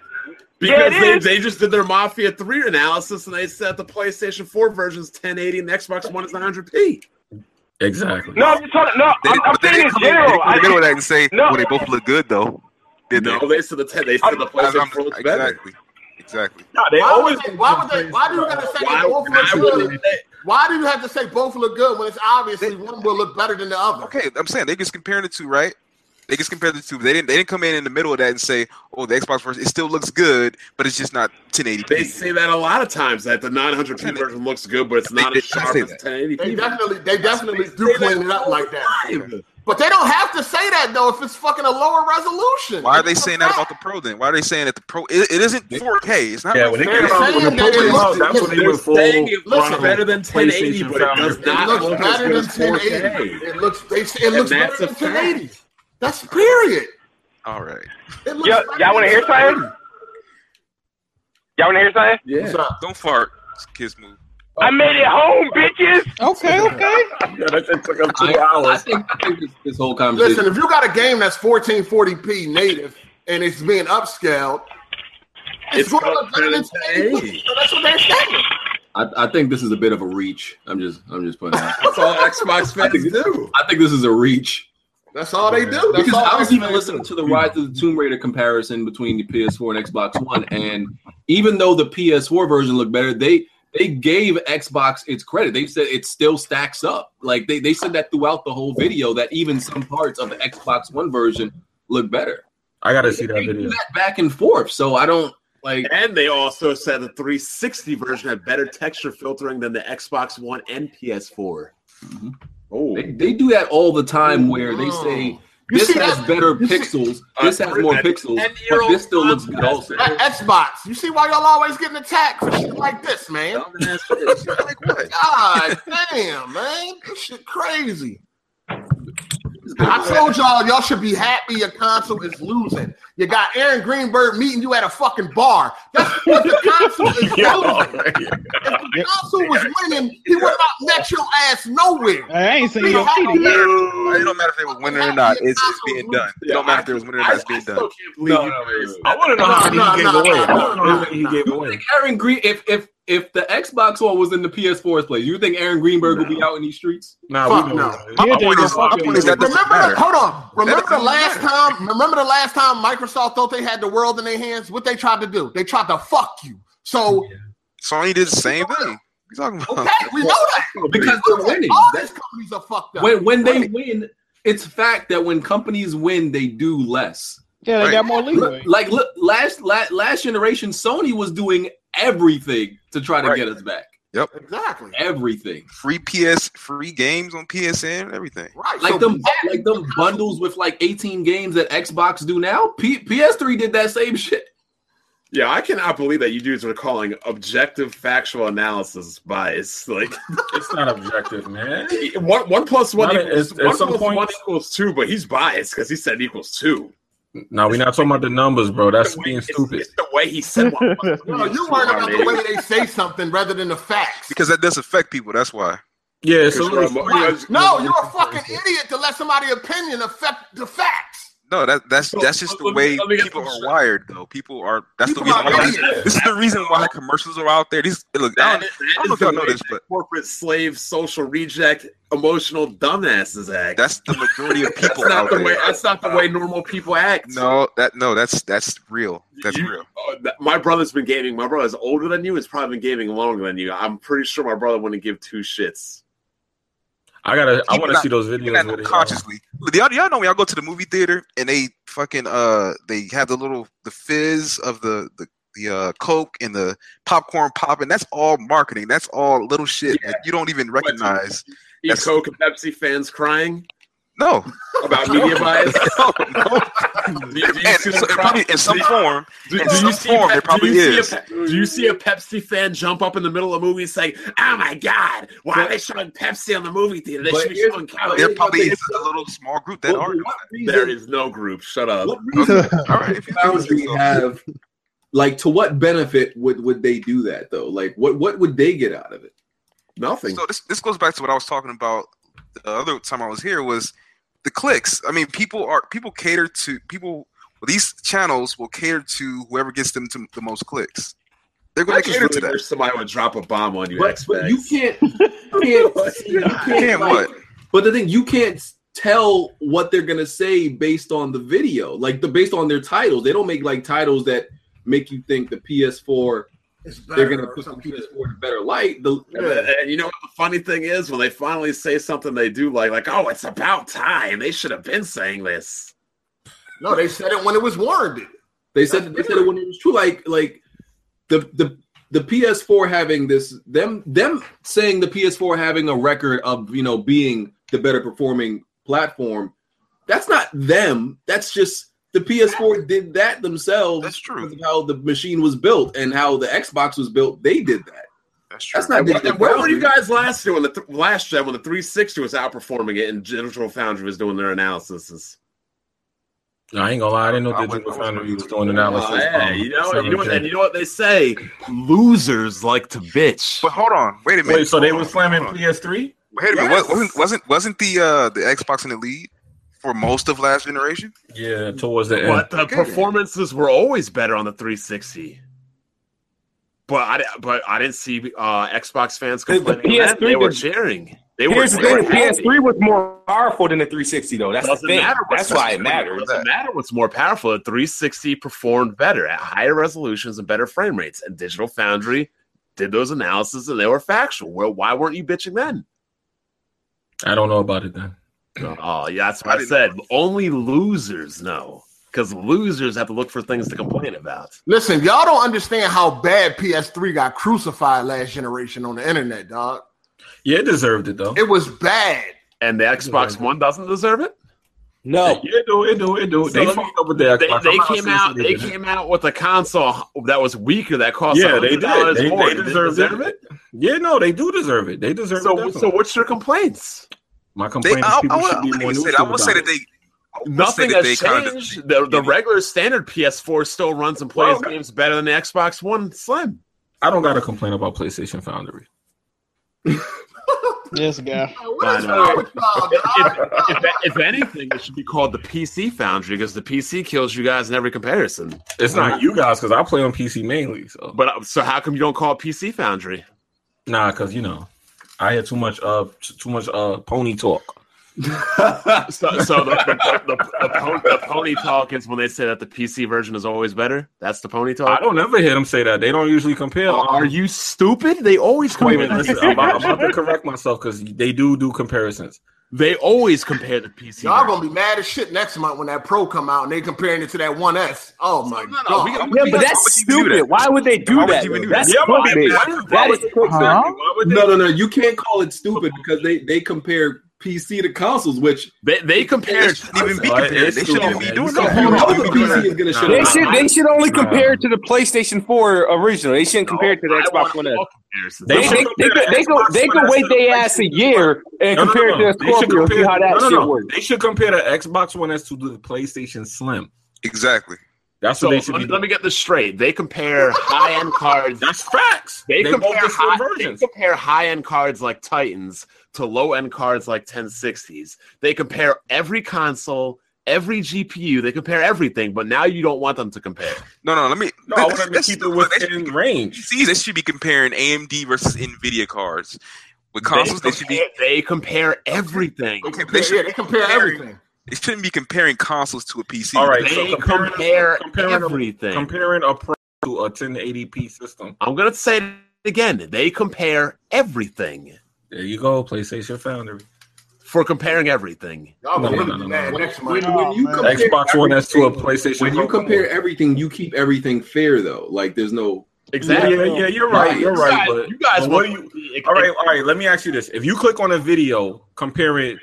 [SPEAKER 5] Yeah,
[SPEAKER 1] Because
[SPEAKER 5] it
[SPEAKER 1] they,
[SPEAKER 5] is.
[SPEAKER 1] they just did their Mafia 3 analysis and they said the PlayStation 4 version is 1080 and the Xbox One is 900p.
[SPEAKER 6] Exactly.
[SPEAKER 5] No, I'm just talking. No,
[SPEAKER 8] They
[SPEAKER 5] I'm,
[SPEAKER 8] didn't-
[SPEAKER 5] I'm
[SPEAKER 8] they
[SPEAKER 5] saying
[SPEAKER 8] didn't
[SPEAKER 5] in
[SPEAKER 8] come they
[SPEAKER 5] general.
[SPEAKER 8] didn't come in the middle of
[SPEAKER 5] I,
[SPEAKER 8] that and say,
[SPEAKER 5] No.
[SPEAKER 8] "Well, they both look good, though." Did
[SPEAKER 1] No,
[SPEAKER 8] they?
[SPEAKER 1] they said the 10, they said the
[SPEAKER 8] That's what
[SPEAKER 1] PlayStation
[SPEAKER 8] I'm-
[SPEAKER 1] 4 was better.
[SPEAKER 8] exactly, exactly.
[SPEAKER 6] No, they
[SPEAKER 4] Why would
[SPEAKER 6] always.
[SPEAKER 4] they? Why would they? Why do you gotta say
[SPEAKER 1] Why,
[SPEAKER 4] they both
[SPEAKER 1] why
[SPEAKER 4] look
[SPEAKER 1] would
[SPEAKER 4] good?
[SPEAKER 1] they, they-
[SPEAKER 4] Why do you have to say both look good when it's obviously one will look better than the other?
[SPEAKER 8] Okay, I'm saying they just comparing the two, right? They just compared the two. They didn't. They didn't come in in the middle of that and say, "Oh, the Xbox version it still looks good, but it's just not 1080p."
[SPEAKER 1] they say that a lot of times that the 900p
[SPEAKER 8] They-
[SPEAKER 1] version looks good, but it's
[SPEAKER 8] they-
[SPEAKER 1] not
[SPEAKER 8] they
[SPEAKER 1] as sharp
[SPEAKER 8] say
[SPEAKER 1] as
[SPEAKER 8] that.
[SPEAKER 1] 1080p.
[SPEAKER 4] They definitely, they definitely do
[SPEAKER 1] They say
[SPEAKER 4] clean it up
[SPEAKER 1] all
[SPEAKER 4] like
[SPEAKER 1] the
[SPEAKER 4] that.
[SPEAKER 1] time.
[SPEAKER 4] But they don't have to say that though if it's fucking a lower resolution.
[SPEAKER 8] Why are they
[SPEAKER 4] It's a
[SPEAKER 8] saying that
[SPEAKER 4] fact.
[SPEAKER 8] about the Pro? Then why are they saying that the Pro? It, it isn't 4K. It's not.
[SPEAKER 6] Yeah, when they
[SPEAKER 8] really
[SPEAKER 6] came out, when the
[SPEAKER 4] saying that
[SPEAKER 6] Pro
[SPEAKER 4] it
[SPEAKER 6] came out,
[SPEAKER 4] looks-
[SPEAKER 6] that's when they
[SPEAKER 1] They're
[SPEAKER 6] went full.
[SPEAKER 1] saying it looks
[SPEAKER 6] throttle
[SPEAKER 1] better than 1080,
[SPEAKER 6] PlayStation
[SPEAKER 1] but it does
[SPEAKER 6] Foundry.
[SPEAKER 4] It
[SPEAKER 1] not
[SPEAKER 4] looks
[SPEAKER 1] look
[SPEAKER 4] better than
[SPEAKER 1] as good as
[SPEAKER 4] 1080.
[SPEAKER 1] 4K.
[SPEAKER 4] It looks they, it looks
[SPEAKER 1] And that's
[SPEAKER 4] better than
[SPEAKER 1] a fact.
[SPEAKER 4] 1080. That's period.
[SPEAKER 8] All right.
[SPEAKER 4] It looks
[SPEAKER 5] Yeah,
[SPEAKER 4] better
[SPEAKER 5] y'all wanna
[SPEAKER 4] than
[SPEAKER 5] hear something?
[SPEAKER 4] 1080.
[SPEAKER 5] y'all want to hear something?
[SPEAKER 1] Yeah.
[SPEAKER 4] What's up?
[SPEAKER 8] Don't fart. Kids move.
[SPEAKER 5] I made it home, bitches.
[SPEAKER 9] Okay, okay.
[SPEAKER 6] Yeah, that shit took up two
[SPEAKER 3] I, I
[SPEAKER 6] hours.
[SPEAKER 3] think, I think this, this whole conversation.
[SPEAKER 4] Listen, if you got a game that's 1440p native and it's being upscaled, it's,
[SPEAKER 1] It's
[SPEAKER 4] going to
[SPEAKER 1] got
[SPEAKER 4] look better than 1080.
[SPEAKER 1] 1080.
[SPEAKER 4] So that's what they're saying.
[SPEAKER 3] I, I think this is a bit of a reach. I'm just I'm just putting out.
[SPEAKER 1] That's all Xbox
[SPEAKER 3] I
[SPEAKER 1] fans
[SPEAKER 3] think-
[SPEAKER 1] do.
[SPEAKER 3] I think this is a reach
[SPEAKER 4] That's all they do. That's
[SPEAKER 3] because
[SPEAKER 4] all
[SPEAKER 3] I was
[SPEAKER 4] they
[SPEAKER 3] even
[SPEAKER 4] do.
[SPEAKER 3] listening to the Rise of the Tomb Raider comparison between the PS4 and Xbox One, and even though the PS4 version looked better, they they gave Xbox its credit. They said it still stacks up. Like they, they said that throughout the whole video that even some parts of the Xbox One version look better.
[SPEAKER 6] I gotta see that
[SPEAKER 3] They do
[SPEAKER 6] video.
[SPEAKER 3] that back and forth. So I don't like.
[SPEAKER 1] And they also said the 360 version had better texture filtering than the Xbox One and PS4.
[SPEAKER 4] Mm-hmm.
[SPEAKER 3] Mhm.
[SPEAKER 1] Oh,
[SPEAKER 3] They, they do that all the time where they say
[SPEAKER 4] You
[SPEAKER 3] this
[SPEAKER 4] see
[SPEAKER 3] has
[SPEAKER 4] that-
[SPEAKER 3] better
[SPEAKER 4] you see-
[SPEAKER 3] pixels,
[SPEAKER 1] Uh,
[SPEAKER 3] this has more
[SPEAKER 1] that
[SPEAKER 3] pixels,
[SPEAKER 1] 10-year-old
[SPEAKER 3] but this still looks good
[SPEAKER 1] console
[SPEAKER 3] also.
[SPEAKER 4] That Xbox. You see why y'all always getting attacked for shit like this, man?
[SPEAKER 1] dumbass bitch.
[SPEAKER 8] Like what?
[SPEAKER 4] God damn, man. This shit crazy. I told y'all, y'all should be happy your console is losing. You got Aaron Greenberg meeting you at a fucking bar. That's because the console is losing. If the console was winning, he would not let your ass nowhere.
[SPEAKER 9] I ain't seen
[SPEAKER 4] Be
[SPEAKER 9] your
[SPEAKER 4] happy.
[SPEAKER 9] cheating.
[SPEAKER 8] It don't matter if they was winning or not. It's, it's being done. It don't matter if they was winning or not. It's being done.
[SPEAKER 1] can't believe
[SPEAKER 3] No,
[SPEAKER 1] you.
[SPEAKER 3] no, wait, wait.
[SPEAKER 6] I want to know how many
[SPEAKER 4] No,
[SPEAKER 6] he
[SPEAKER 4] no,
[SPEAKER 6] gave
[SPEAKER 4] no, no,
[SPEAKER 6] away. I want to know
[SPEAKER 4] no,
[SPEAKER 6] how many he
[SPEAKER 4] no.
[SPEAKER 6] gave
[SPEAKER 3] I
[SPEAKER 6] away.
[SPEAKER 3] think Aaron Green, if if if the Xbox One was in the PS4's place, you think Aaron Greenberg would be out in these streets?
[SPEAKER 6] Nah,
[SPEAKER 4] Fuck
[SPEAKER 6] we know.
[SPEAKER 4] no.
[SPEAKER 8] My, my point is, my
[SPEAKER 9] Fucking
[SPEAKER 8] point is that doesn't
[SPEAKER 4] remember,
[SPEAKER 8] matter.
[SPEAKER 4] hold on. Remember the
[SPEAKER 8] doesn't
[SPEAKER 4] last
[SPEAKER 8] matter.
[SPEAKER 4] time? Remember the last time Microsoft thought they had the world in their hands? What they tried to do? They tried to fuck you. So
[SPEAKER 8] Sony did the same thing. You talking about?
[SPEAKER 4] okay, we know that
[SPEAKER 3] Because they're winning.
[SPEAKER 4] All
[SPEAKER 3] That-
[SPEAKER 4] these companies are fucked up.
[SPEAKER 3] when when they win, it's fact that when companies win, they do less.
[SPEAKER 9] Yeah, they
[SPEAKER 8] Right.
[SPEAKER 9] got more leeway.
[SPEAKER 3] Look, like look, last last last generation, Sony was doing everything to try to
[SPEAKER 8] Right.
[SPEAKER 3] get us back.
[SPEAKER 4] exactly
[SPEAKER 3] Everything.
[SPEAKER 8] Free PS, free games on PSN, everything.
[SPEAKER 4] right.
[SPEAKER 3] Like
[SPEAKER 4] so
[SPEAKER 3] them, like them bundles with like 18 games that Xbox do now. P- PS3 did that same shit.
[SPEAKER 1] Yeah, I cannot believe that you dudes are calling objective factual analysis bias. Like
[SPEAKER 6] It's not objective, man.
[SPEAKER 1] one, one plus one
[SPEAKER 6] Not at-
[SPEAKER 1] equals
[SPEAKER 6] at
[SPEAKER 1] one
[SPEAKER 6] some
[SPEAKER 1] plus
[SPEAKER 6] point-
[SPEAKER 1] one equals two, but he's biased because he said equals two.
[SPEAKER 6] No, we're not talking about the numbers, bro. That's
[SPEAKER 1] The way-
[SPEAKER 6] being
[SPEAKER 1] it's-
[SPEAKER 6] stupid.
[SPEAKER 1] It's the way he said one. plus one
[SPEAKER 4] No,
[SPEAKER 1] equals
[SPEAKER 4] you
[SPEAKER 1] two,
[SPEAKER 4] worried about the
[SPEAKER 1] Arnie.
[SPEAKER 4] way they say something rather than the facts.
[SPEAKER 8] Because that does affect people. That's why.
[SPEAKER 6] Yeah,
[SPEAKER 1] Because
[SPEAKER 6] so
[SPEAKER 1] you're a mo-
[SPEAKER 4] Why-
[SPEAKER 1] because-
[SPEAKER 4] no, you're a fucking idiot to let somebody's opinion affect the facts.
[SPEAKER 8] No, that that's
[SPEAKER 1] So,
[SPEAKER 8] that's just the
[SPEAKER 1] let me-
[SPEAKER 8] way
[SPEAKER 1] let me get
[SPEAKER 8] people
[SPEAKER 1] this
[SPEAKER 8] are
[SPEAKER 1] straight.
[SPEAKER 8] wired, though. People are. That's
[SPEAKER 4] People
[SPEAKER 8] the reason.
[SPEAKER 4] are
[SPEAKER 8] Why,
[SPEAKER 4] idiots.
[SPEAKER 8] this is the reason why commercials are out there. These look.
[SPEAKER 1] That,
[SPEAKER 8] I don't,
[SPEAKER 1] that
[SPEAKER 8] I don't
[SPEAKER 1] is
[SPEAKER 8] know if y'all
[SPEAKER 1] the
[SPEAKER 8] know
[SPEAKER 1] way
[SPEAKER 8] this,
[SPEAKER 1] that
[SPEAKER 8] but-
[SPEAKER 1] corporate slave, social reject, emotional dumbasses act.
[SPEAKER 8] that's the majority of
[SPEAKER 1] That's
[SPEAKER 8] people
[SPEAKER 1] not
[SPEAKER 8] out
[SPEAKER 1] the
[SPEAKER 8] there.
[SPEAKER 1] way. That's not the way normal people act.
[SPEAKER 8] no, that no, that's that's real. That's
[SPEAKER 1] You-
[SPEAKER 8] real.
[SPEAKER 1] uh, th- my brother's been gaming. My brother's older than you. He's probably been gaming longer than you. I'm pretty sure my brother wouldn't give two shits.
[SPEAKER 6] I gotta. I
[SPEAKER 8] People
[SPEAKER 6] want to
[SPEAKER 8] not-
[SPEAKER 6] see those
[SPEAKER 8] Even
[SPEAKER 6] videos
[SPEAKER 8] that
[SPEAKER 6] with it. uh,
[SPEAKER 8] consciously. Look, Y'all, y'all know when y'all go to the movie theater and they fucking uh they have the little the fizz of the the the uh, Coke and the popcorn popping. That's all marketing. That's all little shit that you don't even recognize.
[SPEAKER 1] Eat
[SPEAKER 8] That's-
[SPEAKER 1] Coke and Pepsi fans crying
[SPEAKER 8] No,
[SPEAKER 1] about media bias.
[SPEAKER 8] no, no.
[SPEAKER 1] Do you, do you
[SPEAKER 8] And
[SPEAKER 1] see
[SPEAKER 8] in,
[SPEAKER 1] the
[SPEAKER 8] some-
[SPEAKER 1] crowd-
[SPEAKER 8] probably in some
[SPEAKER 1] do-
[SPEAKER 8] form,
[SPEAKER 1] do-
[SPEAKER 8] in
[SPEAKER 1] do you
[SPEAKER 8] some
[SPEAKER 1] see
[SPEAKER 8] form,
[SPEAKER 1] Pep-
[SPEAKER 8] there probably
[SPEAKER 1] do you
[SPEAKER 8] is.
[SPEAKER 1] See a, Pe- do you see a Pepsi fan jump up in the middle of a movie and say, "Oh my god, why are they showing Pepsi on the movie theater? They
[SPEAKER 3] But
[SPEAKER 1] should be
[SPEAKER 3] here's-
[SPEAKER 1] showing
[SPEAKER 3] but
[SPEAKER 8] there
[SPEAKER 1] Coke."
[SPEAKER 3] here's-
[SPEAKER 8] probably is a little small group that
[SPEAKER 3] What-
[SPEAKER 8] are.
[SPEAKER 3] what reason-
[SPEAKER 1] There is no group. Shut up.
[SPEAKER 3] what reason
[SPEAKER 8] All right, if you
[SPEAKER 3] bounds
[SPEAKER 8] think
[SPEAKER 3] we
[SPEAKER 8] so.
[SPEAKER 3] have like to what benefit would would they do that though like what what would they get out of it
[SPEAKER 1] Nothing.
[SPEAKER 8] So this this goes back to what I was talking about the other time I was here was the clicks. I mean, people are people cater to people. Well, these channels will cater to whoever gets them to the most clicks. They're
[SPEAKER 1] I
[SPEAKER 8] going to
[SPEAKER 1] just
[SPEAKER 8] cater to
[SPEAKER 1] really
[SPEAKER 8] that.
[SPEAKER 1] wish somebody would drop a bomb on you.
[SPEAKER 3] but, but
[SPEAKER 1] X-Facts.
[SPEAKER 3] you can't you can't, see- you can't,
[SPEAKER 8] Damn,
[SPEAKER 3] like-
[SPEAKER 8] what?
[SPEAKER 3] but the thing you can't tell what they're gonna say based on the video like the based on their titles they don't make like titles that make you think the ps4
[SPEAKER 4] It's
[SPEAKER 3] they're gonna put the ps4 in a better light the
[SPEAKER 1] Yeah, and you know what the funny thing is when they finally say something they do like like oh it's about time they should have been saying this
[SPEAKER 4] No, they said it when it was warranted.
[SPEAKER 3] They said they said it when it was true. Like like the the the PS4 having this them them saying the PS4 having a record of you know being the better performing platform. That's not them. That's just the PS4 did that themselves.
[SPEAKER 8] That's true.
[SPEAKER 3] because of How the machine was built and how the Xbox was built. They did that.
[SPEAKER 8] That's true.
[SPEAKER 3] That's not.
[SPEAKER 1] and, wh-
[SPEAKER 3] digital
[SPEAKER 1] and where were you
[SPEAKER 3] boundary.
[SPEAKER 1] guys last year when the th- last gen when the 360 was outperforming it and digital foundry was doing their analysis
[SPEAKER 6] No, I ain't gonna lie. I didn't know
[SPEAKER 8] I
[SPEAKER 6] that
[SPEAKER 8] wouldn't-
[SPEAKER 6] Digital
[SPEAKER 8] I wouldn't
[SPEAKER 6] Foundry was
[SPEAKER 8] retweet
[SPEAKER 6] doing
[SPEAKER 8] that.
[SPEAKER 6] analysis.
[SPEAKER 1] Oh, yeah,
[SPEAKER 6] um,
[SPEAKER 1] you know you know what,
[SPEAKER 6] 7J.
[SPEAKER 1] and you know what they say losers like to bitch
[SPEAKER 8] But hold on, wait a minute.
[SPEAKER 6] Wait, so they
[SPEAKER 8] Hold
[SPEAKER 6] were
[SPEAKER 8] on,
[SPEAKER 6] slamming
[SPEAKER 8] hold on.
[SPEAKER 6] PS3?
[SPEAKER 8] Wait a minute.
[SPEAKER 1] Yes.
[SPEAKER 8] wa- Wasn't wasn't wasn't the uh, the Xbox in the lead for most of last generation?
[SPEAKER 6] Yeah, towards the end.
[SPEAKER 1] but the
[SPEAKER 8] Okay.
[SPEAKER 1] performances were always better on the 360 but I, di- but I didn't see uh, Xbox fans
[SPEAKER 10] The- the
[SPEAKER 1] complaining. of that.
[SPEAKER 10] PS3
[SPEAKER 1] they were
[SPEAKER 10] did-
[SPEAKER 1] cheering. They were.
[SPEAKER 10] Here's the
[SPEAKER 1] they were
[SPEAKER 10] thing: the
[SPEAKER 1] happy.
[SPEAKER 10] PS3 was more powerful than the 360, though. That's the
[SPEAKER 1] doesn't
[SPEAKER 10] thing.
[SPEAKER 1] matter. what's-
[SPEAKER 10] That's why it
[SPEAKER 1] It
[SPEAKER 10] matters.
[SPEAKER 1] doesn't matter what's more powerful. The 360 performed better at higher resolutions and better frame rates, and Digital Foundry did those analysis and they were factual. Well, why weren't you bitching then?
[SPEAKER 6] I don't know about it then.
[SPEAKER 1] Oh, yeah, that's
[SPEAKER 8] I
[SPEAKER 1] what I,
[SPEAKER 8] didn't-
[SPEAKER 1] said. Only losers know, because losers have to look for things to complain about.
[SPEAKER 4] Listen, y'all don't understand how bad PS3 got crucified last generation on the internet, dog.
[SPEAKER 6] Yeah, it deserved it though.
[SPEAKER 4] It was bad.
[SPEAKER 1] And the Xbox One doesn't deserve it.
[SPEAKER 10] No,
[SPEAKER 6] Yeah, it do, it do, it do.
[SPEAKER 1] So
[SPEAKER 6] they
[SPEAKER 1] let me-
[SPEAKER 6] fucked up with the Xbox.
[SPEAKER 1] They,
[SPEAKER 6] I'm
[SPEAKER 1] they
[SPEAKER 6] not
[SPEAKER 1] came
[SPEAKER 6] saying
[SPEAKER 1] out.
[SPEAKER 6] they
[SPEAKER 1] They
[SPEAKER 6] didn't.
[SPEAKER 1] came out with a console that was weaker that cost.
[SPEAKER 6] Yeah, they
[SPEAKER 1] $100
[SPEAKER 6] did. They,
[SPEAKER 1] more.
[SPEAKER 6] they
[SPEAKER 1] Did
[SPEAKER 6] deserved it. Yeah, no, they do deserve it. They deserve it.
[SPEAKER 1] So,
[SPEAKER 6] definitely.
[SPEAKER 1] so what's your complaints?
[SPEAKER 6] My
[SPEAKER 8] They,
[SPEAKER 6] complaint
[SPEAKER 8] I,
[SPEAKER 6] is
[SPEAKER 8] I,
[SPEAKER 6] people
[SPEAKER 8] would- I
[SPEAKER 6] should be
[SPEAKER 8] wouldn't
[SPEAKER 6] more
[SPEAKER 8] even say
[SPEAKER 6] neutral.
[SPEAKER 8] that. I would say
[SPEAKER 6] about
[SPEAKER 8] that they. I would say
[SPEAKER 1] Nothing
[SPEAKER 8] that
[SPEAKER 1] has
[SPEAKER 8] they kinda-
[SPEAKER 1] changed. The, the regular standard PS4 still runs and plays
[SPEAKER 8] Well,
[SPEAKER 1] games better than the Xbox One Slim.
[SPEAKER 6] it. I don't got to complain about PlayStation Foundry.
[SPEAKER 9] Yes, guy.
[SPEAKER 4] What is
[SPEAKER 1] I know.
[SPEAKER 4] wrong with y'all, dog?
[SPEAKER 1] If, if, if anything, it should be called the PC Foundry because the PC kills you guys in every comparison.
[SPEAKER 6] It's not you guys because I play on PC mainly. So
[SPEAKER 1] But uh, so how come you don't call it PC Foundry?
[SPEAKER 6] nah, because you know, I had too much uh t- too much uh pony talk.
[SPEAKER 1] So, so the, the, the, the, pony, the pony talk is when they say that the PC version is always better. That's the pony talk.
[SPEAKER 6] I don't ever hear them say that. They don't usually compare.
[SPEAKER 1] Uh, Are you stupid? They always
[SPEAKER 6] Wait a
[SPEAKER 1] compare.
[SPEAKER 6] minute, listen. I'm about, I'm about to correct myself because they do do comparisons.
[SPEAKER 1] They always compare the PC.
[SPEAKER 4] Y'all
[SPEAKER 1] version.
[SPEAKER 4] gonna be mad as shit next month when that Pro come out and they comparing it to that One S. Oh my
[SPEAKER 8] No, no,
[SPEAKER 4] god!
[SPEAKER 8] we- we-
[SPEAKER 10] Yeah,
[SPEAKER 8] we-
[SPEAKER 10] but
[SPEAKER 8] why
[SPEAKER 10] that's
[SPEAKER 8] would you do
[SPEAKER 10] stupid. Why would they do
[SPEAKER 8] Why would
[SPEAKER 10] that?
[SPEAKER 8] you even
[SPEAKER 10] though?
[SPEAKER 8] do
[SPEAKER 10] That's
[SPEAKER 6] Yeah,
[SPEAKER 8] that?
[SPEAKER 6] but they-
[SPEAKER 10] clickbait.
[SPEAKER 6] why-
[SPEAKER 10] That
[SPEAKER 6] why-
[SPEAKER 10] is clickbait.
[SPEAKER 2] Huh?
[SPEAKER 6] Why would they?
[SPEAKER 3] No, no, no. You can't call it stupid because they they compare PC to consoles, which
[SPEAKER 1] They they compare.
[SPEAKER 8] shouldn't even be
[SPEAKER 6] Well,
[SPEAKER 8] compared.
[SPEAKER 6] it's
[SPEAKER 8] They shouldn't
[SPEAKER 6] cool,
[SPEAKER 8] even be
[SPEAKER 6] man.
[SPEAKER 8] doing
[SPEAKER 6] It's cool.
[SPEAKER 8] that.
[SPEAKER 3] you
[SPEAKER 1] no,
[SPEAKER 3] know
[SPEAKER 1] no,
[SPEAKER 3] the
[SPEAKER 1] no,
[SPEAKER 3] PC is
[SPEAKER 1] no,
[SPEAKER 3] gonna shut
[SPEAKER 1] no,
[SPEAKER 10] They
[SPEAKER 3] up.
[SPEAKER 1] no.
[SPEAKER 10] should they should only
[SPEAKER 6] Nah.
[SPEAKER 10] compare it to the PlayStation 4 original. They shouldn't compare it to the
[SPEAKER 1] I
[SPEAKER 10] Xbox
[SPEAKER 1] want
[SPEAKER 10] One S.
[SPEAKER 1] all comparisons.
[SPEAKER 10] They
[SPEAKER 6] should
[SPEAKER 10] they they
[SPEAKER 6] compare
[SPEAKER 10] could they could
[SPEAKER 6] Xbox
[SPEAKER 10] they
[SPEAKER 6] One
[SPEAKER 10] could
[SPEAKER 6] S
[SPEAKER 10] wait
[SPEAKER 6] to the
[SPEAKER 10] their ass a
[SPEAKER 6] PlayStation.
[SPEAKER 10] year and
[SPEAKER 6] No, no,
[SPEAKER 10] compare
[SPEAKER 6] no, no.
[SPEAKER 10] it to
[SPEAKER 6] They
[SPEAKER 10] a
[SPEAKER 6] should
[SPEAKER 10] Scorpio. See
[SPEAKER 6] compare-
[SPEAKER 10] how that
[SPEAKER 6] no, no,
[SPEAKER 10] shit
[SPEAKER 6] no.
[SPEAKER 10] works.
[SPEAKER 6] They should compare the Xbox One S to the PlayStation Slim.
[SPEAKER 8] Exactly.
[SPEAKER 6] That's
[SPEAKER 1] So
[SPEAKER 6] what they should
[SPEAKER 1] let,
[SPEAKER 6] be.
[SPEAKER 1] me-
[SPEAKER 6] doing.
[SPEAKER 1] let me get this straight. They compare high end cards.
[SPEAKER 6] That's facts.
[SPEAKER 1] They,
[SPEAKER 6] both
[SPEAKER 1] compare
[SPEAKER 6] get slim
[SPEAKER 1] high, they
[SPEAKER 6] versions.
[SPEAKER 1] compare high end cards like Titans to low end cards like 1060s. They compare every console, every GPU. They compare everything, but now you don't want them to compare.
[SPEAKER 8] No, no. Let me.
[SPEAKER 6] No, I want
[SPEAKER 8] that's-
[SPEAKER 6] them to
[SPEAKER 8] that's-
[SPEAKER 6] keep it
[SPEAKER 8] look, they should
[SPEAKER 6] within
[SPEAKER 8] be-
[SPEAKER 6] range.
[SPEAKER 8] PCs, they should be comparing AMD versus Nvidia cards. With consoles, they,
[SPEAKER 1] they,
[SPEAKER 8] should
[SPEAKER 1] compare,
[SPEAKER 8] be.
[SPEAKER 1] they compare everything.
[SPEAKER 8] Okay, but
[SPEAKER 4] they,
[SPEAKER 8] they
[SPEAKER 4] yeah,
[SPEAKER 8] should.
[SPEAKER 4] they compare everything.
[SPEAKER 8] They shouldn't be comparing consoles to a PC.
[SPEAKER 6] All right,
[SPEAKER 1] They
[SPEAKER 6] so comparing-
[SPEAKER 1] compare
[SPEAKER 6] comparing a-
[SPEAKER 1] everything.
[SPEAKER 6] Comparing a pro to a 1080p system.
[SPEAKER 1] I'm going to say it again. They compare everything
[SPEAKER 6] There you go, PlayStation Foundry.
[SPEAKER 1] for comparing everything.
[SPEAKER 4] Y'all
[SPEAKER 6] No,
[SPEAKER 4] gonna
[SPEAKER 6] no,
[SPEAKER 4] really
[SPEAKER 6] no,
[SPEAKER 4] be
[SPEAKER 6] no,
[SPEAKER 4] mad
[SPEAKER 6] no.
[SPEAKER 4] next
[SPEAKER 3] When,
[SPEAKER 4] month.
[SPEAKER 3] when you
[SPEAKER 2] Oh,
[SPEAKER 3] compare
[SPEAKER 6] Xbox One S to a
[SPEAKER 3] everything-
[SPEAKER 6] PlayStation.
[SPEAKER 3] When you
[SPEAKER 6] Pro.
[SPEAKER 3] compare everything, you keep everything fair though. Like there's no
[SPEAKER 6] yeah,
[SPEAKER 1] Exactly.
[SPEAKER 6] yeah, yeah, you're right, you're
[SPEAKER 1] You guys,
[SPEAKER 6] right. But
[SPEAKER 1] you guys
[SPEAKER 6] but what do
[SPEAKER 1] want
[SPEAKER 6] you?
[SPEAKER 1] the-
[SPEAKER 6] All right, all right. Let me ask you this: If you click on a video, compare it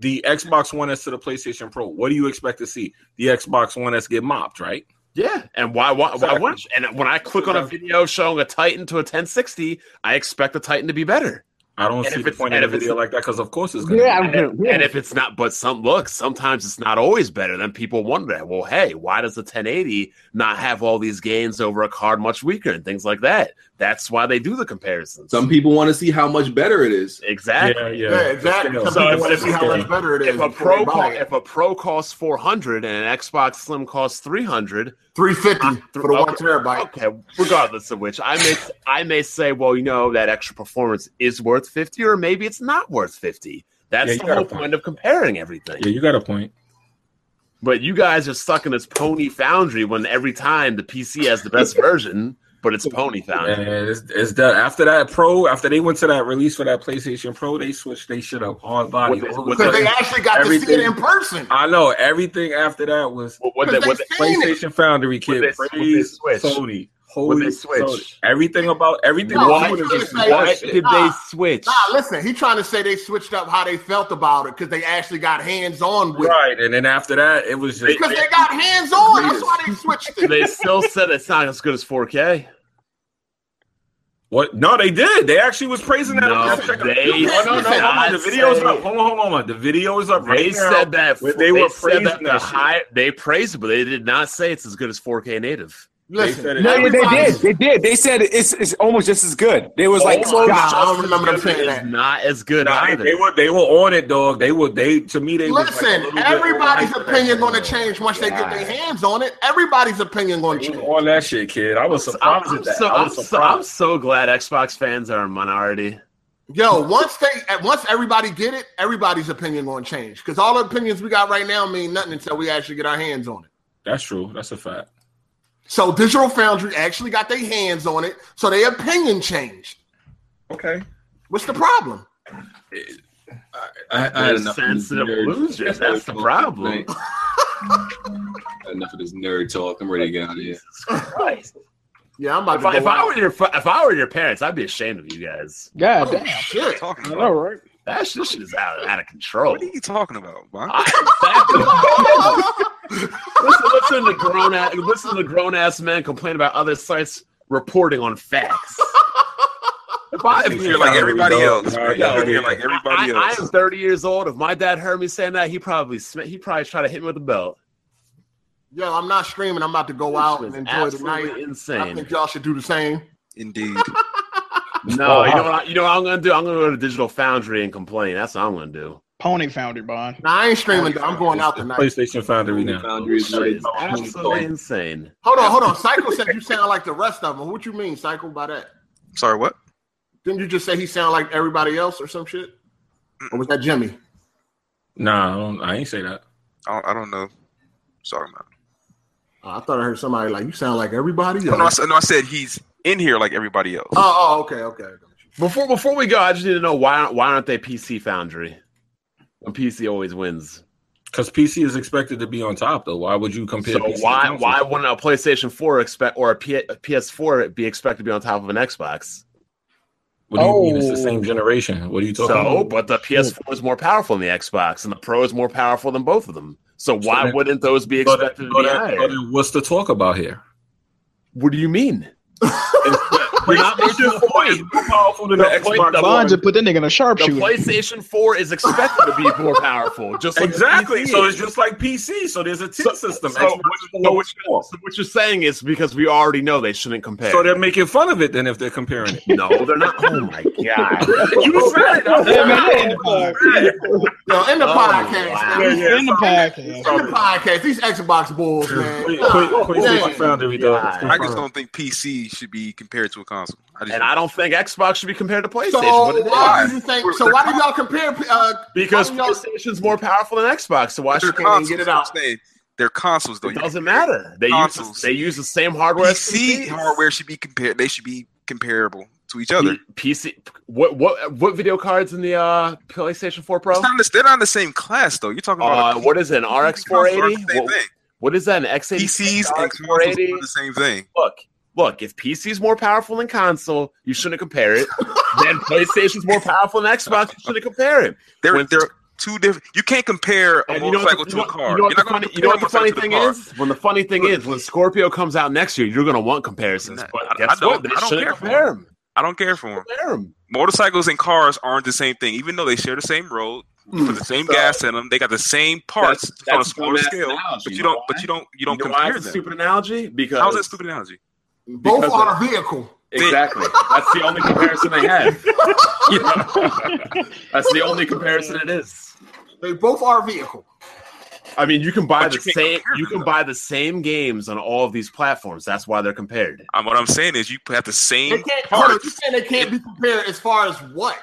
[SPEAKER 6] the Xbox One S to the PlayStation Pro. What do you expect to see? The Xbox One S get mopped, right?
[SPEAKER 1] Yeah, and why? Why? why
[SPEAKER 6] Exactly.
[SPEAKER 1] wouldn't you? And when I click on a
[SPEAKER 6] Exactly.
[SPEAKER 1] video showing a Titan to a 1060, I expect the Titan to be better.
[SPEAKER 6] I don't
[SPEAKER 1] And
[SPEAKER 6] see
[SPEAKER 1] if
[SPEAKER 6] the
[SPEAKER 1] it's-
[SPEAKER 6] point
[SPEAKER 1] and
[SPEAKER 6] in a
[SPEAKER 1] if it's-
[SPEAKER 6] video like that because, of course, it's gonna.
[SPEAKER 10] Yeah,
[SPEAKER 6] be.
[SPEAKER 10] I'm
[SPEAKER 1] And,
[SPEAKER 10] yeah.
[SPEAKER 1] and if it's not, but some look, sometimes it's not always better. Then people wonder, well, hey, why does the 1080 not have all these gains over a card much weaker and things like that? That's why they do the comparisons.
[SPEAKER 3] some people want to see how much better it is.
[SPEAKER 1] exactly.
[SPEAKER 6] yeah, yeah.
[SPEAKER 4] Yeah, exactly.
[SPEAKER 6] It's
[SPEAKER 4] Some
[SPEAKER 1] So
[SPEAKER 4] people
[SPEAKER 1] if-
[SPEAKER 4] want to
[SPEAKER 1] if-
[SPEAKER 4] see how much better it is.
[SPEAKER 1] If a
[SPEAKER 4] before
[SPEAKER 1] pro
[SPEAKER 4] they
[SPEAKER 1] co-
[SPEAKER 4] buy it.
[SPEAKER 1] if a pro costs 400 and an Xbox Slim costs 300,
[SPEAKER 4] 350 for the one
[SPEAKER 1] Okay.
[SPEAKER 4] terabyte.
[SPEAKER 1] Okay, regardless of which, I may I may say, well, you know, that extra performance is worth fifty, or maybe it's not worth fifty. That's
[SPEAKER 6] Yeah, you
[SPEAKER 1] the
[SPEAKER 6] got a
[SPEAKER 1] whole
[SPEAKER 6] point.
[SPEAKER 1] point of comparing everything.
[SPEAKER 6] Yeah, you got a point.
[SPEAKER 1] But you guys are stuck in this pony foundry when every time the PC has the best version, but it's pony
[SPEAKER 6] And
[SPEAKER 1] foundry.
[SPEAKER 6] it's, it's that after that pro after they went to that release for that PlayStation Pro, they switched they shit up hard body.
[SPEAKER 1] With-
[SPEAKER 6] What
[SPEAKER 1] with
[SPEAKER 6] was
[SPEAKER 4] Because they
[SPEAKER 6] that?
[SPEAKER 4] actually got to see it
[SPEAKER 6] everything-
[SPEAKER 4] in person.
[SPEAKER 6] I know everything after that was
[SPEAKER 1] What, what,
[SPEAKER 4] Because
[SPEAKER 1] they, what,
[SPEAKER 4] they
[SPEAKER 1] they,
[SPEAKER 4] seen it.
[SPEAKER 6] PlayStation Foundry
[SPEAKER 1] When
[SPEAKER 6] kid.
[SPEAKER 1] they- when
[SPEAKER 6] Praise
[SPEAKER 1] they switch.
[SPEAKER 6] Sony.
[SPEAKER 1] When
[SPEAKER 6] Holy
[SPEAKER 1] they switch.
[SPEAKER 6] Sony. Everything about everything.
[SPEAKER 4] No,
[SPEAKER 6] about
[SPEAKER 4] I'm
[SPEAKER 6] it is
[SPEAKER 4] trying
[SPEAKER 6] just
[SPEAKER 4] to say-
[SPEAKER 6] wild
[SPEAKER 1] why
[SPEAKER 4] that
[SPEAKER 6] shit.
[SPEAKER 4] shit. Ah.
[SPEAKER 1] did they
[SPEAKER 4] Nah.
[SPEAKER 1] switch?
[SPEAKER 4] Nah, listen, he trying to say they switched up how they felt about it because they actually got hands on with it.
[SPEAKER 6] Right, and then after that, it was just
[SPEAKER 4] Because they got hands on. That's why they switched it.
[SPEAKER 1] they still said it's not as good as 4K.
[SPEAKER 6] what? No, they did. They actually was praising that.
[SPEAKER 1] No,
[SPEAKER 6] I'm just checking-
[SPEAKER 1] they
[SPEAKER 6] no, no, no,
[SPEAKER 1] did
[SPEAKER 6] hold on. The
[SPEAKER 1] not
[SPEAKER 6] video's
[SPEAKER 1] say-
[SPEAKER 6] up. Hold on, hold on, hold on. The video is up.
[SPEAKER 1] They
[SPEAKER 6] right now.
[SPEAKER 1] said that
[SPEAKER 6] They
[SPEAKER 1] they,
[SPEAKER 6] were
[SPEAKER 1] were praised
[SPEAKER 6] praising
[SPEAKER 1] that the
[SPEAKER 6] that shit.
[SPEAKER 1] high. They praised it, but they did not say it's as good as 4K native.
[SPEAKER 6] said
[SPEAKER 4] Listen,
[SPEAKER 6] it.
[SPEAKER 10] No, yeah, they
[SPEAKER 4] everybody-
[SPEAKER 10] did. They did. They said it's it's almost just as good. They was like,
[SPEAKER 1] Oh my
[SPEAKER 4] God, I don't
[SPEAKER 1] Justin
[SPEAKER 4] remember them
[SPEAKER 1] Jefferson
[SPEAKER 4] saying
[SPEAKER 1] is
[SPEAKER 4] that.
[SPEAKER 1] Not as good
[SPEAKER 6] Nah, they,
[SPEAKER 1] either.
[SPEAKER 6] they were they were on it, dog. They were they to me they was, like, "Oh, a
[SPEAKER 4] Listen,
[SPEAKER 6] little bit
[SPEAKER 4] everybody's
[SPEAKER 6] overhyped for that
[SPEAKER 4] opinion
[SPEAKER 6] shit.
[SPEAKER 4] going to change once they get their hands on it. Everybody's opinion going to
[SPEAKER 6] They was
[SPEAKER 4] change.
[SPEAKER 6] on that shit, kid. I was
[SPEAKER 1] I'm,
[SPEAKER 6] surprised
[SPEAKER 1] I'm
[SPEAKER 6] at that.
[SPEAKER 1] so,
[SPEAKER 6] I
[SPEAKER 1] I'm,
[SPEAKER 6] was
[SPEAKER 1] so, I'm
[SPEAKER 6] surprised.
[SPEAKER 1] so glad Xbox fans are a minority.
[SPEAKER 4] Yo, once they, at- once everybody get it, everybody's opinion going to change because all the opinions we got right now mean nothing until we actually get our hands on it.
[SPEAKER 6] That's true. That's a fact.
[SPEAKER 4] So Digital Foundry actually got their hands on it, so their opinion changed.
[SPEAKER 6] Okay.
[SPEAKER 4] What's the problem?
[SPEAKER 3] I, I
[SPEAKER 1] They're
[SPEAKER 3] had enough
[SPEAKER 1] sensitive
[SPEAKER 3] of this nerd-
[SPEAKER 1] losers.
[SPEAKER 3] nerd
[SPEAKER 1] That's the
[SPEAKER 3] talk
[SPEAKER 1] problem.
[SPEAKER 3] tonight. I had enough of this nerd talk. I'm ready to get out of here.
[SPEAKER 1] Christ.
[SPEAKER 4] Yeah, I'm about
[SPEAKER 1] If,
[SPEAKER 4] to
[SPEAKER 1] I,
[SPEAKER 4] go
[SPEAKER 1] if I
[SPEAKER 4] out.
[SPEAKER 1] were your fa- if I were your parents, I'd be ashamed of you guys.
[SPEAKER 2] God
[SPEAKER 4] Oh,
[SPEAKER 2] damn.
[SPEAKER 4] shit.
[SPEAKER 8] Talking
[SPEAKER 2] I
[SPEAKER 8] about.
[SPEAKER 2] know, right?
[SPEAKER 1] That shit, this shit is out, out of control.
[SPEAKER 8] What are you talking about? Bob?
[SPEAKER 1] I- listen, listen to grown ass listen to grown ass men complain about other sites reporting on facts. I
[SPEAKER 8] If you're like everybody else, right? If you're like everybody
[SPEAKER 1] I,
[SPEAKER 8] else.
[SPEAKER 1] am 30 years old. If my dad heard me saying that, he probably sm- he probably tried to hit me with a belt.
[SPEAKER 4] Yo, I'm not streaming. I'm about to go
[SPEAKER 1] This
[SPEAKER 4] out
[SPEAKER 1] was
[SPEAKER 4] and enjoy the
[SPEAKER 1] absolutely
[SPEAKER 4] night. I
[SPEAKER 1] insane.
[SPEAKER 4] think y'all should do the same.
[SPEAKER 8] Indeed.
[SPEAKER 1] No,
[SPEAKER 9] Oh,
[SPEAKER 1] you know
[SPEAKER 9] wow.
[SPEAKER 1] what? I, you know what I'm gonna do? I'm gonna go to Digital Foundry and complain. That's what I'm gonna do.
[SPEAKER 9] Pony Foundry, Bond.
[SPEAKER 4] Nah, I ain't streaming. though. I'm going out tonight.
[SPEAKER 6] PlayStation Foundry now.
[SPEAKER 3] Boundaries.
[SPEAKER 1] Shit is absolutely insane.
[SPEAKER 4] Hold on, hold on. Cycle said you sound like the rest of them. What you mean, Cycle, by that?
[SPEAKER 8] Sorry, what?
[SPEAKER 4] Didn't you just say he sound like everybody else or some shit? Or was that Jimmy?
[SPEAKER 6] Nah, I, don't, I ain't say that.
[SPEAKER 8] I don't, I don't know. Sorry, man.
[SPEAKER 4] Oh, I thought I heard somebody like you sound like everybody
[SPEAKER 8] Oh, No, no, I,
[SPEAKER 4] else.
[SPEAKER 8] said, no, I said he's in here like everybody else.
[SPEAKER 4] Oh, oh, okay, okay.
[SPEAKER 1] Before before we go, I just need to know why aren't why aren't they PC Foundry? When PC always wins.
[SPEAKER 6] Because PC is expected to be on top, though. Why would you compare?
[SPEAKER 1] So
[SPEAKER 6] PC
[SPEAKER 1] why
[SPEAKER 6] consoles?
[SPEAKER 1] why wouldn't a PlayStation 4 expect or a, P- a PS4 be expected to be on top of an Xbox?
[SPEAKER 6] What do you mean? It's
[SPEAKER 9] Oh.
[SPEAKER 6] the same generation. What are you
[SPEAKER 1] So, oh,
[SPEAKER 6] talking about?
[SPEAKER 1] but the PS4 is more powerful than the Xbox, and the Pro is more powerful than both of them. So
[SPEAKER 6] So
[SPEAKER 1] why
[SPEAKER 6] then-
[SPEAKER 1] wouldn't those be
[SPEAKER 6] So
[SPEAKER 1] expected
[SPEAKER 6] then-
[SPEAKER 1] to
[SPEAKER 6] so
[SPEAKER 1] be
[SPEAKER 6] then-
[SPEAKER 1] higher?
[SPEAKER 6] so then what's the talk about here?
[SPEAKER 1] what do you mean? You're not making a
[SPEAKER 6] PlayStation 4 is
[SPEAKER 1] point.
[SPEAKER 6] more powerful than
[SPEAKER 1] The
[SPEAKER 6] the,
[SPEAKER 1] point-
[SPEAKER 6] Xbox
[SPEAKER 1] the
[SPEAKER 9] Bond
[SPEAKER 6] One.
[SPEAKER 9] just put that nigga in a
[SPEAKER 1] The
[SPEAKER 9] sharpshooter.
[SPEAKER 1] PlayStation 4 is expected to be more powerful. Just like the
[SPEAKER 6] Exactly.
[SPEAKER 1] PC
[SPEAKER 6] So
[SPEAKER 1] is.
[SPEAKER 6] it's just like PC. So there's a tier system.
[SPEAKER 1] so
[SPEAKER 6] Xbox
[SPEAKER 1] what-
[SPEAKER 6] is the
[SPEAKER 1] so
[SPEAKER 6] lowest
[SPEAKER 1] So
[SPEAKER 6] form.
[SPEAKER 1] what you're saying is because we already know they shouldn't compare.
[SPEAKER 6] So they're making fun of it then if they're comparing it.
[SPEAKER 1] no, they're not. Oh my god!
[SPEAKER 6] you said it. I said
[SPEAKER 9] Yeah, man, that
[SPEAKER 6] it.
[SPEAKER 9] ain't the
[SPEAKER 4] Yo, in the
[SPEAKER 1] Oh,
[SPEAKER 4] podcast,
[SPEAKER 1] wow.
[SPEAKER 4] man.
[SPEAKER 9] podcast. In the podcast.
[SPEAKER 4] In the podcast, these Xbox bulls, man.
[SPEAKER 6] Play- play-
[SPEAKER 9] Oh,
[SPEAKER 4] God
[SPEAKER 6] PlayStation
[SPEAKER 4] damn.
[SPEAKER 6] Foundry, though. It's
[SPEAKER 1] Yeah.
[SPEAKER 8] I just
[SPEAKER 6] confirmed.
[SPEAKER 8] don't think PC should be compared to a console. I just
[SPEAKER 1] And I don't think Xbox should be compared to PlayStation. but
[SPEAKER 4] So
[SPEAKER 1] it is.
[SPEAKER 4] why do you think? So why do y'all compare? Uh,
[SPEAKER 1] Because
[SPEAKER 4] why do y'all-
[SPEAKER 1] PlayStation's more powerful than Xbox, so why
[SPEAKER 8] They're
[SPEAKER 1] should anyone get
[SPEAKER 8] consoles,
[SPEAKER 1] it out?
[SPEAKER 8] I'm saying. They're consoles, though.
[SPEAKER 1] It doesn't matter. They use the,
[SPEAKER 8] Consoles.
[SPEAKER 1] they use the same hardware. as
[SPEAKER 8] PC
[SPEAKER 1] PCs.
[SPEAKER 8] hardware should be compared. They should be comparable to each other.
[SPEAKER 1] P- PC. What what what video cards in the uh, PlayStation 4 Pro?
[SPEAKER 8] It's not, the- they're not in the same class, though. You're talking about
[SPEAKER 1] Uh, what is it? An RX
[SPEAKER 8] consoles are the
[SPEAKER 1] 480?
[SPEAKER 8] Same
[SPEAKER 1] What,
[SPEAKER 8] thing.
[SPEAKER 1] what is that? An X86?
[SPEAKER 8] PCs and
[SPEAKER 1] RX
[SPEAKER 8] consoles are
[SPEAKER 1] 480?
[SPEAKER 8] the same thing.
[SPEAKER 1] Look, look. If PC's more powerful than console, you shouldn't compare it. then PlayStation's more powerful than Xbox. You shouldn't compare it.
[SPEAKER 8] They're
[SPEAKER 1] When-
[SPEAKER 8] they're two different. You can't compare a
[SPEAKER 1] And you know what
[SPEAKER 8] motorcycle
[SPEAKER 1] the-
[SPEAKER 8] to
[SPEAKER 1] you
[SPEAKER 8] a
[SPEAKER 1] know-
[SPEAKER 8] car.
[SPEAKER 1] You know what
[SPEAKER 8] You're
[SPEAKER 1] the
[SPEAKER 8] not gonna
[SPEAKER 1] funny, you
[SPEAKER 8] compare
[SPEAKER 1] know
[SPEAKER 8] a
[SPEAKER 1] what the funny
[SPEAKER 8] motorcycle to a
[SPEAKER 1] thing
[SPEAKER 8] car.
[SPEAKER 1] is? When the funny thing is, when Scorpio comes out next year, you're gonna want comparisons.
[SPEAKER 8] Nah,
[SPEAKER 1] But
[SPEAKER 8] I- I
[SPEAKER 1] guess
[SPEAKER 8] don't-
[SPEAKER 1] what? They
[SPEAKER 8] I don't
[SPEAKER 1] shouldn't
[SPEAKER 8] care for
[SPEAKER 1] compare them.
[SPEAKER 8] I don't care for them.
[SPEAKER 1] Compare them.
[SPEAKER 8] Motorcycles and cars aren't the same thing, even though they share the same road. You put the same gas in them. They got the same parts just on a smaller
[SPEAKER 1] dumbass
[SPEAKER 8] scale.
[SPEAKER 1] analogy,
[SPEAKER 8] But
[SPEAKER 1] you
[SPEAKER 8] you
[SPEAKER 1] know
[SPEAKER 8] don't. But
[SPEAKER 1] why?
[SPEAKER 8] you don't. You don't
[SPEAKER 1] know why
[SPEAKER 8] compare
[SPEAKER 1] it's a
[SPEAKER 8] them.
[SPEAKER 1] stupid analogy because
[SPEAKER 8] How's that stupid analogy?
[SPEAKER 4] both
[SPEAKER 1] because
[SPEAKER 4] are a vehicle.
[SPEAKER 1] exactly. That's the only comparison they have. You know? That's the only comparison it is.
[SPEAKER 4] They both are a vehicle.
[SPEAKER 1] I mean, you can buy
[SPEAKER 8] But
[SPEAKER 1] the
[SPEAKER 8] you can't
[SPEAKER 1] same.
[SPEAKER 8] compare
[SPEAKER 1] You
[SPEAKER 8] them,
[SPEAKER 1] can
[SPEAKER 8] though.
[SPEAKER 1] buy the same games on all of these platforms. That's why they're compared.
[SPEAKER 8] Um, what I'm saying is, you have the
[SPEAKER 4] They
[SPEAKER 8] same
[SPEAKER 4] can't. Hold on, you
[SPEAKER 8] parts.
[SPEAKER 4] saying they can't be compared as far as what?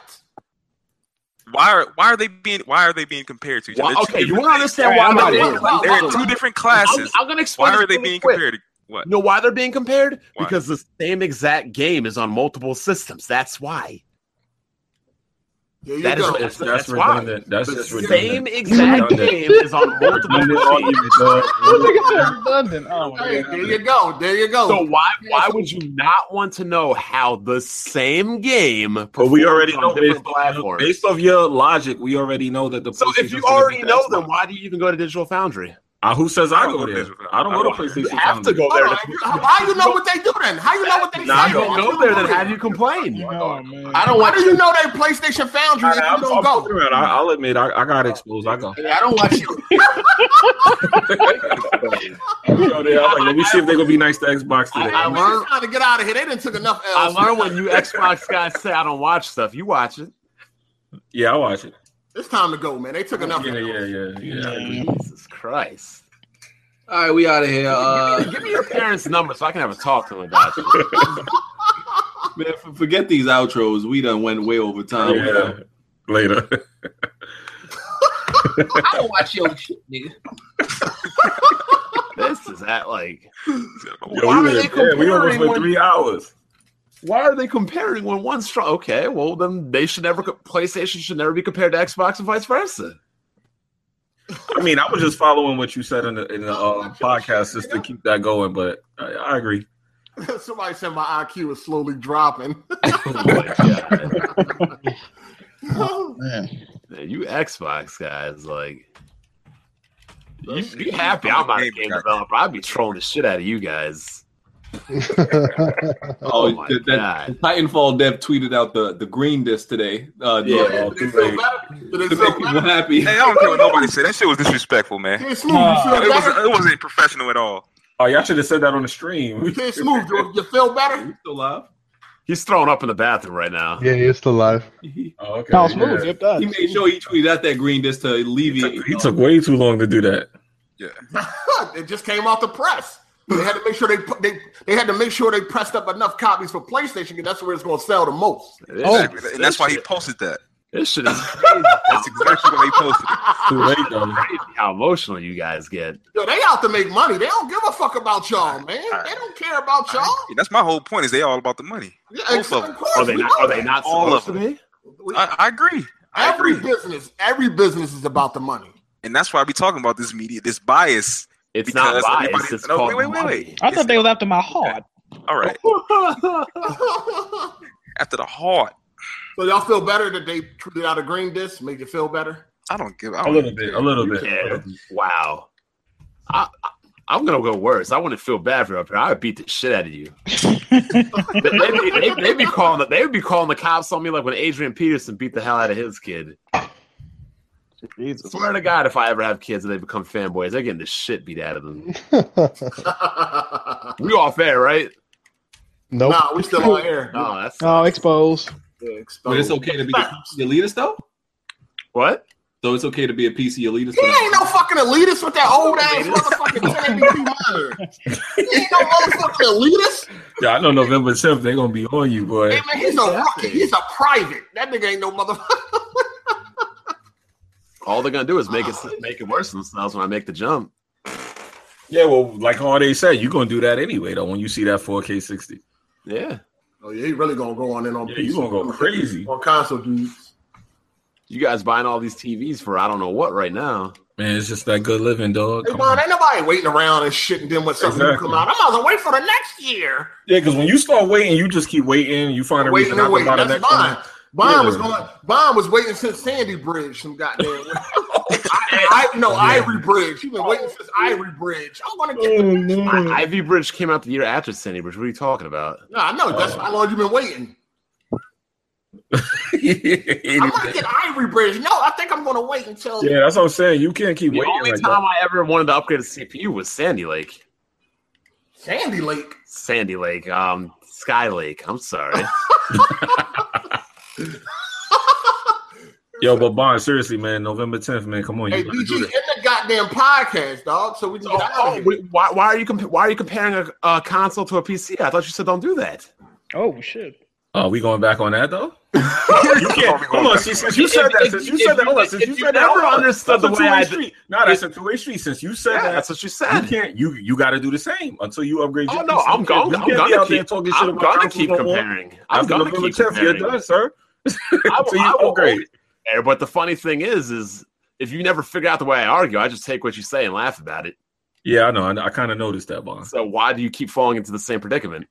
[SPEAKER 8] Why are why are they being why are they being compared to each
[SPEAKER 1] Why,
[SPEAKER 8] other? They're two
[SPEAKER 1] okay, you
[SPEAKER 8] different
[SPEAKER 1] want to
[SPEAKER 8] things.
[SPEAKER 1] understand why
[SPEAKER 4] Why-
[SPEAKER 1] I'm
[SPEAKER 4] why- why-
[SPEAKER 8] They're in two different classes.
[SPEAKER 1] I'm, I'm gonna explain.
[SPEAKER 8] Why
[SPEAKER 1] this
[SPEAKER 8] are they
[SPEAKER 1] really
[SPEAKER 8] being
[SPEAKER 1] quick.
[SPEAKER 8] compared? to- What?
[SPEAKER 1] You know why they're being compared?
[SPEAKER 8] Why?
[SPEAKER 1] Because the same exact game is on multiple systems. That's why.
[SPEAKER 4] There you
[SPEAKER 1] That is
[SPEAKER 4] go.
[SPEAKER 1] that's,
[SPEAKER 6] That's
[SPEAKER 1] that's why.
[SPEAKER 6] redundant. That's
[SPEAKER 1] The
[SPEAKER 6] just
[SPEAKER 1] same
[SPEAKER 6] redundant.
[SPEAKER 1] exact
[SPEAKER 6] Redundant.
[SPEAKER 1] game is on multiple
[SPEAKER 6] Redundant
[SPEAKER 1] machines.
[SPEAKER 6] argument, dog.
[SPEAKER 9] redundant. Oh,
[SPEAKER 4] Hey,
[SPEAKER 9] man.
[SPEAKER 4] there you go. There you go.
[SPEAKER 1] So why why would you not want to know how the same game?
[SPEAKER 6] But we
[SPEAKER 1] performs
[SPEAKER 6] already
[SPEAKER 1] on
[SPEAKER 6] know
[SPEAKER 1] different
[SPEAKER 6] based,
[SPEAKER 1] platforms.
[SPEAKER 6] based off your logic, we already know that the.
[SPEAKER 1] so if
[SPEAKER 6] PlayStation's
[SPEAKER 1] you
[SPEAKER 6] gonna
[SPEAKER 1] already
[SPEAKER 6] beat the
[SPEAKER 1] know
[SPEAKER 6] Xbox.
[SPEAKER 1] them, why do you even go to Digital Foundry?
[SPEAKER 6] Uh, who says I,
[SPEAKER 8] I don't
[SPEAKER 6] go
[SPEAKER 8] go to
[SPEAKER 6] there?
[SPEAKER 8] PlayStation.
[SPEAKER 6] I don't go to
[SPEAKER 8] I don't-
[SPEAKER 1] You
[SPEAKER 6] PlayStation.
[SPEAKER 1] have to
[SPEAKER 6] Foundry.
[SPEAKER 1] go
[SPEAKER 4] Hold
[SPEAKER 1] there.
[SPEAKER 4] on,
[SPEAKER 1] To,
[SPEAKER 4] you- how, how you know what they do then? How you know what they
[SPEAKER 1] now
[SPEAKER 4] say?
[SPEAKER 1] you don't
[SPEAKER 4] How
[SPEAKER 1] go there. Then
[SPEAKER 4] know
[SPEAKER 1] how
[SPEAKER 4] that?
[SPEAKER 1] do you complain?
[SPEAKER 9] Oh, man.
[SPEAKER 1] I don't
[SPEAKER 4] How
[SPEAKER 1] want
[SPEAKER 4] do you know they PlayStation Foundry if
[SPEAKER 6] I,
[SPEAKER 4] you don't
[SPEAKER 6] am
[SPEAKER 4] go?
[SPEAKER 6] around. I, will admit, I, I got exposed. I go.
[SPEAKER 1] I don't want you.
[SPEAKER 6] I go there. I'm like, let me see if they're gonna be nice to Xbox today.
[SPEAKER 1] I- I
[SPEAKER 4] I'm
[SPEAKER 1] learned-
[SPEAKER 4] just trying to get out of here. They didn't took enough
[SPEAKER 1] I
[SPEAKER 4] L's.
[SPEAKER 1] learned when you Xbox guys say I don't watch stuff. You watch it.
[SPEAKER 6] yeah, I watch it.
[SPEAKER 4] It's time to go, man. They took enough.
[SPEAKER 6] Yeah,
[SPEAKER 4] L's.
[SPEAKER 6] yeah, yeah, yeah.
[SPEAKER 1] Jesus Christ.
[SPEAKER 3] All right, we out of here. Uh,
[SPEAKER 1] Give me your parents' number so I can have a talk to them about you.
[SPEAKER 3] man, f- forget these outros. We done went way over time.
[SPEAKER 6] yeah. Later.
[SPEAKER 11] I don't watch your shit, nigga.
[SPEAKER 1] This is at like
[SPEAKER 6] Yo,
[SPEAKER 1] Why are
[SPEAKER 6] we,
[SPEAKER 1] they
[SPEAKER 6] went, yeah, we almost
[SPEAKER 1] comparing
[SPEAKER 6] went
[SPEAKER 1] when-
[SPEAKER 6] three hours.
[SPEAKER 1] why are they comparing when one's strong? Okay, well then they should never co- PlayStation should never be compared to Xbox and vice versa.
[SPEAKER 6] I mean, I was just following what you said in the, in the uh, podcast just to keep that going, but I, I agree.
[SPEAKER 4] Somebody said my IQ is slowly dropping.
[SPEAKER 1] Oh my God.
[SPEAKER 9] Man.
[SPEAKER 1] Man, you Xbox guys like. You,
[SPEAKER 8] Those-
[SPEAKER 1] you happy I'm not a
[SPEAKER 8] Game
[SPEAKER 1] game
[SPEAKER 8] guy.
[SPEAKER 1] developer? I'd be trolling the shit out of you guys.
[SPEAKER 3] Oh, that, that- Titanfall dev tweeted out the, the green disc today. Uh, the,
[SPEAKER 8] Yeah.
[SPEAKER 3] uh,
[SPEAKER 8] Did
[SPEAKER 3] to
[SPEAKER 8] it feel
[SPEAKER 3] make- to make people happy.
[SPEAKER 8] Hey, I don't care what nobody said. That shit was disrespectful, man.
[SPEAKER 4] Kid
[SPEAKER 8] It,
[SPEAKER 4] Smooth, you feel
[SPEAKER 8] was,
[SPEAKER 4] better?
[SPEAKER 8] it wasn't professional at all.
[SPEAKER 6] Oh, y'all should have said that on the stream.
[SPEAKER 4] Kid Smooth, you, you feel better?
[SPEAKER 3] Still live?
[SPEAKER 1] He's thrown up in the bathroom right now.
[SPEAKER 7] Yeah, you're still alive.
[SPEAKER 6] Oh, okay.
[SPEAKER 3] No,
[SPEAKER 6] yeah.
[SPEAKER 3] He made sure he tweeted out that green disc to alleviate.
[SPEAKER 6] He took way too long to do that.
[SPEAKER 4] it just came off the press. They had to make sure they put they they had to make sure they pressed up enough copies for PlayStation because that's where it's going to sell the most.
[SPEAKER 8] Exactly. and that's why he posted that.
[SPEAKER 1] This shit is
[SPEAKER 8] That's exactly why he posted it.
[SPEAKER 6] too late, though.
[SPEAKER 1] How emotional you guys get.
[SPEAKER 4] Yo, they out to make money. They don't give a fuck about y'all, man. They don't care about y'all.
[SPEAKER 8] That's my whole point. Is they all about the money?
[SPEAKER 4] Yeah,
[SPEAKER 8] Both of
[SPEAKER 4] of
[SPEAKER 8] them.
[SPEAKER 4] course Are they we not- know are they that. not
[SPEAKER 8] All of
[SPEAKER 4] supposed
[SPEAKER 8] them. I, I agree. I
[SPEAKER 4] Every
[SPEAKER 8] agree.
[SPEAKER 4] business, every business is about the money.
[SPEAKER 8] And that's why we talking about this media, this bias.
[SPEAKER 1] It's not
[SPEAKER 8] because
[SPEAKER 1] biased,
[SPEAKER 8] everybody-
[SPEAKER 1] it's
[SPEAKER 8] no,
[SPEAKER 1] called
[SPEAKER 8] wait, wait, wait,
[SPEAKER 1] money.
[SPEAKER 8] wait.
[SPEAKER 9] I thought they was after my heart.
[SPEAKER 8] All right.
[SPEAKER 4] so
[SPEAKER 8] After the heart,
[SPEAKER 4] y'all feel better that they tweeted out a green disc? Made you feel better?
[SPEAKER 8] I don't give. I
[SPEAKER 6] A
[SPEAKER 8] don't
[SPEAKER 6] little
[SPEAKER 8] even
[SPEAKER 6] bit.
[SPEAKER 8] care.
[SPEAKER 6] A little bit.
[SPEAKER 1] Yeah. Wow. I, I I'm gonna go worse. I wouldn't feel bad for you up here. I would beat the shit out of you. they, they, be- they, they be calling the, they would be calling the cops on me like when Adrian Peterson beat the hell out of his kid. Swear to God, if I ever have kids and they become fanboys, they're getting the shit beat out of them. we off air, right?
[SPEAKER 7] Nope.
[SPEAKER 4] Nah, we still on air.
[SPEAKER 1] No, that's
[SPEAKER 2] Oh, exposed.
[SPEAKER 4] Yeah,
[SPEAKER 3] But it's okay to be a PC elitist, though?
[SPEAKER 1] What?
[SPEAKER 3] So it's okay to be a PC elitist?
[SPEAKER 4] He ain't no fucking elitist with that old ass motherfucking 1080p monitor. He ain't no motherfucking elitist.
[SPEAKER 6] Yeah, I know November 10th, they're going to be on you, boy.
[SPEAKER 4] Hey, man, he's a rookie. He's a private. That nigga ain't no motherfucker.
[SPEAKER 1] All they're gonna do is make it make it worse themselves when I make the jump.
[SPEAKER 6] Yeah, well, like all they said, you're going to do that anyway, though, when you see that 4K 60.
[SPEAKER 1] Yeah.
[SPEAKER 4] Oh yeah, he really gonna go on in on
[SPEAKER 6] Yeah,
[SPEAKER 4] PC.
[SPEAKER 6] you going to go crazy.
[SPEAKER 4] on console dudes.
[SPEAKER 1] You guys buying all these TVs for I don't know what right now.
[SPEAKER 6] Man, it's just that good living, dog.
[SPEAKER 4] Hey, man, ain't nobody waiting around and shit. And then when something new
[SPEAKER 6] Exactly.
[SPEAKER 4] come out, I'm gonna wait for the next year.
[SPEAKER 6] Yeah, because when you start waiting, you just keep waiting. You find a
[SPEAKER 4] Waiting
[SPEAKER 6] reason not
[SPEAKER 4] and
[SPEAKER 6] to
[SPEAKER 4] waiting.
[SPEAKER 6] buy the
[SPEAKER 4] That's
[SPEAKER 6] next
[SPEAKER 4] Bond.
[SPEAKER 6] one.
[SPEAKER 4] Bond was
[SPEAKER 6] Yeah.
[SPEAKER 4] going. Bond was waiting since Sandy Bridge. Some goddamn. I, I no Ivory Bridge. You've been waiting since Ivory Bridge. I'm gonna
[SPEAKER 3] Oh,
[SPEAKER 4] get.
[SPEAKER 6] Mm.
[SPEAKER 4] the next
[SPEAKER 2] Hmm.
[SPEAKER 4] one.
[SPEAKER 1] I, Ivy Bridge came out the year after Sandy Bridge. What are you talking about?
[SPEAKER 4] No, I know. That's how long you've been waiting. I'm gonna
[SPEAKER 6] yeah,
[SPEAKER 4] get Ivory Bridge. No, I think I'm gonna wait until.
[SPEAKER 6] that's what I'm saying. You can't keep
[SPEAKER 1] The
[SPEAKER 6] waiting.
[SPEAKER 1] only
[SPEAKER 6] like
[SPEAKER 1] time I ever wanted to upgrade a CPU was Sandy Lake.
[SPEAKER 4] Sandy Lake.
[SPEAKER 1] Sandy Lake. Um Sky Lake. I'm sorry.
[SPEAKER 6] that. Yo, but Bond, seriously, man, November 10th, man, come on.
[SPEAKER 4] Hey,
[SPEAKER 6] You gotta
[SPEAKER 4] BG,
[SPEAKER 6] do
[SPEAKER 4] in
[SPEAKER 6] this.
[SPEAKER 4] the goddamn podcast, dog. So we can get out
[SPEAKER 1] Oh,
[SPEAKER 4] of here.
[SPEAKER 1] wait, why, why are you compa- why are you comparing a, a console to a PC? I thought you said don't do that.
[SPEAKER 9] Oh shit.
[SPEAKER 6] Oh, we going back on that, though? you can't. Hold on, see, since you said that, since you said that, hold on, since you said that,
[SPEAKER 1] never
[SPEAKER 6] hold on.
[SPEAKER 1] understood
[SPEAKER 6] That's a
[SPEAKER 1] the way
[SPEAKER 6] two-way
[SPEAKER 1] I-
[SPEAKER 6] street. No, that's a two-way street. Since you said
[SPEAKER 1] Yeah,
[SPEAKER 6] that,
[SPEAKER 1] that's what you
[SPEAKER 6] You
[SPEAKER 1] said.
[SPEAKER 6] can't. You you got to do the same until you upgrade.
[SPEAKER 1] Oh
[SPEAKER 6] your
[SPEAKER 1] no,
[SPEAKER 6] PC.
[SPEAKER 1] I'm
[SPEAKER 6] You can't-
[SPEAKER 1] going.
[SPEAKER 6] you
[SPEAKER 1] I'm
[SPEAKER 6] can't be
[SPEAKER 1] gonna
[SPEAKER 6] out there
[SPEAKER 1] keep.
[SPEAKER 6] talking shit
[SPEAKER 1] I'm
[SPEAKER 6] about
[SPEAKER 1] gonna
[SPEAKER 6] consoles
[SPEAKER 1] keep
[SPEAKER 6] no more.
[SPEAKER 1] comparing. I'm
[SPEAKER 6] After
[SPEAKER 1] gonna
[SPEAKER 6] November
[SPEAKER 1] keep
[SPEAKER 6] 10th, you're
[SPEAKER 1] comparing.
[SPEAKER 6] done, sir.
[SPEAKER 1] I
[SPEAKER 6] Until
[SPEAKER 1] will,
[SPEAKER 6] you
[SPEAKER 1] I will
[SPEAKER 6] upgrade.
[SPEAKER 1] always err, But the funny thing is, is if you never figure out the way I argue, I just take what you say and laugh about it.
[SPEAKER 6] Yeah, I know. I, kind of noticed that, Bond.
[SPEAKER 1] So why do you keep falling into the same predicament?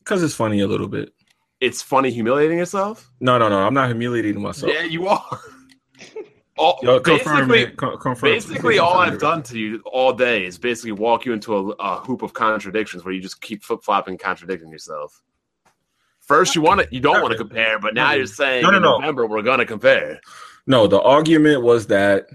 [SPEAKER 6] Because it's funny a little bit.
[SPEAKER 1] It's funny humiliating yourself.
[SPEAKER 6] No, no, no. I'm not humiliating myself.
[SPEAKER 1] yeah, you are. All,
[SPEAKER 6] Yo, confirm
[SPEAKER 1] basically,
[SPEAKER 6] it. Co- confirm.
[SPEAKER 1] basically, all I've done to you all day is basically walk you into a, a hoop of contradictions where you just keep flip flopping, contradicting yourself. First, you want to, you don't want to compare, but now you're saying
[SPEAKER 6] No, no,
[SPEAKER 1] in
[SPEAKER 6] no.
[SPEAKER 1] November we're gonna compare.
[SPEAKER 6] No, the argument was that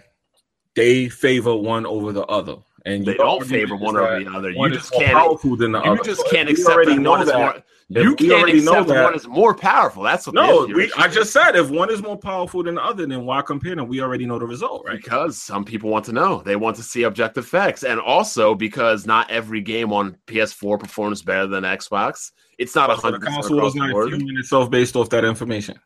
[SPEAKER 6] they favor one over the other, and
[SPEAKER 1] They
[SPEAKER 6] your
[SPEAKER 1] don't
[SPEAKER 6] argument
[SPEAKER 1] favor
[SPEAKER 6] is
[SPEAKER 1] one over
[SPEAKER 6] that
[SPEAKER 1] the other.
[SPEAKER 6] one
[SPEAKER 1] You
[SPEAKER 6] is
[SPEAKER 1] just
[SPEAKER 6] more
[SPEAKER 1] can't.
[SPEAKER 6] powerful than the
[SPEAKER 1] You
[SPEAKER 6] other.
[SPEAKER 1] just
[SPEAKER 6] But
[SPEAKER 1] can't
[SPEAKER 6] we
[SPEAKER 1] accept
[SPEAKER 6] already
[SPEAKER 1] that
[SPEAKER 6] know
[SPEAKER 1] one is
[SPEAKER 6] that.
[SPEAKER 1] more.
[SPEAKER 6] If
[SPEAKER 1] You
[SPEAKER 6] we
[SPEAKER 1] can't
[SPEAKER 6] already know
[SPEAKER 1] accept
[SPEAKER 6] that-
[SPEAKER 1] one is more powerful. That's what.
[SPEAKER 6] No,
[SPEAKER 1] the issue
[SPEAKER 6] we,
[SPEAKER 1] is.
[SPEAKER 6] I just said if one is more powerful than the other, then why compare them? We already know the result, right?
[SPEAKER 1] because some people want to know. They want to see objective facts, and also because not every game on PS4 performs better than Xbox. It's not a
[SPEAKER 6] So the
[SPEAKER 1] hundred percent
[SPEAKER 6] console
[SPEAKER 1] across
[SPEAKER 6] was
[SPEAKER 1] the
[SPEAKER 6] not
[SPEAKER 1] board.
[SPEAKER 6] fueling itself based off that information.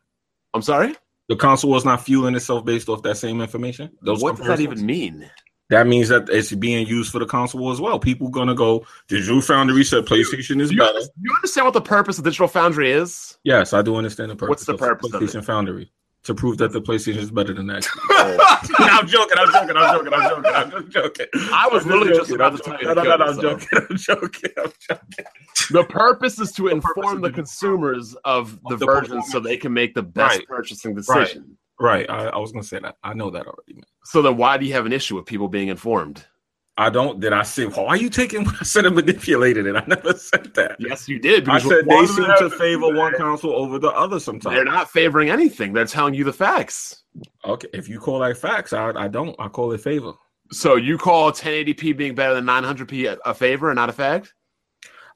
[SPEAKER 1] I'm sorry.
[SPEAKER 6] The console was not fueling itself based off that same information. Those
[SPEAKER 1] what does that
[SPEAKER 6] comparisons?
[SPEAKER 1] even mean?
[SPEAKER 6] That means that it's being used for the console as well. People gonna go. Digital Foundry said PlayStation is
[SPEAKER 1] Do you,
[SPEAKER 6] better.
[SPEAKER 1] understand, you understand what the purpose of Digital Foundry is?
[SPEAKER 6] Yes, I do understand the purpose.
[SPEAKER 1] What's the
[SPEAKER 6] of
[SPEAKER 1] purpose of it?
[SPEAKER 6] PlayStation Foundry to prove that the PlayStation is better than that. I'm joking. I'm joking. I'm joking. I'm joking. I'm just joking.
[SPEAKER 1] I was
[SPEAKER 6] I'm
[SPEAKER 1] literally just
[SPEAKER 6] joking,
[SPEAKER 1] about
[SPEAKER 6] I'm
[SPEAKER 1] to tell
[SPEAKER 6] joking.
[SPEAKER 1] you to
[SPEAKER 6] No, no, no,
[SPEAKER 1] kill
[SPEAKER 6] I'm joking. I'm joking. I'm joking.
[SPEAKER 1] The purpose is to
[SPEAKER 6] purpose
[SPEAKER 1] inform
[SPEAKER 6] of
[SPEAKER 1] the
[SPEAKER 6] Digital
[SPEAKER 1] consumers of the
[SPEAKER 6] the
[SPEAKER 1] version
[SPEAKER 6] performance.
[SPEAKER 1] so they can make the best
[SPEAKER 6] Right.
[SPEAKER 1] purchasing
[SPEAKER 6] Right.
[SPEAKER 1] decision.
[SPEAKER 6] Right. I, I was gonna say that. I know that already. Man.
[SPEAKER 1] So then, why do you have an issue with people being informed?
[SPEAKER 6] I don't. Did I say why are you taking? I said I manipulated it. I never said that.
[SPEAKER 1] Yes, you did.
[SPEAKER 6] I
[SPEAKER 1] because
[SPEAKER 6] said
[SPEAKER 1] one
[SPEAKER 6] they
[SPEAKER 1] of
[SPEAKER 6] seem
[SPEAKER 1] them-
[SPEAKER 6] to favor one council over the other sometimes.
[SPEAKER 1] They're not
[SPEAKER 6] favoring anything. They're telling you the facts. Okay, if you call that facts, I, I don't. I call it favor.
[SPEAKER 1] So you call 1080p being better than 900p a, a favor and not a fact?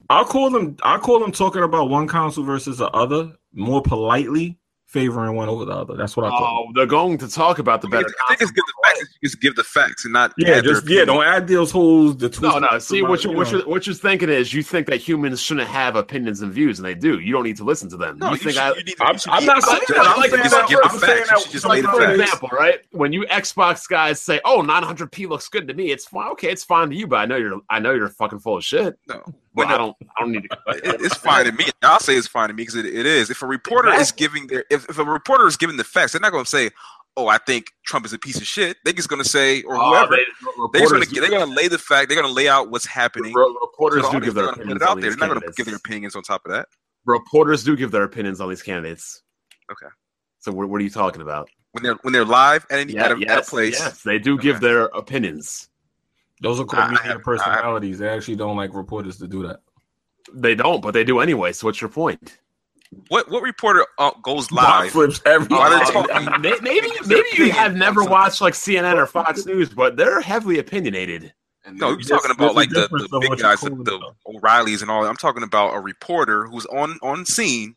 [SPEAKER 6] I call them. I call them talking about one council versus the other more politely, favoring one over the other. That's what I call.
[SPEAKER 1] Oh, they're going to talk about the better.
[SPEAKER 8] I think it's give the facts. You just give the facts and not.
[SPEAKER 6] it. Yeah,
[SPEAKER 8] add their
[SPEAKER 6] just yeah. Don't add those holes. The
[SPEAKER 1] No, no.
[SPEAKER 6] twist-
[SPEAKER 1] See what you
[SPEAKER 6] you
[SPEAKER 1] what
[SPEAKER 6] know.
[SPEAKER 1] you what you're thinking is you think that humans shouldn't have opinions and views, and they do. You don't need to listen to them.
[SPEAKER 6] No,
[SPEAKER 1] you,
[SPEAKER 6] you
[SPEAKER 1] think
[SPEAKER 6] should-
[SPEAKER 1] I?
[SPEAKER 6] you need to- I'm- you should- I'm not saying
[SPEAKER 1] I-
[SPEAKER 6] that. I'm
[SPEAKER 1] like,
[SPEAKER 6] saying
[SPEAKER 1] for
[SPEAKER 6] that-
[SPEAKER 1] example,
[SPEAKER 6] I'm saying that-
[SPEAKER 1] just
[SPEAKER 6] like,
[SPEAKER 1] like,
[SPEAKER 6] for
[SPEAKER 1] for
[SPEAKER 6] example,
[SPEAKER 1] example, right? When you Xbox guys say, "Oh, 900p looks good to me," it's fine. Okay, it's fine to you, but I know you're I know you're fucking full of shit.
[SPEAKER 8] No,
[SPEAKER 1] but I don't I don't need to.
[SPEAKER 8] It- it's fine to me. I'll say it's fine to me because it, it is. If a reporter is giving their if, if a reporter is giving the facts, they're not going to say, "Oh, I think Trump is a piece of shit." They're just going to say, or
[SPEAKER 1] Oh,
[SPEAKER 8] whoever,
[SPEAKER 1] they-
[SPEAKER 8] they, are going
[SPEAKER 1] reporters
[SPEAKER 8] to
[SPEAKER 1] do-
[SPEAKER 8] they're going to lay the fact. They're going to lay out what's happening.
[SPEAKER 1] reporters
[SPEAKER 8] So
[SPEAKER 1] do
[SPEAKER 8] the
[SPEAKER 1] give their
[SPEAKER 8] audience is gonna
[SPEAKER 1] opinions
[SPEAKER 8] put it
[SPEAKER 1] on
[SPEAKER 8] out there.
[SPEAKER 1] these
[SPEAKER 8] They're not going to
[SPEAKER 1] candidates.
[SPEAKER 8] give their opinions on top of that.
[SPEAKER 1] Reporters do give their opinions on these candidates.
[SPEAKER 8] Okay.
[SPEAKER 1] So what, what are you talking about?
[SPEAKER 8] When they're when they're live at any
[SPEAKER 1] Yeah,
[SPEAKER 8] at, a, at a
[SPEAKER 1] yes,
[SPEAKER 8] place.
[SPEAKER 1] yes, they do give their opinions.
[SPEAKER 6] Those are called media personalities. They actually don't like reporters to do that.
[SPEAKER 1] They don't, but they do anyway. So what's your point?
[SPEAKER 8] What what reporter uh, goes live?
[SPEAKER 6] flips
[SPEAKER 8] While they're
[SPEAKER 1] Uh,
[SPEAKER 8] talking,
[SPEAKER 1] may- maybe
[SPEAKER 8] gives their
[SPEAKER 1] maybe you
[SPEAKER 8] opinion
[SPEAKER 1] have never watched like CNN or Fox News, but they're heavily opinionated.
[SPEAKER 8] No, you're talking about like the, the big guys, the, the O'Reillys and all. that. I'm talking about a reporter who's on on scene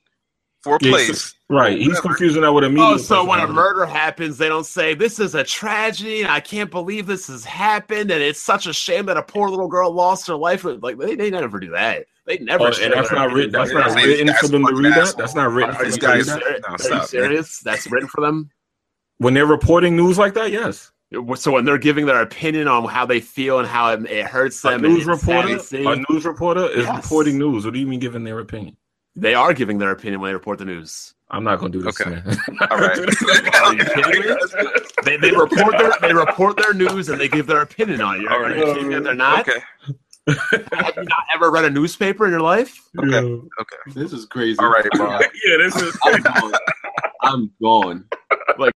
[SPEAKER 8] for a
[SPEAKER 6] Yeah,
[SPEAKER 8] place.
[SPEAKER 6] he's- right. He's confusing that with a media.
[SPEAKER 1] Oh, so when a
[SPEAKER 6] personality.
[SPEAKER 1] murder happens, they don't say this is a tragedy. and I can't believe this has happened, and it's such a shame that a poor little girl lost her life. Like they, they never do that. They never.
[SPEAKER 6] Oh,
[SPEAKER 1] share
[SPEAKER 6] and that's
[SPEAKER 1] their
[SPEAKER 6] not written.
[SPEAKER 1] opinions
[SPEAKER 6] That's
[SPEAKER 1] like that.
[SPEAKER 6] not written for them to read that. That's not written.
[SPEAKER 1] Are
[SPEAKER 6] for
[SPEAKER 1] you
[SPEAKER 6] them to read
[SPEAKER 1] guys
[SPEAKER 6] that?
[SPEAKER 1] serious? Are you serious? That's written for them.
[SPEAKER 6] When they're reporting news like that, yes.
[SPEAKER 1] So when they're giving their opinion on how they feel and how it, it hurts
[SPEAKER 6] A
[SPEAKER 1] them, and
[SPEAKER 6] news
[SPEAKER 1] it's sad
[SPEAKER 6] reporter,
[SPEAKER 1] to see,
[SPEAKER 6] a news reporter is
[SPEAKER 1] Yes.
[SPEAKER 6] reporting news. What do you mean giving their opinion?
[SPEAKER 1] they are giving their opinion when they report the news.
[SPEAKER 6] I'm not going to do this. Okay.
[SPEAKER 8] All right.
[SPEAKER 1] Are you kidding me? They, they report their they report their news and they give their opinion on it. You're, are you kidding me? They're not.
[SPEAKER 8] Okay.
[SPEAKER 1] Have you not ever read a newspaper in your life?
[SPEAKER 8] Okay.
[SPEAKER 3] This is crazy.
[SPEAKER 8] All right, Bob.
[SPEAKER 6] yeah, this is.
[SPEAKER 3] I'm gone.
[SPEAKER 1] Like